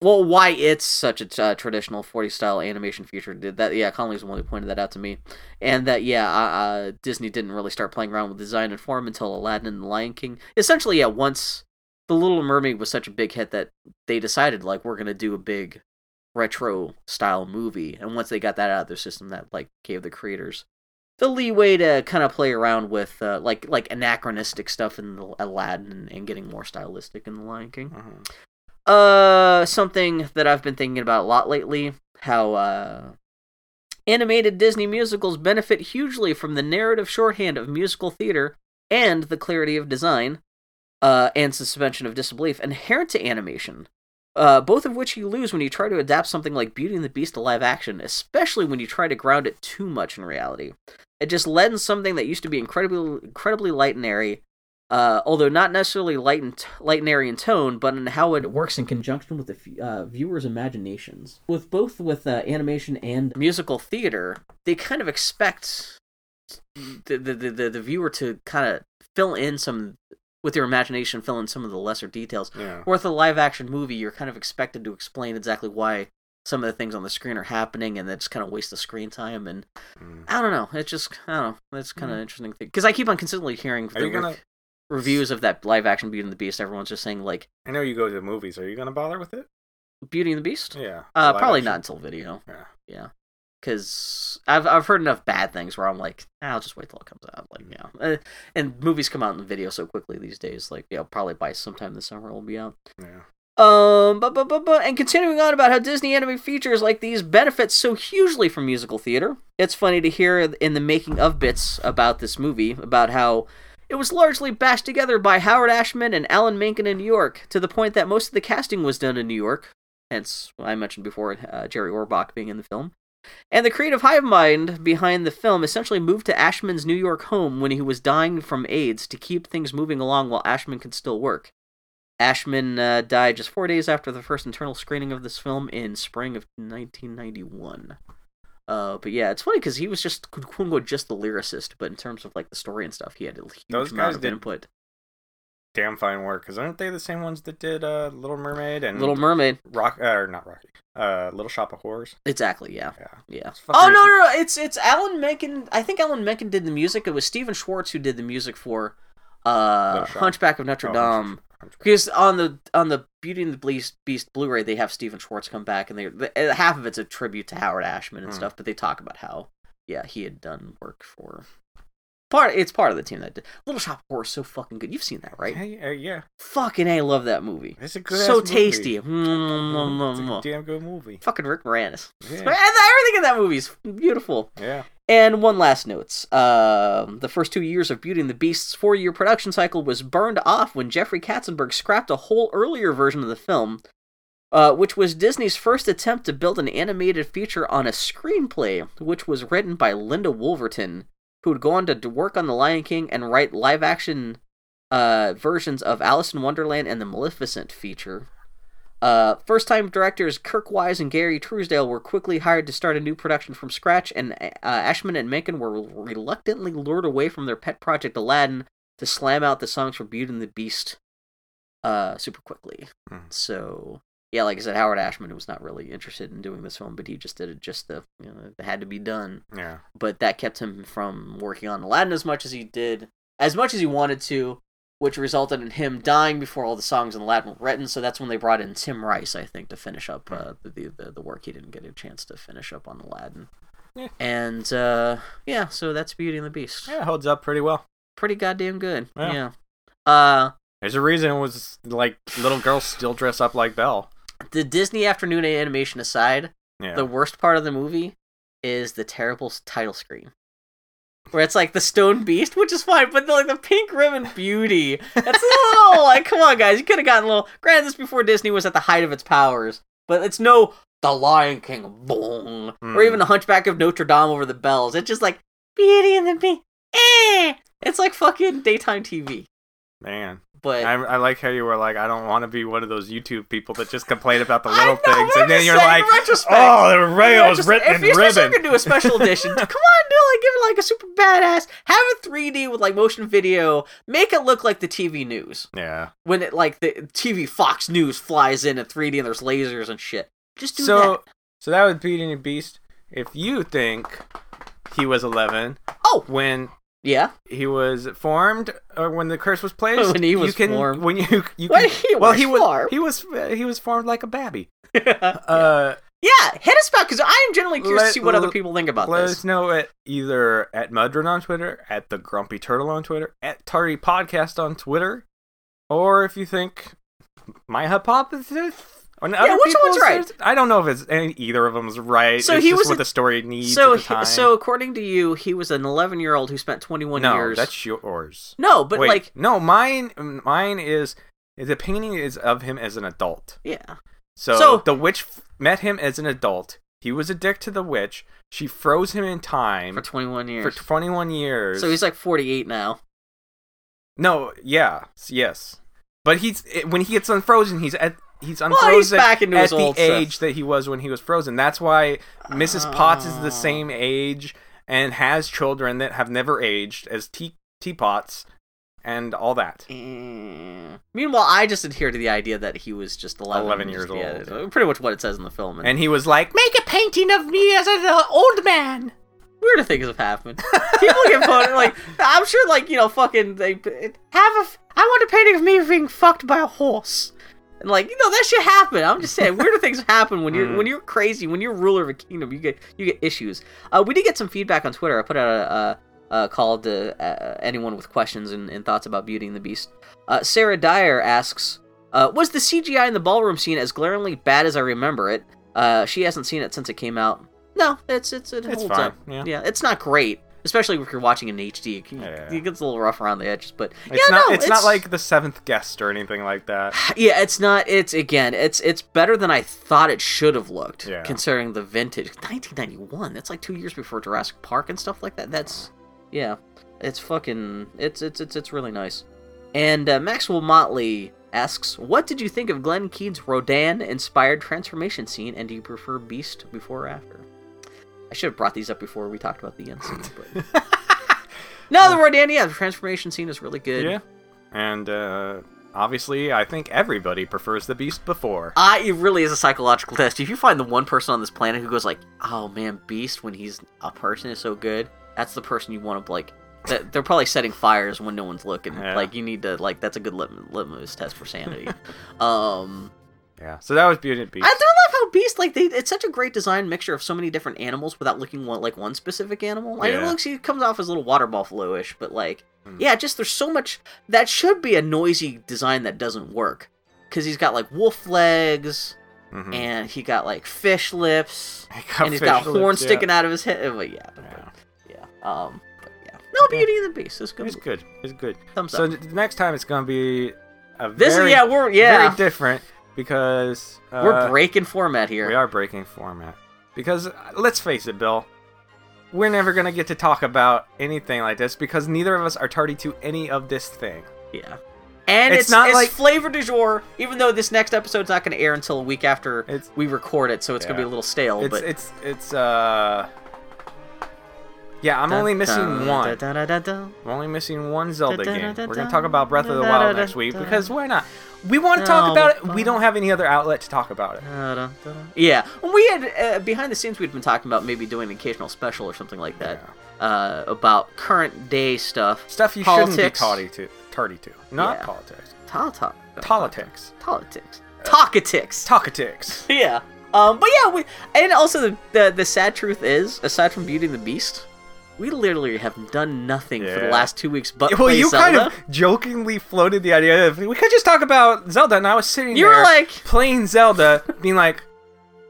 [SPEAKER 2] well, why it's such a uh, traditional 40 style animation feature. Did that? Yeah, Conley's the one who pointed that out to me, and that yeah, uh, uh, Disney didn't really start playing around with design and form until Aladdin and the Lion King. Essentially, yeah, once the Little Mermaid was such a big hit that they decided like we're gonna do a big retro style movie, and once they got that out of their system, that like gave the creators the leeway to kind of play around with uh, like like anachronistic stuff in the Aladdin and, and getting more stylistic in the Lion King.
[SPEAKER 1] Mhm.
[SPEAKER 2] Uh, something that I've been thinking about a lot lately: how uh, animated Disney musicals benefit hugely from the narrative shorthand of musical theater and the clarity of design uh, and suspension of disbelief inherent to animation. Uh, both of which you lose when you try to adapt something like Beauty and the Beast to live action, especially when you try to ground it too much in reality. It just lends something that used to be incredibly incredibly light and airy, uh, although not necessarily light and, light and airy in tone, but in how it works in conjunction with the f- uh, viewer's imaginations. With both with uh, animation and musical theater, they kind of expect the the, the, the, the viewer to kind of fill in some with their imagination, fill in some of the lesser details.
[SPEAKER 1] Yeah.
[SPEAKER 2] Or with a live action movie, you're kind of expected to explain exactly why some of the things on the screen are happening, and that's kind of waste of screen time and
[SPEAKER 1] Mm.
[SPEAKER 2] I don't know. It's just I don't know. That's kind of interesting thing because I keep on consistently hearing
[SPEAKER 1] Are
[SPEAKER 2] the
[SPEAKER 1] you gonna?
[SPEAKER 2] re- reviews of that live action Beauty and the Beast. Everyone's just saying like
[SPEAKER 1] I know you go to the movies. Are you gonna bother with it?
[SPEAKER 2] Beauty and the Beast.
[SPEAKER 1] Yeah.
[SPEAKER 2] uh,
[SPEAKER 1] Live
[SPEAKER 2] probably
[SPEAKER 1] action?
[SPEAKER 2] not until video.
[SPEAKER 1] Yeah.
[SPEAKER 2] Yeah, because I've I've heard enough bad things where I'm like, "Ah, I'll just wait till it comes
[SPEAKER 1] Mm.
[SPEAKER 2] out. Like yeah, Uh, and movies come out in video so quickly these days. Like yeah, probably by sometime this summer it'll be out.
[SPEAKER 1] Yeah.
[SPEAKER 2] Um, but, but, but, but, and continuing on about how Disney anime features like these benefits so hugely from musical theater. It's funny to hear in the making of bits about this movie about how it was largely bashed together by Howard Ashman and Alan Menken in New York to the point that most of the casting was done in New York. Hence, what I mentioned before uh, Jerry Orbach being in the film. And the creative hive mind behind the film essentially moved to Ashman's New York home when he was dying from AIDS to keep things moving along while Ashman could still work. Ashman uh, died just four days after the first internal screening of this film in spring of 1991. Uh, but yeah, it's funny because he was just quote unquote just the lyricist, but in terms of like the story and stuff, he had a huge
[SPEAKER 1] Those guys
[SPEAKER 2] amount of
[SPEAKER 1] did
[SPEAKER 2] input.
[SPEAKER 1] Damn fine work. Cause aren't they the same ones that did uh, Little Mermaid and
[SPEAKER 2] Little Mermaid,
[SPEAKER 1] Rock? Uh, or not Rocky. Uh, Little Shop of Horrors.
[SPEAKER 2] exactly, yeah,
[SPEAKER 1] Yeah.
[SPEAKER 2] yeah.
[SPEAKER 1] Those
[SPEAKER 2] Oh
[SPEAKER 1] fuckers-
[SPEAKER 2] no, no, no, it's it's Alan Menken. I think Alan Menken did the music. It was Stephen Schwartz who did the music for uh,
[SPEAKER 1] Little Shop.
[SPEAKER 2] Hunchback of Notre
[SPEAKER 1] Oh,
[SPEAKER 2] Dame.
[SPEAKER 1] Hunchback.
[SPEAKER 2] Because on the on the Beauty and the Beast, Beast Blu-ray, they have Stephen Schwartz come back, and they the, half of it's a tribute to Howard Ashman and
[SPEAKER 1] Hmm.
[SPEAKER 2] stuff. But they talk about how yeah he had done work for part. It's part of the team that did Little Shop of Horrors. is So fucking good. You've seen that, right?
[SPEAKER 1] Hey, uh, yeah.
[SPEAKER 2] Fucking a love that movie.
[SPEAKER 1] It's a good
[SPEAKER 2] So
[SPEAKER 1] ass
[SPEAKER 2] tasty. Mm,
[SPEAKER 1] Movie. Mm,
[SPEAKER 2] Mm-mm-mm-mm-mm.
[SPEAKER 1] It's a damn good movie.
[SPEAKER 2] mm, Fucking Rick Moranis. And
[SPEAKER 1] Yeah.
[SPEAKER 2] [laughs] everything in that movie is beautiful.
[SPEAKER 1] yeah.
[SPEAKER 2] And one last note. Um, the first two years of Beauty and the Beast's four year production cycle was burned off when Jeffrey Katzenberg scrapped a whole earlier version of the film, uh, which was Disney's first attempt to build an animated feature on a screenplay, which was written by Linda Wolverton, who would go on to d- work on The Lion King and write live action uh, versions of Alice in Wonderland and the Maleficent feature. Uh, First time directors Kirk Wise and Gary Truesdale were quickly hired to start a new production from scratch, and uh, Ashman and Menken were reluctantly lured away from their pet project Aladdin to slam out the songs for Beauty and the Beast uh, super quickly.
[SPEAKER 1] Hmm.
[SPEAKER 2] So, yeah, like I said, Howard Ashman was not really interested in doing this film, but he just did it just the, you know, it had to be done
[SPEAKER 1] Yeah.
[SPEAKER 2] but that kept him from working on Aladdin as much as he did, as much as he wanted to, which resulted in him dying before all the songs in Aladdin were written. So that's when they brought in Tim Rice, I think, to finish up uh,
[SPEAKER 1] Hmm.
[SPEAKER 2] the, the the work he didn't get a chance to finish up on Aladdin.
[SPEAKER 1] Yeah.
[SPEAKER 2] And uh, yeah, so that's Beauty and the Beast.
[SPEAKER 1] Yeah, it holds up pretty well.
[SPEAKER 2] Pretty goddamn good. Yeah.
[SPEAKER 1] Yeah.
[SPEAKER 2] Uh,
[SPEAKER 1] There's a reason it was like little girls still dress up like Belle.
[SPEAKER 2] the Disney afternoon animation aside,
[SPEAKER 1] Yeah.
[SPEAKER 2] the worst part of the movie is the terrible s- title screen where it's like the stone beast which is fine but like the pink ribbon beauty that's a little [laughs] like come on guys you could have gotten a little granted this before disney was at the height of its powers but it's no the lion king boom or
[SPEAKER 1] Mm.
[SPEAKER 2] even the hunchback of notre dame over the bells it's just like beauty and the beast eh! it's like fucking daytime tv
[SPEAKER 1] Man,
[SPEAKER 2] but
[SPEAKER 1] I, I like how you were like, I don't want to be one of those YouTube people that just complain about the
[SPEAKER 2] I
[SPEAKER 1] little
[SPEAKER 2] know,
[SPEAKER 1] things,
[SPEAKER 2] but I'm
[SPEAKER 1] and then
[SPEAKER 2] just
[SPEAKER 1] you're
[SPEAKER 2] saying
[SPEAKER 1] like,
[SPEAKER 2] in retrospect.
[SPEAKER 1] oh, the
[SPEAKER 2] You know,
[SPEAKER 1] rails
[SPEAKER 2] just-
[SPEAKER 1] written
[SPEAKER 2] if
[SPEAKER 1] in
[SPEAKER 2] you- especially if
[SPEAKER 1] ribbon. [laughs]
[SPEAKER 2] you can do a special edition, come on, do like give it like a super badass. Have it 3D with like motion video. Make it look like the TV news
[SPEAKER 1] Yeah.
[SPEAKER 2] when it like the TV Fox News flies in at 3D and there's lasers and shit. Just do
[SPEAKER 1] so,
[SPEAKER 2] that.
[SPEAKER 1] so that would Beauty and the Beast. If you think he was 11
[SPEAKER 2] Oh
[SPEAKER 1] when
[SPEAKER 2] yeah, [laughs]
[SPEAKER 1] he was formed or when the curse was placed,
[SPEAKER 2] When he was
[SPEAKER 1] you can,
[SPEAKER 2] formed.
[SPEAKER 1] when you you can,
[SPEAKER 2] When he
[SPEAKER 1] well
[SPEAKER 2] was
[SPEAKER 1] he was
[SPEAKER 2] formed.
[SPEAKER 1] he was he was formed like a babby.
[SPEAKER 2] yeah.
[SPEAKER 1] Uh,
[SPEAKER 2] Hit us back because I am generally curious
[SPEAKER 1] Let-
[SPEAKER 2] to see what other
[SPEAKER 1] l-
[SPEAKER 2] people think about
[SPEAKER 1] let
[SPEAKER 2] this.
[SPEAKER 1] us know at either at Mudron on Twitter, at the Grumpy Turtle on Twitter, at Tardy Podcast on Twitter, or if you think my hypothesis. Or yeah,
[SPEAKER 2] which one's right?
[SPEAKER 1] I don't know if it's any, either of them's right.
[SPEAKER 2] So
[SPEAKER 1] it's
[SPEAKER 2] he
[SPEAKER 1] just
[SPEAKER 2] was
[SPEAKER 1] what
[SPEAKER 2] a-
[SPEAKER 1] the story needs
[SPEAKER 2] So,
[SPEAKER 1] at the time.
[SPEAKER 2] he- so according to you, he was an 11 year old who spent 21
[SPEAKER 1] no,
[SPEAKER 2] years.
[SPEAKER 1] that's yours.
[SPEAKER 2] No, but
[SPEAKER 1] Wait,
[SPEAKER 2] like,
[SPEAKER 1] no, mine, mine is the painting is of him as an adult.
[SPEAKER 2] yeah,
[SPEAKER 1] So,
[SPEAKER 2] So-
[SPEAKER 1] the witch f- met him as an adult. He was a dick to the witch. She froze him in time
[SPEAKER 2] for 21
[SPEAKER 1] for
[SPEAKER 2] years.
[SPEAKER 1] 21 years.
[SPEAKER 2] so he's like 48 now.
[SPEAKER 1] No, yeah, s- yes, but he's it- when he gets unfrozen, he's at he's unfrozen
[SPEAKER 2] he's back into
[SPEAKER 1] at
[SPEAKER 2] his
[SPEAKER 1] the
[SPEAKER 2] old self.
[SPEAKER 1] age that he was when he was frozen. That's why Mrs. Potts is the same age and has children that have never aged as tea teapots and all that.
[SPEAKER 2] Mm. Meanwhile, I just adhere to the idea that he was just 11,
[SPEAKER 1] 11
[SPEAKER 2] just-
[SPEAKER 1] years
[SPEAKER 2] yeah,
[SPEAKER 1] old.
[SPEAKER 2] so pretty much what it says in the film. And,
[SPEAKER 1] And he was like,
[SPEAKER 3] Make a painting of me as an old man.
[SPEAKER 2] weirder things have happened. People get
[SPEAKER 1] [laughs]
[SPEAKER 2] put like I'm sure like you know fucking they
[SPEAKER 3] Have a. F- I want a painting of me being fucked by a horse.
[SPEAKER 2] and like you know that shit happened. I'm just saying weirder things happen when you're
[SPEAKER 1] Hmm.
[SPEAKER 2] when you're crazy when you're ruler of a kingdom you get you get issues. Uh, we did get some feedback on Twitter. I put out a. a uh, call to uh, anyone with questions and, and thoughts about Beauty and the Beast. Uh, Sarah Dyer asks, uh, "Was the CGI in the ballroom scene as glaringly bad as I remember it?" Uh, she hasn't seen it since it came out. No, it's it's it
[SPEAKER 1] It's
[SPEAKER 2] holds
[SPEAKER 1] fine,
[SPEAKER 2] up.
[SPEAKER 1] yeah.
[SPEAKER 2] it's not great, especially if you're watching it in HD. It, can-
[SPEAKER 1] Yeah.
[SPEAKER 2] it gets a little rough around the edges, but
[SPEAKER 1] "It's
[SPEAKER 2] yeah,
[SPEAKER 1] not
[SPEAKER 2] no,
[SPEAKER 1] it's, not like the seventh guest or anything like that."
[SPEAKER 2] yeah, it's not. It's again, it's it's better than I thought it should have looked,
[SPEAKER 1] Yeah.
[SPEAKER 2] considering the vintage 1991. That's like two years before Jurassic Park and stuff like that. That's yeah, it's fucking it's it's it's it's really nice. And uh, Maxwell Motley asks, "What did you think of Glenn Keane's Rodan-inspired transformation scene, and do you prefer Beast before or after?" I should have brought these up before we talked about the end scene,
[SPEAKER 1] [laughs]
[SPEAKER 2] but. No, the Rodan, yeah, the transformation scene is really good.
[SPEAKER 1] [sighs] Yeah, and uh, obviously, I think everybody prefers the Beast before.
[SPEAKER 2] I it really is a psychological test. If you find the one person on this planet who goes like, "Oh man, Beast when he's a person is so good," that's the person you want to like. That they're probably setting fires when no one's looking.
[SPEAKER 1] Yeah.
[SPEAKER 2] Like you need to like that's a good lit- litmus test
[SPEAKER 1] [laughs]
[SPEAKER 2] for sanity. um,
[SPEAKER 1] Yeah, so that was Beauty and the
[SPEAKER 2] I
[SPEAKER 1] Beast.
[SPEAKER 2] do love how Beast like they it's such a great design mixture of so many different animals without looking one like one specific animal. Like it
[SPEAKER 1] Yeah. Hmm.
[SPEAKER 2] looks he comes off as a little water buffalo ish, but like yeah, just there's so much that should be a noisy design that doesn't work because he's got like wolf legs
[SPEAKER 1] Mhm.
[SPEAKER 2] and he got like fish lips,
[SPEAKER 1] I
[SPEAKER 2] and he's got
[SPEAKER 1] facial
[SPEAKER 2] horns
[SPEAKER 1] lips, yeah.
[SPEAKER 2] sticking out of his head. But yeah, but,
[SPEAKER 1] Yeah.
[SPEAKER 2] yeah. Um, but yeah. No
[SPEAKER 1] Yeah.
[SPEAKER 2] Beauty and the Beast. It's good.
[SPEAKER 1] It's good. It's good.
[SPEAKER 2] Thumbs
[SPEAKER 1] So
[SPEAKER 2] up.
[SPEAKER 1] th- the next time it's gonna be a
[SPEAKER 2] This
[SPEAKER 1] very,
[SPEAKER 2] is yeah, we're yeah,
[SPEAKER 1] very different because uh,
[SPEAKER 2] we're breaking format here.
[SPEAKER 1] we are breaking format because uh, let's face it, Bill, we're never gonna get to talk about anything like this because neither of us are tardy to any of this thing.
[SPEAKER 2] Yeah. And it's,
[SPEAKER 1] It's
[SPEAKER 2] it's
[SPEAKER 1] not like-
[SPEAKER 2] flavor du jour, even though this next episode's not going to air until a week after
[SPEAKER 1] It's-
[SPEAKER 2] we record it, so it's going to be
[SPEAKER 1] Yeah.
[SPEAKER 2] a little
[SPEAKER 1] It's
[SPEAKER 2] stale. Oh, but
[SPEAKER 1] it's it's uh. Yeah, I'm only missing one. I'm only missing one Zelda game. We're gonna talk about Breath of the Wild next week because why not? We want to talk
[SPEAKER 2] No,
[SPEAKER 1] about it.
[SPEAKER 2] but-
[SPEAKER 1] We don't have any other outlet to talk about it.
[SPEAKER 2] Yeah, when we had uh, behind the scenes, we'd been talking about maybe doing an occasional special or something like that uh, about current day stuff,
[SPEAKER 1] Stuff you shouldn't be e-
[SPEAKER 2] Politics.
[SPEAKER 1] tardy to. Tardy to. Not
[SPEAKER 2] Yeah.
[SPEAKER 1] politics.
[SPEAKER 2] Tal- tal-
[SPEAKER 1] Politics.
[SPEAKER 2] politics,
[SPEAKER 1] Uh,
[SPEAKER 2] talkatics. [laughs]
[SPEAKER 1] Talkatics.
[SPEAKER 2] yeah. Um, but yeah, we, and also the, the the sad truth is, aside from Beauty and the Beast, we literally have done nothing for the
[SPEAKER 1] Yeah.
[SPEAKER 2] last two weeks but
[SPEAKER 1] Well,
[SPEAKER 2] play
[SPEAKER 1] you
[SPEAKER 2] Zelda.
[SPEAKER 1] kind of jokingly floated the idea of we could just talk about Zelda, and I was sitting
[SPEAKER 2] You were
[SPEAKER 1] there
[SPEAKER 2] like- [laughs]
[SPEAKER 1] playing Zelda, being like,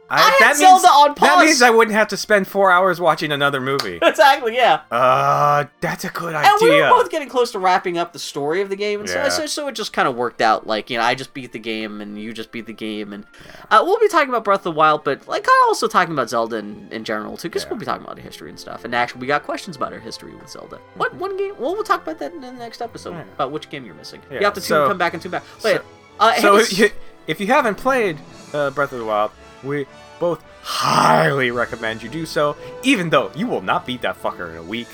[SPEAKER 1] I,
[SPEAKER 2] had
[SPEAKER 1] that means,
[SPEAKER 2] Zelda on
[SPEAKER 1] That
[SPEAKER 2] pause."
[SPEAKER 1] means I wouldn't have to spend four hours watching another
[SPEAKER 2] [laughs]
[SPEAKER 1] movie.
[SPEAKER 2] exactly, yeah.
[SPEAKER 1] uh, that's a good idea.
[SPEAKER 2] And we were both getting close to wrapping up the story of the game, and
[SPEAKER 1] Yeah.
[SPEAKER 2] so, so so it just kind of worked out. Like you know, I just beat the game, and you just beat the game, and uh, we'll be talking about Breath of the Wild, but like I'm also talking about Zelda in, in general too, because
[SPEAKER 1] Yeah.
[SPEAKER 2] we'll be talking about history and stuff. And actually, we got questions about our history with Zelda. What one game? Well, we'll talk about that in the next episode
[SPEAKER 1] Mm-hmm. Yeah.
[SPEAKER 2] about which game you're missing.
[SPEAKER 1] Yeah,
[SPEAKER 2] You have to tune,
[SPEAKER 1] so-
[SPEAKER 2] come back and tune back. Wait,
[SPEAKER 1] so-
[SPEAKER 2] uh,
[SPEAKER 1] so
[SPEAKER 2] hey,
[SPEAKER 1] if you, if you haven't played uh, Breath of the Wild, We both highly recommend you do so, even though you will not beat that fucker in a week.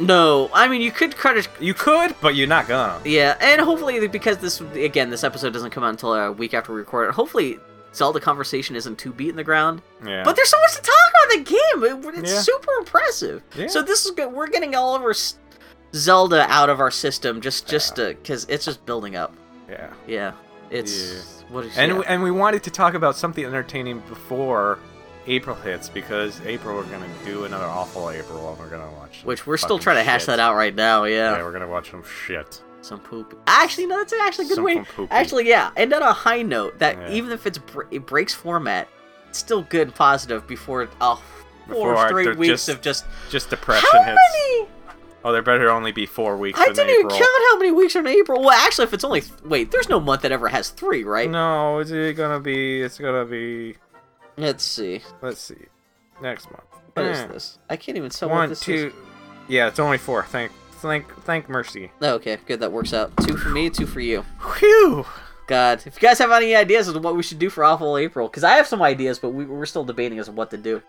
[SPEAKER 2] No, I mean you could cut it.
[SPEAKER 1] You could, but you're not gonna.
[SPEAKER 2] Yeah, and hopefully because this again this episode doesn't come out until a week after we record it. Hopefully Zelda conversation isn't too beat in the ground.
[SPEAKER 1] Yeah.
[SPEAKER 2] But there's so much to talk about the game. It- it's
[SPEAKER 1] Yeah.
[SPEAKER 2] super impressive.
[SPEAKER 1] Yeah.
[SPEAKER 2] So this is good. We're getting all of our s- Zelda out of our system just just to because it's just building up.
[SPEAKER 1] yeah.
[SPEAKER 2] Yeah, it's what is
[SPEAKER 1] And
[SPEAKER 2] yeah.
[SPEAKER 1] we, and we wanted to talk about something entertaining before April hits because April we're gonna do another awful April and we're gonna watch. some
[SPEAKER 2] which we're still
[SPEAKER 1] fucking
[SPEAKER 2] trying to hash
[SPEAKER 1] shit.
[SPEAKER 2] that out right now.
[SPEAKER 1] Yeah.
[SPEAKER 2] Yeah,
[SPEAKER 1] we're gonna watch some shit.
[SPEAKER 2] some poop. Actually, no, that's actually a good
[SPEAKER 1] Some
[SPEAKER 2] way.
[SPEAKER 1] from poopy.
[SPEAKER 2] Actually, yeah, and on a high note that
[SPEAKER 1] Yeah.
[SPEAKER 2] even if it's br- it breaks format, it's still good and positive before uh, four
[SPEAKER 1] Before I-
[SPEAKER 2] straight
[SPEAKER 1] they're
[SPEAKER 2] weeks
[SPEAKER 1] just-
[SPEAKER 2] of just
[SPEAKER 1] just
[SPEAKER 2] how
[SPEAKER 1] depression hits.
[SPEAKER 2] many.
[SPEAKER 1] Oh, there better only be four weeks.
[SPEAKER 2] I
[SPEAKER 1] in
[SPEAKER 2] didn't even
[SPEAKER 1] April.
[SPEAKER 2] count how many weeks are in April. Well, actually, if it's only th- wait, there's no month that ever has three, right?
[SPEAKER 1] No, is it gonna be? It's gonna be.
[SPEAKER 2] Let's see.
[SPEAKER 1] Let's see. Next month.
[SPEAKER 2] What is
[SPEAKER 1] Eh.
[SPEAKER 2] this? I can't even tell what
[SPEAKER 1] One,
[SPEAKER 2] this
[SPEAKER 1] two.
[SPEAKER 2] is.
[SPEAKER 1] Yeah, it's only four. Thank, thank, thank mercy.
[SPEAKER 2] Oh, okay, good. That works out. Two for me, two for you.
[SPEAKER 1] Phew.
[SPEAKER 2] God, if you guys have any ideas of what we should do for awful April, because I have some ideas, but we, we're still debating as to what to do.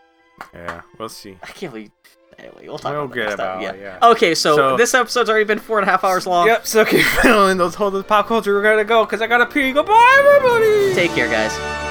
[SPEAKER 1] Yeah, we'll see.
[SPEAKER 2] I can't believe. Anyway, we'll talk
[SPEAKER 1] We'll
[SPEAKER 2] about
[SPEAKER 1] get
[SPEAKER 2] that. next time,
[SPEAKER 1] about it,
[SPEAKER 2] yeah.
[SPEAKER 1] yeah.
[SPEAKER 2] Okay, so,
[SPEAKER 1] So-
[SPEAKER 2] this episode's already been four and a half hours long.
[SPEAKER 1] Yep. [laughs] So keep filling those holes of pop culture. We're gonna go because I gotta pee. Goodbye, everybody.
[SPEAKER 2] Take care, guys.